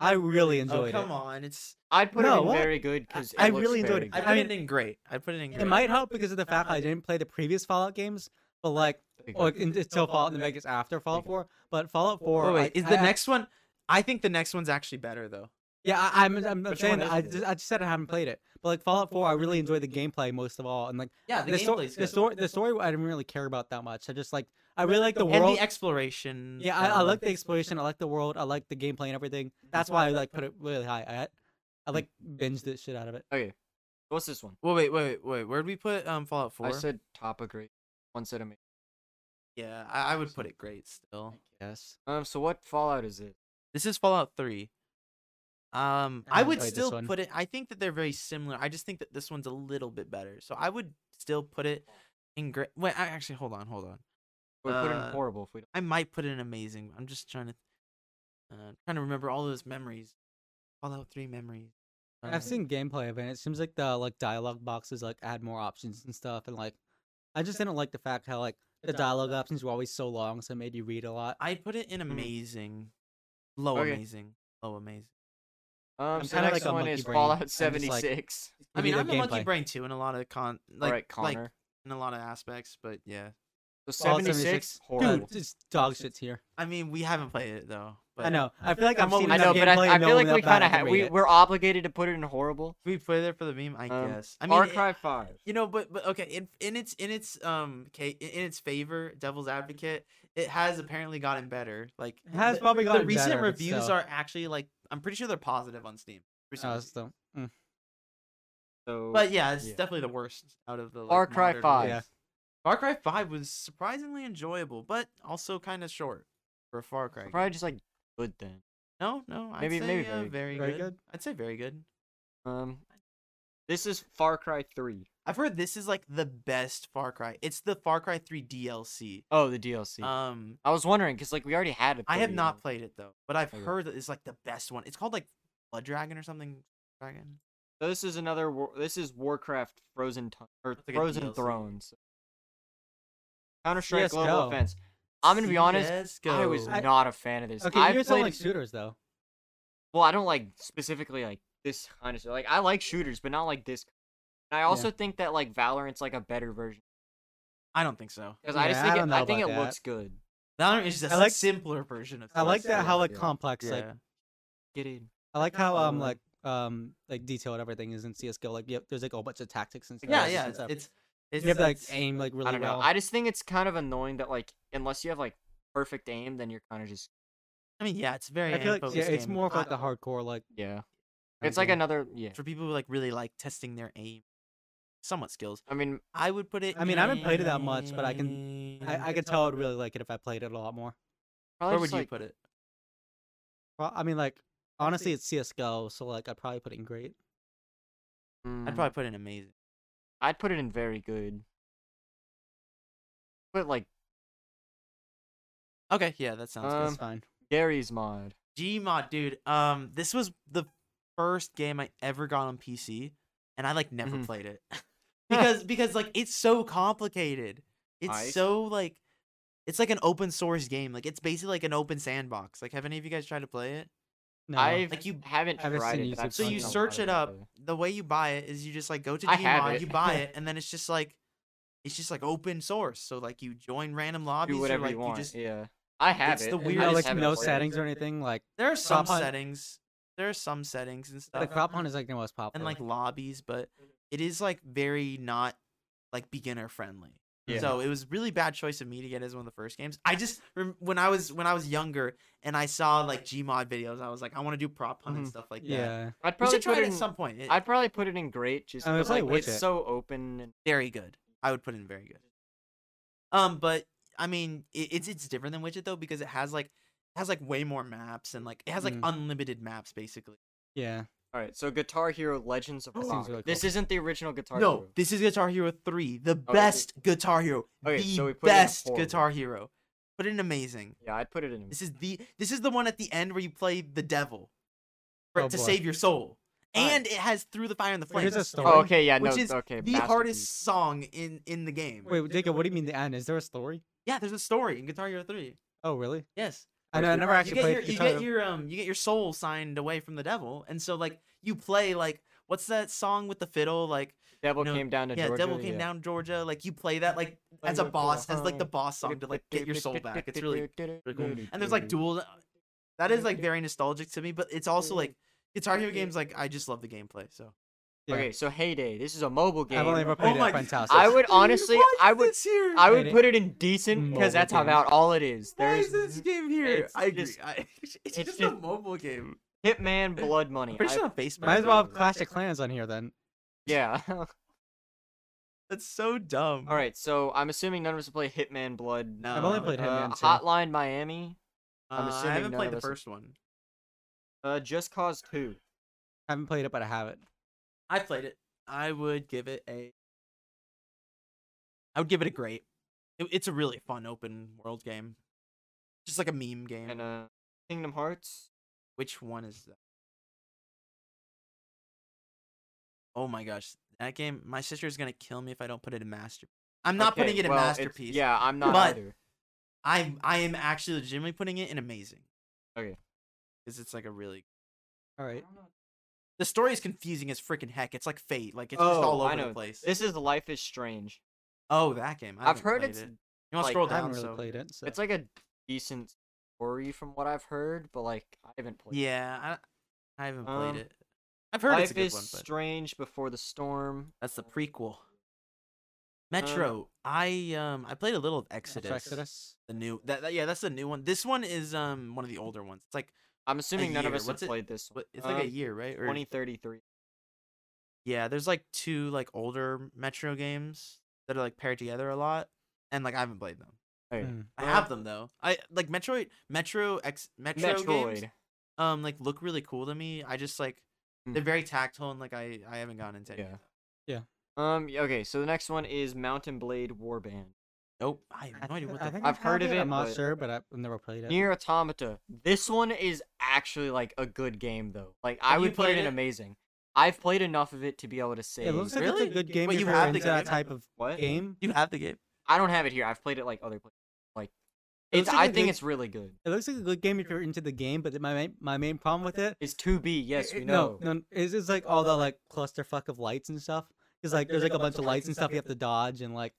[SPEAKER 3] I really
[SPEAKER 1] Oh,
[SPEAKER 3] enjoyed
[SPEAKER 1] come
[SPEAKER 3] it.
[SPEAKER 1] on! It's.
[SPEAKER 2] I'd put
[SPEAKER 3] No,
[SPEAKER 2] it in
[SPEAKER 3] what?
[SPEAKER 2] very good because
[SPEAKER 3] I really enjoyed it.
[SPEAKER 1] I
[SPEAKER 3] I
[SPEAKER 1] put it
[SPEAKER 3] mean-
[SPEAKER 1] in great. I put it in great.
[SPEAKER 3] It might help because of the fact I didn't play the previous Fallout games, but like, or in- until Fallout in Vegas after Fallout 4. But Fallout 4.
[SPEAKER 1] Oh, wait,
[SPEAKER 3] I-
[SPEAKER 1] is
[SPEAKER 3] I-
[SPEAKER 1] the
[SPEAKER 3] I-
[SPEAKER 1] next one? I think the next one's actually better though.
[SPEAKER 3] Yeah, I, I'm, I'm, I'm
[SPEAKER 2] Which one
[SPEAKER 3] saying that
[SPEAKER 2] is
[SPEAKER 3] I
[SPEAKER 2] it?
[SPEAKER 3] just, I just said I haven't played it, but like Fallout 4, I really enjoyed the gameplay most of all, and like
[SPEAKER 1] Yeah,
[SPEAKER 3] the, sto- the story, the story, I didn't really care about that much. I just like I really like the
[SPEAKER 1] and
[SPEAKER 3] world.
[SPEAKER 1] the exploration.
[SPEAKER 3] yeah, I, I
[SPEAKER 1] um,
[SPEAKER 3] like the exploration. I like the world. I like the gameplay and everything. That's why I like put it really high. I, I like binged the shit out of it.
[SPEAKER 2] What's this one?
[SPEAKER 1] Well, wait, wait, wait, wait. Where'd we put um Fallout Four?
[SPEAKER 2] I said top of grade. One said amazing.
[SPEAKER 1] yeah, I, I would put it great still.
[SPEAKER 3] Yes.
[SPEAKER 2] Um. So what Fallout is it?
[SPEAKER 1] This is Fallout Three. Um,
[SPEAKER 3] I
[SPEAKER 1] I,
[SPEAKER 3] haven't
[SPEAKER 1] would
[SPEAKER 3] played Uh, this
[SPEAKER 1] still
[SPEAKER 3] one.
[SPEAKER 1] put it. I think that they're very similar. I just think that this one's a little bit better. So I would still put it in great. Wait, I, actually, hold on, hold on.
[SPEAKER 2] We put it in
[SPEAKER 1] Uh,
[SPEAKER 2] horrible if we don't.
[SPEAKER 1] I might put it in amazing. I'm just trying to, uh, trying to remember all those memories. Fallout Three memories. Uh,
[SPEAKER 3] I've seen gameplay of it. and It seems like the like dialogue boxes like add more options and stuff, and like I just didn't like the fact how like the dialogue options were always so long, so it made you read a lot.
[SPEAKER 1] I put it in
[SPEAKER 3] Hmm.
[SPEAKER 2] Mhm.
[SPEAKER 1] amazing, low
[SPEAKER 2] Okay.
[SPEAKER 1] amazing, low amazing.
[SPEAKER 2] Um.
[SPEAKER 3] I'm
[SPEAKER 2] So
[SPEAKER 3] kinda
[SPEAKER 2] next
[SPEAKER 3] like a
[SPEAKER 2] one
[SPEAKER 3] monkey
[SPEAKER 2] is
[SPEAKER 3] brain. I'm
[SPEAKER 2] Fallout
[SPEAKER 3] just like-
[SPEAKER 2] 76.
[SPEAKER 1] I mean,
[SPEAKER 3] Maybe
[SPEAKER 1] I'm
[SPEAKER 3] the
[SPEAKER 1] a monkey
[SPEAKER 3] gameplay.
[SPEAKER 1] brain too in a lot of con,
[SPEAKER 2] All
[SPEAKER 1] like,
[SPEAKER 2] right,
[SPEAKER 1] like
[SPEAKER 2] Connor.
[SPEAKER 1] in a lot of aspects. But yeah,
[SPEAKER 2] So
[SPEAKER 3] Fallout
[SPEAKER 2] 76.
[SPEAKER 3] 76?
[SPEAKER 2] Horrible.
[SPEAKER 3] Dude, just dog shit's here.
[SPEAKER 1] I mean, we haven't played it though. But
[SPEAKER 3] I know. I feel like I'm
[SPEAKER 1] I
[SPEAKER 3] always
[SPEAKER 2] I know, but I, I feel like we kind of ha- we
[SPEAKER 3] we
[SPEAKER 2] we're obligated to put it in horrible.
[SPEAKER 1] We played it for the meme, I
[SPEAKER 2] Um,
[SPEAKER 1] guess. I mean,
[SPEAKER 2] Far
[SPEAKER 1] it-
[SPEAKER 2] Cry Five.
[SPEAKER 1] you know, but but okay, in in its in its um ca- in in its favor, Devil's Advocate, it has apparently gotten better. Like
[SPEAKER 3] It has
[SPEAKER 1] the-
[SPEAKER 3] probably
[SPEAKER 1] the
[SPEAKER 3] gotten
[SPEAKER 1] recent
[SPEAKER 3] better, but
[SPEAKER 1] reviews
[SPEAKER 3] still.
[SPEAKER 1] are actually like I'm pretty sure they're positive on Steam. recent
[SPEAKER 3] Oh,
[SPEAKER 1] reviews.
[SPEAKER 3] so, mm.
[SPEAKER 2] So,
[SPEAKER 1] But yeah, it's
[SPEAKER 2] yeah.
[SPEAKER 1] definitely the worst out of the like,
[SPEAKER 2] Far Cry
[SPEAKER 1] modern
[SPEAKER 2] 5.
[SPEAKER 1] releases. Far Cry Five was surprisingly enjoyable, but also kind of short for a Far Cry. game.
[SPEAKER 2] probably just like good then.
[SPEAKER 1] No, no, I'd
[SPEAKER 2] Maybe-
[SPEAKER 1] say
[SPEAKER 2] maybe
[SPEAKER 1] uh,
[SPEAKER 2] very-
[SPEAKER 1] very,
[SPEAKER 3] very
[SPEAKER 1] good.
[SPEAKER 3] good.
[SPEAKER 1] I'd say very good.
[SPEAKER 2] Um, this is Far Cry Three.
[SPEAKER 1] I've heard this is like the best Far Cry. It's the Far Cry 3 DLC.
[SPEAKER 2] Oh, the DLC.
[SPEAKER 1] Um,
[SPEAKER 2] I was wondering because like we already had it.
[SPEAKER 1] I have not played it though, but I've
[SPEAKER 2] Okay.
[SPEAKER 1] heard that it's like the best one. It's called like Blood Dragon or something. Dragon.
[SPEAKER 2] So this is another. War- this is Warcraft Frozen Ton- or
[SPEAKER 1] That's like a
[SPEAKER 2] Frozen
[SPEAKER 1] DLC.
[SPEAKER 2] Thrones. Counter Strike Global
[SPEAKER 3] CS:GO.
[SPEAKER 2] Offense. I'm gonna be honest. I was
[SPEAKER 1] CS:GO.
[SPEAKER 2] not a fan of this.
[SPEAKER 3] Okay,
[SPEAKER 2] I
[SPEAKER 3] you're
[SPEAKER 2] played
[SPEAKER 3] selling like shooters though.
[SPEAKER 2] well. I don't like specifically like this kind of stuff. Like I like shooters, but not like this. And I also think that like Valorant's like a better version
[SPEAKER 1] I don't think so.
[SPEAKER 2] because I
[SPEAKER 3] Yeah,
[SPEAKER 2] just
[SPEAKER 3] I
[SPEAKER 2] think
[SPEAKER 3] don't
[SPEAKER 2] it, I
[SPEAKER 3] know
[SPEAKER 2] think it
[SPEAKER 3] about
[SPEAKER 2] looks good.
[SPEAKER 1] Valorant is just
[SPEAKER 3] I
[SPEAKER 1] a
[SPEAKER 3] like-
[SPEAKER 1] simpler version of.
[SPEAKER 3] I like
[SPEAKER 1] CS:GO.
[SPEAKER 3] that how like
[SPEAKER 2] yeah.
[SPEAKER 3] complex
[SPEAKER 1] Yeah.
[SPEAKER 3] like
[SPEAKER 2] Get in.
[SPEAKER 3] I like how
[SPEAKER 2] Uh,
[SPEAKER 3] um like um like detailed everything is in CS:GO. Like yep, there's like a whole bunch of tactics and stuff.
[SPEAKER 1] yeah,
[SPEAKER 2] it's
[SPEAKER 1] yeah.
[SPEAKER 3] and
[SPEAKER 1] It's
[SPEAKER 3] stuff.
[SPEAKER 1] it's, it's
[SPEAKER 3] you have to like
[SPEAKER 1] it's-
[SPEAKER 3] aim like really
[SPEAKER 2] I don't know.
[SPEAKER 3] well.
[SPEAKER 2] I just think it's kind of annoying that like unless you have like perfect aim, then you're kind of just
[SPEAKER 1] I mean, yeah, it's very.
[SPEAKER 3] I feel like yeah,
[SPEAKER 1] aim-focused
[SPEAKER 3] it's
[SPEAKER 1] game.
[SPEAKER 3] more of
[SPEAKER 1] I-
[SPEAKER 3] like the hardcore like.
[SPEAKER 2] yeah.
[SPEAKER 3] kinda
[SPEAKER 2] It's like
[SPEAKER 3] game.
[SPEAKER 2] another yeah.
[SPEAKER 1] for people who like really like testing their aim, somewhat skills.
[SPEAKER 2] I mean,
[SPEAKER 1] I would put it.
[SPEAKER 3] I mean, I haven't played it that much, but I
[SPEAKER 1] can.
[SPEAKER 3] I, I could tell I'd really like it if I played it a lot more.
[SPEAKER 2] probably
[SPEAKER 1] Where would
[SPEAKER 2] just,
[SPEAKER 1] you
[SPEAKER 2] like-
[SPEAKER 1] put it?
[SPEAKER 3] Well, I mean like honestly, it's CS:GO, so like I'd probably put it in great.
[SPEAKER 1] I'd
[SPEAKER 2] mm,
[SPEAKER 1] probably put it in amazing.
[SPEAKER 2] I'd put it in very good. But like
[SPEAKER 1] Okay, yeah, that sounds good.
[SPEAKER 3] That's
[SPEAKER 2] Um,
[SPEAKER 3] fine.
[SPEAKER 2] Gary's mod.
[SPEAKER 1] Gmod, dude. Um, this was the first game I ever got on PC, and I like never
[SPEAKER 2] Mhm.
[SPEAKER 1] played it because because like it's so complicated. It's
[SPEAKER 2] Nice.
[SPEAKER 1] so like it's like an open source game. Like it's basically like an open sandbox. Like have any of you guys tried to play it?
[SPEAKER 3] No.
[SPEAKER 2] I
[SPEAKER 1] Like, you-
[SPEAKER 2] haven't
[SPEAKER 3] I've
[SPEAKER 2] tried
[SPEAKER 3] seen
[SPEAKER 2] it. but I've
[SPEAKER 3] YouTube
[SPEAKER 1] So
[SPEAKER 2] seen
[SPEAKER 1] you
[SPEAKER 2] a lot
[SPEAKER 1] search
[SPEAKER 2] of
[SPEAKER 1] it up.
[SPEAKER 2] people.
[SPEAKER 1] The way you buy it is you just like go to
[SPEAKER 2] I have
[SPEAKER 1] Gmod,
[SPEAKER 2] it.
[SPEAKER 1] you buy it, and then it's just like it's just like open source. So like you join random lobbies,
[SPEAKER 2] Do
[SPEAKER 1] or,
[SPEAKER 2] whatever
[SPEAKER 1] like,
[SPEAKER 2] you want.
[SPEAKER 1] just
[SPEAKER 2] yeah. I have
[SPEAKER 1] it's
[SPEAKER 2] it.
[SPEAKER 1] the
[SPEAKER 2] and I
[SPEAKER 1] weird-
[SPEAKER 3] no,
[SPEAKER 2] just
[SPEAKER 3] like
[SPEAKER 2] haven't
[SPEAKER 3] no
[SPEAKER 2] played it.
[SPEAKER 3] settings or anything. Like
[SPEAKER 1] there are some
[SPEAKER 3] Crop hunt.
[SPEAKER 1] settings. There are some settings and stuff.
[SPEAKER 3] the crop hunt is like the most popular.
[SPEAKER 2] Mm-hmm.
[SPEAKER 1] and like lobbies, but it is like very not like beginner friendly.
[SPEAKER 2] Yeah.
[SPEAKER 1] So it was really bad choice of me to get it as one of the first games. I just rem- when I was when I was younger and I saw like Gmod videos, I was like, I want to do prop hunt and
[SPEAKER 2] Mhm.
[SPEAKER 1] stuff like that.
[SPEAKER 3] yeah.
[SPEAKER 2] I'd
[SPEAKER 1] We
[SPEAKER 2] probably
[SPEAKER 1] should try
[SPEAKER 2] put
[SPEAKER 1] it
[SPEAKER 2] it
[SPEAKER 1] at
[SPEAKER 2] in.
[SPEAKER 1] some point. It-
[SPEAKER 2] I'd probably put it in great. Just
[SPEAKER 3] I would
[SPEAKER 2] 'cause,
[SPEAKER 3] probably
[SPEAKER 2] like,
[SPEAKER 3] watch
[SPEAKER 2] Oh, it's
[SPEAKER 3] it.
[SPEAKER 2] so open. And,
[SPEAKER 1] very good. I would put in very good. Um, but I mean, it, it's it's different than Widget though because it has like it has like way more maps and like it has like
[SPEAKER 3] Mm.
[SPEAKER 1] unlimited maps basically.
[SPEAKER 3] Yeah.
[SPEAKER 2] all right, so Guitar Hero Legends of
[SPEAKER 1] That
[SPEAKER 3] seems
[SPEAKER 2] Rock.
[SPEAKER 3] really
[SPEAKER 2] This
[SPEAKER 3] cool.
[SPEAKER 2] isn't the original Guitar
[SPEAKER 1] no,
[SPEAKER 2] Hero. Oh,
[SPEAKER 1] this is Guitar Hero three, the best Guitar Hero,
[SPEAKER 2] Okay,
[SPEAKER 1] the
[SPEAKER 2] so we put it in
[SPEAKER 1] best
[SPEAKER 2] horrible.
[SPEAKER 1] Guitar Hero. Put in amazing.
[SPEAKER 2] Yeah, I'd put it in.
[SPEAKER 1] This is the this is the one at the end where you play the devil for,
[SPEAKER 3] Oh,
[SPEAKER 1] to
[SPEAKER 3] boy.
[SPEAKER 1] save your soul,
[SPEAKER 2] Alright.
[SPEAKER 1] and it has through the fire and the
[SPEAKER 3] Wait,
[SPEAKER 1] flames.
[SPEAKER 3] here's a story.
[SPEAKER 2] Oh, okay, yeah, no,
[SPEAKER 1] Which is
[SPEAKER 2] okay.
[SPEAKER 1] the hardest song in in the game.
[SPEAKER 3] Wait, Jacob, what do you mean the end? Is there a story?
[SPEAKER 1] Yeah, there's a story in Guitar Hero three.
[SPEAKER 3] Oh, really?
[SPEAKER 1] Yes.
[SPEAKER 3] I, know, I never
[SPEAKER 1] you
[SPEAKER 3] actually
[SPEAKER 1] get
[SPEAKER 3] played
[SPEAKER 1] your you
[SPEAKER 3] Guitar
[SPEAKER 1] get
[SPEAKER 3] Hero.
[SPEAKER 1] your um you get your soul signed away from the devil, and so like you play like what's that song with the fiddle like
[SPEAKER 2] Devil
[SPEAKER 1] no,
[SPEAKER 2] came down to
[SPEAKER 1] yeah
[SPEAKER 2] Georgia.
[SPEAKER 1] devil came
[SPEAKER 2] yeah.
[SPEAKER 1] down Georgia like you play that like
[SPEAKER 2] Play
[SPEAKER 1] as a
[SPEAKER 2] with the
[SPEAKER 1] boss as like the
[SPEAKER 2] hum.
[SPEAKER 1] boss song to like get your soul back. It's really really cool. And there's
[SPEAKER 2] Mm-hmm.
[SPEAKER 1] like dual uh, that is like very nostalgic to me, but it's also like Guitar
[SPEAKER 2] Mm-hmm.
[SPEAKER 1] Hero games like I just love the gameplay. So
[SPEAKER 3] Yeah.
[SPEAKER 2] Okay, so Heyday. This is a mobile game.
[SPEAKER 3] I've only ever
[SPEAKER 1] Oh
[SPEAKER 3] played it
[SPEAKER 1] my
[SPEAKER 3] at friend's house.
[SPEAKER 2] I would
[SPEAKER 1] Dude,
[SPEAKER 2] honestly-
[SPEAKER 1] why
[SPEAKER 2] I
[SPEAKER 1] is
[SPEAKER 2] would-
[SPEAKER 1] this here?
[SPEAKER 2] I would
[SPEAKER 3] Heyday.
[SPEAKER 2] put it in decent
[SPEAKER 3] Mobile
[SPEAKER 2] because that's
[SPEAKER 3] game.
[SPEAKER 2] about all it is.
[SPEAKER 1] Why is
[SPEAKER 2] There's
[SPEAKER 1] this game here?
[SPEAKER 2] it's
[SPEAKER 1] I agree.
[SPEAKER 2] just-
[SPEAKER 1] I, it's, just a
[SPEAKER 2] just-
[SPEAKER 1] mobile game.
[SPEAKER 2] Hitman Blood Money.
[SPEAKER 1] Pretty
[SPEAKER 2] I-
[SPEAKER 1] sure on Facebook.
[SPEAKER 3] Might as well have Clash of Clans on here then.
[SPEAKER 2] yeah.
[SPEAKER 1] That's so dumb.
[SPEAKER 2] all right, so I'm assuming none of us have played Hitman Blood.
[SPEAKER 1] No.
[SPEAKER 3] I've only played
[SPEAKER 2] Uh,
[SPEAKER 3] Hitman too.
[SPEAKER 2] Hotline Miami. I'm
[SPEAKER 1] Uh, I
[SPEAKER 2] assuming
[SPEAKER 1] haven't
[SPEAKER 2] none
[SPEAKER 1] played
[SPEAKER 2] of
[SPEAKER 1] the
[SPEAKER 2] us-
[SPEAKER 1] first one.
[SPEAKER 2] Uh, Just Cause 2.
[SPEAKER 3] haven't played it, but I have it.
[SPEAKER 1] I played it. I would give it a. I would give it a great. It- it's a really fun open world game, just like a meme game.
[SPEAKER 2] And uh, Kingdom Hearts.
[SPEAKER 1] Which one is that? Oh my gosh, that game! My sister's gonna kill me if I don't put it in masterpiece. I'm not
[SPEAKER 2] Okay,
[SPEAKER 1] putting it in
[SPEAKER 2] well, it's-
[SPEAKER 1] masterpiece.
[SPEAKER 2] Yeah, I'm not
[SPEAKER 1] But-
[SPEAKER 2] either.
[SPEAKER 1] I I am actually legitimately putting it in amazing.
[SPEAKER 2] Okay.
[SPEAKER 1] Because it's like a really
[SPEAKER 3] All right.
[SPEAKER 1] the story is confusing as freaking heck. It's like fate. Like it's just
[SPEAKER 2] Oh,
[SPEAKER 1] all
[SPEAKER 2] I
[SPEAKER 1] over the
[SPEAKER 2] know.
[SPEAKER 1] place.
[SPEAKER 2] This is Life is Strange.
[SPEAKER 1] Oh, that game. I
[SPEAKER 2] I've
[SPEAKER 1] haven't
[SPEAKER 2] heard
[SPEAKER 1] played
[SPEAKER 2] it's
[SPEAKER 1] it. You want to
[SPEAKER 2] like,
[SPEAKER 1] scroll
[SPEAKER 3] I
[SPEAKER 1] down?
[SPEAKER 3] haven't really
[SPEAKER 1] so-
[SPEAKER 3] played it. So.
[SPEAKER 2] it's like a decent story from what I've heard, but like I haven't played. it.
[SPEAKER 1] Yeah, I, I haven't
[SPEAKER 2] Um,
[SPEAKER 1] played it. I've heard it's a
[SPEAKER 2] Life
[SPEAKER 1] good
[SPEAKER 2] is uh
[SPEAKER 1] one, but
[SPEAKER 2] Strange Before the Storm.
[SPEAKER 1] that's the prequel. Metro. I um I played a little of Exodus.
[SPEAKER 3] Metro Exodus.
[SPEAKER 1] The new that, that- yeah that's the new one. This one is um one of the older ones. It's like
[SPEAKER 2] I'm assuming none of
[SPEAKER 1] year.
[SPEAKER 2] us
[SPEAKER 1] What's it-
[SPEAKER 2] have played this.
[SPEAKER 1] what- it's like a
[SPEAKER 2] Um,
[SPEAKER 1] year right or
[SPEAKER 2] 2033.
[SPEAKER 1] yeah. There's like two like older Metro games that are like paired together a lot, and like I haven't played them.
[SPEAKER 2] Hey,
[SPEAKER 3] Mm.
[SPEAKER 1] I
[SPEAKER 2] Yeah.
[SPEAKER 1] have them though. I like Metroid, Metro X, Metro games.
[SPEAKER 2] Metroid.
[SPEAKER 1] Um, like look really cool to me. I just like
[SPEAKER 2] Mm.
[SPEAKER 1] they're very tactile and like I I haven't gone into. any of
[SPEAKER 2] Yeah.
[SPEAKER 1] them.
[SPEAKER 2] Um. y- Okay. So the next one is Mountain Blade Warband.
[SPEAKER 1] Nope. Oh, I have no idea
[SPEAKER 3] thi-
[SPEAKER 1] what the.
[SPEAKER 3] think
[SPEAKER 1] f-
[SPEAKER 2] I've heard
[SPEAKER 3] have
[SPEAKER 2] of it,
[SPEAKER 3] I'm not
[SPEAKER 2] but-
[SPEAKER 3] sure, but I've never played it.
[SPEAKER 2] Near Automata. This one is actually like a good game though. Like I
[SPEAKER 1] Have you
[SPEAKER 2] would put
[SPEAKER 1] played
[SPEAKER 2] it in
[SPEAKER 1] it?
[SPEAKER 2] amazing. I've played enough of it to be able to say
[SPEAKER 3] it looks like
[SPEAKER 1] Really?
[SPEAKER 3] it's a good game.
[SPEAKER 1] Wait,
[SPEAKER 3] if
[SPEAKER 1] you
[SPEAKER 3] you're
[SPEAKER 1] have the
[SPEAKER 3] into that
[SPEAKER 1] game?
[SPEAKER 3] type of
[SPEAKER 2] what
[SPEAKER 3] game.
[SPEAKER 1] you have the game.
[SPEAKER 2] I don't have it here. I've played it like other places. Like
[SPEAKER 3] It
[SPEAKER 2] it's.
[SPEAKER 3] looks like
[SPEAKER 2] I
[SPEAKER 3] a
[SPEAKER 2] think
[SPEAKER 3] good-
[SPEAKER 2] it's really good.
[SPEAKER 3] It looks like a good game if you're into the game, but my main, my main problem with it
[SPEAKER 2] It's 2B. Yes,
[SPEAKER 3] It-
[SPEAKER 2] we
[SPEAKER 3] it-
[SPEAKER 2] know.
[SPEAKER 3] No, no, it's, it's like all the like clusterfuck of lights and stuff. Because like there's like a bunch of lights and stuff you have to dodge and like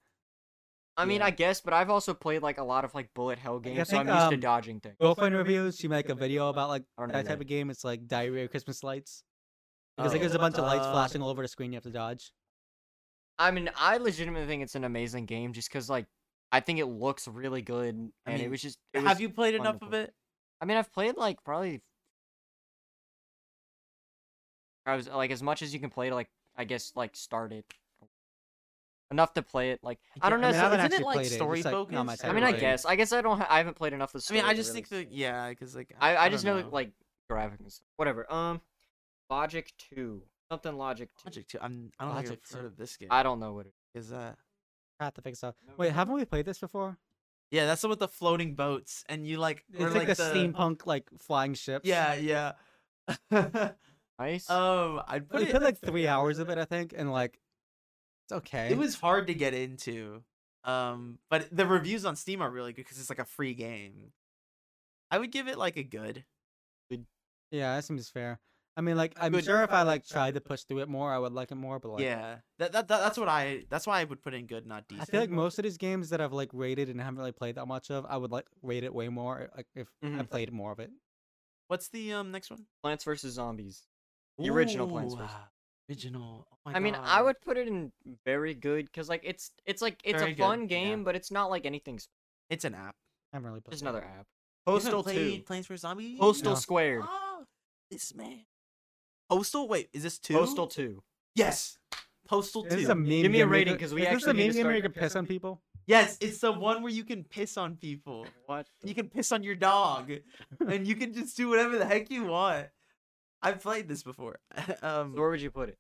[SPEAKER 2] I mean,
[SPEAKER 3] yeah.
[SPEAKER 2] I guess, but I've also played like a lot of like bullet hell games, so I'm
[SPEAKER 3] think,
[SPEAKER 2] used to
[SPEAKER 3] um,
[SPEAKER 2] dodging things.
[SPEAKER 3] girlfriend reviews. She made like a video about like
[SPEAKER 2] I don't know
[SPEAKER 3] that type
[SPEAKER 2] that.
[SPEAKER 3] of game. It's like Diary of Christmas Lights. Because like
[SPEAKER 1] Oh.
[SPEAKER 3] there's a bunch of lights
[SPEAKER 1] Uh,
[SPEAKER 3] flashing all over the screen you have to dodge.
[SPEAKER 2] I mean, I legitimately think it's an amazing game just because, like, I think it looks really good. And
[SPEAKER 1] I
[SPEAKER 2] it
[SPEAKER 1] mean,
[SPEAKER 2] was just. It
[SPEAKER 1] have
[SPEAKER 2] was-
[SPEAKER 1] you played enough of
[SPEAKER 2] wonderful.
[SPEAKER 1] it?
[SPEAKER 2] I mean, I've played, like, probably. I was, like, as much as you can play to, like, I guess, like, start it. Enough to play it. Like, I, don't
[SPEAKER 3] can't-
[SPEAKER 2] know.
[SPEAKER 3] I mean, I
[SPEAKER 2] so-
[SPEAKER 3] haven't
[SPEAKER 1] isn't it,
[SPEAKER 3] actually
[SPEAKER 1] like,
[SPEAKER 3] played it.
[SPEAKER 1] story
[SPEAKER 3] It's, like, not my
[SPEAKER 1] focused?
[SPEAKER 2] I
[SPEAKER 3] type
[SPEAKER 2] mean,
[SPEAKER 3] of
[SPEAKER 2] I
[SPEAKER 3] game.
[SPEAKER 2] guess. I guess I don't. Ha- I haven't played enough of the
[SPEAKER 1] I mean,
[SPEAKER 2] story
[SPEAKER 1] I
[SPEAKER 2] to
[SPEAKER 1] just
[SPEAKER 2] really
[SPEAKER 1] think that
[SPEAKER 2] say.
[SPEAKER 1] yeah, because like
[SPEAKER 2] I, I
[SPEAKER 1] don't
[SPEAKER 2] just know, like graphics and stuff. whatever. Um, Logic Two, something Logic Two.
[SPEAKER 1] Logic 2. I'm I don't think
[SPEAKER 3] Logic
[SPEAKER 1] I've heard
[SPEAKER 3] 2.
[SPEAKER 1] of this game.
[SPEAKER 2] I don't know what it
[SPEAKER 1] is that?
[SPEAKER 3] I have to fix up. Wait, haven't we played this before?
[SPEAKER 1] Yeah, that's the one with the floating boats, and you like
[SPEAKER 3] It's
[SPEAKER 1] or,
[SPEAKER 3] like, the, steampunk like flying ships.
[SPEAKER 1] Yeah, yeah.
[SPEAKER 2] Nice.
[SPEAKER 1] um, I'd
[SPEAKER 3] we
[SPEAKER 1] put
[SPEAKER 3] played
[SPEAKER 1] it.
[SPEAKER 3] like three hours of it, I think, and like it's okay.
[SPEAKER 1] It was hard to get into, um, but the reviews on Steam are really good because it's like a free game. I would give it like a good.
[SPEAKER 3] yeah, that seems fair. I mean, like I'm
[SPEAKER 2] Good.
[SPEAKER 3] sure if I like tried to push through it more, I would like it more. But like,
[SPEAKER 1] yeah, that, that that that's what I that's why I would put in good, not
[SPEAKER 3] I
[SPEAKER 1] decent.
[SPEAKER 3] feel like most of these games that I've like rated and haven't really played that much of, I would like rate it way more eh, like if I
[SPEAKER 2] Mhm.
[SPEAKER 3] played more of it.
[SPEAKER 1] What's the um next one?
[SPEAKER 2] Plants vs Zombies. The original Plants
[SPEAKER 1] Ooh,
[SPEAKER 2] vs.
[SPEAKER 1] Original. Oh my
[SPEAKER 2] I mean, I
[SPEAKER 1] God.
[SPEAKER 2] would put it in very good because like it's it's like it's
[SPEAKER 1] Very
[SPEAKER 2] a
[SPEAKER 1] good,
[SPEAKER 2] fun
[SPEAKER 1] yeah.
[SPEAKER 2] game, but it's not like anything. Sp-
[SPEAKER 1] It's an app.
[SPEAKER 3] I haven't really played.
[SPEAKER 2] just
[SPEAKER 3] it.
[SPEAKER 2] another app.
[SPEAKER 1] You haven't
[SPEAKER 2] Postal two.
[SPEAKER 1] played Plants vs Zombies.
[SPEAKER 2] Postal
[SPEAKER 3] No.
[SPEAKER 2] Squared.
[SPEAKER 1] Oh, this man. Postal. Wait, is this two?
[SPEAKER 2] Postal two.
[SPEAKER 1] Yes. Postal
[SPEAKER 3] This
[SPEAKER 1] two.
[SPEAKER 3] is a meme.
[SPEAKER 2] Give me a
[SPEAKER 3] game where you
[SPEAKER 2] rating,
[SPEAKER 3] could-
[SPEAKER 2] 'cause we
[SPEAKER 3] is this
[SPEAKER 2] actually
[SPEAKER 3] a
[SPEAKER 2] need
[SPEAKER 3] meme
[SPEAKER 2] to
[SPEAKER 3] game where you
[SPEAKER 2] start-
[SPEAKER 3] can piss on people.
[SPEAKER 1] yes, it's the one where you can piss on people.
[SPEAKER 2] What?
[SPEAKER 1] You can piss on your dog, and you can just do whatever the heck you want. I've played this before. um,
[SPEAKER 2] Where would you put it?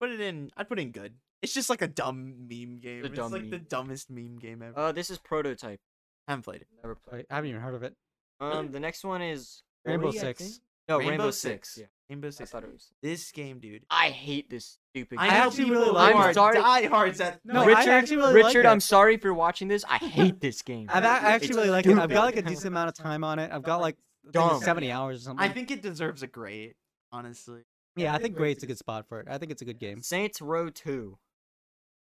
[SPEAKER 1] put it in. I'd put in good. It's just like a dumb meme game.
[SPEAKER 2] The
[SPEAKER 1] it's
[SPEAKER 2] dumb
[SPEAKER 1] like the
[SPEAKER 2] meme.
[SPEAKER 1] dumbest meme game ever.
[SPEAKER 2] Uh, this is prototype.
[SPEAKER 1] haven't played it.
[SPEAKER 2] Never played.
[SPEAKER 3] I haven't even heard of it.
[SPEAKER 2] Um, the next one is
[SPEAKER 3] Rainbow
[SPEAKER 2] Ori, I
[SPEAKER 3] Six.
[SPEAKER 2] think? No, Rainbow, Six. Yeah,
[SPEAKER 1] Rainbow
[SPEAKER 2] I
[SPEAKER 1] Six.
[SPEAKER 2] thought it was.
[SPEAKER 1] This game, dude.
[SPEAKER 2] I hate this stupid.
[SPEAKER 1] I,
[SPEAKER 2] game.
[SPEAKER 1] know
[SPEAKER 3] actually
[SPEAKER 1] people
[SPEAKER 3] really
[SPEAKER 1] who
[SPEAKER 3] like
[SPEAKER 1] are
[SPEAKER 2] it. Sorry.
[SPEAKER 1] diehards at
[SPEAKER 3] No, I
[SPEAKER 2] Richard,
[SPEAKER 3] actually really like
[SPEAKER 2] Richard,
[SPEAKER 3] it.
[SPEAKER 2] I'm sorry if you're watching this. I hate this game.
[SPEAKER 3] I've, I
[SPEAKER 2] It's
[SPEAKER 3] actually really like it. I've got like a
[SPEAKER 2] stupid.
[SPEAKER 3] decent amount of time on it. I've got like I think
[SPEAKER 2] Dumb.
[SPEAKER 3] it's seventy hours or something.
[SPEAKER 1] I think it deserves a grade, honestly.
[SPEAKER 3] yeah, I think great's a good spot for it. I think it's a good game.
[SPEAKER 2] Saints Row Two.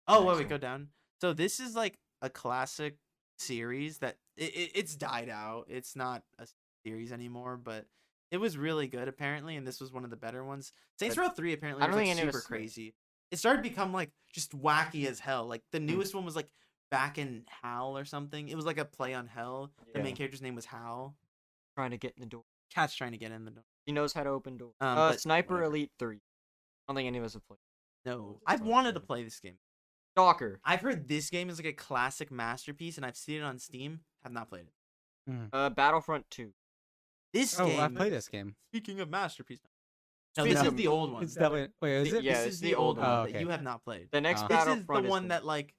[SPEAKER 1] Oh, wait,
[SPEAKER 2] Nice
[SPEAKER 1] wait,
[SPEAKER 2] one.
[SPEAKER 1] go down. So this is like a classic series that it, it, it's died out. It's not a series anymore, but it was really good apparently, and this was one of the better ones. Saints
[SPEAKER 2] But
[SPEAKER 1] Row Three apparently
[SPEAKER 2] I
[SPEAKER 1] was
[SPEAKER 2] don't
[SPEAKER 1] like
[SPEAKER 2] think any of
[SPEAKER 1] super
[SPEAKER 2] us knew it.
[SPEAKER 1] crazy. It started to become like just wacky as hell. Like
[SPEAKER 2] Hmm.
[SPEAKER 1] the newest one was like back in Hal or something. It was like a play on Hell. The main character's name was Hal.
[SPEAKER 2] Trying to get in the door.
[SPEAKER 1] Cat's trying to get in the door.
[SPEAKER 2] He knows how to open doors.
[SPEAKER 1] Um,
[SPEAKER 2] uh,
[SPEAKER 1] but
[SPEAKER 2] Sniper
[SPEAKER 1] whatever.
[SPEAKER 2] Elite Three. I don't think any of us have played.
[SPEAKER 1] No,
[SPEAKER 2] it's
[SPEAKER 1] I've
[SPEAKER 2] not
[SPEAKER 1] wanted to
[SPEAKER 2] good.
[SPEAKER 1] play this game.
[SPEAKER 2] Stalker.
[SPEAKER 1] I've heard this game is like a classic masterpiece, and I've seen it on Steam. Have not played it.
[SPEAKER 2] Uh, Battlefront Two.
[SPEAKER 1] This
[SPEAKER 3] Oh,
[SPEAKER 1] game.
[SPEAKER 3] I've played this game.
[SPEAKER 1] Speaking of masterpiece, no,
[SPEAKER 2] Speaking
[SPEAKER 1] this is
[SPEAKER 2] of-
[SPEAKER 1] the old one.
[SPEAKER 3] It's definitely wait, is
[SPEAKER 2] The-
[SPEAKER 3] it?
[SPEAKER 2] yeah,
[SPEAKER 1] this
[SPEAKER 2] it's
[SPEAKER 1] is
[SPEAKER 2] the
[SPEAKER 1] the old
[SPEAKER 2] old
[SPEAKER 1] one
[SPEAKER 3] one. Oh,
[SPEAKER 1] that you
[SPEAKER 3] okay.
[SPEAKER 1] have not played.
[SPEAKER 2] The next
[SPEAKER 3] Uh,
[SPEAKER 1] This is
[SPEAKER 2] Battlefront
[SPEAKER 1] the one that like,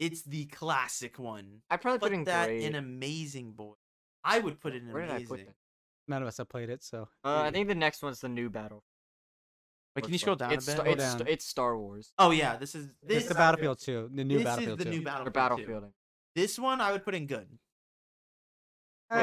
[SPEAKER 1] it's the classic one.
[SPEAKER 2] I probably put
[SPEAKER 1] Put
[SPEAKER 2] in
[SPEAKER 1] that
[SPEAKER 2] grade.
[SPEAKER 1] in amazing boy. I would put it in
[SPEAKER 2] Where did I
[SPEAKER 1] amazing.
[SPEAKER 2] put that?
[SPEAKER 3] None of us have played it, so
[SPEAKER 2] Uh, I
[SPEAKER 1] Dude.
[SPEAKER 2] think the next one's the new battle.
[SPEAKER 1] Wait, can you scroll down a
[SPEAKER 2] it's
[SPEAKER 1] bit?
[SPEAKER 2] Sta-
[SPEAKER 3] Scroll
[SPEAKER 2] it's,
[SPEAKER 3] down.
[SPEAKER 2] Sta- it's Star Wars
[SPEAKER 1] oh yeah, this is this.
[SPEAKER 3] it's the Battlefield 2, the new
[SPEAKER 1] this
[SPEAKER 3] Battlefield
[SPEAKER 1] is the
[SPEAKER 3] 2.
[SPEAKER 1] new Battlefield.
[SPEAKER 2] or
[SPEAKER 1] 2.
[SPEAKER 2] Battlefield.
[SPEAKER 1] This one I would put in good.
[SPEAKER 3] I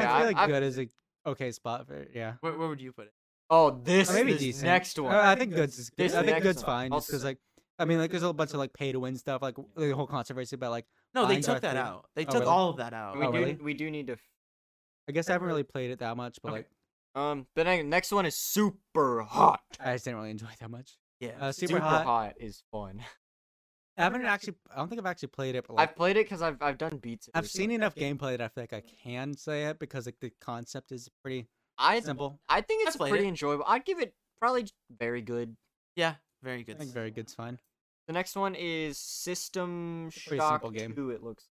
[SPEAKER 2] Yeah,
[SPEAKER 3] feel
[SPEAKER 2] I-
[SPEAKER 3] like
[SPEAKER 2] I've-
[SPEAKER 3] good is a okay spot for it, yeah.
[SPEAKER 1] Where, where would you put it?
[SPEAKER 2] Oh, this
[SPEAKER 3] Or maybe
[SPEAKER 2] this
[SPEAKER 3] decent.
[SPEAKER 2] next one.
[SPEAKER 3] Uh, I think good's is good.
[SPEAKER 2] This
[SPEAKER 3] I think
[SPEAKER 2] next
[SPEAKER 3] good's
[SPEAKER 2] one.
[SPEAKER 3] fine just
[SPEAKER 2] Also-
[SPEAKER 3] because like I mean like there's a whole bunch of like pay to win stuff like the whole controversy about like
[SPEAKER 1] No, they
[SPEAKER 3] Mine's
[SPEAKER 1] took
[SPEAKER 3] our
[SPEAKER 1] that
[SPEAKER 3] three.
[SPEAKER 1] out. They
[SPEAKER 3] Oh,
[SPEAKER 1] took
[SPEAKER 3] really?
[SPEAKER 1] all of that out.
[SPEAKER 2] we
[SPEAKER 3] Oh,
[SPEAKER 2] do
[SPEAKER 3] really?
[SPEAKER 2] we do need to.
[SPEAKER 3] I guess I haven't really played it that much, but
[SPEAKER 1] Okay.
[SPEAKER 3] like
[SPEAKER 2] Um, the ne- next one is super hot.
[SPEAKER 3] I just didn't really enjoy it that much.
[SPEAKER 1] Yeah.
[SPEAKER 3] Uh, super, hot.
[SPEAKER 2] is fun.
[SPEAKER 3] I haven't actually. I don't think I've actually played it, but like,
[SPEAKER 2] I've played it because I've I've done beats.
[SPEAKER 3] I've seen enough gameplay that I feel like I can say it because like the concept is pretty
[SPEAKER 2] I
[SPEAKER 3] simple.
[SPEAKER 2] I think
[SPEAKER 1] I
[SPEAKER 2] it's
[SPEAKER 1] played
[SPEAKER 2] pretty
[SPEAKER 1] it.
[SPEAKER 2] enjoyable. I'd give it probably j- very good.
[SPEAKER 1] yeah. Very good.
[SPEAKER 3] I think
[SPEAKER 1] stuff.
[SPEAKER 3] very good's fine.
[SPEAKER 2] The next one is System
[SPEAKER 3] pretty
[SPEAKER 2] Shock
[SPEAKER 3] simple game.
[SPEAKER 2] 2. It looks.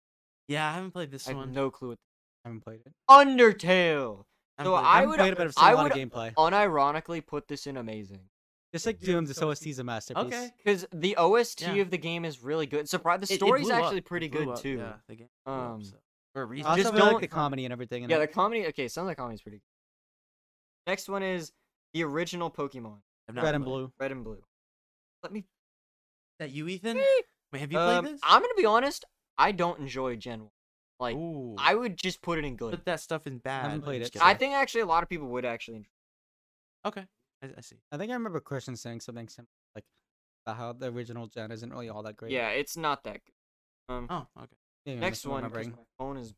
[SPEAKER 1] Yeah, I haven't played this
[SPEAKER 2] I have
[SPEAKER 1] one.
[SPEAKER 2] no clue. What
[SPEAKER 3] I haven't played it.
[SPEAKER 2] Undertale.
[SPEAKER 1] I haven't played it.
[SPEAKER 2] So I
[SPEAKER 3] haven't
[SPEAKER 2] would-
[SPEAKER 3] played it, but I've seen
[SPEAKER 2] I
[SPEAKER 3] a lot
[SPEAKER 2] would-
[SPEAKER 3] of gameplay.
[SPEAKER 2] Unironically, put this in amazing.
[SPEAKER 3] Just like Doom, this OST is a masterpiece.
[SPEAKER 1] Okay.
[SPEAKER 2] Because the OST
[SPEAKER 1] Yeah.
[SPEAKER 2] of the game is really good. Surprise, the
[SPEAKER 1] It- it
[SPEAKER 2] story's
[SPEAKER 1] blew up.
[SPEAKER 2] actually
[SPEAKER 1] It
[SPEAKER 2] pretty
[SPEAKER 1] blew
[SPEAKER 2] good
[SPEAKER 1] up,
[SPEAKER 2] too.
[SPEAKER 1] Yeah, the game blew up,
[SPEAKER 2] Um,
[SPEAKER 1] so- for a reason.
[SPEAKER 3] I also
[SPEAKER 2] Just
[SPEAKER 3] really
[SPEAKER 2] don't-
[SPEAKER 3] like the comedy and everything. in
[SPEAKER 2] Yeah,
[SPEAKER 3] it.
[SPEAKER 2] the comedy. Okay, some of the comedy's pretty. good. Next one is the original Pokemon,
[SPEAKER 1] I've not
[SPEAKER 3] red and
[SPEAKER 1] played it.
[SPEAKER 3] blue.
[SPEAKER 2] Red and Blue. Let me.
[SPEAKER 1] That you, Ethan? Wait, have you
[SPEAKER 2] Um,
[SPEAKER 1] played this?
[SPEAKER 2] I'm gonna be honest. I don't enjoy Gen One. Like,
[SPEAKER 1] Ooh,
[SPEAKER 2] I would just put it in good.
[SPEAKER 1] put that stuff in bad.
[SPEAKER 3] played
[SPEAKER 1] Just
[SPEAKER 3] it,
[SPEAKER 1] kidding.
[SPEAKER 2] I
[SPEAKER 3] so-
[SPEAKER 2] think actually a lot of people would actually. Enjoy.
[SPEAKER 1] Okay, I, I see.
[SPEAKER 3] I think I remember Christian saying something similar, like about how the original Gen isn't really all that great.
[SPEAKER 2] Yeah, it's not that. good. Um,
[SPEAKER 1] Oh, okay.
[SPEAKER 3] Maybe I'm
[SPEAKER 2] next one. 'cause
[SPEAKER 3] misremembering.
[SPEAKER 2] My phone is.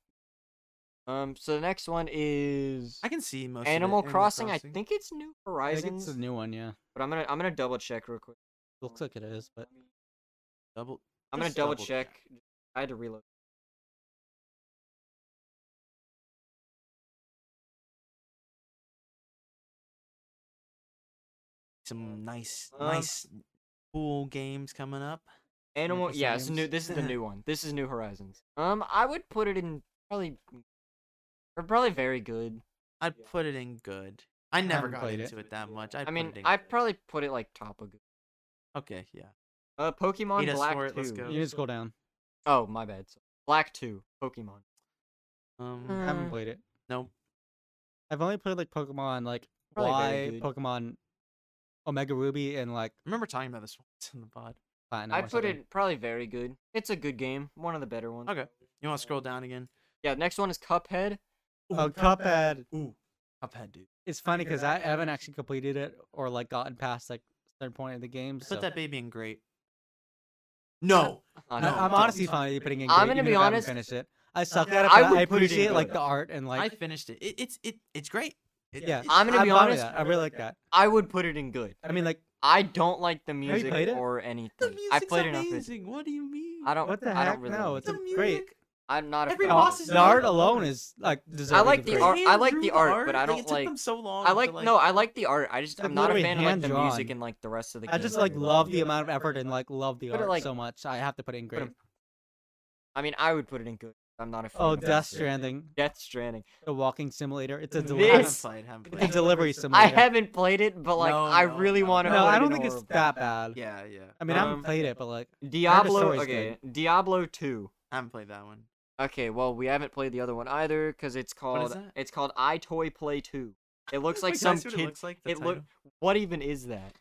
[SPEAKER 2] Um. So the next one is
[SPEAKER 1] I can see most. of it,
[SPEAKER 2] Oh, Animal Crossing. I think it's New
[SPEAKER 3] I
[SPEAKER 2] Horizons.
[SPEAKER 3] think it's a new one. Yeah,
[SPEAKER 2] But I'm gonna I'm gonna double check real quick.
[SPEAKER 3] looks like it is, but
[SPEAKER 1] Double.
[SPEAKER 2] I'm gonna
[SPEAKER 1] Just
[SPEAKER 2] double
[SPEAKER 1] double
[SPEAKER 2] check. I had to reload.
[SPEAKER 1] Some nice,
[SPEAKER 2] Um,
[SPEAKER 1] nice, cool games coming up.
[SPEAKER 2] Animal,
[SPEAKER 3] Crossing
[SPEAKER 2] yeah, it's new.
[SPEAKER 3] games.
[SPEAKER 2] This is the new one. This is New Horizons. Um, I would put it in probably, or probably very good.
[SPEAKER 1] I'd
[SPEAKER 2] Yeah.
[SPEAKER 1] put it in good. I never
[SPEAKER 3] haven't
[SPEAKER 1] got
[SPEAKER 3] played it.
[SPEAKER 1] into it. that much. I'd
[SPEAKER 2] I
[SPEAKER 1] put
[SPEAKER 2] mean,
[SPEAKER 1] it in
[SPEAKER 2] I
[SPEAKER 1] good.
[SPEAKER 2] probably put it like top of good.
[SPEAKER 1] Okay, yeah.
[SPEAKER 2] Uh, Pokemon
[SPEAKER 1] Beat us
[SPEAKER 2] Black
[SPEAKER 1] for it,
[SPEAKER 2] Two.
[SPEAKER 1] let's go.
[SPEAKER 3] you just scroll down.
[SPEAKER 2] Oh, my bad. So, Black Two, Pokemon.
[SPEAKER 1] Um,
[SPEAKER 3] I haven't
[SPEAKER 2] Uh,
[SPEAKER 3] played it.
[SPEAKER 1] no.
[SPEAKER 3] I've only played like Pokemon, like
[SPEAKER 2] Probably very
[SPEAKER 3] Y,
[SPEAKER 2] good.
[SPEAKER 3] Pokemon Omega Ruby, and like
[SPEAKER 1] I remember talking about this once in the pod.
[SPEAKER 3] Platinum.
[SPEAKER 2] I
[SPEAKER 3] or
[SPEAKER 2] put
[SPEAKER 3] something.
[SPEAKER 2] it probably very good. It's a good game, one of the better ones.
[SPEAKER 1] Okay. You want to scroll down again?
[SPEAKER 2] Yeah, next one is Cuphead.
[SPEAKER 3] Oh, Cuphead.
[SPEAKER 1] Ooh, Cuphead, dude.
[SPEAKER 3] It's funny because I haven't actually completed it or like gotten past like certain point of the game. So
[SPEAKER 1] Put that baby in great. No.
[SPEAKER 2] Uh,
[SPEAKER 3] I-
[SPEAKER 1] no,
[SPEAKER 3] I'm
[SPEAKER 1] don't.
[SPEAKER 3] honestly finally putting in.
[SPEAKER 2] I'm
[SPEAKER 3] great,
[SPEAKER 2] gonna
[SPEAKER 3] even
[SPEAKER 2] be
[SPEAKER 3] if I haven't
[SPEAKER 2] honest,
[SPEAKER 3] Finished it. I sucked at it,
[SPEAKER 2] I
[SPEAKER 3] but
[SPEAKER 2] would
[SPEAKER 3] I
[SPEAKER 2] put it in
[SPEAKER 3] appreciate like
[SPEAKER 2] good.
[SPEAKER 3] the art and like
[SPEAKER 1] I finished it. it. It's it. It's great. It-
[SPEAKER 3] yeah.
[SPEAKER 1] it's-
[SPEAKER 2] I'm gonna be
[SPEAKER 3] fine with
[SPEAKER 2] honest,
[SPEAKER 3] that. I really like that.
[SPEAKER 2] I would put it in good.
[SPEAKER 3] I mean, like
[SPEAKER 2] I don't like the
[SPEAKER 3] you
[SPEAKER 2] music
[SPEAKER 3] played it?
[SPEAKER 2] or anything.
[SPEAKER 1] The music's
[SPEAKER 2] I played enough. of it.
[SPEAKER 1] amazing. What do you mean?
[SPEAKER 2] I don't.
[SPEAKER 3] What the
[SPEAKER 2] I
[SPEAKER 3] heck?
[SPEAKER 2] don't really.
[SPEAKER 3] No,
[SPEAKER 2] like
[SPEAKER 3] it's
[SPEAKER 2] it.
[SPEAKER 1] The
[SPEAKER 3] a-
[SPEAKER 1] music.
[SPEAKER 3] great.
[SPEAKER 2] I'm not a
[SPEAKER 1] Every
[SPEAKER 2] fan.
[SPEAKER 3] Oh,
[SPEAKER 1] boss is
[SPEAKER 3] the art
[SPEAKER 1] amazing.
[SPEAKER 3] alone is like deserving
[SPEAKER 2] I
[SPEAKER 3] of
[SPEAKER 2] like the
[SPEAKER 1] They
[SPEAKER 3] praise.
[SPEAKER 2] art- I like
[SPEAKER 1] handdrew
[SPEAKER 2] the art, but I
[SPEAKER 1] Like,
[SPEAKER 2] don't
[SPEAKER 1] it took them
[SPEAKER 2] like-
[SPEAKER 1] so long.
[SPEAKER 2] I
[SPEAKER 1] to,
[SPEAKER 2] like,
[SPEAKER 1] like
[SPEAKER 2] no, I like the art. I just
[SPEAKER 3] Like,
[SPEAKER 2] I'm not a
[SPEAKER 3] literally
[SPEAKER 2] fan of like the music
[SPEAKER 3] hand-drawn.
[SPEAKER 2] and like the rest of the game.
[SPEAKER 3] I just like
[SPEAKER 1] Yeah.
[SPEAKER 3] love the amount of effort and like love the
[SPEAKER 2] Put it,
[SPEAKER 3] art
[SPEAKER 2] like-
[SPEAKER 3] so much. I have to put it in
[SPEAKER 2] put 'em-
[SPEAKER 3] grade.
[SPEAKER 2] I mean, I would put it in good. I'm not a fan.
[SPEAKER 3] Oh,
[SPEAKER 2] of
[SPEAKER 3] Death
[SPEAKER 2] Death
[SPEAKER 3] Stranding,
[SPEAKER 2] Death Stranding.
[SPEAKER 3] the walking simulator. It's a
[SPEAKER 1] haven't
[SPEAKER 3] delivery,
[SPEAKER 2] This-
[SPEAKER 1] played, haven't
[SPEAKER 3] it's a
[SPEAKER 1] played.
[SPEAKER 3] delivery
[SPEAKER 2] I
[SPEAKER 3] simulator.
[SPEAKER 2] haven't played it, but like
[SPEAKER 1] No,
[SPEAKER 2] I
[SPEAKER 1] no,
[SPEAKER 2] really
[SPEAKER 1] no.
[SPEAKER 2] want to.
[SPEAKER 3] No, I don't think it's that bad.
[SPEAKER 1] Yeah, yeah.
[SPEAKER 3] I mean, I
[SPEAKER 2] Um,
[SPEAKER 3] haven't played it, but like
[SPEAKER 2] Diablo.
[SPEAKER 3] story's
[SPEAKER 2] Okay, Diablo two.
[SPEAKER 1] I haven't played that one.
[SPEAKER 2] Okay, well we haven't played the other one either because it's
[SPEAKER 1] is
[SPEAKER 2] called
[SPEAKER 1] that?
[SPEAKER 2] it's called iToy Play two. It looks like
[SPEAKER 1] Wait, can I
[SPEAKER 2] some
[SPEAKER 1] see what
[SPEAKER 2] kid.
[SPEAKER 1] It looks like. The
[SPEAKER 2] it look-
[SPEAKER 1] title?
[SPEAKER 2] What even is that?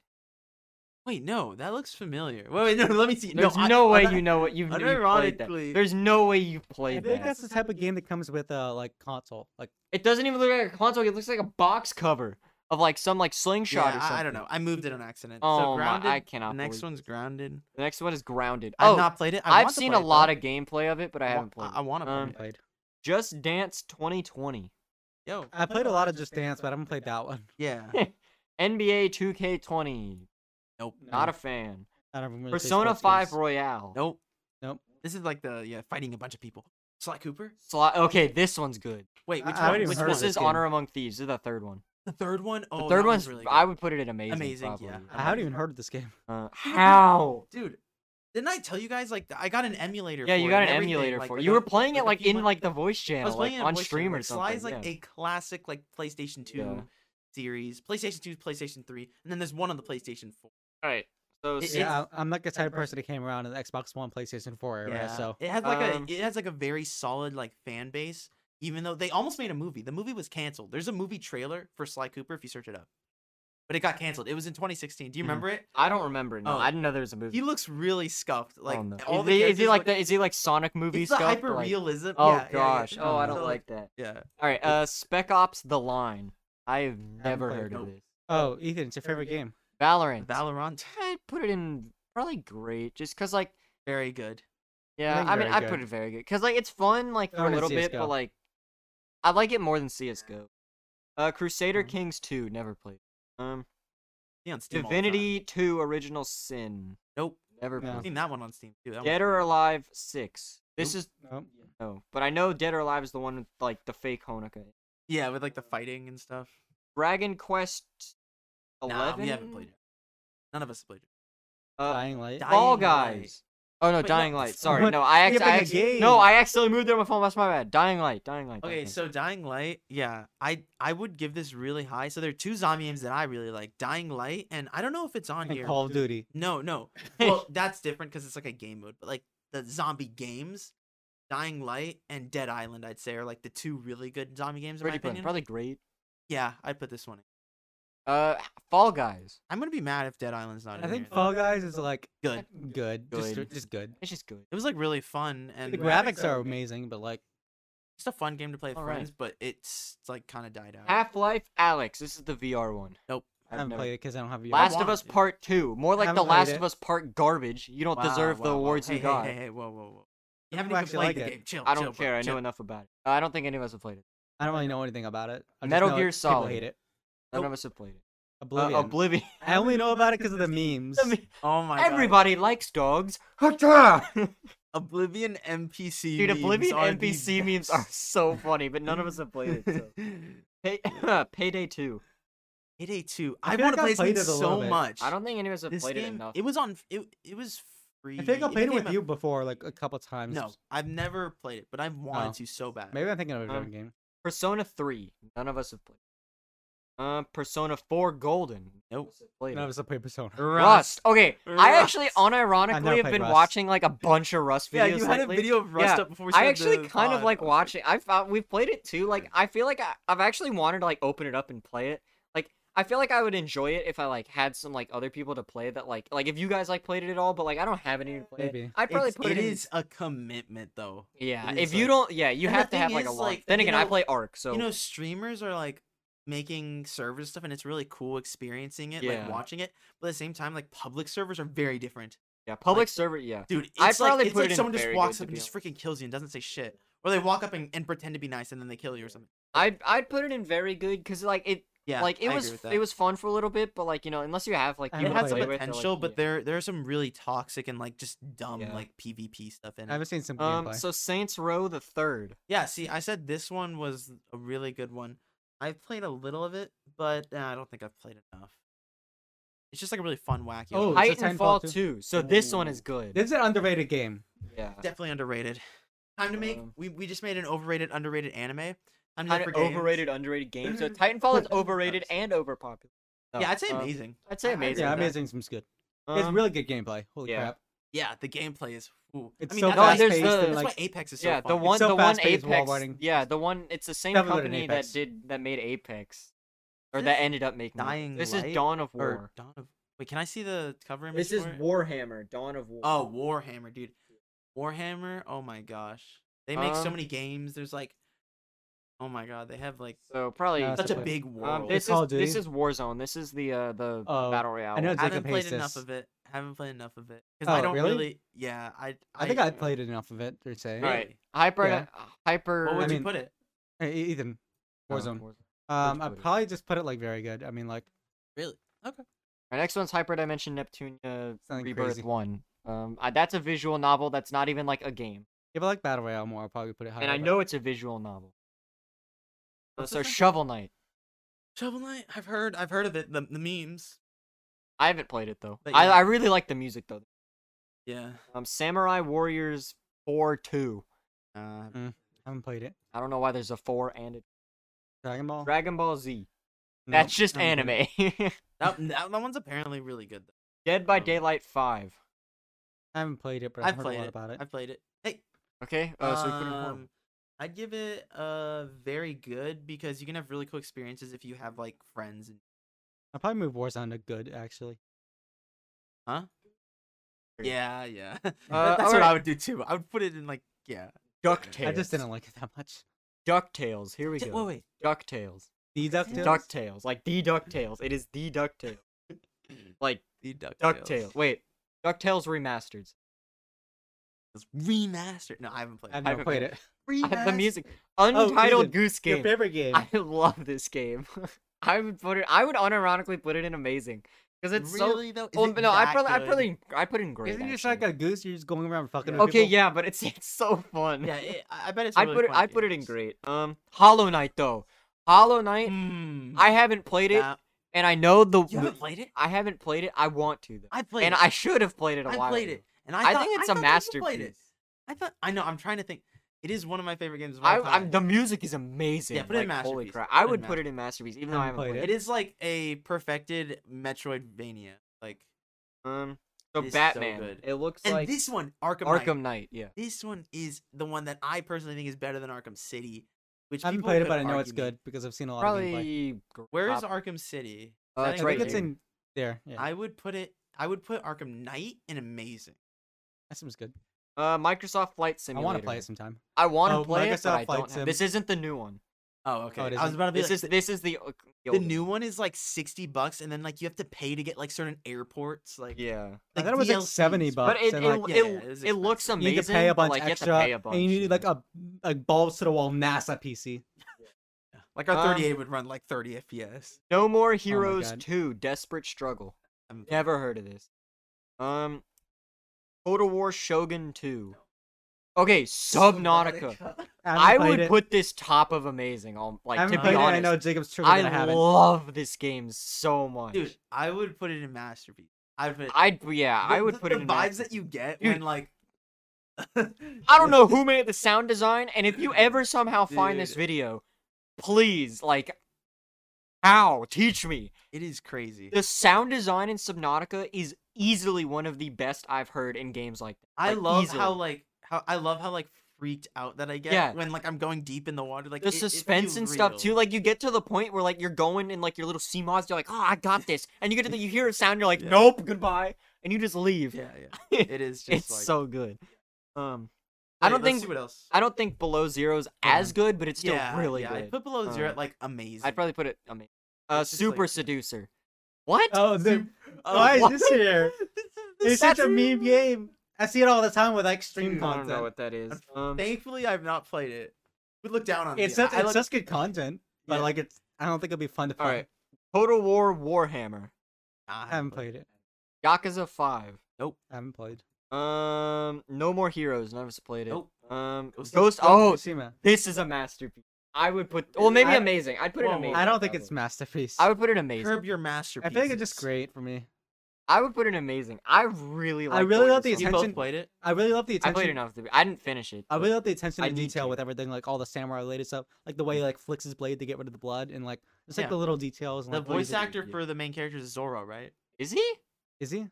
[SPEAKER 1] Wait, no, that looks familiar. Wait, wait, no, let me see.
[SPEAKER 2] There's no,
[SPEAKER 1] I-
[SPEAKER 2] way
[SPEAKER 1] I'm
[SPEAKER 2] you
[SPEAKER 1] not-
[SPEAKER 2] know what you've, you've played that.
[SPEAKER 1] Unironically-
[SPEAKER 2] There's no way you've
[SPEAKER 3] I
[SPEAKER 2] played
[SPEAKER 3] think
[SPEAKER 2] that.
[SPEAKER 3] that's the type of game that comes with a like console. Like
[SPEAKER 2] It doesn't even look like a console. It looks like a box cover of like some like slingshot
[SPEAKER 1] Yeah,
[SPEAKER 2] or something.
[SPEAKER 1] I, I don't know. I moved it on accident.
[SPEAKER 2] Oh
[SPEAKER 1] so
[SPEAKER 2] my-
[SPEAKER 1] grounded,
[SPEAKER 2] I cannot
[SPEAKER 1] The next
[SPEAKER 2] believe
[SPEAKER 1] one's grounded.
[SPEAKER 2] The next one is Grounded.
[SPEAKER 1] I've
[SPEAKER 2] oh,
[SPEAKER 1] not played it. I
[SPEAKER 2] I've
[SPEAKER 1] want to
[SPEAKER 2] seen
[SPEAKER 1] play
[SPEAKER 2] a
[SPEAKER 1] it, though.
[SPEAKER 2] lot of gameplay of it, but I
[SPEAKER 1] wa-
[SPEAKER 2] haven't played.
[SPEAKER 1] I- I wanna play
[SPEAKER 2] Um,
[SPEAKER 1] it.
[SPEAKER 3] played.
[SPEAKER 2] Just Dance 2020,
[SPEAKER 1] Yo,
[SPEAKER 3] I played a lot of Just Dance, but I haven't played that one.
[SPEAKER 1] yeah.
[SPEAKER 2] NBA 2K20.
[SPEAKER 1] Nope.
[SPEAKER 2] Not a fan.
[SPEAKER 3] I don't remember.
[SPEAKER 2] Persona 5 Royale.
[SPEAKER 1] Nope.
[SPEAKER 3] Nope.
[SPEAKER 1] This is like the yeah fighting a bunch of people. Sly Cooper.
[SPEAKER 2] Sli- okay, this one's good.
[SPEAKER 1] Wait,
[SPEAKER 3] I-
[SPEAKER 1] which
[SPEAKER 3] I
[SPEAKER 1] one?
[SPEAKER 3] haven't even
[SPEAKER 1] Which
[SPEAKER 3] heard of
[SPEAKER 1] one?
[SPEAKER 2] this
[SPEAKER 3] this
[SPEAKER 2] is
[SPEAKER 3] game.
[SPEAKER 2] Honor Among Thieves. This is the third one.
[SPEAKER 1] The third one. Oh,
[SPEAKER 2] The
[SPEAKER 1] that
[SPEAKER 2] third one's.
[SPEAKER 1] really
[SPEAKER 2] I
[SPEAKER 1] good.
[SPEAKER 2] would put it in amazing.
[SPEAKER 1] Amazing, yeah.
[SPEAKER 2] probably.
[SPEAKER 3] I haven't even heard of this game.
[SPEAKER 2] Uh,
[SPEAKER 1] How?
[SPEAKER 2] how?
[SPEAKER 1] dude. Didn't I tell you guys like I got an emulator?
[SPEAKER 2] Yeah,
[SPEAKER 1] for
[SPEAKER 2] you
[SPEAKER 1] it
[SPEAKER 2] got
[SPEAKER 1] and
[SPEAKER 2] an
[SPEAKER 1] everything,
[SPEAKER 2] emulator
[SPEAKER 1] like,
[SPEAKER 2] for
[SPEAKER 1] I
[SPEAKER 2] it. You
[SPEAKER 1] got-
[SPEAKER 2] were playing
[SPEAKER 1] like,
[SPEAKER 2] it
[SPEAKER 1] a
[SPEAKER 2] like
[SPEAKER 1] few
[SPEAKER 2] in
[SPEAKER 1] months-
[SPEAKER 2] like the voice
[SPEAKER 1] I
[SPEAKER 2] channel,
[SPEAKER 1] was
[SPEAKER 2] like
[SPEAKER 1] playing it
[SPEAKER 2] on
[SPEAKER 1] Voice
[SPEAKER 2] stream
[SPEAKER 1] Channel.
[SPEAKER 2] or
[SPEAKER 1] Like,
[SPEAKER 2] something.
[SPEAKER 1] Sly's like
[SPEAKER 2] yeah.
[SPEAKER 1] a classic like PlayStation Two
[SPEAKER 2] Yeah.
[SPEAKER 1] series, PlayStation Two, PlayStation Three, and then there's one on the PlayStation Four.
[SPEAKER 2] All right. So
[SPEAKER 1] It-
[SPEAKER 2] s-
[SPEAKER 1] it-
[SPEAKER 3] Yeah, I, am not the type of person that came around in the Xbox One, PlayStation 4 era. So
[SPEAKER 1] it has like
[SPEAKER 2] Um,
[SPEAKER 1] a it has like a very solid like fan base. Even though they almost made a movie, the movie was canceled. There's a movie trailer for Sly Cooper if you search it up, but it got canceled. It was in 2016. Do you
[SPEAKER 2] Mhm.
[SPEAKER 1] remember it?
[SPEAKER 2] I don't remember. No,
[SPEAKER 1] Oh.
[SPEAKER 2] I didn't know there was a movie.
[SPEAKER 1] He looks really scuffed. Like
[SPEAKER 2] oh, no.
[SPEAKER 1] all
[SPEAKER 2] is,
[SPEAKER 1] the
[SPEAKER 2] he, is he
[SPEAKER 1] characters
[SPEAKER 2] like
[SPEAKER 1] look-
[SPEAKER 2] the is he like Sonic movie
[SPEAKER 1] It's the
[SPEAKER 2] scuffed, or,
[SPEAKER 1] hyper
[SPEAKER 2] like-
[SPEAKER 1] realism.
[SPEAKER 2] oh
[SPEAKER 1] yeah, yeah, yeah,
[SPEAKER 2] gosh.
[SPEAKER 1] yeah.
[SPEAKER 2] Oh, I
[SPEAKER 3] No,
[SPEAKER 2] don't
[SPEAKER 1] So,
[SPEAKER 2] like that.
[SPEAKER 1] Yeah.
[SPEAKER 2] All right. Uh, Spec Ops: The Line. I have never
[SPEAKER 3] played
[SPEAKER 2] heard of
[SPEAKER 1] nope.
[SPEAKER 2] this.
[SPEAKER 3] oh, Ethan, it's your favorite game.
[SPEAKER 2] Valorant.
[SPEAKER 1] Valorant,
[SPEAKER 2] I'd put it in probably great, just cause like
[SPEAKER 1] very good.
[SPEAKER 2] yeah.
[SPEAKER 3] think
[SPEAKER 2] I mean,
[SPEAKER 3] very
[SPEAKER 2] I
[SPEAKER 3] good.
[SPEAKER 2] put it very good, cause like it's fun like for a
[SPEAKER 3] Valorant
[SPEAKER 2] little bit,
[SPEAKER 3] CS:GO.
[SPEAKER 2] but like I like it more than CS:GO. Uh, Crusader Kings 2. Never played. Um,
[SPEAKER 1] See on Steam all the time.
[SPEAKER 2] Divinity 2 Original Sin.
[SPEAKER 1] Nope.
[SPEAKER 2] Never
[SPEAKER 3] No.
[SPEAKER 1] I've
[SPEAKER 2] played.
[SPEAKER 1] seen that one on Steam too. That
[SPEAKER 2] Dead or Alive 6. This is
[SPEAKER 3] Nope.
[SPEAKER 2] no, but I know Dead or Alive is the one with like the fake Honoka.
[SPEAKER 1] One, yeah, with like the fighting and stuff.
[SPEAKER 2] Dragon Quest
[SPEAKER 1] Nah,
[SPEAKER 2] 11.
[SPEAKER 1] we haven't played it. None of us have played it.
[SPEAKER 2] Uh,
[SPEAKER 3] Dying Light.
[SPEAKER 1] Dying
[SPEAKER 2] Fall
[SPEAKER 1] Light.
[SPEAKER 2] Guys. Oh no,
[SPEAKER 1] Wait, no,
[SPEAKER 2] Dying Light.
[SPEAKER 1] it's-
[SPEAKER 2] Sorry.
[SPEAKER 3] what?
[SPEAKER 2] No, I
[SPEAKER 3] Yeah,
[SPEAKER 2] actually,
[SPEAKER 3] but
[SPEAKER 2] I
[SPEAKER 3] the
[SPEAKER 2] actu- no,
[SPEAKER 3] game.
[SPEAKER 2] I accidentally moved there on my phone. That's my bad. Dying Light. Dying Light.
[SPEAKER 1] Okay,
[SPEAKER 2] Dying Light.
[SPEAKER 1] so Dying Light, yeah, I I would give this really high. So there are two zombie games that I really like, Dying Light, and I don't know if it's on
[SPEAKER 3] and
[SPEAKER 1] here.
[SPEAKER 3] Call of Duty.
[SPEAKER 1] No, no. Well, that's different because it's like a game mode, but like the zombie games, Dying Light and Dead Island, I'd say are like the two really good zombie games in
[SPEAKER 2] pretty
[SPEAKER 1] my opinion.
[SPEAKER 2] fun. Probably great.
[SPEAKER 1] Yeah, I'd put this one. In.
[SPEAKER 2] Uh, Fall Guys.
[SPEAKER 1] I'm gonna be mad if Dead Island's not.
[SPEAKER 3] I
[SPEAKER 1] in
[SPEAKER 3] think
[SPEAKER 1] here.
[SPEAKER 3] Fall Guys is like
[SPEAKER 1] good.
[SPEAKER 3] good,
[SPEAKER 2] Good.
[SPEAKER 3] Just, just good.
[SPEAKER 2] It's just good.
[SPEAKER 1] It was like really fun and
[SPEAKER 3] The graphics are amazing, but like
[SPEAKER 1] it's a fun game to play with
[SPEAKER 2] All right.
[SPEAKER 1] friends, but it's it's, like kind of died out.
[SPEAKER 2] Half Life Alex. This is the VR one.
[SPEAKER 1] Nope.
[SPEAKER 3] I
[SPEAKER 2] I've
[SPEAKER 3] haven't
[SPEAKER 2] never-
[SPEAKER 3] played it because I don't have VR.
[SPEAKER 1] I
[SPEAKER 2] Last of
[SPEAKER 1] want
[SPEAKER 2] Us
[SPEAKER 1] to.
[SPEAKER 2] Part Two. More like the
[SPEAKER 3] haven't played
[SPEAKER 2] Last
[SPEAKER 3] it.
[SPEAKER 2] of Us Part garbage. You don't
[SPEAKER 1] Wow,
[SPEAKER 2] deserve
[SPEAKER 1] wow,
[SPEAKER 2] the
[SPEAKER 1] wow.
[SPEAKER 2] awards
[SPEAKER 1] hey,
[SPEAKER 2] you
[SPEAKER 1] hey,
[SPEAKER 2] got.
[SPEAKER 1] Hey, hey, whoa, whoa, whoa! You
[SPEAKER 3] I
[SPEAKER 1] haven't even
[SPEAKER 3] actually
[SPEAKER 1] played
[SPEAKER 3] like
[SPEAKER 1] the
[SPEAKER 3] it.
[SPEAKER 1] game. Chill,
[SPEAKER 2] I don't
[SPEAKER 1] chill, bro,
[SPEAKER 2] care. I know
[SPEAKER 1] chill.
[SPEAKER 2] enough about it. I don't think any of us have played it.
[SPEAKER 3] I don't really know anything about it. I just
[SPEAKER 2] Metal
[SPEAKER 3] know
[SPEAKER 2] Gear
[SPEAKER 3] it-
[SPEAKER 2] Solid.
[SPEAKER 3] People hate it.
[SPEAKER 2] None
[SPEAKER 1] Nope.
[SPEAKER 2] of us have played it. Uh,
[SPEAKER 3] Oblivion.
[SPEAKER 2] Oblivion.
[SPEAKER 3] I only know about it because of the memes.
[SPEAKER 2] I mean,
[SPEAKER 1] Oh my god!
[SPEAKER 2] Everybody likes dogs. Hacha!
[SPEAKER 1] Oblivion NPC.
[SPEAKER 2] Dude,
[SPEAKER 1] memes
[SPEAKER 2] Oblivion
[SPEAKER 1] are the
[SPEAKER 2] NPC memes are
[SPEAKER 1] best.
[SPEAKER 2] so funny, but none of us have played it. So. Pay- Payday 2.
[SPEAKER 1] Payday Two.
[SPEAKER 3] I
[SPEAKER 1] I
[SPEAKER 3] feel
[SPEAKER 1] want
[SPEAKER 3] like
[SPEAKER 1] to
[SPEAKER 3] I
[SPEAKER 1] play this
[SPEAKER 3] played
[SPEAKER 1] game
[SPEAKER 3] it a little
[SPEAKER 1] so
[SPEAKER 3] bit.
[SPEAKER 1] much.
[SPEAKER 2] I don't think any of us have
[SPEAKER 1] This
[SPEAKER 2] played it
[SPEAKER 1] game.
[SPEAKER 2] enough.
[SPEAKER 1] It was on. It it was free.
[SPEAKER 3] I think I played it with
[SPEAKER 1] came
[SPEAKER 3] you
[SPEAKER 1] out-
[SPEAKER 3] before, like a couple times.
[SPEAKER 1] No, I've never played it, but I've wanted
[SPEAKER 3] Oh.
[SPEAKER 1] to so bad.
[SPEAKER 3] Maybe I'm thinking of a
[SPEAKER 2] Um,
[SPEAKER 3] different game.
[SPEAKER 2] Persona 3. None of us have played it. Uh, Persona 4 Golden.
[SPEAKER 1] Nope.
[SPEAKER 2] Played
[SPEAKER 3] None
[SPEAKER 2] it.
[SPEAKER 3] of us have played Persona.
[SPEAKER 2] Rust. Okay, I actually,
[SPEAKER 1] Rust.
[SPEAKER 3] I've
[SPEAKER 2] unironically,
[SPEAKER 3] never
[SPEAKER 2] have
[SPEAKER 3] played
[SPEAKER 2] been
[SPEAKER 3] Rust.
[SPEAKER 2] watching like a bunch of Rust videos
[SPEAKER 1] Yeah, you had a
[SPEAKER 2] lately.
[SPEAKER 1] video of Rust
[SPEAKER 2] Yeah,
[SPEAKER 1] up before. we
[SPEAKER 2] I
[SPEAKER 1] started
[SPEAKER 2] actually
[SPEAKER 1] the
[SPEAKER 2] kind of
[SPEAKER 1] pod.
[SPEAKER 2] like
[SPEAKER 1] I was
[SPEAKER 2] watching. I found uh, we've played it too. Like I feel like I, I've actually wanted to like open it up and play it. Like I feel like I would enjoy it if I like had some like other people to play that like like if you guys like played it at all, but like I don't have any to play. it,
[SPEAKER 3] Maybe.
[SPEAKER 2] I'd probably
[SPEAKER 1] It's-
[SPEAKER 2] put it,
[SPEAKER 1] it
[SPEAKER 2] in.
[SPEAKER 1] is a commitment though.
[SPEAKER 2] yeah,
[SPEAKER 1] it
[SPEAKER 2] if
[SPEAKER 1] is,
[SPEAKER 2] you
[SPEAKER 1] like-
[SPEAKER 2] don't, yeah, you
[SPEAKER 1] And the
[SPEAKER 2] have to
[SPEAKER 1] thing
[SPEAKER 2] have like a
[SPEAKER 1] is,
[SPEAKER 2] lot.
[SPEAKER 1] like,
[SPEAKER 2] then
[SPEAKER 1] you
[SPEAKER 2] again, I
[SPEAKER 1] know-
[SPEAKER 2] play Arc, so
[SPEAKER 1] you know, streamers are like making server stuff and it's really cool experiencing it,
[SPEAKER 2] Yeah.
[SPEAKER 1] like watching it. But at the same time, like public servers are very different.
[SPEAKER 2] yeah, public
[SPEAKER 1] like-
[SPEAKER 2] server, yeah.
[SPEAKER 1] Dude, it's
[SPEAKER 2] I'd
[SPEAKER 1] like,
[SPEAKER 2] probably
[SPEAKER 1] it's
[SPEAKER 2] put
[SPEAKER 1] like
[SPEAKER 2] it in
[SPEAKER 1] someone just
[SPEAKER 2] very
[SPEAKER 1] walks
[SPEAKER 2] good,
[SPEAKER 1] up
[SPEAKER 2] to
[SPEAKER 1] and
[SPEAKER 2] be
[SPEAKER 1] just freaking kills you and doesn't say shit. Or they walk up and, and pretend to be nice and then they kill you or something.
[SPEAKER 2] I'd I'd put it in very good because like it
[SPEAKER 1] Yeah,
[SPEAKER 2] like it
[SPEAKER 1] I
[SPEAKER 2] was
[SPEAKER 1] agree with that.
[SPEAKER 2] it was fun for a little bit, but like you know, unless you have like
[SPEAKER 3] I
[SPEAKER 2] people
[SPEAKER 1] It
[SPEAKER 2] to
[SPEAKER 3] haven't
[SPEAKER 1] had
[SPEAKER 2] play
[SPEAKER 1] some
[SPEAKER 3] played
[SPEAKER 2] with, they're, like,
[SPEAKER 1] potential, but
[SPEAKER 2] yeah.
[SPEAKER 1] there there are some really toxic and like just dumb
[SPEAKER 3] Yeah.
[SPEAKER 1] like PvP stuff in it.
[SPEAKER 3] I haven't seen some
[SPEAKER 2] Um,
[SPEAKER 3] gameplay.
[SPEAKER 2] so Saints Row the third.
[SPEAKER 1] Yeah, see, I said this one was a really good one. I've played a little of it, but uh, I don't think I've played enough. It's just like a really fun, wacky.
[SPEAKER 3] Oh,
[SPEAKER 1] Oh,
[SPEAKER 3] it's a
[SPEAKER 2] Titanfall, Fall
[SPEAKER 3] Titanfall
[SPEAKER 2] 2. So this one
[SPEAKER 1] Ooh.
[SPEAKER 2] is good.
[SPEAKER 3] this is an underrated game.
[SPEAKER 2] yeah.
[SPEAKER 1] definitely underrated. Time to make.
[SPEAKER 2] Um,
[SPEAKER 1] We, we just made an overrated, underrated anime. Time to
[SPEAKER 2] Kind
[SPEAKER 1] make
[SPEAKER 2] of
[SPEAKER 1] for games. Mm-hmm.
[SPEAKER 2] overrated, underrated game. So Titanfall is overrated
[SPEAKER 1] Nice.
[SPEAKER 2] and overpopular. No,
[SPEAKER 1] Yeah, I'd say
[SPEAKER 2] um,
[SPEAKER 1] amazing.
[SPEAKER 2] I'd say
[SPEAKER 1] I- I'd
[SPEAKER 2] amazing.
[SPEAKER 3] Yeah,
[SPEAKER 1] that.
[SPEAKER 3] amazing. Seems good. it's
[SPEAKER 2] Um,
[SPEAKER 3] really good gameplay. Holy
[SPEAKER 2] yeah.
[SPEAKER 3] crap!
[SPEAKER 1] Yeah, the gameplay is. Ooh.
[SPEAKER 3] It's
[SPEAKER 1] I mean,
[SPEAKER 3] so
[SPEAKER 1] that's,
[SPEAKER 2] No,
[SPEAKER 1] why,
[SPEAKER 3] fast
[SPEAKER 2] there's
[SPEAKER 3] paced.
[SPEAKER 2] the-
[SPEAKER 3] and
[SPEAKER 1] that's
[SPEAKER 3] like
[SPEAKER 1] why Apex is so
[SPEAKER 2] yeah, the
[SPEAKER 1] fun. It's
[SPEAKER 2] one,
[SPEAKER 3] so
[SPEAKER 2] the one
[SPEAKER 3] fast-paced
[SPEAKER 2] Apex.
[SPEAKER 3] wall riding.
[SPEAKER 2] Yeah, the one. It's the same
[SPEAKER 3] Definitely
[SPEAKER 2] company
[SPEAKER 3] Apex.
[SPEAKER 2] that did that made Apex, or
[SPEAKER 1] Is
[SPEAKER 2] that
[SPEAKER 1] this
[SPEAKER 2] ended up making. it.
[SPEAKER 1] Dying
[SPEAKER 2] this
[SPEAKER 1] Light
[SPEAKER 2] is Dawn of
[SPEAKER 1] or
[SPEAKER 2] War.
[SPEAKER 1] Dawn of- Wait, can I see the cover image? for it?
[SPEAKER 2] Warhammer. Dawn of War.
[SPEAKER 1] Oh, Warhammer, dude. Warhammer, oh my gosh. They make so
[SPEAKER 2] Um,
[SPEAKER 1] many games. There's like Oh my god, they have like
[SPEAKER 2] So probably
[SPEAKER 3] No,
[SPEAKER 1] such
[SPEAKER 3] that's
[SPEAKER 1] a
[SPEAKER 3] okay.
[SPEAKER 1] big world.
[SPEAKER 2] Um,
[SPEAKER 3] It's
[SPEAKER 2] this
[SPEAKER 3] Call
[SPEAKER 2] is
[SPEAKER 3] of
[SPEAKER 2] this
[SPEAKER 3] Duty?
[SPEAKER 2] is Warzone. This is the uh, the
[SPEAKER 3] Oh,
[SPEAKER 2] battle royale.
[SPEAKER 3] I know
[SPEAKER 1] I
[SPEAKER 3] Jacob
[SPEAKER 1] haven't played
[SPEAKER 3] hates
[SPEAKER 1] enough
[SPEAKER 3] this.
[SPEAKER 1] of it. haven't played enough of it. Cuz I
[SPEAKER 3] Oh,
[SPEAKER 1] don't
[SPEAKER 3] really?
[SPEAKER 1] really? yeah, I
[SPEAKER 3] I think I played enough of it. They're saying.
[SPEAKER 2] uh, All
[SPEAKER 1] Really?
[SPEAKER 2] right. Hyper
[SPEAKER 3] Yeah.
[SPEAKER 2] hyper.
[SPEAKER 1] What would
[SPEAKER 3] I
[SPEAKER 1] you
[SPEAKER 3] mean,
[SPEAKER 1] put it?
[SPEAKER 3] Hey, E- Ethan,
[SPEAKER 2] Oh,
[SPEAKER 3] Warzone.
[SPEAKER 2] Warzone.
[SPEAKER 3] Um, I
[SPEAKER 2] put it?
[SPEAKER 3] probably just put it like very good. I mean, like
[SPEAKER 1] Really?
[SPEAKER 2] Our next one's Hyper Dimension Neptunia
[SPEAKER 3] Something
[SPEAKER 2] Rebirth
[SPEAKER 3] crazy.
[SPEAKER 2] One. Um, I, that's a visual novel. That's not even like a game,
[SPEAKER 3] if I like battle royale more, I'll probably put it higher.
[SPEAKER 2] and I
[SPEAKER 3] but-
[SPEAKER 2] know it's a visual novel. Uh,
[SPEAKER 1] What's
[SPEAKER 2] So
[SPEAKER 1] this one?
[SPEAKER 2] Shovel Knight.
[SPEAKER 1] Shovel Knight? I've heard I've heard of it. The, the memes.
[SPEAKER 2] I haven't played it though.
[SPEAKER 1] But
[SPEAKER 2] I,
[SPEAKER 1] yeah.
[SPEAKER 2] I really like the music though.
[SPEAKER 1] Yeah.
[SPEAKER 2] Um, Samurai Warriors Four Two.
[SPEAKER 1] Uh,
[SPEAKER 3] I haven't played it.
[SPEAKER 2] I don't know why there's a four and a
[SPEAKER 3] Dragon
[SPEAKER 1] Oh.
[SPEAKER 3] Ball.
[SPEAKER 2] Dragon Ball Z.
[SPEAKER 3] No,
[SPEAKER 2] That's just
[SPEAKER 3] I haven't played it.
[SPEAKER 2] anime.
[SPEAKER 1] that, that that one's apparently really good though.
[SPEAKER 2] Dead by
[SPEAKER 1] Um,
[SPEAKER 2] Daylight Five.
[SPEAKER 3] I haven't played it, but
[SPEAKER 1] I've
[SPEAKER 3] I've, heard a
[SPEAKER 1] played
[SPEAKER 3] lot
[SPEAKER 1] it.
[SPEAKER 3] about it.
[SPEAKER 1] I've played it. Hey,
[SPEAKER 2] Okay. Uh, so we put it in four.
[SPEAKER 1] Um, I'd give it a very good because you can have really cool experiences if you have like friends. And...
[SPEAKER 3] I'll probably move Warzone to good actually.
[SPEAKER 2] Great.
[SPEAKER 1] Yeah, yeah. That-
[SPEAKER 2] Uh,
[SPEAKER 1] that's what I
[SPEAKER 2] alright.
[SPEAKER 1] would do too. I would put it in like yeah.
[SPEAKER 2] Ducktales.
[SPEAKER 3] I just didn't like it that much.
[SPEAKER 2] Ducktales. Here we
[SPEAKER 1] J-
[SPEAKER 2] go.
[SPEAKER 1] Wait, wait.
[SPEAKER 2] Ducktales.
[SPEAKER 3] The DuckTales.
[SPEAKER 2] Ducktales. Like the Ducktales. It is the Ducktales. Like
[SPEAKER 1] The DuckTales.
[SPEAKER 2] Ducktales. Wait. Ducktales remastered.
[SPEAKER 1] It's remastered. No, I haven't played.
[SPEAKER 3] I've
[SPEAKER 1] it.
[SPEAKER 3] never
[SPEAKER 2] haven't
[SPEAKER 3] played it.
[SPEAKER 2] I have the music.
[SPEAKER 3] Oh,
[SPEAKER 2] Untitled
[SPEAKER 3] Ethan,
[SPEAKER 2] Goose Game.
[SPEAKER 3] favorite game.
[SPEAKER 2] I love this game. I would put it. I would unironically put it in amazing because it's so.
[SPEAKER 1] really though. Is
[SPEAKER 2] Well,
[SPEAKER 1] it
[SPEAKER 2] no, I
[SPEAKER 1] that
[SPEAKER 2] put I
[SPEAKER 1] good?
[SPEAKER 2] put in I put in great.
[SPEAKER 3] Isn't it just
[SPEAKER 2] actually.
[SPEAKER 3] like a goose? You're just going around fucking.
[SPEAKER 1] Yeah.
[SPEAKER 3] with
[SPEAKER 2] Okay,
[SPEAKER 3] people?
[SPEAKER 2] yeah, but it's it's so fun.
[SPEAKER 1] Yeah, it, I I bet it's. a
[SPEAKER 2] I
[SPEAKER 1] really
[SPEAKER 2] put it.
[SPEAKER 1] fun
[SPEAKER 2] I put it
[SPEAKER 1] game.
[SPEAKER 2] in great. Um, Hollow Knight though. Hollow Knight.
[SPEAKER 1] Mm,
[SPEAKER 2] I haven't played it,
[SPEAKER 1] that-
[SPEAKER 2] and I know the.
[SPEAKER 1] You haven't played it?
[SPEAKER 2] I haven't played it. I want to though,
[SPEAKER 1] I played.
[SPEAKER 2] and
[SPEAKER 1] it.
[SPEAKER 2] I should have played it a
[SPEAKER 1] I
[SPEAKER 2] while.
[SPEAKER 1] played
[SPEAKER 2] ago.
[SPEAKER 1] it, and
[SPEAKER 2] I,
[SPEAKER 1] I, thought-
[SPEAKER 2] think it's
[SPEAKER 1] I
[SPEAKER 2] a
[SPEAKER 1] thought you played it.
[SPEAKER 2] masterpiece.
[SPEAKER 1] I thought I know. I'm trying to think. It is one of my favorite games of all
[SPEAKER 2] I,
[SPEAKER 1] time.
[SPEAKER 2] I'm, the music is amazing.
[SPEAKER 1] put it in
[SPEAKER 2] like, Holy
[SPEAKER 1] masterpiece.
[SPEAKER 2] crap!
[SPEAKER 1] Put
[SPEAKER 2] I
[SPEAKER 1] it in
[SPEAKER 2] would put it in masterpiece, even though I haven't played it.
[SPEAKER 1] It is like a perfected Metroidvania. Like
[SPEAKER 2] Um, so
[SPEAKER 1] It is so
[SPEAKER 2] Batman.
[SPEAKER 1] good.
[SPEAKER 2] It looks
[SPEAKER 1] and
[SPEAKER 2] like
[SPEAKER 1] this one, Arkham, Knight.
[SPEAKER 2] Arkham Knight. Yeah.
[SPEAKER 1] This one is the one that I personally think is better than Arkham City. Which
[SPEAKER 3] I haven't
[SPEAKER 1] people
[SPEAKER 3] played it,
[SPEAKER 1] could
[SPEAKER 3] but I know
[SPEAKER 1] argue
[SPEAKER 3] it's
[SPEAKER 1] me.
[SPEAKER 3] good because I've seen a lot of gameplay.
[SPEAKER 2] Probably.
[SPEAKER 1] Where is
[SPEAKER 2] top-
[SPEAKER 1] Arkham City?
[SPEAKER 2] Uh,
[SPEAKER 1] Is
[SPEAKER 2] it's
[SPEAKER 1] that
[SPEAKER 3] I
[SPEAKER 2] right
[SPEAKER 3] think it's
[SPEAKER 2] here.
[SPEAKER 3] in there. Yeah,
[SPEAKER 1] I would put it. I would put Arkham Knight in amazing.
[SPEAKER 3] that seems good.
[SPEAKER 2] uh, Microsoft Flight
[SPEAKER 3] I
[SPEAKER 2] Simulator?
[SPEAKER 3] want to play it sometime.
[SPEAKER 2] I want to
[SPEAKER 3] Oh,
[SPEAKER 2] play it, but I
[SPEAKER 3] Microsoft Flight
[SPEAKER 2] don't have-
[SPEAKER 3] Sim.
[SPEAKER 2] This isn't the new one.
[SPEAKER 1] Oh, okay.
[SPEAKER 3] it
[SPEAKER 1] I was
[SPEAKER 3] isn't?
[SPEAKER 1] about to be
[SPEAKER 2] This
[SPEAKER 1] like,
[SPEAKER 2] is this is the uh,
[SPEAKER 1] the, the
[SPEAKER 2] old
[SPEAKER 1] new one is like sixty bucks, and then like you have to pay to get like certain airports. Like
[SPEAKER 2] Yeah.
[SPEAKER 3] I
[SPEAKER 1] like
[SPEAKER 3] thought it was like
[SPEAKER 1] DLCs.
[SPEAKER 3] seventy bucks.
[SPEAKER 2] But it it,
[SPEAKER 3] and, like,
[SPEAKER 1] yeah,
[SPEAKER 2] it,
[SPEAKER 1] yeah, it is
[SPEAKER 2] it looks
[SPEAKER 1] expensive.
[SPEAKER 2] amazing.
[SPEAKER 3] you need to pay a
[SPEAKER 2] but,
[SPEAKER 3] bunch
[SPEAKER 2] like, you have to
[SPEAKER 3] extra,
[SPEAKER 2] pay a bunch.
[SPEAKER 3] and you need like a like bulbs to the wall NASA PC.
[SPEAKER 1] Like our
[SPEAKER 2] Um,
[SPEAKER 1] thirty eight would run like thirty FPS.
[SPEAKER 2] No More Heroes
[SPEAKER 3] God.
[SPEAKER 2] 2 Desperate Struggle.
[SPEAKER 1] I'm-
[SPEAKER 2] Never heard of this. Um Total War Shogun 2. Okay, Subnautica.
[SPEAKER 3] haven't
[SPEAKER 2] I
[SPEAKER 3] played
[SPEAKER 2] would
[SPEAKER 3] it.
[SPEAKER 2] put this top of amazing on
[SPEAKER 3] I
[SPEAKER 2] like to
[SPEAKER 3] haven't
[SPEAKER 2] be
[SPEAKER 3] played it.
[SPEAKER 2] honest.
[SPEAKER 3] I know Jacob's triggered.
[SPEAKER 2] I
[SPEAKER 3] that I haven't.
[SPEAKER 2] love this game so much.
[SPEAKER 1] Dude, I would put it in masterpiece. I'd put it.
[SPEAKER 2] I'd yeah, I
[SPEAKER 1] the-
[SPEAKER 2] would
[SPEAKER 1] the-
[SPEAKER 2] put
[SPEAKER 1] the
[SPEAKER 2] it
[SPEAKER 1] vibes
[SPEAKER 2] in masterpiece.
[SPEAKER 1] that you get
[SPEAKER 2] Dude.
[SPEAKER 1] when like.
[SPEAKER 2] I don't know who made the sound design, and if you ever somehow find this
[SPEAKER 1] Dude.
[SPEAKER 2] video, please, like, how? Teach me.
[SPEAKER 1] It is crazy.
[SPEAKER 2] The sound design in Subnautica is easily one of the best I've heard in games like that.
[SPEAKER 1] I
[SPEAKER 2] Like,
[SPEAKER 1] love
[SPEAKER 2] easily.
[SPEAKER 1] how like how I love how like freaked out that I get
[SPEAKER 2] Yeah.
[SPEAKER 1] when like I'm going deep in the water. Like
[SPEAKER 2] the
[SPEAKER 1] it- it
[SPEAKER 2] suspense
[SPEAKER 1] feels
[SPEAKER 2] and stuff
[SPEAKER 1] real.
[SPEAKER 2] too. Like you get to the point where like you're going in like your little sea mods, you're like, oh, I got this, and you get to the, you hear a sound, you're like,
[SPEAKER 1] Yeah.
[SPEAKER 2] nope, goodbye, and you just leave.
[SPEAKER 1] yeah, yeah. It is just
[SPEAKER 2] it's
[SPEAKER 1] like.
[SPEAKER 2] so good.
[SPEAKER 1] Wait,
[SPEAKER 2] Um, I don't
[SPEAKER 1] let's
[SPEAKER 2] think
[SPEAKER 1] See what else?
[SPEAKER 2] I don't think Below Zero's as good, but it's still
[SPEAKER 1] yeah,
[SPEAKER 2] really
[SPEAKER 1] yeah,
[SPEAKER 2] good.
[SPEAKER 1] I'd put below zero
[SPEAKER 2] Um,
[SPEAKER 1] like amazing.
[SPEAKER 2] I'd probably put it. I mean, uh,
[SPEAKER 1] It's just like-
[SPEAKER 2] Super Seducer. What?
[SPEAKER 3] Oh, the,
[SPEAKER 1] Oh,
[SPEAKER 3] why is
[SPEAKER 2] what?
[SPEAKER 3] this here?
[SPEAKER 1] This
[SPEAKER 3] It's such a
[SPEAKER 1] is-
[SPEAKER 3] meme game. I see it all the time with like stream
[SPEAKER 1] Dude,
[SPEAKER 2] I don't
[SPEAKER 3] content.
[SPEAKER 2] know what that is. Um,
[SPEAKER 1] Thankfully, I've not played it. We look down on
[SPEAKER 3] it's
[SPEAKER 1] me.
[SPEAKER 3] such,
[SPEAKER 1] I
[SPEAKER 3] it's
[SPEAKER 1] look-
[SPEAKER 3] such good content, but
[SPEAKER 1] Yeah.
[SPEAKER 3] like it's. I don't think it'll be fun to
[SPEAKER 2] all
[SPEAKER 3] play.
[SPEAKER 2] right. Total War Warhammer.
[SPEAKER 3] I haven't played it.
[SPEAKER 2] Yakuza 5.
[SPEAKER 3] I haven't played.
[SPEAKER 2] Um, No More Heroes. Never s- played it.
[SPEAKER 1] Nope.
[SPEAKER 2] Um,
[SPEAKER 1] Ghost
[SPEAKER 2] Ghost.
[SPEAKER 1] of
[SPEAKER 2] oh,
[SPEAKER 3] Tsushima.
[SPEAKER 2] this is a masterpiece. I would put. Well, maybe
[SPEAKER 3] I-
[SPEAKER 2] amazing. I'd put it
[SPEAKER 1] Whoa, whoa,
[SPEAKER 2] amazing.
[SPEAKER 1] whoa.
[SPEAKER 3] I don't think it's
[SPEAKER 2] probably.
[SPEAKER 3] masterpiece.
[SPEAKER 2] I would put it amazing.
[SPEAKER 1] Curb your masterpiece.
[SPEAKER 3] I feel like it's just great for me.
[SPEAKER 2] I woat put it amazing. I really.
[SPEAKER 3] I
[SPEAKER 2] Like
[SPEAKER 3] really love the
[SPEAKER 1] You
[SPEAKER 2] I
[SPEAKER 1] both
[SPEAKER 3] attention-
[SPEAKER 1] played it.
[SPEAKER 3] I really love the attention.
[SPEAKER 2] played enough. To be, I didn't finish it.
[SPEAKER 3] I
[SPEAKER 2] but
[SPEAKER 3] really love the attention
[SPEAKER 2] I
[SPEAKER 3] to
[SPEAKER 2] need
[SPEAKER 3] detail
[SPEAKER 2] to.
[SPEAKER 3] with everything, like all the samurai related stuff, like the way he like flicks his blade to get rid of the blood, and like just like
[SPEAKER 1] Yeah.
[SPEAKER 3] the little details. And,
[SPEAKER 1] The
[SPEAKER 3] like, what he's
[SPEAKER 1] voice
[SPEAKER 3] doing.
[SPEAKER 1] actor
[SPEAKER 2] Yeah.
[SPEAKER 1] for the main character is Zoro, right?
[SPEAKER 2] Is he?
[SPEAKER 3] Is he?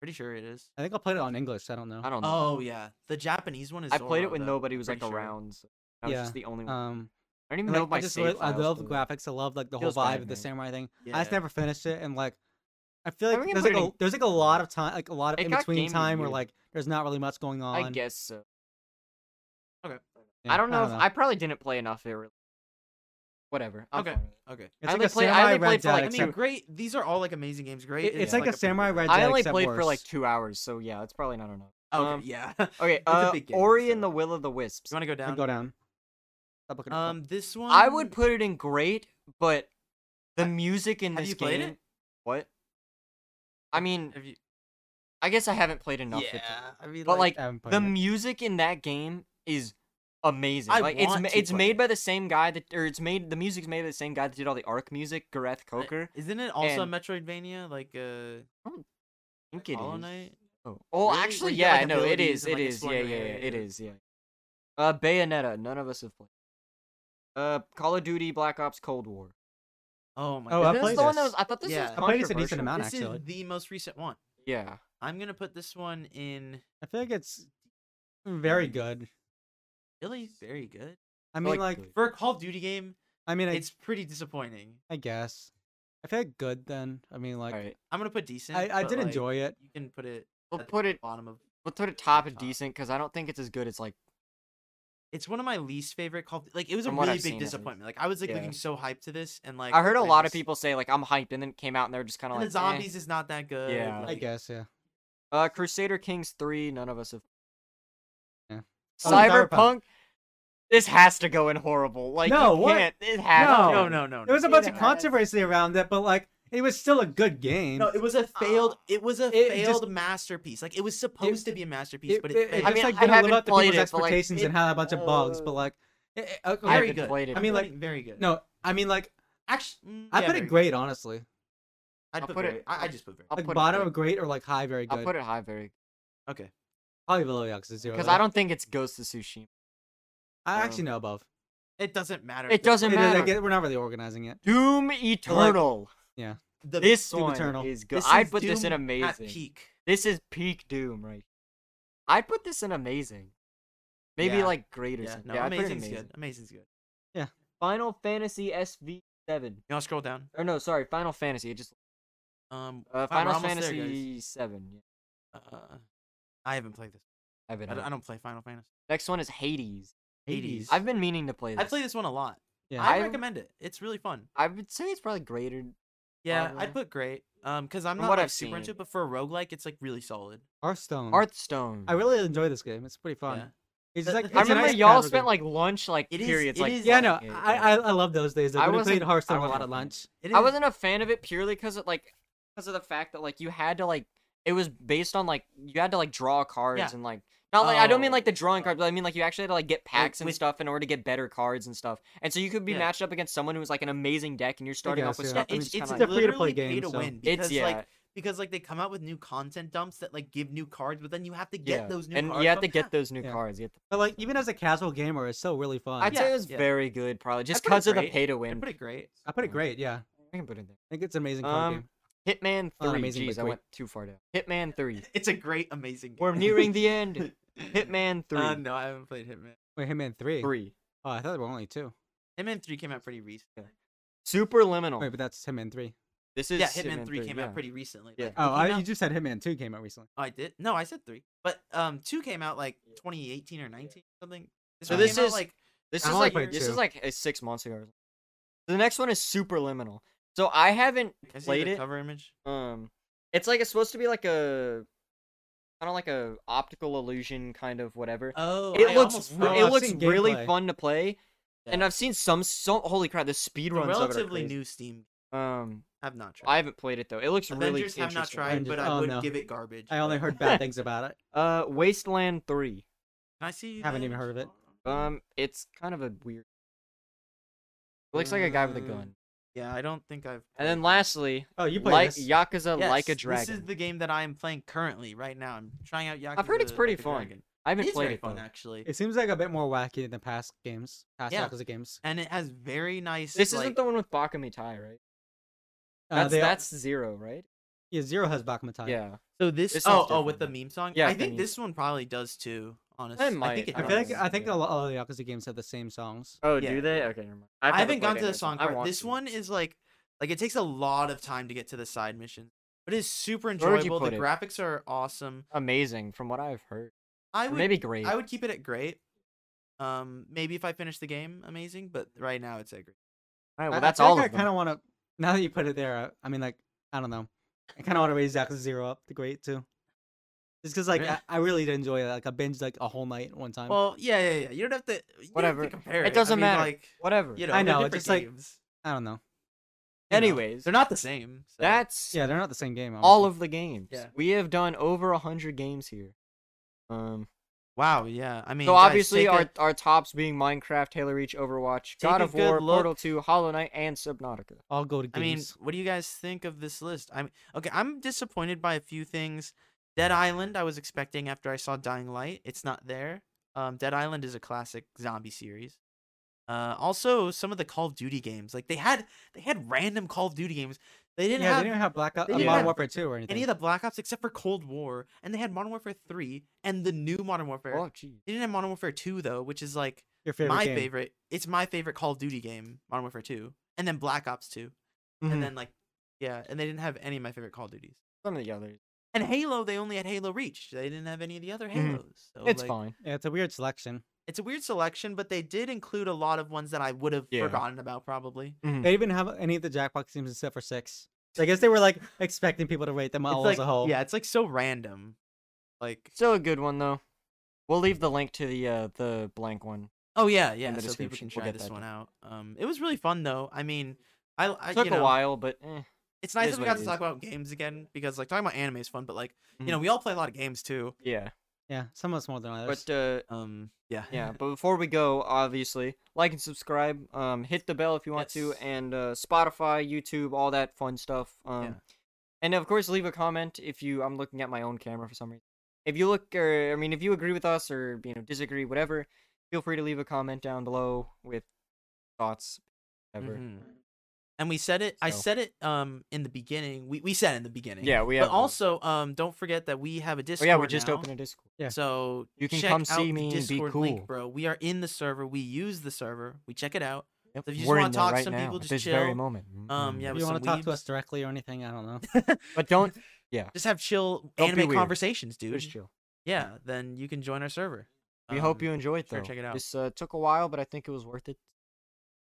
[SPEAKER 1] Pretty sure it is.
[SPEAKER 3] I think I'll play it on English. I don't know.
[SPEAKER 2] I don't know.
[SPEAKER 1] Oh yeah, the Japanese one is.
[SPEAKER 2] I played it when
[SPEAKER 1] Zorro, though.
[SPEAKER 2] nobody was like
[SPEAKER 1] pretty sure.
[SPEAKER 2] around. So I was
[SPEAKER 3] Yeah,
[SPEAKER 2] just the only one.
[SPEAKER 3] Um,
[SPEAKER 2] I don't even
[SPEAKER 3] and,
[SPEAKER 2] know
[SPEAKER 3] like,
[SPEAKER 2] if my
[SPEAKER 3] I just
[SPEAKER 2] save
[SPEAKER 3] really, I
[SPEAKER 2] files
[SPEAKER 3] love the
[SPEAKER 2] were-
[SPEAKER 3] graphics. I love like the whole
[SPEAKER 2] Feels
[SPEAKER 3] vibe
[SPEAKER 2] bad,
[SPEAKER 3] of the
[SPEAKER 2] man.
[SPEAKER 3] samurai thing. I
[SPEAKER 1] Yeah.
[SPEAKER 3] just never finished it, and like I feel
[SPEAKER 2] I
[SPEAKER 3] like
[SPEAKER 2] mean,
[SPEAKER 3] there's
[SPEAKER 2] put
[SPEAKER 3] like
[SPEAKER 2] it
[SPEAKER 3] a,
[SPEAKER 2] in-
[SPEAKER 3] there's like a lot of time, like a lot of
[SPEAKER 2] It
[SPEAKER 3] in
[SPEAKER 2] got Game
[SPEAKER 3] between
[SPEAKER 2] of the
[SPEAKER 3] time where
[SPEAKER 2] Year.
[SPEAKER 3] like there's not really much going on.
[SPEAKER 2] I guess so.
[SPEAKER 3] Yeah,
[SPEAKER 2] I don't know. if, I probably didn't play enough. It really. Whatever. I'm
[SPEAKER 1] Okay.
[SPEAKER 2] fine with it.
[SPEAKER 1] Okay.
[SPEAKER 3] It's
[SPEAKER 2] I
[SPEAKER 3] like
[SPEAKER 2] only
[SPEAKER 3] a
[SPEAKER 2] played- I
[SPEAKER 3] samurai
[SPEAKER 2] only played
[SPEAKER 3] Red
[SPEAKER 2] for, like,
[SPEAKER 3] Dead.
[SPEAKER 1] I mean,
[SPEAKER 3] except-
[SPEAKER 1] great. These are all like amazing games. Great.
[SPEAKER 3] it-
[SPEAKER 1] is,
[SPEAKER 3] It's like a
[SPEAKER 1] pretty
[SPEAKER 3] samurai
[SPEAKER 1] good-
[SPEAKER 3] Red
[SPEAKER 2] I
[SPEAKER 3] Dead
[SPEAKER 2] only
[SPEAKER 3] except
[SPEAKER 2] played for like
[SPEAKER 3] worse.
[SPEAKER 2] two hours, so yeah, it's probably not enough.
[SPEAKER 1] Oh, okay,
[SPEAKER 2] um,
[SPEAKER 1] yeah. you
[SPEAKER 2] Okay,
[SPEAKER 1] a
[SPEAKER 2] uh,
[SPEAKER 1] big game,
[SPEAKER 2] Ori and
[SPEAKER 1] so-
[SPEAKER 2] the Will of the Wisps.
[SPEAKER 1] want to go down?
[SPEAKER 3] Go
[SPEAKER 2] um,
[SPEAKER 3] down. Stop looking at
[SPEAKER 1] Um, this one.
[SPEAKER 2] I would put it in great, but the music in
[SPEAKER 1] Uh, have
[SPEAKER 2] this
[SPEAKER 1] you
[SPEAKER 2] game.
[SPEAKER 1] played it?
[SPEAKER 2] What? I mean,
[SPEAKER 1] Have you?
[SPEAKER 2] I guess I haven't played enough. to-
[SPEAKER 1] Yeah. I mean,
[SPEAKER 2] but like
[SPEAKER 3] I haven't played
[SPEAKER 2] the
[SPEAKER 3] it.
[SPEAKER 2] music in that game is amazing.
[SPEAKER 1] I
[SPEAKER 2] like it's
[SPEAKER 1] want
[SPEAKER 2] ma-
[SPEAKER 1] to
[SPEAKER 2] it's
[SPEAKER 1] play
[SPEAKER 2] made
[SPEAKER 1] it.
[SPEAKER 2] by the same guy that, or it's made the music's made by the same guy that did all the Arc music, Gareth Coker.
[SPEAKER 1] Isn't it also
[SPEAKER 2] and-
[SPEAKER 1] a Metroidvania like uh
[SPEAKER 2] I think
[SPEAKER 1] like
[SPEAKER 2] it
[SPEAKER 1] Hollow
[SPEAKER 2] is.
[SPEAKER 1] Knight?
[SPEAKER 2] Oh, well,
[SPEAKER 1] Really? Where
[SPEAKER 2] actually,
[SPEAKER 1] you get,
[SPEAKER 2] yeah,
[SPEAKER 1] like,
[SPEAKER 2] I know it
[SPEAKER 1] abilities
[SPEAKER 2] is.
[SPEAKER 1] and,
[SPEAKER 2] It
[SPEAKER 1] like,
[SPEAKER 2] is. Yeah, yeah,
[SPEAKER 1] exploring
[SPEAKER 2] yeah, it
[SPEAKER 1] areas.
[SPEAKER 2] is. Yeah. Uh, Bayonetta. None of us have played. Uh, Call of Duty, Black Ops, Cold War.
[SPEAKER 1] Oh my
[SPEAKER 3] Oh, I
[SPEAKER 1] god.
[SPEAKER 2] This is
[SPEAKER 3] played
[SPEAKER 2] the one that
[SPEAKER 3] this.
[SPEAKER 2] was. I thought this
[SPEAKER 1] Yeah.
[SPEAKER 2] was
[SPEAKER 1] I
[SPEAKER 3] played this a decent
[SPEAKER 2] controversial.
[SPEAKER 3] amount,
[SPEAKER 1] this
[SPEAKER 3] actually.
[SPEAKER 1] is the most recent one.
[SPEAKER 2] Yeah.
[SPEAKER 1] I'm gonna put this one in
[SPEAKER 3] I feel like it's very good.
[SPEAKER 1] really very good.
[SPEAKER 3] I mean, like,
[SPEAKER 2] good.
[SPEAKER 1] For a Call of Duty game,
[SPEAKER 3] I mean, I,
[SPEAKER 1] it's pretty disappointing.
[SPEAKER 3] I guess I feel like good. Then I mean, like,
[SPEAKER 2] all right.
[SPEAKER 1] I'm gonna put decent.
[SPEAKER 3] I, I
[SPEAKER 1] but,
[SPEAKER 3] did
[SPEAKER 1] like,
[SPEAKER 3] enjoy it.
[SPEAKER 1] You can put it
[SPEAKER 2] We'll
[SPEAKER 1] at the
[SPEAKER 2] put it.
[SPEAKER 1] bottom of.
[SPEAKER 2] We'll put
[SPEAKER 1] at
[SPEAKER 2] it
[SPEAKER 1] the
[SPEAKER 2] top of
[SPEAKER 1] top.
[SPEAKER 2] decent because I don't think it's as good as like.
[SPEAKER 1] It's one of my least favorite Call. Of, like it was a
[SPEAKER 2] From what
[SPEAKER 1] really
[SPEAKER 2] I've seen,
[SPEAKER 1] big
[SPEAKER 2] at least.
[SPEAKER 1] disappointment. Like I was like
[SPEAKER 2] Yeah.
[SPEAKER 1] looking so hyped to this, and like
[SPEAKER 2] I heard a
[SPEAKER 1] I
[SPEAKER 2] lot of
[SPEAKER 1] just-
[SPEAKER 2] people say like I'm hyped, and then it came out and they're just kind of
[SPEAKER 1] And
[SPEAKER 2] like. "Eh."
[SPEAKER 1] the zombies is not that good.
[SPEAKER 2] Yeah. I
[SPEAKER 3] I
[SPEAKER 1] like,
[SPEAKER 3] guess, yeah.
[SPEAKER 2] Eh. Uh, Crusader Kings three. None of us have.
[SPEAKER 3] Yeah. Oh,
[SPEAKER 2] Cyberpunk.
[SPEAKER 3] Cyberpunk.
[SPEAKER 2] This has to go in horrible. Like
[SPEAKER 3] No,
[SPEAKER 2] you
[SPEAKER 3] what?
[SPEAKER 2] can't. It has.
[SPEAKER 3] No.
[SPEAKER 2] to.
[SPEAKER 1] No, no, no.
[SPEAKER 3] There was a
[SPEAKER 1] no.
[SPEAKER 3] bunch of
[SPEAKER 2] Yeah.
[SPEAKER 3] controversy around it, but like, it was still a good game.
[SPEAKER 1] No, it was a failed. It was a
[SPEAKER 3] it
[SPEAKER 1] failed
[SPEAKER 3] just- masterpiece.
[SPEAKER 1] masterpiece. Like it was supposed to be a masterpiece, but it, failed.
[SPEAKER 2] I mean,
[SPEAKER 3] just like
[SPEAKER 2] I
[SPEAKER 3] didn't live
[SPEAKER 2] haven't
[SPEAKER 3] up to people's
[SPEAKER 2] played it, but, like,
[SPEAKER 3] expectations
[SPEAKER 2] it-
[SPEAKER 3] and had a bunch of bugs. But
[SPEAKER 2] uh,
[SPEAKER 3] like, it, it-
[SPEAKER 2] I
[SPEAKER 3] uh,
[SPEAKER 1] very
[SPEAKER 2] haven't
[SPEAKER 1] good.
[SPEAKER 2] played it.
[SPEAKER 1] I mean,
[SPEAKER 3] Very-
[SPEAKER 1] like very good.
[SPEAKER 3] no, I mean like,
[SPEAKER 1] actually, mm,
[SPEAKER 3] I
[SPEAKER 1] yeah,
[SPEAKER 3] put
[SPEAKER 1] very
[SPEAKER 3] it
[SPEAKER 1] good.
[SPEAKER 3] great, honestly.
[SPEAKER 1] I'd
[SPEAKER 2] I'll
[SPEAKER 1] put,
[SPEAKER 2] put it-
[SPEAKER 1] very- I, I just put very.
[SPEAKER 2] I'll
[SPEAKER 3] like
[SPEAKER 2] put
[SPEAKER 3] bottom
[SPEAKER 2] it,
[SPEAKER 3] of great or like high, very
[SPEAKER 2] I'll
[SPEAKER 3] good.
[SPEAKER 2] put it high very
[SPEAKER 1] Okay.
[SPEAKER 3] Probably below yeah, because it's zero.
[SPEAKER 2] because
[SPEAKER 3] though.
[SPEAKER 2] I don't think it's Ghost of Tsushima.
[SPEAKER 3] I actually know above.
[SPEAKER 1] It doesn't matter.
[SPEAKER 2] It doesn't
[SPEAKER 3] It is, I
[SPEAKER 2] matter.
[SPEAKER 3] guess we're not really organizing it.
[SPEAKER 2] Doom Eternal.
[SPEAKER 1] The,
[SPEAKER 2] this
[SPEAKER 3] Doom
[SPEAKER 2] one
[SPEAKER 3] Eternal.
[SPEAKER 2] is good.
[SPEAKER 1] this
[SPEAKER 2] I'd
[SPEAKER 1] is
[SPEAKER 2] put this
[SPEAKER 1] Doom
[SPEAKER 2] in
[SPEAKER 1] At
[SPEAKER 2] amazing.
[SPEAKER 1] peak.
[SPEAKER 2] This is peak Doom right. I'd put this in amazing. Maybe
[SPEAKER 1] Yeah.
[SPEAKER 2] like great or
[SPEAKER 1] Yeah,
[SPEAKER 2] something.
[SPEAKER 1] no,
[SPEAKER 2] yeah, I'd put it in
[SPEAKER 1] amazing's
[SPEAKER 2] amazing.
[SPEAKER 1] good. Amazing's good.
[SPEAKER 2] Final Fantasy SV seven.
[SPEAKER 1] You want to scroll down?
[SPEAKER 2] Or no, sorry, Final Fantasy. It just
[SPEAKER 1] Um,
[SPEAKER 2] uh,
[SPEAKER 1] wow,
[SPEAKER 2] Final
[SPEAKER 1] we're almost there,
[SPEAKER 2] Fantasy seven. Yeah,
[SPEAKER 1] guys. Uh, I haven't played this.
[SPEAKER 2] I've been.
[SPEAKER 1] I don't, I
[SPEAKER 2] hooked.
[SPEAKER 1] don't play Final Fantasy.
[SPEAKER 2] Next one is Hades.
[SPEAKER 1] Hades.
[SPEAKER 2] I've been meaning to play this.
[SPEAKER 1] I play this one a lot.
[SPEAKER 3] Yeah.
[SPEAKER 1] I
[SPEAKER 2] I-
[SPEAKER 1] recommend it. It's really fun.
[SPEAKER 2] I would say it's probably greater.
[SPEAKER 1] Yeah,
[SPEAKER 2] Probably.
[SPEAKER 1] I'd put great. Um, because I'm
[SPEAKER 2] From
[SPEAKER 1] not
[SPEAKER 2] what
[SPEAKER 1] like,
[SPEAKER 2] I've
[SPEAKER 1] super into
[SPEAKER 2] seen.
[SPEAKER 1] it, but for a roguelike, it's like really solid. Um,
[SPEAKER 3] Hearthstone.
[SPEAKER 2] Hearthstone.
[SPEAKER 3] I really enjoy this game. It's pretty fun.
[SPEAKER 1] Yeah.
[SPEAKER 3] It's
[SPEAKER 1] The-
[SPEAKER 3] just like
[SPEAKER 1] the
[SPEAKER 3] it's
[SPEAKER 2] I
[SPEAKER 3] a
[SPEAKER 2] remember
[SPEAKER 3] nice
[SPEAKER 2] y'all
[SPEAKER 3] casual
[SPEAKER 2] spent
[SPEAKER 3] game.
[SPEAKER 2] like lunch, like
[SPEAKER 1] It is-
[SPEAKER 2] periods,
[SPEAKER 1] it
[SPEAKER 2] like
[SPEAKER 1] is-
[SPEAKER 3] Yeah,
[SPEAKER 1] like,
[SPEAKER 3] no,
[SPEAKER 2] yeah,
[SPEAKER 3] I,
[SPEAKER 2] yeah.
[SPEAKER 3] I I love those days. Though.
[SPEAKER 2] I
[SPEAKER 3] I played
[SPEAKER 2] wasn't-
[SPEAKER 3] Hearthstone
[SPEAKER 2] I
[SPEAKER 3] a lot at
[SPEAKER 2] wasn't-
[SPEAKER 3] lunch.
[SPEAKER 1] It
[SPEAKER 2] I
[SPEAKER 1] is-
[SPEAKER 2] wasn't a fan of it purely because it like because of the fact that like you had to like it was based on like you had to like draw cards
[SPEAKER 1] Yeah.
[SPEAKER 2] and like not like I don't mean
[SPEAKER 1] Oh.
[SPEAKER 2] like the drawing cards, but I mean like you actually had to like get packs and
[SPEAKER 1] with-
[SPEAKER 2] stuff in order to get better cards and stuff. And so you could be
[SPEAKER 1] Yeah.
[SPEAKER 2] matched up against someone who was like an amazing deck and you're starting off
[SPEAKER 3] guess,
[SPEAKER 2] with
[SPEAKER 3] yeah.
[SPEAKER 1] Yeah,
[SPEAKER 2] stuff.
[SPEAKER 3] I mean,
[SPEAKER 1] it's
[SPEAKER 2] that's
[SPEAKER 1] it's,
[SPEAKER 2] kinda,
[SPEAKER 3] kinda
[SPEAKER 1] like,
[SPEAKER 3] a
[SPEAKER 2] like,
[SPEAKER 3] free-to-play
[SPEAKER 1] literally
[SPEAKER 3] game,
[SPEAKER 1] pay to
[SPEAKER 3] so-
[SPEAKER 1] win because
[SPEAKER 2] it's yeah.
[SPEAKER 1] like because like they come out with new content dumps that like give new cards, but then you have to get
[SPEAKER 2] yeah.
[SPEAKER 1] those new
[SPEAKER 2] and
[SPEAKER 1] cards.
[SPEAKER 2] you have
[SPEAKER 1] from-
[SPEAKER 2] to get those new
[SPEAKER 3] Yeah.
[SPEAKER 2] cards. You have to-
[SPEAKER 3] But like even as a casual gamer, it's still really fun. I,
[SPEAKER 2] I'd say
[SPEAKER 1] Yeah,
[SPEAKER 2] it was
[SPEAKER 1] yeah.
[SPEAKER 2] very good, probably just
[SPEAKER 1] put it
[SPEAKER 2] because of the
[SPEAKER 1] great.
[SPEAKER 2] pay to
[SPEAKER 1] They're
[SPEAKER 2] win.
[SPEAKER 1] pretty great.
[SPEAKER 3] put it great, yeah. I
[SPEAKER 2] I can put it in
[SPEAKER 3] think it's an amazing
[SPEAKER 2] there.
[SPEAKER 3] card
[SPEAKER 2] Um,
[SPEAKER 3] game.
[SPEAKER 2] Hitman
[SPEAKER 3] Not
[SPEAKER 2] three.
[SPEAKER 3] amazing, but
[SPEAKER 2] Jeez, I
[SPEAKER 3] great.
[SPEAKER 2] went too far down. Hitman three.
[SPEAKER 1] It's a great, amazing. Game.
[SPEAKER 2] We're nearing the end. Hitman three.
[SPEAKER 1] Uh, no, I haven't played Hitman.
[SPEAKER 3] Wait, Hitman three.
[SPEAKER 2] three.
[SPEAKER 3] Oh, I thought there were only two.
[SPEAKER 1] Hitman three came out pretty recently.
[SPEAKER 2] Superliminal.
[SPEAKER 3] Wait, but that's Hitman three.
[SPEAKER 2] This is
[SPEAKER 1] yeah, Hitman, three came
[SPEAKER 2] yeah.
[SPEAKER 1] out pretty recently.
[SPEAKER 2] Yeah.
[SPEAKER 1] like, it
[SPEAKER 3] Oh,
[SPEAKER 1] came
[SPEAKER 3] I,
[SPEAKER 1] out-
[SPEAKER 3] you just said Hitman two came out recently.
[SPEAKER 1] Oh, I did. No, I said three. But um, two came out like 2018 or 19 something.
[SPEAKER 2] So
[SPEAKER 1] one
[SPEAKER 2] this
[SPEAKER 1] came out,
[SPEAKER 2] is-
[SPEAKER 1] like
[SPEAKER 2] This
[SPEAKER 3] I
[SPEAKER 2] is
[SPEAKER 3] only
[SPEAKER 2] like
[SPEAKER 3] played
[SPEAKER 2] this
[SPEAKER 3] two.
[SPEAKER 2] is like uh, six months ago. The next one is Superliminal. So I haven't
[SPEAKER 1] I see
[SPEAKER 2] played
[SPEAKER 1] the
[SPEAKER 2] it.
[SPEAKER 1] cover image.
[SPEAKER 2] Um, it's like it's supposed to be like a kind of like a optical illusion kind of whatever.
[SPEAKER 1] Oh,
[SPEAKER 2] it
[SPEAKER 1] I
[SPEAKER 2] looks
[SPEAKER 1] almost
[SPEAKER 2] re-
[SPEAKER 1] forgot.
[SPEAKER 3] forgot.
[SPEAKER 2] it
[SPEAKER 3] I've
[SPEAKER 2] looks
[SPEAKER 3] seen
[SPEAKER 2] really
[SPEAKER 3] gameplay.
[SPEAKER 2] fun to play, and
[SPEAKER 1] Yeah.
[SPEAKER 2] I've seen some so holy crap the speed
[SPEAKER 1] The
[SPEAKER 2] runs of it are
[SPEAKER 1] relatively
[SPEAKER 2] crazy.
[SPEAKER 1] new Steam.
[SPEAKER 2] Um,
[SPEAKER 1] Have not tried.
[SPEAKER 2] I haven't played it though. It looks really
[SPEAKER 1] Avengers
[SPEAKER 2] interesting.
[SPEAKER 1] have not tried, but I
[SPEAKER 3] Oh,
[SPEAKER 1] would
[SPEAKER 3] no.
[SPEAKER 1] give it garbage.
[SPEAKER 3] I only
[SPEAKER 1] but-
[SPEAKER 3] heard bad things about it.
[SPEAKER 2] Uh, Wasteland Three.
[SPEAKER 1] Can I see?
[SPEAKER 3] Haven't
[SPEAKER 1] the
[SPEAKER 3] even
[SPEAKER 1] image?
[SPEAKER 3] heard of it.
[SPEAKER 2] Um, it's kind of a weird. It looks like a guy with a
[SPEAKER 1] Mm,
[SPEAKER 2] gun.
[SPEAKER 1] Yeah, I don't think I've.
[SPEAKER 2] And then
[SPEAKER 1] played
[SPEAKER 2] last,ly
[SPEAKER 3] Oh, you play
[SPEAKER 2] like
[SPEAKER 3] this?
[SPEAKER 2] Yakuza
[SPEAKER 1] Yes,
[SPEAKER 2] Like a Dragon.
[SPEAKER 1] This is the game that I am playing currently, right now. I'm trying out Yakuza.
[SPEAKER 2] I've heard it's pretty
[SPEAKER 1] Like a
[SPEAKER 2] fun.
[SPEAKER 1] Dragon.
[SPEAKER 2] I haven't
[SPEAKER 1] It's
[SPEAKER 2] played
[SPEAKER 1] very
[SPEAKER 2] it
[SPEAKER 1] fun,
[SPEAKER 2] though.
[SPEAKER 1] actually.
[SPEAKER 3] It seems like a bit more wacky than the past games, past
[SPEAKER 1] Yeah.
[SPEAKER 3] Yakuza games.
[SPEAKER 1] And it has very nice.
[SPEAKER 2] This
[SPEAKER 1] like,
[SPEAKER 2] isn't the one with Bakami Tai, right?
[SPEAKER 3] Uh,
[SPEAKER 2] That's
[SPEAKER 3] they all-
[SPEAKER 2] that's zero, right?
[SPEAKER 3] yeah. Zero has Bakuman
[SPEAKER 1] Uh,
[SPEAKER 3] time.
[SPEAKER 2] Yeah.
[SPEAKER 1] So this.
[SPEAKER 2] This
[SPEAKER 1] oh,
[SPEAKER 2] one's
[SPEAKER 1] oh, with the
[SPEAKER 2] different.
[SPEAKER 1] meme song.
[SPEAKER 2] Yeah,
[SPEAKER 1] I
[SPEAKER 2] the
[SPEAKER 1] think
[SPEAKER 2] meme
[SPEAKER 1] this one probably does too. Honestly, I
[SPEAKER 2] might,
[SPEAKER 1] think it
[SPEAKER 3] I
[SPEAKER 2] I
[SPEAKER 3] feel
[SPEAKER 1] does.
[SPEAKER 3] like
[SPEAKER 2] don't
[SPEAKER 3] I think
[SPEAKER 2] know.
[SPEAKER 3] a lot of the Yakuza games have the same songs.
[SPEAKER 2] Oh,
[SPEAKER 1] Yeah.
[SPEAKER 2] do they? Okay, never mind.
[SPEAKER 1] I,
[SPEAKER 2] I've never
[SPEAKER 1] haven't
[SPEAKER 2] played
[SPEAKER 1] gone to
[SPEAKER 2] any
[SPEAKER 1] the
[SPEAKER 2] of them.
[SPEAKER 1] song
[SPEAKER 2] I
[SPEAKER 1] part.
[SPEAKER 2] want
[SPEAKER 1] This
[SPEAKER 2] to.
[SPEAKER 1] one is like, like it takes a lot of time to get to the side missions, but it's super
[SPEAKER 2] Where would you
[SPEAKER 1] enjoyable. The
[SPEAKER 2] put it?
[SPEAKER 1] graphics are awesome.
[SPEAKER 2] amazing, from what I've heard.
[SPEAKER 1] I
[SPEAKER 2] Or
[SPEAKER 1] would
[SPEAKER 2] maybe great.
[SPEAKER 1] I would keep it at great. Um, maybe if I finish the game, amazing. But right now, it's at great.
[SPEAKER 2] All right,
[SPEAKER 3] I-
[SPEAKER 2] well, that's
[SPEAKER 3] I feel
[SPEAKER 2] all
[SPEAKER 3] like
[SPEAKER 2] of
[SPEAKER 3] I kind
[SPEAKER 2] them.
[SPEAKER 3] of want to. Now that you put it there, I, I mean, like I don't know. I kind of want to raise Yakuza Zero up to great too, just because like I,
[SPEAKER 1] Really?
[SPEAKER 3] I really did enjoy it. Like I binged like a whole night one time.
[SPEAKER 1] Well, yeah, yeah, yeah. You don't have to. You Don't
[SPEAKER 2] Whatever.
[SPEAKER 1] have to compare
[SPEAKER 2] It
[SPEAKER 1] it. I
[SPEAKER 2] doesn't
[SPEAKER 1] mean,
[SPEAKER 2] matter.
[SPEAKER 1] Like,
[SPEAKER 2] Whatever.
[SPEAKER 1] you know,
[SPEAKER 3] I
[SPEAKER 1] they're
[SPEAKER 3] know, it's
[SPEAKER 1] different
[SPEAKER 3] just like-
[SPEAKER 1] games,
[SPEAKER 3] I don't know.
[SPEAKER 1] you know.
[SPEAKER 2] Anyways,
[SPEAKER 1] they're not the same. so-
[SPEAKER 2] that's
[SPEAKER 3] Yeah, they're not the same game.
[SPEAKER 2] all
[SPEAKER 3] obviously.
[SPEAKER 2] of the games.
[SPEAKER 1] Yeah.
[SPEAKER 2] We have done over a hundred games here. Um.
[SPEAKER 1] Wow. Yeah. I mean,
[SPEAKER 2] So
[SPEAKER 1] guys,
[SPEAKER 2] obviously
[SPEAKER 1] take a-
[SPEAKER 2] our, our tops being Minecraft, Halo Reach, Overwatch, God
[SPEAKER 1] a
[SPEAKER 2] of War,
[SPEAKER 1] good look.
[SPEAKER 2] Portal 2, Hollow Knight, and Subnautica.
[SPEAKER 3] all go to.
[SPEAKER 1] I mean, what do you guys think of this list? I'm okay. I'm disappointed by a few things. Dead Island, I was expecting after I saw Dying Light. It's not there. Um, Dead Island is a classic zombie series. Uh, also some of the Call of Duty games, like they had they had random Call of Duty games. They didn't
[SPEAKER 3] yeah,
[SPEAKER 1] have
[SPEAKER 3] they didn't have Black Ops,
[SPEAKER 1] they
[SPEAKER 3] uh,
[SPEAKER 2] didn't
[SPEAKER 3] Modern
[SPEAKER 2] have
[SPEAKER 3] Warfare Two or anything.
[SPEAKER 1] any of the Black Ops except for Cold War, and they had Modern Warfare Three and the new Modern Warfare.
[SPEAKER 2] Oh, jeez.
[SPEAKER 1] They didn't have Modern Warfare Two though, which is like
[SPEAKER 3] Your favorite
[SPEAKER 1] my
[SPEAKER 3] game.
[SPEAKER 1] favorite. It's my favorite Call of Duty game, Modern Warfare Two, and then Black Ops Two
[SPEAKER 3] Mhm.
[SPEAKER 2] Mm.
[SPEAKER 1] and then like yeah, and they didn't have any of my favorite Call of Duties.
[SPEAKER 2] Some of the others.
[SPEAKER 1] And Halo, they only had Halo Reach. They didn't have any of the other
[SPEAKER 2] Mhm.
[SPEAKER 1] Halos. So
[SPEAKER 2] It's
[SPEAKER 1] like,
[SPEAKER 2] fine.
[SPEAKER 3] yeah, it's a weird selection.
[SPEAKER 1] It's a weird selection, but they did include a lot of ones that I would have
[SPEAKER 2] Yeah.
[SPEAKER 1] forgotten about probably.
[SPEAKER 2] Mm-hmm.
[SPEAKER 3] They didn't even have any of the Jackbox teams except for six. So I guess they were like expecting people to rate them all
[SPEAKER 1] it's like,
[SPEAKER 3] as a whole.
[SPEAKER 1] Yeah, it's like so random. Like
[SPEAKER 2] Still a good one though. We'll leave the link to the uh, the blank one.
[SPEAKER 1] oh yeah, yeah.
[SPEAKER 2] the
[SPEAKER 1] So people
[SPEAKER 2] description,
[SPEAKER 1] can
[SPEAKER 2] we'll
[SPEAKER 1] try
[SPEAKER 2] get
[SPEAKER 1] this
[SPEAKER 2] that
[SPEAKER 1] one out. Um, it was really fun though. I mean, I, I
[SPEAKER 2] Took
[SPEAKER 1] you know,
[SPEAKER 2] a while, but eh.
[SPEAKER 1] It's nice
[SPEAKER 2] is
[SPEAKER 1] that we
[SPEAKER 2] what it
[SPEAKER 1] got to
[SPEAKER 2] is.
[SPEAKER 1] talk about games again because like talking about anime is fun, but like
[SPEAKER 2] Mhm.
[SPEAKER 1] you know we all play a lot of games too.
[SPEAKER 2] yeah.
[SPEAKER 3] yeah, some of us more than others.
[SPEAKER 2] But uh,
[SPEAKER 1] Um, yeah,
[SPEAKER 2] yeah. But before we go, obviously, like and subscribe. Um, hit the bell if you want to,
[SPEAKER 1] Yes.
[SPEAKER 2] and uh, Spotify, YouTube, all that fun stuff. Um,
[SPEAKER 1] Yeah.
[SPEAKER 2] and of course, leave a comment if you. I'm looking at my own camera for some reason. If you look, or I mean, if you agree with us or you know disagree, whatever, feel free to leave a comment down below with thoughts, whatever.
[SPEAKER 1] Mhm. And we said it. I
[SPEAKER 2] So-
[SPEAKER 1] said it um in the beginning. We we said it in the beginning.
[SPEAKER 2] Yeah, we have.
[SPEAKER 1] But also, um, don't forget that we have a
[SPEAKER 2] oh,
[SPEAKER 1] Discord.
[SPEAKER 2] yeah, we just
[SPEAKER 1] now.
[SPEAKER 2] opened a Discord.
[SPEAKER 3] Yeah.
[SPEAKER 1] So
[SPEAKER 2] You can
[SPEAKER 1] check
[SPEAKER 2] come
[SPEAKER 1] out
[SPEAKER 2] see
[SPEAKER 1] the
[SPEAKER 2] me and be
[SPEAKER 1] Discord
[SPEAKER 2] cool.
[SPEAKER 1] link, bro. We are in the server. We use the server. We check it out.
[SPEAKER 2] Yep.
[SPEAKER 1] So if you just
[SPEAKER 2] We're
[SPEAKER 1] wanna
[SPEAKER 2] in there
[SPEAKER 1] talk to
[SPEAKER 2] right
[SPEAKER 1] some
[SPEAKER 2] now,
[SPEAKER 1] people,
[SPEAKER 2] at
[SPEAKER 1] just
[SPEAKER 2] this
[SPEAKER 1] chill.
[SPEAKER 2] very moment. Mm-hmm.
[SPEAKER 1] Um, yeah,
[SPEAKER 3] if
[SPEAKER 1] with
[SPEAKER 3] you want
[SPEAKER 1] some
[SPEAKER 3] to talk to
[SPEAKER 1] weebs.
[SPEAKER 3] us directly or anything? I don't know.
[SPEAKER 2] but don't
[SPEAKER 1] Just have chill
[SPEAKER 2] Don't be
[SPEAKER 1] anime
[SPEAKER 2] weird.
[SPEAKER 1] conversations, dude.
[SPEAKER 2] just chill.
[SPEAKER 1] Yeah, then you can join our server.
[SPEAKER 2] We hope
[SPEAKER 1] Um,
[SPEAKER 2] you enjoyed though.
[SPEAKER 1] sure, check it out.
[SPEAKER 2] This uh, took a while, but I think it was worth it.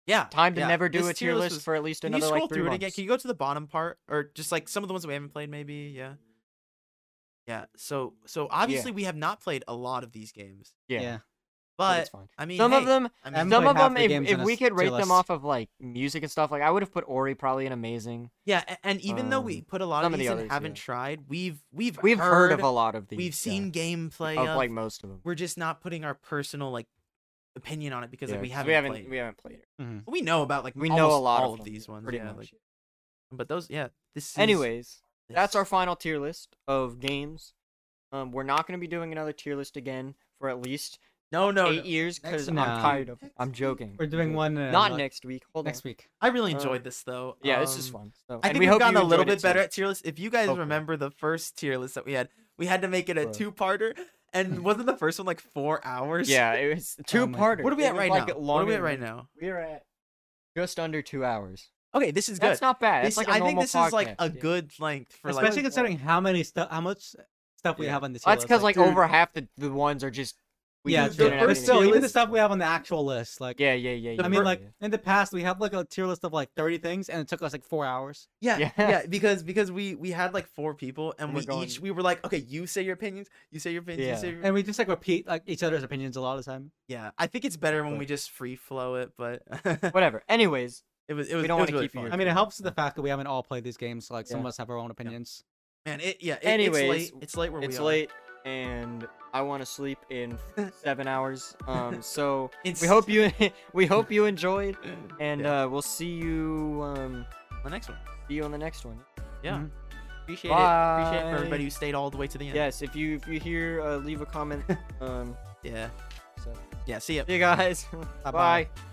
[SPEAKER 1] Yeah.
[SPEAKER 2] Time to
[SPEAKER 1] yeah,
[SPEAKER 2] never do
[SPEAKER 1] this
[SPEAKER 2] a tier list
[SPEAKER 1] was-
[SPEAKER 2] for at least
[SPEAKER 1] Can you
[SPEAKER 2] another
[SPEAKER 1] scroll
[SPEAKER 2] like three
[SPEAKER 1] through
[SPEAKER 2] months.
[SPEAKER 1] it again? Can you go to the bottom part, or just like some of the ones that we haven't played? Maybe, yeah. Yeah. So, so obviously we have not played a lot of these games,
[SPEAKER 2] yeah, but
[SPEAKER 1] but
[SPEAKER 2] it's fine.
[SPEAKER 1] I mean,
[SPEAKER 2] Some
[SPEAKER 1] hey,
[SPEAKER 2] of them,
[SPEAKER 1] I
[SPEAKER 3] I'm
[SPEAKER 1] mean,
[SPEAKER 2] some
[SPEAKER 3] played
[SPEAKER 2] of
[SPEAKER 3] half
[SPEAKER 2] them.
[SPEAKER 3] the
[SPEAKER 2] If,
[SPEAKER 3] games
[SPEAKER 2] if
[SPEAKER 3] on a
[SPEAKER 2] we
[SPEAKER 3] s-
[SPEAKER 2] could
[SPEAKER 3] tier
[SPEAKER 2] rate
[SPEAKER 3] list.
[SPEAKER 2] them off of like music and stuff, like I would have put Ori probably in amazing.
[SPEAKER 1] Yeah, a- and even though we
[SPEAKER 2] Um,
[SPEAKER 1] put a lot of
[SPEAKER 2] some of the
[SPEAKER 1] these and
[SPEAKER 2] others,
[SPEAKER 1] haven't
[SPEAKER 2] yeah.
[SPEAKER 1] tried, we've we've
[SPEAKER 2] We've heard, of a lot of these.
[SPEAKER 1] we've seen
[SPEAKER 2] yeah,
[SPEAKER 1] gameplay
[SPEAKER 2] of
[SPEAKER 1] of,
[SPEAKER 2] like most of them
[SPEAKER 1] we're just not putting our personal like opinion on it because
[SPEAKER 2] Yeah,
[SPEAKER 1] like, we
[SPEAKER 2] 'cause
[SPEAKER 1] haven't
[SPEAKER 2] we haven't
[SPEAKER 1] played.
[SPEAKER 2] we haven't played it.
[SPEAKER 1] But we know about like
[SPEAKER 2] We know a
[SPEAKER 1] almost
[SPEAKER 2] lot
[SPEAKER 1] all
[SPEAKER 2] of
[SPEAKER 1] of,
[SPEAKER 2] them,
[SPEAKER 1] these ones,
[SPEAKER 2] pretty
[SPEAKER 1] yeah.
[SPEAKER 2] much.
[SPEAKER 1] like- but those, yeah. This is,
[SPEAKER 2] Anyways, that's
[SPEAKER 1] this-
[SPEAKER 2] our final tier list of games. Um, we're not going to be doing another tier list again for at least
[SPEAKER 1] no, no.
[SPEAKER 2] eight
[SPEAKER 1] no.
[SPEAKER 2] years
[SPEAKER 3] Next
[SPEAKER 2] because
[SPEAKER 3] week.
[SPEAKER 2] I'm tired of.
[SPEAKER 1] Next
[SPEAKER 2] I'm
[SPEAKER 1] week.
[SPEAKER 2] joking.
[SPEAKER 3] We're
[SPEAKER 2] I'm
[SPEAKER 3] doing
[SPEAKER 2] joking.
[SPEAKER 3] one. Uh,
[SPEAKER 2] Not
[SPEAKER 3] like,
[SPEAKER 2] next week. Hold
[SPEAKER 3] Next
[SPEAKER 2] on.
[SPEAKER 3] week.
[SPEAKER 1] I really
[SPEAKER 2] uh,
[SPEAKER 1] enjoyed this though.
[SPEAKER 2] Yeah, this is
[SPEAKER 1] um,
[SPEAKER 2] fun.
[SPEAKER 1] I
[SPEAKER 2] So, and
[SPEAKER 1] think
[SPEAKER 2] we
[SPEAKER 1] we've
[SPEAKER 2] hope
[SPEAKER 1] gotten
[SPEAKER 2] you
[SPEAKER 1] a little
[SPEAKER 2] enjoyed it
[SPEAKER 1] bit
[SPEAKER 2] too.
[SPEAKER 1] better at tier lists. If you guys
[SPEAKER 2] Hopefully.
[SPEAKER 1] remember the first tier list that we had, we had to make it a
[SPEAKER 2] Bruh.
[SPEAKER 1] two-parter, and wasn't the first one like four hours?
[SPEAKER 2] Yeah, it was two
[SPEAKER 3] my-
[SPEAKER 2] parter.
[SPEAKER 1] What are we
[SPEAKER 2] It
[SPEAKER 1] at
[SPEAKER 2] was
[SPEAKER 1] right
[SPEAKER 2] like
[SPEAKER 1] now? What
[SPEAKER 2] longer
[SPEAKER 1] are we at
[SPEAKER 2] than-
[SPEAKER 1] right now?
[SPEAKER 2] We're at just under two hours.
[SPEAKER 1] Okay, this is good.
[SPEAKER 2] That's not bad. That's
[SPEAKER 1] This-
[SPEAKER 2] like a
[SPEAKER 1] I think
[SPEAKER 2] normal
[SPEAKER 1] this is like a
[SPEAKER 2] podcast, yeah.
[SPEAKER 1] good length for
[SPEAKER 3] Especially
[SPEAKER 1] like.
[SPEAKER 3] considering how many stuff, how much stuff we
[SPEAKER 2] Yeah.
[SPEAKER 3] have on this.
[SPEAKER 2] That's
[SPEAKER 3] list,
[SPEAKER 2] because like,
[SPEAKER 3] dude,
[SPEAKER 2] over half the, the ones are just. We
[SPEAKER 3] yeah,
[SPEAKER 2] just
[SPEAKER 1] it's
[SPEAKER 3] the
[SPEAKER 2] didn't have
[SPEAKER 1] first tier
[SPEAKER 2] anything
[SPEAKER 3] first still
[SPEAKER 2] to do.
[SPEAKER 3] even
[SPEAKER 1] list-
[SPEAKER 3] the stuff we have on the actual list. Like,
[SPEAKER 2] Yeah, yeah, yeah. yeah
[SPEAKER 3] I mean,
[SPEAKER 2] yeah,
[SPEAKER 3] like
[SPEAKER 2] yeah.
[SPEAKER 3] in the past we had like a tier list of like thirty things, and it took us like four hours.
[SPEAKER 1] yeah,
[SPEAKER 2] Yeah.
[SPEAKER 1] yeah, because because we we had like four people and
[SPEAKER 2] And we're
[SPEAKER 1] we
[SPEAKER 2] going-
[SPEAKER 1] each we were like, okay, you say your opinions, you say your opinions,
[SPEAKER 2] Yeah.
[SPEAKER 1] you say your...
[SPEAKER 3] And we just like repeat like each other's opinions a lot of the time.
[SPEAKER 1] yeah. I think it's better when
[SPEAKER 2] But-
[SPEAKER 1] we just free flow it, but
[SPEAKER 2] whatever. Anyways,
[SPEAKER 1] It was. It was.
[SPEAKER 2] don't
[SPEAKER 1] it was
[SPEAKER 2] wanna
[SPEAKER 1] really
[SPEAKER 2] keep you-
[SPEAKER 1] fun.
[SPEAKER 3] I mean, it helps with the fact that we haven't all played these games. So, like, some
[SPEAKER 2] Yeah.
[SPEAKER 3] of us have our own opinions.
[SPEAKER 1] man. It, yeah. It,
[SPEAKER 2] Anyways,
[SPEAKER 1] it's late. It's late where
[SPEAKER 2] it's
[SPEAKER 1] we are.
[SPEAKER 2] late and I want to sleep in seven hours. Um, so
[SPEAKER 1] It's
[SPEAKER 2] we hope you we hope you enjoyed, and
[SPEAKER 1] Yeah.
[SPEAKER 2] uh, we'll see you um,
[SPEAKER 1] the next one.
[SPEAKER 2] see you on the next one.
[SPEAKER 1] Yeah.
[SPEAKER 3] Mhm.
[SPEAKER 1] Appreciate it. Appreciate it for
[SPEAKER 2] Bye.
[SPEAKER 1] everybody who stayed all the way to the end.
[SPEAKER 2] Yes, if you if you hear, uh, leave a comment. um,
[SPEAKER 1] Yeah.
[SPEAKER 2] so
[SPEAKER 1] Yeah. See ya.
[SPEAKER 2] see you guys.
[SPEAKER 3] Bye-bye.
[SPEAKER 2] Bye.